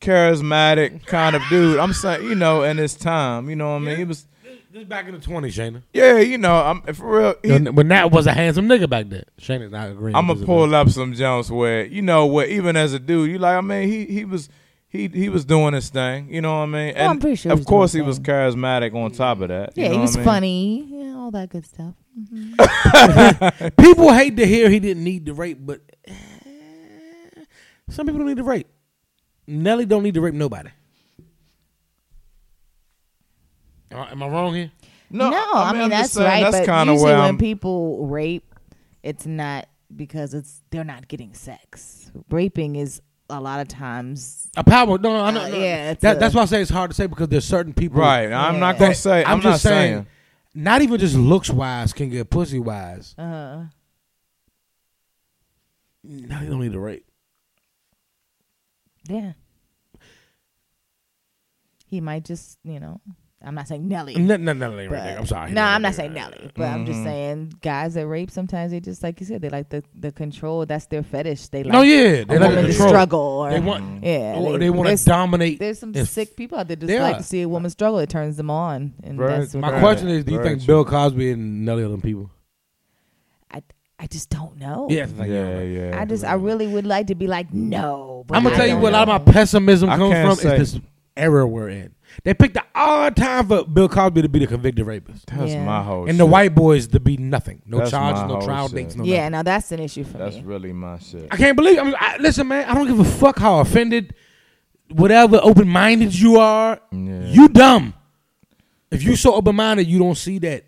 Speaker 3: charismatic kind of dude. I'm saying, you know, in his time, you know what I mean? He was,
Speaker 1: This back in the 20s, Shayna.
Speaker 3: yeah, you know, I'm for real. He,
Speaker 1: when that was a handsome nigga back then. Shayna's not agreeing.
Speaker 3: I'm
Speaker 1: with this
Speaker 3: gonna pull up some jumps where, you know, where even as a dude, you like, I mean, he he was he he was doing his thing, you know what I mean? And
Speaker 2: Well, I'm pretty sure he
Speaker 3: of
Speaker 2: was doing
Speaker 3: course
Speaker 2: his
Speaker 3: he was
Speaker 2: thing.
Speaker 3: charismatic on top of that. you
Speaker 2: Yeah,
Speaker 3: know
Speaker 2: he
Speaker 3: what
Speaker 2: was
Speaker 3: I mean?
Speaker 2: funny. Yeah, all that good stuff.
Speaker 1: event. People hate to hear he didn't need the rape, but eh, some people don't need the rape. Nelly don't need to rape nobody. Am I, am I wrong here?
Speaker 2: No, I, mean,
Speaker 3: I'm
Speaker 2: that's
Speaker 3: just saying,
Speaker 2: right. but
Speaker 3: That's kind of
Speaker 2: usually
Speaker 3: where
Speaker 2: when
Speaker 3: I'm.
Speaker 2: people rape, it's not because it's they're not getting sex. Raping is a lot of times.
Speaker 1: A power? No, no, no.
Speaker 2: Uh,
Speaker 1: no.
Speaker 2: yeah, it's
Speaker 1: That,
Speaker 2: a-
Speaker 1: that's why I say it's hard to say because there's certain people.
Speaker 3: right, I'm not
Speaker 2: Yeah.
Speaker 3: gonna
Speaker 1: that-
Speaker 3: say. I'm, not
Speaker 1: just
Speaker 3: saying.
Speaker 1: Not even just looks wise can get pussy wise.
Speaker 2: Uh,
Speaker 1: No, you don't need to rape.
Speaker 2: yeah. He might just, you know, I'm not saying Nelly.
Speaker 1: No, no, no, no,
Speaker 2: but-
Speaker 1: I'm sorry.
Speaker 2: No, Eh. I'm not saying Nelly, but I'm just saying guys that rape sometimes they just like you said they like the, the control. That's their fetish. They like
Speaker 1: No, yeah, they
Speaker 2: a
Speaker 1: like
Speaker 2: woman to
Speaker 1: control.
Speaker 2: struggle or
Speaker 1: They want,
Speaker 2: yeah.
Speaker 1: or Oh, they want
Speaker 2: there's-
Speaker 1: to dominate.
Speaker 2: There's some
Speaker 1: and
Speaker 2: sick people out there just
Speaker 1: They
Speaker 2: like
Speaker 1: are.
Speaker 2: to see a woman struggle. It turns them on, and
Speaker 3: Very-
Speaker 2: that's what
Speaker 1: My
Speaker 3: Right.
Speaker 1: question is, do you
Speaker 3: Very
Speaker 1: think
Speaker 3: true.
Speaker 1: Bill Cosby and Nelly are them people?
Speaker 2: I I just don't know.
Speaker 1: Yeah, it's like,
Speaker 3: yeah,
Speaker 1: yeah.
Speaker 3: yeah.
Speaker 2: I just I really would like to be like no. But
Speaker 1: I'm gonna
Speaker 2: I
Speaker 1: tell you
Speaker 2: don't
Speaker 1: where a lot
Speaker 2: know.
Speaker 1: of my pessimism
Speaker 3: I
Speaker 1: comes
Speaker 3: can't
Speaker 1: from
Speaker 3: say.
Speaker 1: is this era we're in. They picked the odd time for Bill Cosby to be the convicted rapist,
Speaker 3: That's
Speaker 2: Yeah.
Speaker 3: my whole.
Speaker 1: and the
Speaker 3: Oh, shit.
Speaker 1: white boys to be nothing, no
Speaker 3: That's my
Speaker 1: charges, no
Speaker 3: whole
Speaker 1: trial
Speaker 3: shit.
Speaker 1: dates, no
Speaker 2: yeah.
Speaker 1: nothing.
Speaker 2: Now that's an issue for
Speaker 3: That's
Speaker 2: me.
Speaker 3: really my shit.
Speaker 1: I can't believe. I mean, I, listen, man, I don't give a fuck how offended, whatever open minded you are,
Speaker 3: Yeah.
Speaker 1: you dumb. If you so open minded, you don't see that.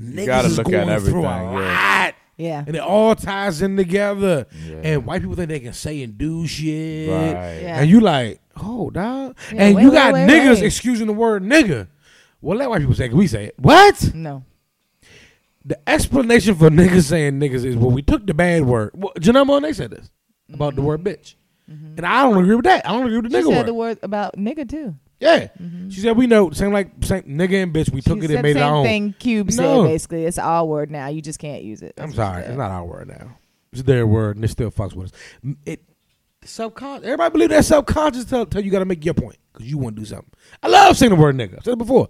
Speaker 1: Niggas
Speaker 3: gotta
Speaker 1: is
Speaker 3: look at
Speaker 1: going through
Speaker 3: everything,
Speaker 1: a
Speaker 3: yeah.
Speaker 1: lot.
Speaker 2: yeah.
Speaker 1: and it all ties in together.
Speaker 3: Yeah.
Speaker 1: And white people think they can say and do shit.
Speaker 3: Right.
Speaker 2: Yeah.
Speaker 1: And you like, oh, dog.
Speaker 2: Yeah,
Speaker 1: and
Speaker 2: wait,
Speaker 1: you
Speaker 2: wait,
Speaker 1: got
Speaker 2: wait,
Speaker 1: niggas
Speaker 2: wait.
Speaker 1: excusing the word nigga. Well, let white people say it. 'cause We say it. What?
Speaker 2: No.
Speaker 1: The explanation for niggas saying niggas is well, we took the bad word. Well, Janelle Monae said this about the word bitch. And I don't agree with that. I don't agree with the
Speaker 2: Mm-hmm. She
Speaker 1: nigga
Speaker 2: said
Speaker 1: word.
Speaker 2: the word about nigga too.
Speaker 1: yeah. She said, we know, same like same nigga and bitch, we took
Speaker 2: She
Speaker 1: it
Speaker 2: said
Speaker 1: and made it
Speaker 2: same
Speaker 1: our own.
Speaker 2: thing Cube
Speaker 1: No.
Speaker 2: said basically. It's our word now. You just can't use it.
Speaker 1: I'm
Speaker 2: That's what she
Speaker 1: sorry, it's
Speaker 2: said.
Speaker 1: not our word now. It's their word, and it still fucks with us. M- It subconscious. Everybody believe that subconscious tell, tell you got to make your point because you want to do something. I love saying the word nigga. I said it before.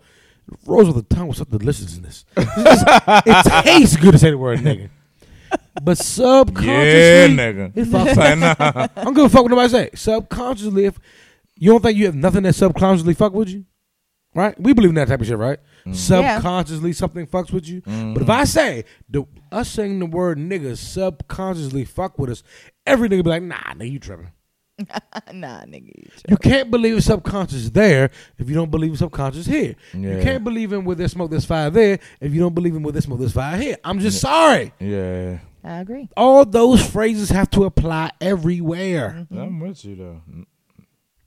Speaker 1: Rolls with the tongue with such deliciousness. it tastes good to say the word nigga, but subconsciously,
Speaker 3: Yeah, nigga.
Speaker 1: it fucks.
Speaker 3: Say nah.
Speaker 1: I don't give a fuck what nobody say. Subconsciously, if you don't think you have nothing that subconsciously fuck with you, right? We believe in that type of shit, right? Subconsciously, something fucks with you. But if I say the us saying the word nigga subconsciously fuck with us, every nigga be like, nah, nigga, you tripping.
Speaker 2: nah, nigga. you
Speaker 1: You can't believe in subconscious there if you don't believe in subconscious here. You
Speaker 3: Yeah.
Speaker 1: can't believe in where there's smoke, there's fire there if you don't believe in where there's smoke, there's fire here. I'm just sorry.
Speaker 3: yeah.
Speaker 2: tripping. I agree.
Speaker 1: All those phrases have to apply everywhere.
Speaker 3: I'm with you though.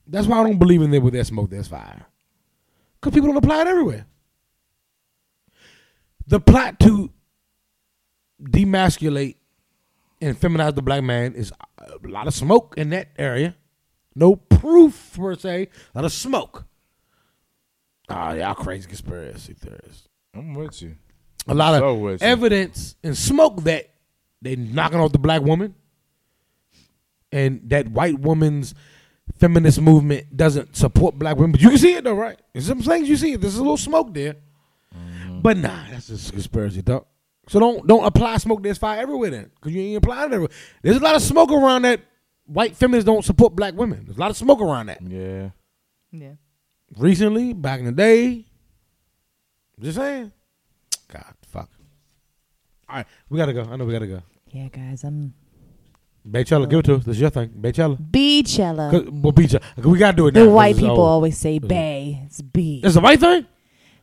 Speaker 1: That's why I don't believe in there with that smoke, there's fire. Because people don't apply it everywhere. The plot to demasculate and feminize the black man is a lot of smoke in that area. No proof, per se. A lot of smoke. Ah, y'all crazy conspiracy theorists.
Speaker 3: I'm with you.
Speaker 1: A lot
Speaker 3: So
Speaker 1: of
Speaker 3: with you.
Speaker 1: evidence and smoke that they knocking off the black woman and that white woman's feminist movement doesn't support black women. But you can see it though, right? There's some things you see. There's a little smoke there. But nah, that's just a conspiracy talk. So don't don't apply smoke there's fire everywhere then. Because you ain't applying it everywhere. There's a lot of smoke around that white feminists don't support black women. There's a lot of smoke around that.
Speaker 3: Yeah.
Speaker 2: Yeah.
Speaker 1: Recently, back in the day. Just saying. God, fuck. All right, we gotta go. I know we gotta go.
Speaker 2: Yeah, guys. I'm
Speaker 1: Baychella, give it to us. This is your thing. Baychella.
Speaker 2: Beachella.
Speaker 1: 'Cause- Well, Beach, uh, we gotta do it now.
Speaker 2: The
Speaker 1: 'cause
Speaker 2: white
Speaker 1: it's
Speaker 2: people
Speaker 1: old.
Speaker 2: always say bay. It's B.
Speaker 1: It's a white thing?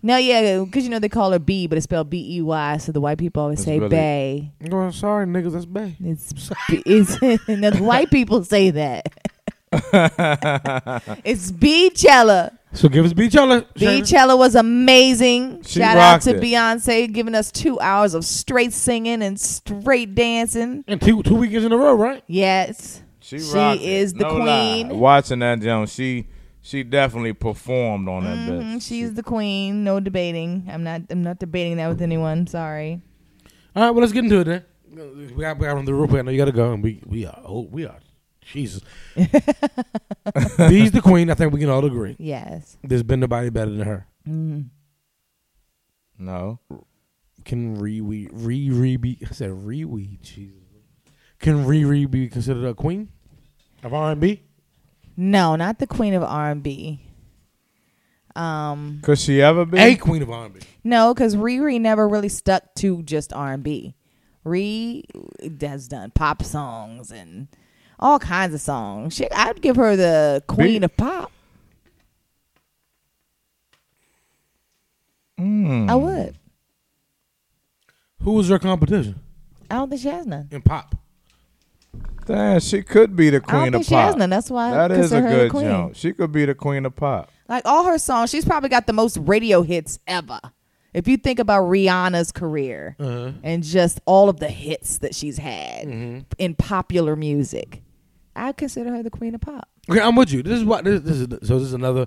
Speaker 2: No, yeah, because you know they call her B, but it's spelled B E Y. So the white people always
Speaker 3: It's
Speaker 2: say
Speaker 3: really-
Speaker 2: bay.
Speaker 1: Well, sorry, niggas, that's bay.
Speaker 2: It's, B- it's no, the white people say that. it's Beachella.
Speaker 1: So give us Beachella. Shannon.
Speaker 2: Beachella was amazing.
Speaker 3: She
Speaker 2: Shout out
Speaker 3: rocked
Speaker 2: to
Speaker 3: it.
Speaker 2: Beyonce giving us two hours of straight singing and straight dancing.
Speaker 1: And two, two weekends in a row, right?
Speaker 2: Yes.
Speaker 3: She,
Speaker 2: She
Speaker 3: rocked it.
Speaker 2: is the
Speaker 3: No lie.
Speaker 2: queen.
Speaker 3: Watching that Jones, she she definitely performed on that
Speaker 2: Mhm,
Speaker 3: bitch.
Speaker 2: She's the queen. No debating. I'm not. I'm not debating that with anyone. Sorry.
Speaker 1: All right, well, let's get into it then. We got, we got on the real quick. I know you gotta go, and we we are oh we are Jesus. Bee's the queen. I think we can all agree.
Speaker 2: Yes.
Speaker 1: There's been nobody better than her.
Speaker 2: Mm.
Speaker 3: no.
Speaker 1: Can Riri Riri be? I said Riri. Jesus. Can Riri be considered a queen of R and B?
Speaker 2: No, not the queen of R&B. Um,
Speaker 3: Could she ever be?
Speaker 1: A queen of R and B.
Speaker 2: no, because Riri never really stuck to just R&B. Riri has done pop songs and all kinds of songs. She, I'd give her the queen of pop. I would.
Speaker 1: Who was her competition
Speaker 2: I don't think she has none.
Speaker 1: in pop?
Speaker 3: Damn, she could be the
Speaker 2: I
Speaker 3: queen
Speaker 2: don't think
Speaker 3: of
Speaker 2: she has
Speaker 3: pop.
Speaker 2: none. That's why
Speaker 3: That
Speaker 2: I
Speaker 3: is
Speaker 2: consider her
Speaker 3: a
Speaker 2: the
Speaker 3: good
Speaker 2: queen.
Speaker 3: Jones. She could be the queen of pop.
Speaker 2: Like all her songs, she's probably got the most radio hits ever. If you think about Rihanna's career and just all of the hits that she's had in popular music, I consider her the queen of pop.
Speaker 1: Okay, I'm with you. This is what this, this is. So this is another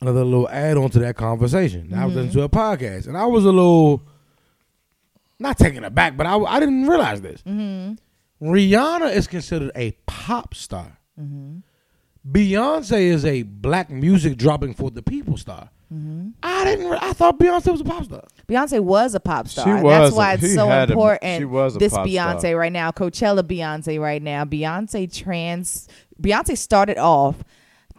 Speaker 1: another little add on to that conversation. I
Speaker 2: Mm-hmm.
Speaker 1: was listening to a podcast, and I was a little not taken aback, but I I didn't realize this.
Speaker 2: Mm-hmm.
Speaker 1: Rihanna is considered a pop
Speaker 2: Mm-hmm.
Speaker 1: star. Beyonce is a black music dropping for the people star.
Speaker 2: Mm-hmm.
Speaker 1: I didn't. re- I thought Beyonce was a pop star.
Speaker 2: Beyonce was a pop star.
Speaker 3: She
Speaker 2: and
Speaker 3: was
Speaker 2: That's
Speaker 3: a-
Speaker 2: why it's
Speaker 3: she
Speaker 2: so
Speaker 3: had a-
Speaker 2: important.
Speaker 3: she was a
Speaker 2: this
Speaker 3: pop
Speaker 2: Beyonce
Speaker 3: star.
Speaker 2: right now, Coachella Beyonce right now. Beyonce trans. Beyonce started off.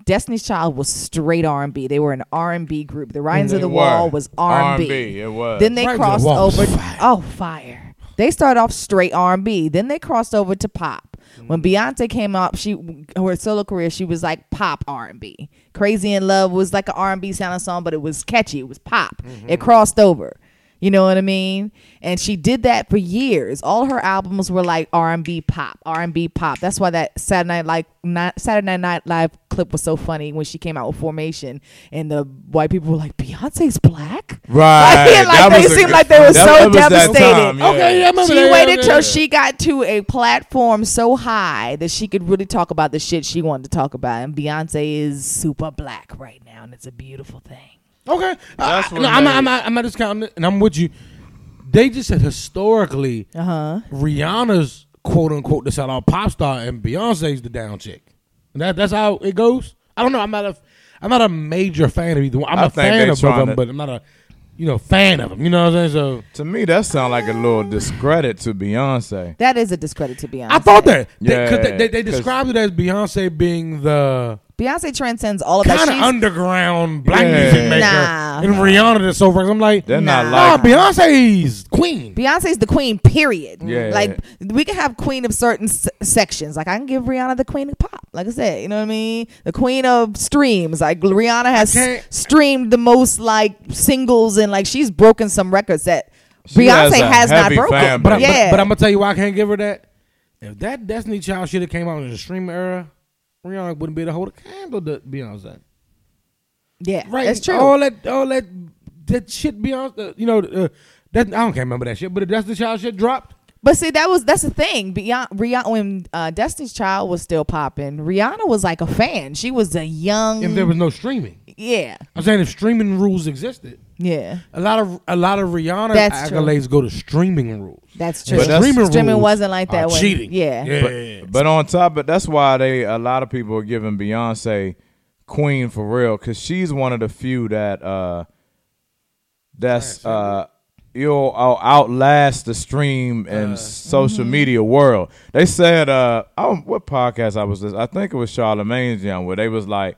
Speaker 2: Destiny's Child was straight R and B. They were an R and B group. The Ryan's of
Speaker 3: They
Speaker 2: the
Speaker 3: were.
Speaker 2: Wall was R and
Speaker 3: R&B,
Speaker 2: B.
Speaker 3: it was.
Speaker 2: Then they
Speaker 1: Ryan's of the
Speaker 2: crossed
Speaker 1: Wall was
Speaker 2: over.
Speaker 1: fire.
Speaker 2: Oh, fire! They started off straight R and B. Then they crossed over to pop. When Beyonce came up, she her solo career, she was like pop R and B. Crazy in Love was like an R and B sounding song, but it was catchy. It was pop. It crossed over. You know what I mean? And she did that for years. All her albums were like R and B pop, R and B pop. That's why that Saturday Night like not Saturday Night Live clip was so funny when she came out with Formation, and the white people were like, "Beyonce's black."
Speaker 3: Right.
Speaker 2: Like, like
Speaker 3: That
Speaker 2: they
Speaker 3: was a
Speaker 2: seemed
Speaker 3: good-
Speaker 2: like they were
Speaker 3: that-
Speaker 2: so
Speaker 3: that was that
Speaker 2: devastated.
Speaker 3: time, yeah.
Speaker 1: Okay, yeah, I remember
Speaker 2: She
Speaker 1: that,
Speaker 2: waited
Speaker 1: yeah,
Speaker 2: till
Speaker 1: yeah.
Speaker 2: she got to a platform so high that she could really talk about the shit she wanted to talk about. And Beyonce is super black right now, and it's a beautiful thing.
Speaker 1: Okay, I-
Speaker 3: That's
Speaker 1: I-
Speaker 3: what
Speaker 1: no, I'm,
Speaker 3: made-
Speaker 1: not, I'm, not, I'm not discounting it, and I'm with you. They just said historically,
Speaker 2: Uh huh.
Speaker 1: Rihanna's quote unquote the sellout pop star, and Beyonce's the down chick. And that that's how it goes. I don't know. I'm not a I'm not a major fan of either one. I'm
Speaker 3: I
Speaker 1: a
Speaker 3: think they
Speaker 1: fan of both
Speaker 3: trying
Speaker 1: of them,
Speaker 3: to-
Speaker 1: but I'm not a you know fan of them. You know what I'm saying? So
Speaker 3: To me, that sounds like a little discredit to Beyonce.
Speaker 2: That is a discredit to Beyonce.
Speaker 1: I thought that
Speaker 3: Yeah,
Speaker 1: they, 'cause they, they, they
Speaker 3: 'cause-
Speaker 1: described it as Beyonce being the
Speaker 2: Beyonce transcends all of that.
Speaker 1: kind of
Speaker 2: She's-
Speaker 1: underground black
Speaker 3: Yeah.
Speaker 1: music maker,
Speaker 2: Nah.
Speaker 1: and Rihanna that's so. I'm like,
Speaker 3: They're
Speaker 2: Nah.
Speaker 3: not
Speaker 1: nah,
Speaker 3: like.
Speaker 1: Beyonce's queen.
Speaker 2: Beyonce's the queen, period.
Speaker 3: Yeah.
Speaker 2: Like, we can have queen of certain s- sections. Like, I can give Rihanna the queen of pop. Like I said, you know what I mean? The queen of streams. Like, Rihanna has
Speaker 1: I can't-
Speaker 2: streamed the most, like, singles, and, like, she's broken some records that
Speaker 3: She
Speaker 2: Beyonce
Speaker 3: has a
Speaker 2: has, not
Speaker 3: heavy
Speaker 2: broken.
Speaker 3: fan
Speaker 1: But, I,
Speaker 3: base.
Speaker 2: yeah.
Speaker 1: but, but I'm gonna tell you why I can't give her that. If that Destiny Child should have came out in the stream era, Rihanna wouldn't be able to hold a candle to Beyonce.
Speaker 2: yeah.
Speaker 1: Right?
Speaker 2: That's true.
Speaker 1: All that, all that, that shit Beyonce. You know, uh, that I don't can't remember that shit. But if Destiny Child shit dropped,
Speaker 2: But see, that was that's the thing. Beyond Rihanna, when uh, Destiny's Child was still popping, Rihanna was like a fan. She was a young,
Speaker 1: if there was no streaming,
Speaker 2: yeah,
Speaker 1: I'm saying if streaming rules existed,
Speaker 2: yeah.
Speaker 1: a lot of a lot of Rihanna
Speaker 2: That's true.
Speaker 1: accolades go to streaming rules.
Speaker 2: That's true.
Speaker 1: But that's-
Speaker 2: streaming,
Speaker 1: Streaming rules
Speaker 2: wasn't like that.
Speaker 1: are
Speaker 2: when,
Speaker 1: cheating.
Speaker 2: Yeah.
Speaker 1: Yeah.
Speaker 3: But, but on top of that's why they a lot of people are giving Beyonce queen for real because she's one of the few that uh that's uh you'll out- outlast the stream and social media world. They said uh I don't, what podcast I was listening I think it was Charlemagne's young where they was like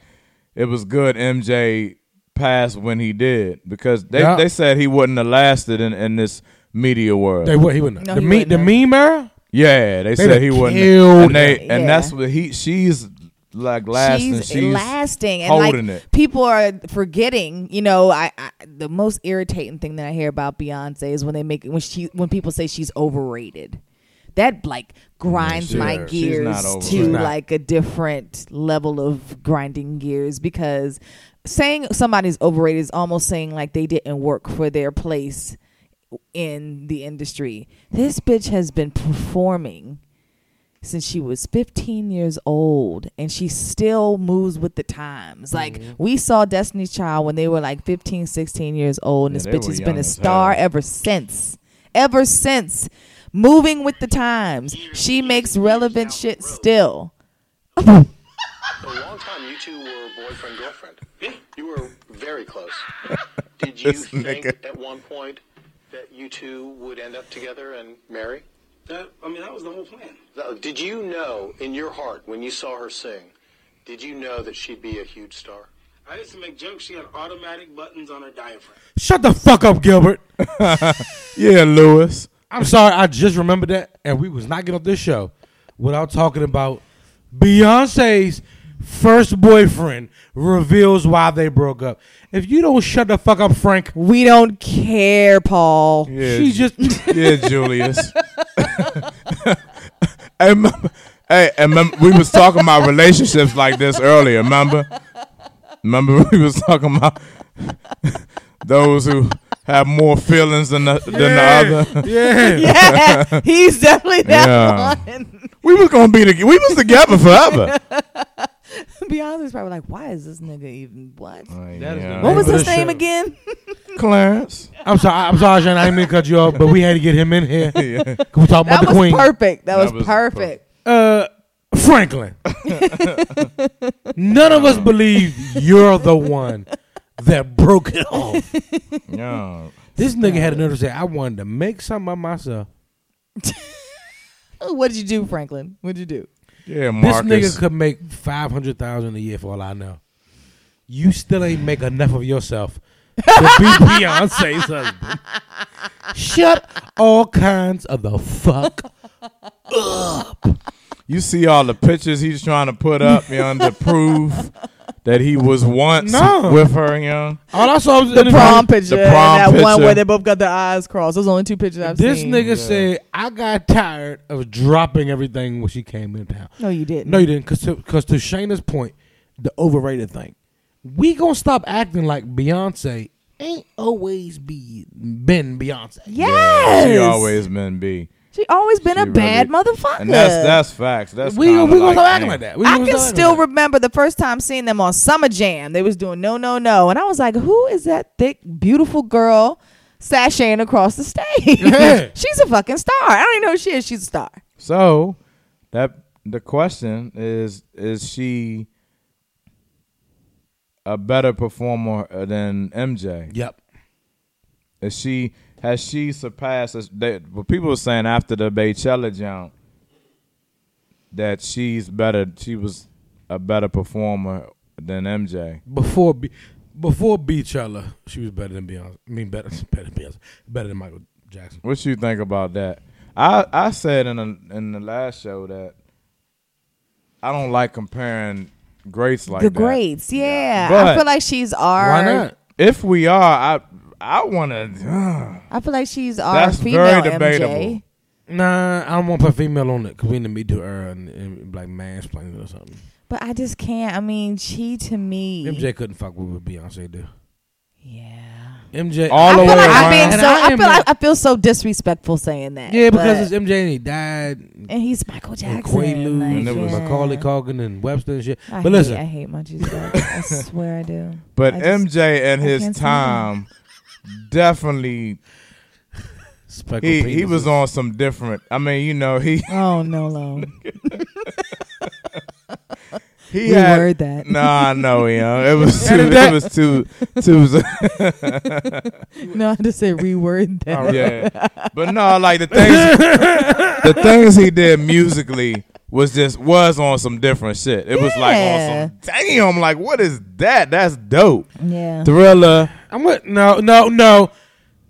Speaker 3: it was good MJ passed when he did because they
Speaker 1: Yeah.
Speaker 3: they said he wouldn't have lasted in, in this media world.
Speaker 1: They would. He wouldn't.
Speaker 2: No,
Speaker 1: the
Speaker 2: he
Speaker 1: me, the
Speaker 2: wouldn't.
Speaker 1: meme era.
Speaker 3: Yeah, they said
Speaker 1: done
Speaker 3: he wouldn't.
Speaker 1: killed
Speaker 3: And, they,
Speaker 2: him.
Speaker 3: and
Speaker 2: Yeah.
Speaker 3: that's what he. She's like lasting. She's,
Speaker 2: she's, lasting and
Speaker 3: holding
Speaker 2: like
Speaker 3: it.
Speaker 2: people are forgetting you know I, I the most irritating thing that i hear about beyonce is when they make when she when people say she's overrated that like grinds
Speaker 3: she-
Speaker 2: my
Speaker 3: she's
Speaker 2: gears
Speaker 3: not overrated.
Speaker 2: to
Speaker 3: She's
Speaker 1: not.
Speaker 2: like a different level of grinding gears because saying somebody's overrated is almost saying like they didn't work for their place in the industry this bitch has been performing since she was 15 years old and she still moves with the times like
Speaker 3: Mm-hmm.
Speaker 2: we saw destiny's child when they were like 15 16 years old and this
Speaker 3: Yeah, they
Speaker 2: bitch
Speaker 3: were
Speaker 2: has
Speaker 3: young
Speaker 2: been a
Speaker 3: as
Speaker 2: star
Speaker 3: hell.
Speaker 2: ever since ever since moving with the times she makes relevant shit still
Speaker 5: For a long time, you two were boyfriend girlfriend. You were very close. Did you
Speaker 3: This
Speaker 5: think
Speaker 3: nigga.
Speaker 5: at one point that you two would end up together and marry?
Speaker 6: That, I mean, that was the whole plan.
Speaker 5: Now, Did you know in your heart when you saw her sing? Did you know that she'd be a huge star?
Speaker 6: I used to make jokes. She had automatic buttons on her diaphragm.
Speaker 1: Shut the fuck up, Gilbert.
Speaker 3: yeah, Lewis.
Speaker 1: I'm sorry, I just remembered that, and we was not getting off this show without talking about Beyonce's first boyfriend reveals why they broke up. If you don't shut the fuck up, Frank,
Speaker 2: we don't care paul
Speaker 3: Yeah,
Speaker 1: she just
Speaker 3: yeah, Julius. hey, remember, hey, and remember, we was talking about relationships like this earlier. Remember, remember we was talking about those who have more feelings than the, than the other.
Speaker 1: yeah.
Speaker 2: yeah he's definitely that
Speaker 3: Yeah.
Speaker 2: one
Speaker 3: We was gonna be together. We was together forever.
Speaker 2: beyonce's probably like why is this nigga even what
Speaker 1: That is the
Speaker 2: what
Speaker 1: name
Speaker 2: was
Speaker 1: of
Speaker 2: his
Speaker 1: the
Speaker 2: name
Speaker 1: show.
Speaker 2: again
Speaker 3: Clarence?
Speaker 1: I'm sorry, I'm sorry, Shane, I didn't mean to cut you off, but we had to get him in here.
Speaker 3: Yeah.
Speaker 1: We talking
Speaker 2: that
Speaker 1: about the
Speaker 2: was
Speaker 1: queen,
Speaker 2: perfect that, was,
Speaker 3: was
Speaker 2: perfect
Speaker 1: uh, Franklin. None of us believe you're the one that broke it off.
Speaker 3: Yeah.
Speaker 1: this nigga had a nerve to say, I wanted to make something of myself.
Speaker 2: Uh, what did you do, Franklin? What did you do?
Speaker 3: Yeah, Marcus.
Speaker 1: This nigga could make five hundred thousand a year for all I know. You still ain't make enough of yourself to be Beyonce's husband. Shut all kinds of the fuck.
Speaker 3: you see all the pictures he's trying to put up, you know, to prove that he was once
Speaker 1: No.
Speaker 3: with her, you know.
Speaker 1: All I saw was
Speaker 2: The prom
Speaker 1: this-
Speaker 2: picture,
Speaker 3: prom
Speaker 2: and that one
Speaker 3: picture.
Speaker 2: where they both got their eyes crossed. Those are the only two pictures I've
Speaker 1: This
Speaker 2: seen.
Speaker 1: nigga said, "I got tired of dropping everything when she came in town."
Speaker 2: No, you didn't.
Speaker 1: No, you didn't. Because to, 'cause to Shayna's point, the overrated thing, we gonna stop acting like Beyonce ain't always be been Beyonce.
Speaker 2: Yes.
Speaker 3: She always been B.
Speaker 2: She always been a
Speaker 3: She
Speaker 2: bad
Speaker 3: really-
Speaker 2: motherfucker.
Speaker 3: And that's that's facts. That's
Speaker 1: we we
Speaker 3: kinda
Speaker 1: gonna
Speaker 3: like,
Speaker 1: stop acting
Speaker 3: damn.
Speaker 1: like that. We
Speaker 2: I
Speaker 1: gonna
Speaker 2: can
Speaker 1: stop acting
Speaker 2: still
Speaker 1: like that.
Speaker 2: remember the first time seeing them on Summer Jam. They was doing no, no, no, and I was like, "Who is that thick, beautiful girl sashaying across the stage?
Speaker 1: Yeah.
Speaker 2: She's a fucking star. I don't even know who she is. She's a star.
Speaker 3: So that the question is: Is she a better performer than MJ?
Speaker 1: Yep.
Speaker 3: Is she has she surpassed? Us, that, well, people were saying after the Baychella jump that she's better. She was a better performer than MJ.
Speaker 1: Before B, before Beachella, she was better than Beyonce. I mean, better better than Beyonce, better than Michael Jackson.
Speaker 3: What you think about that? I I said in the in the last show that I don't like comparing greats like
Speaker 2: the
Speaker 3: that.
Speaker 2: grades, yeah. I
Speaker 3: But-
Speaker 2: feel like she's our.
Speaker 1: Why not?
Speaker 3: If we are, I I want to.
Speaker 2: I feel like she's our
Speaker 3: That's
Speaker 2: female
Speaker 3: very debatable.
Speaker 2: MJ.
Speaker 1: Nah, I don't want to put female on it because we in the Me Too era and, and like mansplaining or something.
Speaker 2: But I just can't. I mean, she to me.
Speaker 1: MJ couldn't fuck with what Beyonce do.
Speaker 2: Yeah.
Speaker 1: MJ
Speaker 2: I
Speaker 3: All the
Speaker 2: feel
Speaker 3: way
Speaker 2: like I'm
Speaker 3: around.
Speaker 2: being
Speaker 1: And
Speaker 2: so. I
Speaker 1: am-
Speaker 2: feel like I feel so disrespectful saying that.
Speaker 1: yeah, because
Speaker 2: but-
Speaker 1: it's MJ and he died.
Speaker 2: and he's Michael
Speaker 1: and
Speaker 2: Jackson.
Speaker 1: Quaaludes
Speaker 2: like,
Speaker 1: and it was
Speaker 2: yeah.
Speaker 1: Macaulay Culkin and Webster and shit.
Speaker 2: I
Speaker 1: but
Speaker 2: hate,
Speaker 1: listen,
Speaker 2: I hate Munchies. though. I swear I do.
Speaker 3: But
Speaker 2: I just-
Speaker 3: MJ and
Speaker 2: I
Speaker 3: his
Speaker 2: can't stand
Speaker 3: time definitely
Speaker 1: speckled
Speaker 3: he he
Speaker 1: penises.
Speaker 3: was on some different. I mean, you know, he
Speaker 2: Oh no, no.
Speaker 3: he
Speaker 2: We
Speaker 3: had
Speaker 2: word that.
Speaker 3: Nah, no, you know, it was too
Speaker 1: Edit that.
Speaker 3: it was too too
Speaker 2: No, I just said reword
Speaker 1: Oh,
Speaker 2: that.
Speaker 3: yeah. But no, like the things the things he did musically was just was on some different shit. It was like
Speaker 2: Yeah. Uh-huh.
Speaker 3: on some damn like what is that? That's dope.
Speaker 2: Yeah.
Speaker 3: Thriller,
Speaker 1: I'm with no, no, no.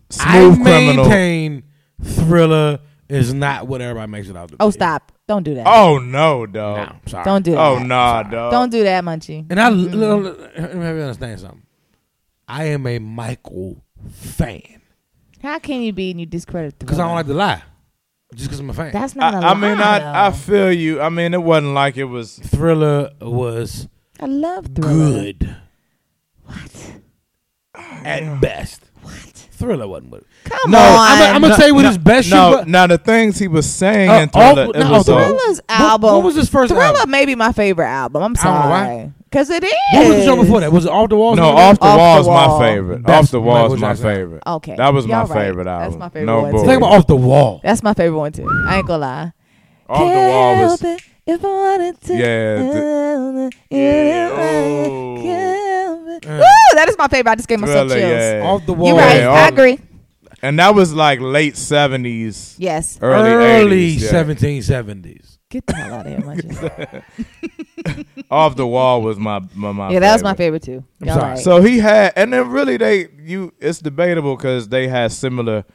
Speaker 3: smooth
Speaker 1: I
Speaker 3: criminal.
Speaker 1: maintain Thriller is not what everybody makes it out to be.
Speaker 2: Oh, stop! Don't do that.
Speaker 3: Oh no, dog.
Speaker 1: No, I'm sorry.
Speaker 2: Don't do that.
Speaker 3: Oh nah, dog.
Speaker 2: Don't do that, Munchie.
Speaker 1: And I l- l- l- let me understand something. I am a Michael fan
Speaker 2: How can you be and you discredit?
Speaker 1: because I don't like to lie. Just because I'm a fan.
Speaker 2: That's not a
Speaker 3: I, I mean,
Speaker 2: lie,
Speaker 3: I, I
Speaker 2: though.
Speaker 3: feel you. I mean, it wasn't like it was.
Speaker 1: Thriller was
Speaker 2: I love Thriller.
Speaker 1: good
Speaker 2: What? Oh,
Speaker 1: at best. What? Thriller wasn't good.
Speaker 2: Come
Speaker 3: No,
Speaker 2: on.
Speaker 1: I'm gonna tell you what
Speaker 3: no,
Speaker 1: his best shit
Speaker 3: No,
Speaker 1: was.
Speaker 3: now the things he was saying
Speaker 1: Uh,
Speaker 3: in Thriller,
Speaker 1: awful-
Speaker 3: it
Speaker 1: no,
Speaker 3: was
Speaker 1: Thriller-
Speaker 3: awful.
Speaker 2: Thriller's
Speaker 1: What-
Speaker 2: album.
Speaker 1: what was his first
Speaker 2: Thriller
Speaker 1: album?
Speaker 2: may be my favorite album. I'm
Speaker 1: I don't know why.
Speaker 2: sorry. Because it is.
Speaker 1: What was the show before that? Was it Oh, Off the Walls?
Speaker 3: no,
Speaker 1: Remember?
Speaker 3: off the
Speaker 2: Off the
Speaker 3: wall is
Speaker 2: Wall.
Speaker 3: my favorite.
Speaker 1: That's
Speaker 3: off the wall
Speaker 1: Michael
Speaker 3: is my
Speaker 1: Jackson.
Speaker 3: favorite.
Speaker 2: Okay,
Speaker 3: that was my
Speaker 2: y'all right.
Speaker 3: favorite
Speaker 2: That's
Speaker 3: album.
Speaker 2: my favorite
Speaker 3: No
Speaker 2: one,
Speaker 3: bull.
Speaker 2: too.
Speaker 1: Think about Off the Wall.
Speaker 2: That's my favorite one too. I ain't gonna lie.
Speaker 3: off the wall
Speaker 2: Can't
Speaker 3: was.
Speaker 2: help it if I wanted to.
Speaker 3: Yeah,
Speaker 2: Yeah,
Speaker 3: oh.
Speaker 2: right. Can't help it. Ooh, that is my favorite. I just gave myself
Speaker 3: Thriller,
Speaker 2: chills.
Speaker 3: yeah.
Speaker 1: Off the Wall.
Speaker 2: You're right.
Speaker 3: Yeah,
Speaker 2: I
Speaker 3: all-
Speaker 2: agree.
Speaker 3: and that was like late seventies,
Speaker 2: Yes.
Speaker 3: early
Speaker 1: early
Speaker 3: 80s, yeah.
Speaker 1: 1770s.
Speaker 2: Get the hell out of here, Munchie.
Speaker 3: Off the wall was my my, my
Speaker 2: yeah, that was my favorite too. Y'all
Speaker 1: sorry.
Speaker 2: right.
Speaker 3: So he had, and then really they you it's debatable because they had similar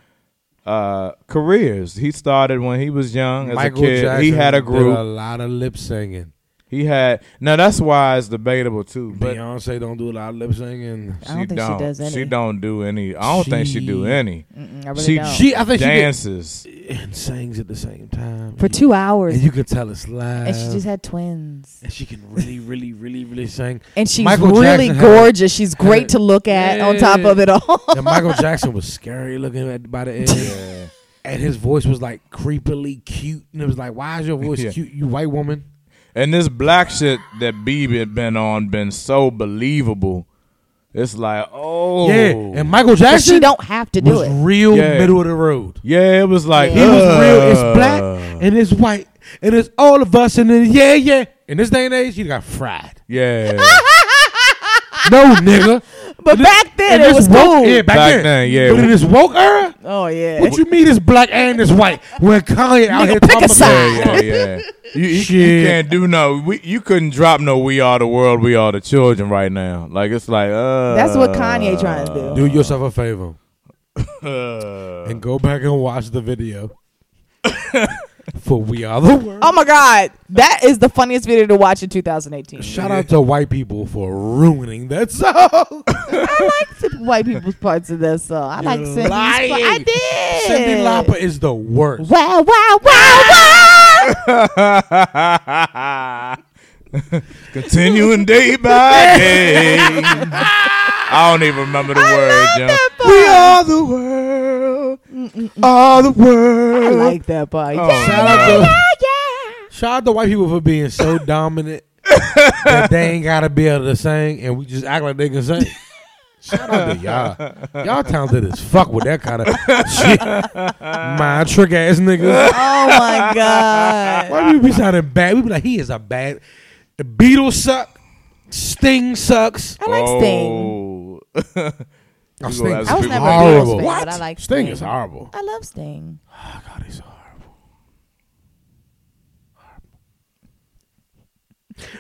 Speaker 3: uh careers. He started when he was young as
Speaker 1: Michael
Speaker 3: a kid.
Speaker 1: Jackson
Speaker 3: he had a
Speaker 1: Did a
Speaker 3: group.
Speaker 1: lot of lip singing.
Speaker 3: he had now that's why it's debatable too. But
Speaker 1: Beyonce don't do a lot of lip singing.
Speaker 2: I don't
Speaker 3: she
Speaker 2: think she
Speaker 3: don't.
Speaker 2: does any.
Speaker 3: don't do any. I don't think she do
Speaker 1: She-
Speaker 3: any.
Speaker 2: Mm, I really
Speaker 3: she-
Speaker 2: don't.
Speaker 1: She, I think
Speaker 3: Dances.
Speaker 1: she did, and sings at the same time
Speaker 2: for two hours,
Speaker 1: And you can tell it's live.
Speaker 2: and she just had twins.
Speaker 1: And she can really, really, really, really sing.
Speaker 2: And she's
Speaker 1: Michael
Speaker 2: really
Speaker 1: Jackson had-
Speaker 2: gorgeous. She's great to look at. On top of it all,
Speaker 1: And Michael Jackson was scary looking at by the end,
Speaker 3: Yeah.
Speaker 1: and his voice was like creepily cute. And it was like, "Why is your voice
Speaker 3: Yeah.
Speaker 1: cute, you white woman?"
Speaker 3: And this black shit that Bieber had been on been so believable. It's like oh
Speaker 1: Yeah, and Michael
Speaker 2: But
Speaker 1: Jackson
Speaker 2: she don't have to do
Speaker 1: was
Speaker 2: it.
Speaker 1: real
Speaker 3: Yeah.
Speaker 1: middle of the road.
Speaker 3: yeah, it was like
Speaker 1: He was real.
Speaker 3: uh,
Speaker 1: It's black and it's white and it's all of us. And then yeah, yeah. In this day and age, you got fried.
Speaker 3: Yeah.
Speaker 1: No, nigga.
Speaker 2: But back then it was
Speaker 1: woke,
Speaker 2: cool.
Speaker 1: Yeah, back,
Speaker 3: Back
Speaker 1: then.
Speaker 3: then, yeah.
Speaker 1: But in this woke era,
Speaker 2: Oh yeah.
Speaker 1: what you mean is black and is white? When Kanye out
Speaker 2: Nigga,
Speaker 1: here
Speaker 2: pick
Speaker 1: talking
Speaker 2: a
Speaker 1: about-
Speaker 2: side.
Speaker 3: yeah, yeah. You, you- you
Speaker 1: Shit.
Speaker 3: can't do no. We, you couldn't drop no. We are the world. We are the children. Right now, like it's like uh.
Speaker 2: That's what Kanye trying to do.
Speaker 1: Do yourself a favor
Speaker 3: Uh,
Speaker 1: and go back and watch the video. For we are the world.
Speaker 2: Oh my God, that is the funniest video to watch in 2018.
Speaker 1: Shout out to white people for ruining that song.
Speaker 2: Except white people's parts of this song. I like Cindy's.
Speaker 1: lying.
Speaker 2: part- I did.
Speaker 1: Cindy Lauper Ah! is the worst.
Speaker 2: Wow, wow, wow, wow.
Speaker 3: Continuing day by day. I don't even remember the words.
Speaker 2: I
Speaker 3: yo.
Speaker 2: love that part.
Speaker 3: We are the world. Are the
Speaker 2: I
Speaker 3: world.
Speaker 2: like that part.
Speaker 3: Oh,
Speaker 2: Yeah,
Speaker 1: Shout
Speaker 3: no.
Speaker 1: out to
Speaker 2: yeah.
Speaker 1: shout out to white people for being so dominant that they ain't gotta be able to sing, and we just act like they can sing. Shout out to y'all. Y'all talented as fuck with that kind of shit. My trick ass niggas.
Speaker 2: Oh my God.
Speaker 1: Why do we be sounding bad? We be like, he is a bad. The Beatles suck. Sting sucks.
Speaker 2: I like Sting.
Speaker 1: Oh,
Speaker 3: You gonna
Speaker 1: Sting
Speaker 3: ask
Speaker 1: is
Speaker 2: I was
Speaker 3: people
Speaker 2: never a
Speaker 3: how-
Speaker 2: Beatles
Speaker 1: horrible.
Speaker 2: fan,
Speaker 1: What?
Speaker 2: but I like
Speaker 1: Sting
Speaker 2: Sting.
Speaker 1: is horrible.
Speaker 2: I love Sting.
Speaker 1: God, he's horrible.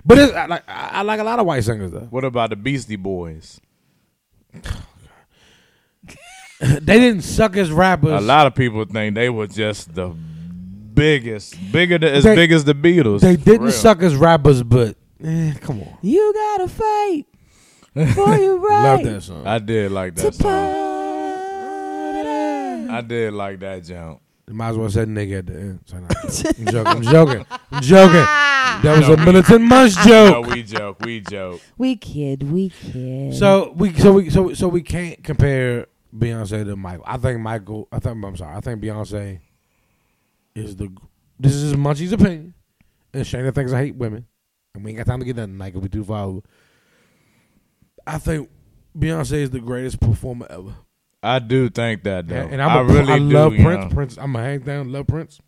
Speaker 1: But it's, I like I I like a lot of white singers though.
Speaker 3: What about the Beastie Boys?
Speaker 1: They didn't suck as rappers.
Speaker 3: A lot of people think they were just the biggest, bigger than, as
Speaker 1: They-
Speaker 3: big as the Beatles.
Speaker 1: They
Speaker 3: for
Speaker 1: didn't
Speaker 3: real.
Speaker 1: suck as rappers, but eh, come on.
Speaker 2: You gotta fight for your
Speaker 1: Love
Speaker 2: right
Speaker 1: that song.
Speaker 3: I did like
Speaker 2: to
Speaker 3: that. Song.
Speaker 2: party.
Speaker 3: I did like that jump.
Speaker 1: Might as well say nigga at the end. So nah. I'm joking. I'm joking. I'm joking. That was a militant munch
Speaker 3: No,
Speaker 1: joke.
Speaker 3: we joke. We joke.
Speaker 2: We kid, we kid.
Speaker 1: So we so we so so we can't compare Beyonce to Michael. I think Michael. I think I'm sorry. I think Beyonce is the. This is Munchie's opinion, and Shayna thinks I hate women, and we ain't got time to get nothing. Like if we do follow, I think Beyonce is the greatest performer ever.
Speaker 3: I do think that though.
Speaker 1: Yeah, and
Speaker 3: And
Speaker 1: I'm
Speaker 3: i
Speaker 1: a-
Speaker 3: really
Speaker 1: I
Speaker 3: do.
Speaker 1: love
Speaker 3: you
Speaker 1: Prince.
Speaker 3: know.
Speaker 1: Prince, I'm a hang down. Love Prince.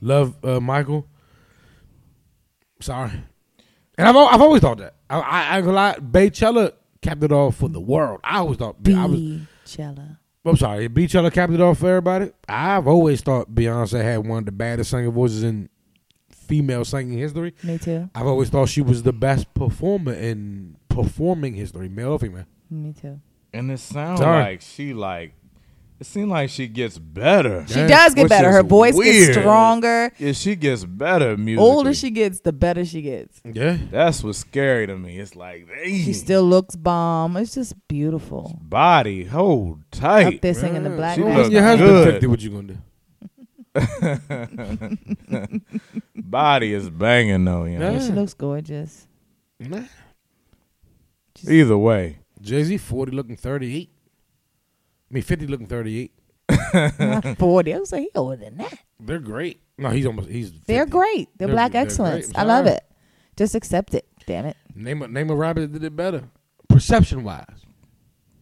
Speaker 1: Love uh, Michael. Sorry, and I've al- I've always thought that. I I, I ain't gonna lie. Baychella capped it off for the world. I always thought. I was,
Speaker 2: Cella.
Speaker 1: I'm sorry. Baychella capped it off for everybody. I've always thought Beyonce had one of the baddest singing voices in female singing history.
Speaker 2: Me too.
Speaker 1: I've always thought she was the best performer in performing history, male or female.
Speaker 2: Me too.
Speaker 3: And it sounds
Speaker 1: Sorry.
Speaker 3: like she like. It seems like she gets better.
Speaker 2: She does get
Speaker 3: Which
Speaker 2: better.
Speaker 3: is
Speaker 2: Her voice
Speaker 3: weird.
Speaker 2: gets stronger.
Speaker 3: Yeah, she gets better music.
Speaker 2: Older she gets, the better she gets.
Speaker 1: Yeah.
Speaker 3: That's what's scary to me. It's like
Speaker 2: She
Speaker 3: they
Speaker 2: still looks bomb. It's just beautiful.
Speaker 3: body hold
Speaker 2: Up
Speaker 3: tight.
Speaker 2: there singing the black
Speaker 3: she
Speaker 2: National
Speaker 3: look
Speaker 1: When your husband
Speaker 3: good.
Speaker 1: 50, what you gonna do?
Speaker 3: Body is banging though. You know.
Speaker 1: Yeah.
Speaker 2: She looks gorgeous.
Speaker 3: Either way,
Speaker 1: Jay Z forty looking thirty eight. I mean fifty looking thirty eight.
Speaker 2: Not 40. I was like, he older than that.
Speaker 1: They're great. No, he's almost he's. 50.
Speaker 2: They're great. They're,
Speaker 1: They're-
Speaker 2: black
Speaker 1: they're
Speaker 2: excellence.
Speaker 1: great.
Speaker 2: I love
Speaker 1: Sure.
Speaker 2: it. Just accept it. Damn it.
Speaker 1: Name a name a rapper that did it better, perception wise,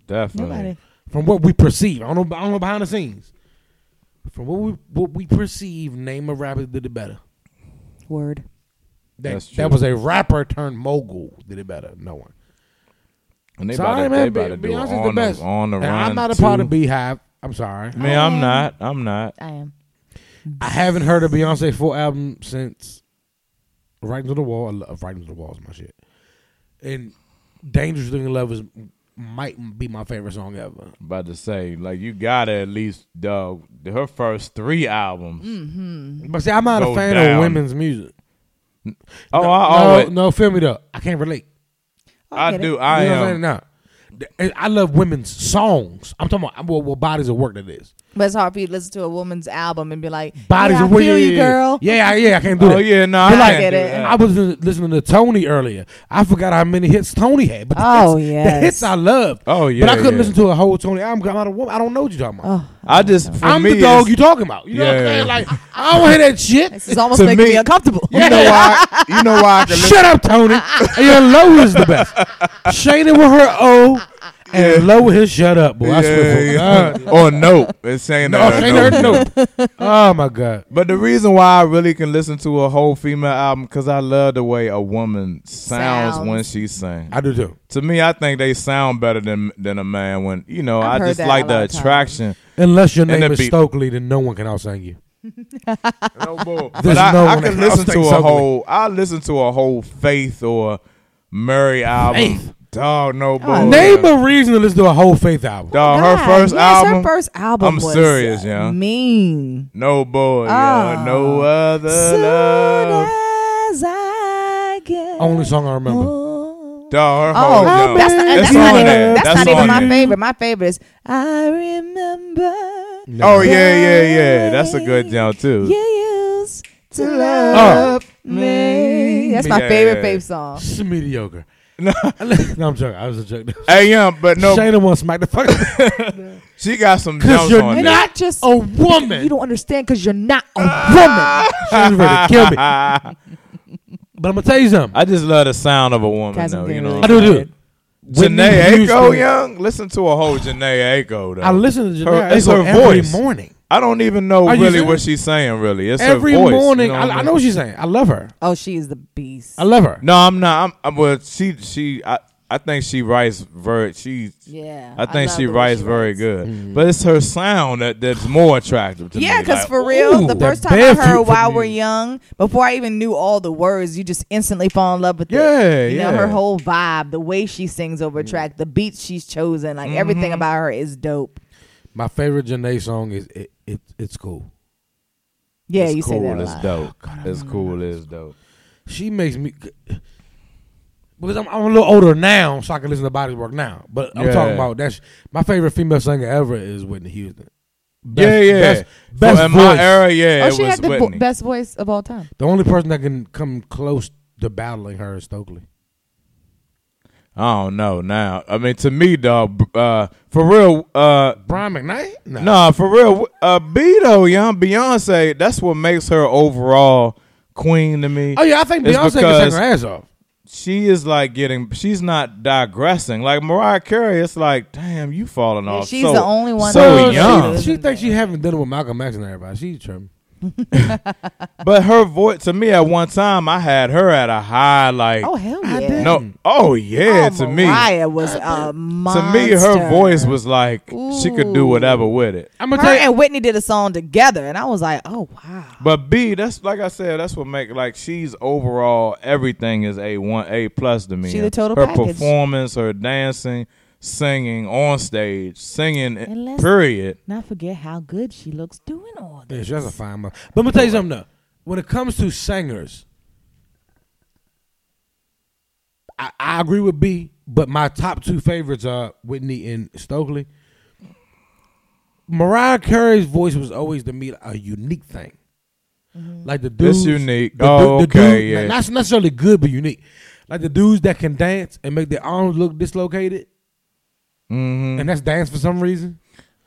Speaker 3: definitely.
Speaker 2: Nobody.
Speaker 1: from what we perceive. I don't know. I don't know behind the scenes. From what we what we perceive, name a rapper that did it better.
Speaker 2: Word.
Speaker 1: That,
Speaker 3: That's true.
Speaker 1: that was a rapper turned mogul. Did it better. No one.
Speaker 3: And they about
Speaker 1: Sorry,
Speaker 3: to,
Speaker 1: man.
Speaker 3: they about to
Speaker 1: Be-
Speaker 3: do it
Speaker 1: Beyonce's
Speaker 3: on
Speaker 1: the best.
Speaker 3: on the
Speaker 1: And
Speaker 3: run.
Speaker 1: I'm not a
Speaker 3: too.
Speaker 1: part of Beehive. I'm sorry.
Speaker 3: Man, I'm not. I'm not.
Speaker 2: I am.
Speaker 1: I haven't heard a Beyonce full album since Right into the Wall. I love Right into the Wall is my shit. And Dangerous Looking Love is might be my favorite song ever.
Speaker 3: About to say, like you gotta at least dog her first three albums.
Speaker 2: Mm. Mm-hmm.
Speaker 1: But see, I'm not
Speaker 3: Go
Speaker 1: a fan
Speaker 3: down.
Speaker 1: of women's music.
Speaker 3: Oh,
Speaker 1: no,
Speaker 3: I
Speaker 1: no,
Speaker 3: always
Speaker 1: no, feel me though. I can't relate.
Speaker 2: I
Speaker 3: I
Speaker 2: get
Speaker 3: do.
Speaker 2: it.
Speaker 3: I
Speaker 1: you know what I'm
Speaker 3: am. Oh,
Speaker 1: saying? Nah. The- and I love women's songs. I'm talking about well, well bodies of work that is.
Speaker 2: But it's hard for you to listen to a woman's album and be like,
Speaker 1: Bodies
Speaker 2: yeah, I
Speaker 1: of work.
Speaker 2: feel
Speaker 1: yeah,
Speaker 2: you,
Speaker 1: yeah, yeah.
Speaker 2: girl.
Speaker 1: Yeah, I- yeah, I can't do
Speaker 3: Oh
Speaker 1: that.
Speaker 3: yeah, no, I,
Speaker 2: You're like-
Speaker 3: can't
Speaker 2: Get
Speaker 3: do
Speaker 2: it.
Speaker 3: that.
Speaker 1: I was li- listening to Tony earlier. I forgot how many hits Tony had, but the,
Speaker 2: Oh,
Speaker 1: hits,
Speaker 2: yes.
Speaker 1: the hits I loved.
Speaker 3: Oh, yeah,
Speaker 1: but I couldn't
Speaker 3: yeah.
Speaker 1: listen to a whole Tony album. 'cause I'm not a woman. I don't know what you're talking about.
Speaker 2: Oh,
Speaker 3: I just for
Speaker 1: I'm
Speaker 3: me,
Speaker 1: the dog
Speaker 3: it's-
Speaker 1: you talking about. You know what I'm
Speaker 3: Yeah.
Speaker 1: saying? Like I don't wanna hear that shit.
Speaker 2: this is almost
Speaker 3: To
Speaker 2: making me,
Speaker 3: me-
Speaker 2: uncomfortable.
Speaker 3: You know why? You know why? I can listen-
Speaker 1: Shut up, Tony. Your low is the best. Shayna with her O. And low his shut up, boy. I swear. for
Speaker 3: Yeah,
Speaker 1: God. Uh,
Speaker 3: yeah. or nope. It's saying
Speaker 1: No,
Speaker 3: that.
Speaker 1: it ain't her note. Oh my God.
Speaker 3: But the reason why I really can listen to a whole female album because I love the way a woman sounds,
Speaker 2: Sounds.
Speaker 3: when she sings.
Speaker 1: I do too.
Speaker 3: to me, I think they sound better than than a man when you know.
Speaker 2: I've
Speaker 3: I
Speaker 2: heard
Speaker 3: just
Speaker 2: that
Speaker 3: like
Speaker 2: a
Speaker 3: the
Speaker 2: lot of times.
Speaker 3: attraction.
Speaker 1: Unless your
Speaker 3: And
Speaker 1: name
Speaker 3: the
Speaker 1: is
Speaker 3: beat.
Speaker 1: Stokely, then no one can outsing you.
Speaker 3: but
Speaker 1: There's
Speaker 3: I,
Speaker 1: no
Speaker 3: I
Speaker 1: one that
Speaker 3: can listen to
Speaker 1: outstings
Speaker 3: a
Speaker 1: Stokely.
Speaker 3: whole. I listen to a whole Faith or Murray album. Dog, no boy.
Speaker 1: Name a reason to listen to a whole Faith album.
Speaker 3: Dog, uh, her
Speaker 2: Oh, God,
Speaker 3: first
Speaker 2: yes,
Speaker 3: album.
Speaker 2: Her first album.
Speaker 3: I'm
Speaker 2: was uh,
Speaker 3: serious, yeah.
Speaker 2: Mean.
Speaker 3: No boy. yeah,
Speaker 2: Oh.
Speaker 3: no other
Speaker 2: Soon
Speaker 3: love.
Speaker 2: as I get
Speaker 1: Only song I remember.
Speaker 2: home.
Speaker 3: Dog, her
Speaker 2: Oh,
Speaker 3: whole. yo,
Speaker 2: that's, not, that's
Speaker 3: it's
Speaker 2: not
Speaker 3: on
Speaker 2: even,
Speaker 3: there.
Speaker 2: that's not
Speaker 3: on
Speaker 2: even my
Speaker 3: there.
Speaker 2: favorite. My favorite is I remember.
Speaker 3: Oh yeah, yeah, yeah. That's a good jump too.
Speaker 2: You used to love me. That's my
Speaker 3: Yeah.
Speaker 2: favorite fave song.
Speaker 1: It's mediocre.
Speaker 3: No.
Speaker 1: no, I'm joking. I was a joke.
Speaker 3: Hey, yeah, but no,
Speaker 1: Shayna wants to smack the fuck.
Speaker 3: she got some
Speaker 1: Because
Speaker 3: jumps
Speaker 1: you're
Speaker 3: on
Speaker 1: And
Speaker 2: You're
Speaker 3: there.
Speaker 1: not
Speaker 2: not just
Speaker 1: a woman. Ah.
Speaker 2: You don't understand because you're not a woman.
Speaker 1: She's ready to kill me.
Speaker 3: I
Speaker 1: But I'm gonna tell you something.
Speaker 3: just love the sound of a woman,
Speaker 2: Guys, I'm
Speaker 3: though. You
Speaker 2: getting
Speaker 3: know,
Speaker 2: really
Speaker 1: I do
Speaker 2: tired.
Speaker 1: do.
Speaker 3: Janae
Speaker 1: Whitney
Speaker 3: Aiko,
Speaker 1: Houston.
Speaker 3: young. Listen to a whole Janae Aiko, though.
Speaker 1: I listen to
Speaker 3: Her-
Speaker 1: Janae
Speaker 3: it's
Speaker 1: Aiko
Speaker 3: her
Speaker 1: every
Speaker 3: voice.
Speaker 1: morning.
Speaker 3: I don't even know
Speaker 1: Are you
Speaker 3: really what
Speaker 1: serious?
Speaker 3: she's saying. Really, it's
Speaker 1: every
Speaker 3: her voice, you
Speaker 1: morning,
Speaker 3: know
Speaker 1: I,
Speaker 3: what
Speaker 1: I
Speaker 3: mean?
Speaker 1: know what she's saying. I love her.
Speaker 2: Oh, she is the beast.
Speaker 1: I love her.
Speaker 3: No, I'm not. I'm, I'm well. She, she. I, I think she writes very. She.
Speaker 2: Yeah,
Speaker 3: I
Speaker 2: I
Speaker 3: think
Speaker 2: love
Speaker 3: she
Speaker 2: the way
Speaker 3: writes
Speaker 2: she
Speaker 3: very
Speaker 2: writes. Mm-hmm.
Speaker 3: good, but it's her sound that, that's more attractive to
Speaker 2: Yeah,
Speaker 3: me.
Speaker 2: because
Speaker 3: Like,
Speaker 2: for real, the
Speaker 1: ooh,
Speaker 2: first
Speaker 1: that
Speaker 2: time I
Speaker 1: bad
Speaker 2: heard
Speaker 1: fruit for
Speaker 2: "While We're
Speaker 1: me.
Speaker 2: Young," before I even knew all the words, you just instantly fall in love with
Speaker 3: Yeah,
Speaker 2: it. You know
Speaker 3: yeah.
Speaker 2: her whole vibe, the way she sings over
Speaker 3: Mm.
Speaker 2: a track, the beats she's chosen, like everything about her is dope.
Speaker 1: My favorite Janae song is it, it, It's Cool.
Speaker 2: Yeah,
Speaker 3: it's
Speaker 2: you
Speaker 3: cool,
Speaker 2: say that a
Speaker 3: It's
Speaker 2: lot.
Speaker 3: dope. it's cool. It's dope.
Speaker 1: She makes me. Because I'm, I'm a little older now, so I can listen to Body Work now. But I'm
Speaker 3: Yeah.
Speaker 1: talking about that's my favorite female singer ever is Whitney Houston. Best-
Speaker 3: yeah, yeah.
Speaker 1: Best,
Speaker 3: For-
Speaker 1: best
Speaker 3: in
Speaker 1: voice.
Speaker 3: my era, yeah,
Speaker 2: Oh,
Speaker 3: it
Speaker 2: she
Speaker 3: was
Speaker 2: had the vo-
Speaker 3: Whitney.
Speaker 2: best voice of all time.
Speaker 1: The only person that can come close to battling her is Stokely.
Speaker 3: I don't know now. I mean, to me, dog, b- uh, for real, uh,
Speaker 1: Brian McKnight? No.
Speaker 3: nah, for real, uh, Beto, young Beyonce, that's what makes her overall queen to me.
Speaker 1: Oh yeah, I think
Speaker 3: It's
Speaker 1: Beyonce can
Speaker 3: because-
Speaker 1: sing her ass off.
Speaker 3: She is like getting, she's not digressing. Like Mariah Carey, it's like, damn, you falling off.
Speaker 2: she's
Speaker 3: so-
Speaker 2: the only one
Speaker 3: so
Speaker 2: that-
Speaker 3: young.
Speaker 1: She, she thinks she haven't done it with Malcolm X and everybody. She's tripping.
Speaker 3: But her voice, to me, at one time, I had her at a high, like,
Speaker 2: Oh hell
Speaker 1: I
Speaker 2: yeah!
Speaker 1: did.
Speaker 3: no, oh yeah,
Speaker 2: oh,
Speaker 3: to me.
Speaker 2: Mariah was a monster.
Speaker 3: To me, her voice was like she could do
Speaker 2: Ooh.
Speaker 3: whatever with it.
Speaker 1: I'm gonna
Speaker 2: Her
Speaker 1: tell you,
Speaker 2: and Whitney did a song together, and I was like, oh wow.
Speaker 3: But B, that's like I said, that's what make like she's overall everything is a one a plus to me.
Speaker 2: She the total
Speaker 3: her
Speaker 2: package.
Speaker 3: performance, her dancing, singing on stage, singing
Speaker 2: And let's-
Speaker 3: period.
Speaker 2: Not forget how good she looks doing all
Speaker 1: Yeah,
Speaker 2: this.
Speaker 1: she has a fine mouth. But I'm gonna tell you something though. When it comes to singers, I, I agree with B, but my top two favorites are Whitney and Stokely. Mariah Carey's voice was always to me a unique thing. Like the dudes,
Speaker 3: It's unique.
Speaker 1: The,
Speaker 3: Oh,
Speaker 1: the
Speaker 3: okay,
Speaker 1: dude-
Speaker 3: yeah.
Speaker 1: Not necessarily good, but unique. Like the dudes that can dance and make their arms look dislocated,
Speaker 3: Mm-hmm.
Speaker 1: and that's dance for some reason.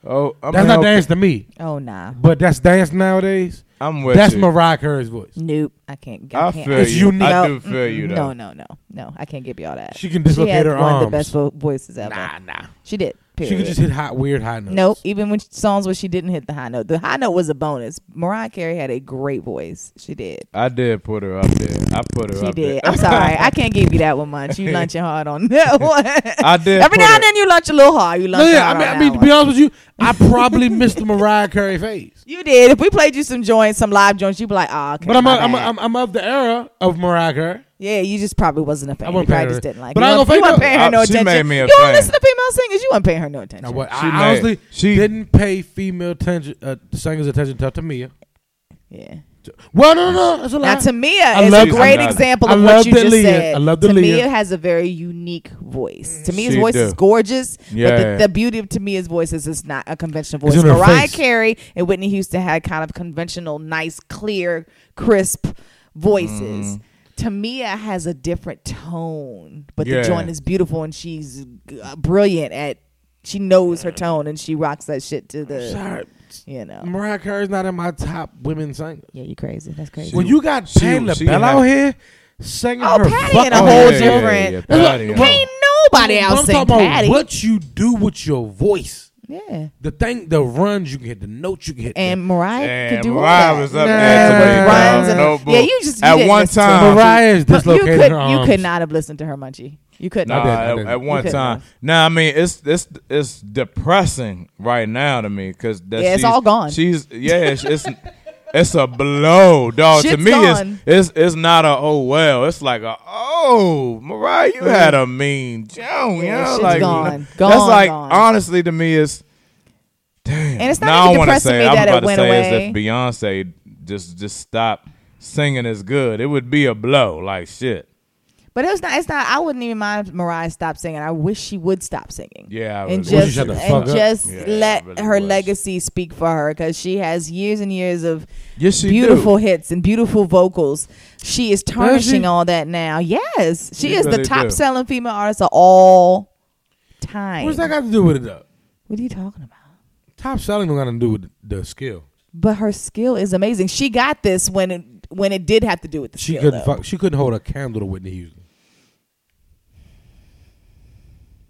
Speaker 3: Oh, I
Speaker 1: That's
Speaker 3: mean,
Speaker 1: not
Speaker 3: okay,
Speaker 1: dance to me,
Speaker 2: Oh nah,
Speaker 1: but that's dance nowadays.
Speaker 3: I'm with
Speaker 1: that's
Speaker 3: you.
Speaker 1: Mariah Carey's voice.
Speaker 2: nope. I can't.
Speaker 3: I
Speaker 2: I, can't.
Speaker 3: feel
Speaker 1: It's
Speaker 3: you.
Speaker 1: unique.
Speaker 3: I
Speaker 2: No,
Speaker 3: do feel you
Speaker 2: mm-mm.
Speaker 3: though.
Speaker 2: No, no, no, no. I can't give y'all that.
Speaker 1: She can dislocate
Speaker 2: she had
Speaker 1: her
Speaker 2: one
Speaker 1: arms.
Speaker 2: of the best vo- voices ever.
Speaker 1: Nah, nah.
Speaker 2: She did. Period.
Speaker 1: She could just hit hot, weird high notes.
Speaker 2: Nope. Even when songs where she didn't hit the high note, the high note was a bonus. Mariah Carey had a great voice. She did.
Speaker 3: I did put her up there. I put her
Speaker 2: She
Speaker 3: up
Speaker 2: did.
Speaker 3: there.
Speaker 2: I'm sorry. I can't give you that one much. You lunching hard on that one.
Speaker 3: I did.
Speaker 2: Every
Speaker 3: put
Speaker 2: now
Speaker 3: her-
Speaker 2: and then you lunch a little hard. You lunch
Speaker 1: No, yeah, I
Speaker 2: hard
Speaker 1: mean,
Speaker 2: on
Speaker 1: I
Speaker 2: that
Speaker 1: mean to
Speaker 2: one.
Speaker 1: be honest with you, I probably missed the Mariah Carey phase.
Speaker 2: You did. If we played you some joints, some live joints, you'd be like, oh, okay.
Speaker 1: But I'm,
Speaker 2: my
Speaker 1: a, I'm, a,
Speaker 2: bad."
Speaker 1: I'm, I'm of the era of Mariah Carey.
Speaker 2: Yeah, you just probably wasn't a fan.
Speaker 1: I
Speaker 2: I
Speaker 1: wasn't
Speaker 2: you probably
Speaker 1: paying her-
Speaker 2: just didn't like
Speaker 1: but
Speaker 2: her.
Speaker 1: I
Speaker 2: You
Speaker 1: ain't gonna fake
Speaker 2: weren't- You weren't
Speaker 1: no-
Speaker 2: paying her no
Speaker 3: Uh, she
Speaker 2: attention.
Speaker 3: made me a
Speaker 2: you don't
Speaker 3: fan.
Speaker 2: listen to female singers. You weren't paying her no attention.
Speaker 1: Now, what,
Speaker 3: She
Speaker 1: I
Speaker 3: made-
Speaker 1: honestly
Speaker 3: she-
Speaker 1: didn't pay female attention, uh, singers attention to Tamia.
Speaker 2: Yeah.
Speaker 1: Well, no, no, no, that's a lie.
Speaker 2: Now, Tamia
Speaker 1: I
Speaker 2: is a
Speaker 1: love-
Speaker 2: great
Speaker 3: I love-
Speaker 2: example
Speaker 1: I
Speaker 2: of
Speaker 1: love
Speaker 2: what you
Speaker 1: the
Speaker 2: just
Speaker 1: Leah.
Speaker 2: said.
Speaker 1: I love the
Speaker 2: Tamia
Speaker 1: Leah.
Speaker 2: has a very unique voice. Tamia's
Speaker 3: She
Speaker 2: voice
Speaker 3: do.
Speaker 2: is gorgeous,
Speaker 3: Yeah.
Speaker 2: but the, the beauty of Tamia's voice is it's not a conventional voice.
Speaker 1: in her
Speaker 2: Mariah
Speaker 1: face.
Speaker 2: Carey and Whitney Houston had kind of conventional, nice, clear, crisp
Speaker 1: Mm.
Speaker 2: voices. Tamia has a different tone, but
Speaker 3: Yeah.
Speaker 2: the joint is beautiful and she's uh, brilliant at. She knows her tone and she rocks that shit to the.
Speaker 1: Sorry.
Speaker 2: You know.
Speaker 1: Mariah Carey's not in my top women singers.
Speaker 2: Yeah, you crazy. That's crazy.
Speaker 1: When you got
Speaker 3: she-
Speaker 1: Patti
Speaker 3: she
Speaker 1: LaBelle
Speaker 3: had-
Speaker 1: out here singing
Speaker 2: Oh,
Speaker 1: her
Speaker 2: Patti
Speaker 1: fucking
Speaker 2: had a
Speaker 3: Oh,
Speaker 2: whole
Speaker 3: yeah,
Speaker 2: different-
Speaker 3: Yeah, yeah, Patty,
Speaker 1: Well,
Speaker 3: yeah.
Speaker 2: Ain't nobody
Speaker 1: I'm
Speaker 2: else sing
Speaker 1: talking about
Speaker 2: Patty.
Speaker 1: what you do with your voice.
Speaker 2: Yeah.
Speaker 1: The thing, the runs you can hit, the notes you can hit. the-
Speaker 2: And Mariah could
Speaker 3: And
Speaker 2: do all
Speaker 3: Mariah
Speaker 2: that.
Speaker 3: was up
Speaker 1: Nah.
Speaker 3: there. to
Speaker 2: Runs
Speaker 3: it,
Speaker 2: and-
Speaker 3: no, no boo.
Speaker 2: yeah, you just you
Speaker 3: at
Speaker 2: didn't
Speaker 3: one
Speaker 2: listen to
Speaker 3: time.
Speaker 1: Mariah is
Speaker 2: But you
Speaker 1: dislocated.
Speaker 2: could
Speaker 1: her
Speaker 2: you
Speaker 1: arms.
Speaker 2: could not have listened to her munchie. You could
Speaker 3: Nah,
Speaker 2: not.
Speaker 1: didn't, I
Speaker 3: at,
Speaker 1: didn't.
Speaker 3: at one
Speaker 2: couldn't.
Speaker 3: time. Now, I mean, it's it's it's depressing right now to me because
Speaker 2: Yeah, it's all gone.
Speaker 3: She's yeah, it's it's, it's a blow, dog. to
Speaker 2: Shit's
Speaker 3: me,
Speaker 2: gone.
Speaker 3: it's it's it's not a oh well. It's like a oh Mariah, you had a mean Joan.
Speaker 2: Yeah,
Speaker 3: yo."
Speaker 2: shit's
Speaker 3: like
Speaker 2: gone.
Speaker 3: That's
Speaker 2: Gone,
Speaker 3: like
Speaker 2: gone.
Speaker 3: honestly to me it's damn.
Speaker 2: And it's not
Speaker 3: Now,
Speaker 2: even
Speaker 3: I wanna
Speaker 2: depressing
Speaker 3: say,
Speaker 2: me
Speaker 3: I'm
Speaker 2: that it
Speaker 3: about to
Speaker 2: went
Speaker 3: say as
Speaker 2: away.
Speaker 3: if Beyonce just just stopped singing as good. It would be a blow, like shit.
Speaker 2: But it was not. It's not. I wouldn't even mind if Mariah stopped singing. I wish she would stop singing.
Speaker 3: Yeah, I
Speaker 2: and just
Speaker 3: really
Speaker 1: wish. Shut the
Speaker 2: and
Speaker 1: fuck up.
Speaker 2: just
Speaker 3: Yeah,
Speaker 2: let
Speaker 3: I really
Speaker 2: her
Speaker 3: wish.
Speaker 2: legacy speak for her because she has years and years of
Speaker 3: Yes, she do.
Speaker 2: beautiful hits and beautiful vocals. She is tarnishing
Speaker 1: she?
Speaker 2: all that now. Yes, she,
Speaker 3: She
Speaker 2: is the
Speaker 3: really
Speaker 2: top
Speaker 3: do.
Speaker 2: selling female artist of all time.
Speaker 1: What's that got to do with it? Though?
Speaker 2: What are you talking about?
Speaker 1: Top selling don't got to do with the skill.
Speaker 2: But her skill is amazing. She got this when it when it did have to do with the
Speaker 1: She
Speaker 2: skill.
Speaker 1: couldn't.
Speaker 2: though.
Speaker 1: Fuck, she couldn't hold a candle to Whitney Houston.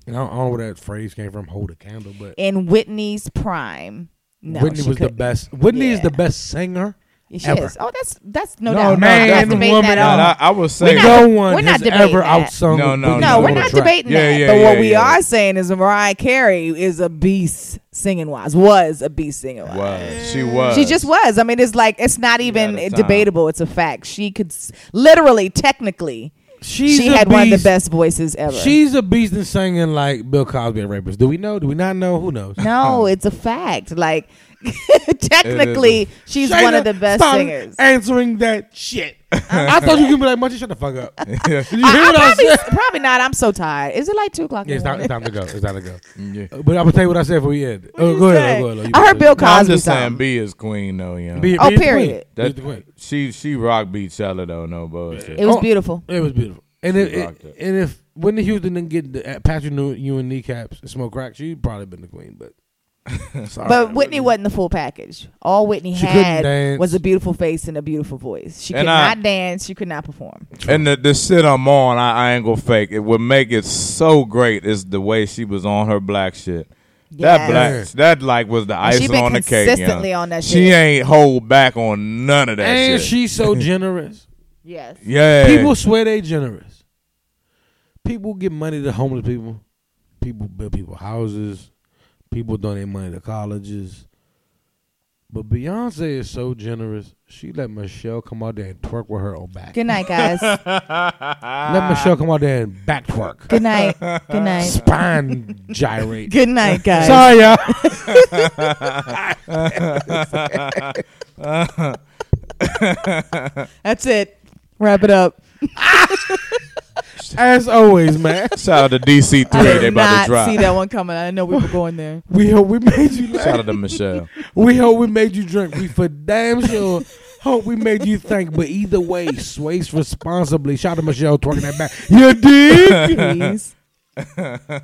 Speaker 1: And I don't, I don't know where that phrase came from. Hold a candle, but
Speaker 2: in Whitney's prime. Eh, No,
Speaker 1: Whitney
Speaker 2: she
Speaker 1: was the
Speaker 2: couldn't.
Speaker 1: best. Whitney is the
Speaker 2: Yeah.
Speaker 1: best singer.
Speaker 2: Yeah, She
Speaker 1: ever.
Speaker 2: is. Oh, that's that's no,
Speaker 1: No,
Speaker 2: doubt.
Speaker 1: man,
Speaker 2: we're not debating
Speaker 1: woman,
Speaker 2: that
Speaker 1: no,
Speaker 2: at all.
Speaker 3: And I, I would say
Speaker 2: not-
Speaker 1: no
Speaker 2: we're
Speaker 1: one
Speaker 2: not
Speaker 1: has
Speaker 2: debating
Speaker 1: ever
Speaker 2: that.
Speaker 1: outsung.
Speaker 3: No, no,
Speaker 1: Whitney
Speaker 2: no,
Speaker 1: on
Speaker 2: we're
Speaker 1: a
Speaker 2: not
Speaker 1: track.
Speaker 2: debating
Speaker 3: Yeah,
Speaker 2: that.
Speaker 3: yeah,
Speaker 2: but what
Speaker 3: yeah,
Speaker 2: we
Speaker 3: yeah.
Speaker 2: are saying is Mariah Carey is a beast singing wise. Was a beast singing wise.
Speaker 3: was she was
Speaker 2: She just was. I mean, it's like it's not even
Speaker 3: at a time.
Speaker 2: debatable. It's a fact. She could s- literally, technically,
Speaker 1: She's
Speaker 2: she
Speaker 1: a
Speaker 2: had one of the
Speaker 1: beast.
Speaker 2: best voices ever.
Speaker 1: She's a beast in singing like Bill Cosby and rappers. Do we know? Do we not know? Who knows?
Speaker 2: no, it's a fact. Like technically, she's
Speaker 1: Shayna,
Speaker 2: one of the best
Speaker 1: stop
Speaker 2: singers.
Speaker 1: Answering that shit. I thought you could be like, Munchie, shut the fuck up. Did you hear
Speaker 2: I, I
Speaker 1: what I,
Speaker 2: probably,
Speaker 1: said?
Speaker 2: probably not. I'm so tired. Is it like two o'clock?
Speaker 1: Yeah,
Speaker 2: in
Speaker 1: it's
Speaker 2: the
Speaker 1: time, it's
Speaker 2: morning?
Speaker 1: time to go. It's time to go.
Speaker 3: Mm, Yeah.
Speaker 1: Uh, But I'm gonna tell you what I said before we end. Oh,
Speaker 2: you
Speaker 1: go ahead.
Speaker 2: say?
Speaker 1: oh, go ahead.
Speaker 2: I heard Bill
Speaker 3: No, I'm just
Speaker 2: Cosby
Speaker 3: saying
Speaker 2: song.
Speaker 3: B is queen though, yeah.
Speaker 1: Be,
Speaker 2: Oh, period.
Speaker 1: That,
Speaker 3: That- she she rocked each other though, no bullshit.
Speaker 2: It was
Speaker 1: Oh.
Speaker 2: beautiful.
Speaker 1: it was beautiful. And if,
Speaker 3: She rocked it.
Speaker 1: and if Whitney Houston didn't get the, uh, Patrick New, you and kneecaps and smoke crack, she'd probably been the queen. But sorry,
Speaker 2: But Whitney wasn't the full package. All Whitney
Speaker 1: She couldn't
Speaker 2: had
Speaker 1: dance.
Speaker 2: was a beautiful face and a beautiful voice. She could
Speaker 3: And I-
Speaker 2: not dance. She could not perform.
Speaker 3: And the, the shit I'm on, I, I ain't gonna fake. It would make it so great is the way she was on her black shit.
Speaker 2: Yes.
Speaker 3: That black that like was the
Speaker 2: And she
Speaker 3: icing
Speaker 2: been
Speaker 3: on the cake.
Speaker 2: consistently
Speaker 3: yeah.
Speaker 2: on that
Speaker 3: She
Speaker 2: shit.
Speaker 3: ain't hold back on none of that
Speaker 1: and
Speaker 3: shit.
Speaker 1: she's so generous.
Speaker 2: Yes.
Speaker 3: yeah.
Speaker 1: People swear they generous. People give money to homeless people. People build people houses. People donate money to colleges. But Beyonce is so generous. She let Michelle come out there and twerk with her own back.
Speaker 2: Good night, guys.
Speaker 1: let Michelle come out there and back twerk.
Speaker 2: Good night. Good night.
Speaker 1: Spine gyrate.
Speaker 2: Good night, guys.
Speaker 1: Sorry, y'all.
Speaker 2: That's it. Wrap it up.
Speaker 1: As always, man.
Speaker 3: Shout out to DC
Speaker 2: I
Speaker 3: three,
Speaker 2: did
Speaker 3: they about
Speaker 2: not
Speaker 3: to drop.
Speaker 2: see that one coming. I didn't know we were going there.
Speaker 1: We hope we made you laugh.
Speaker 3: Shout out to Michelle.
Speaker 1: We hope we made you drink. We for damn sure hope we made you think. But either way, sways responsibly. Shout out to Michelle twerking that back. You dig?
Speaker 2: Please.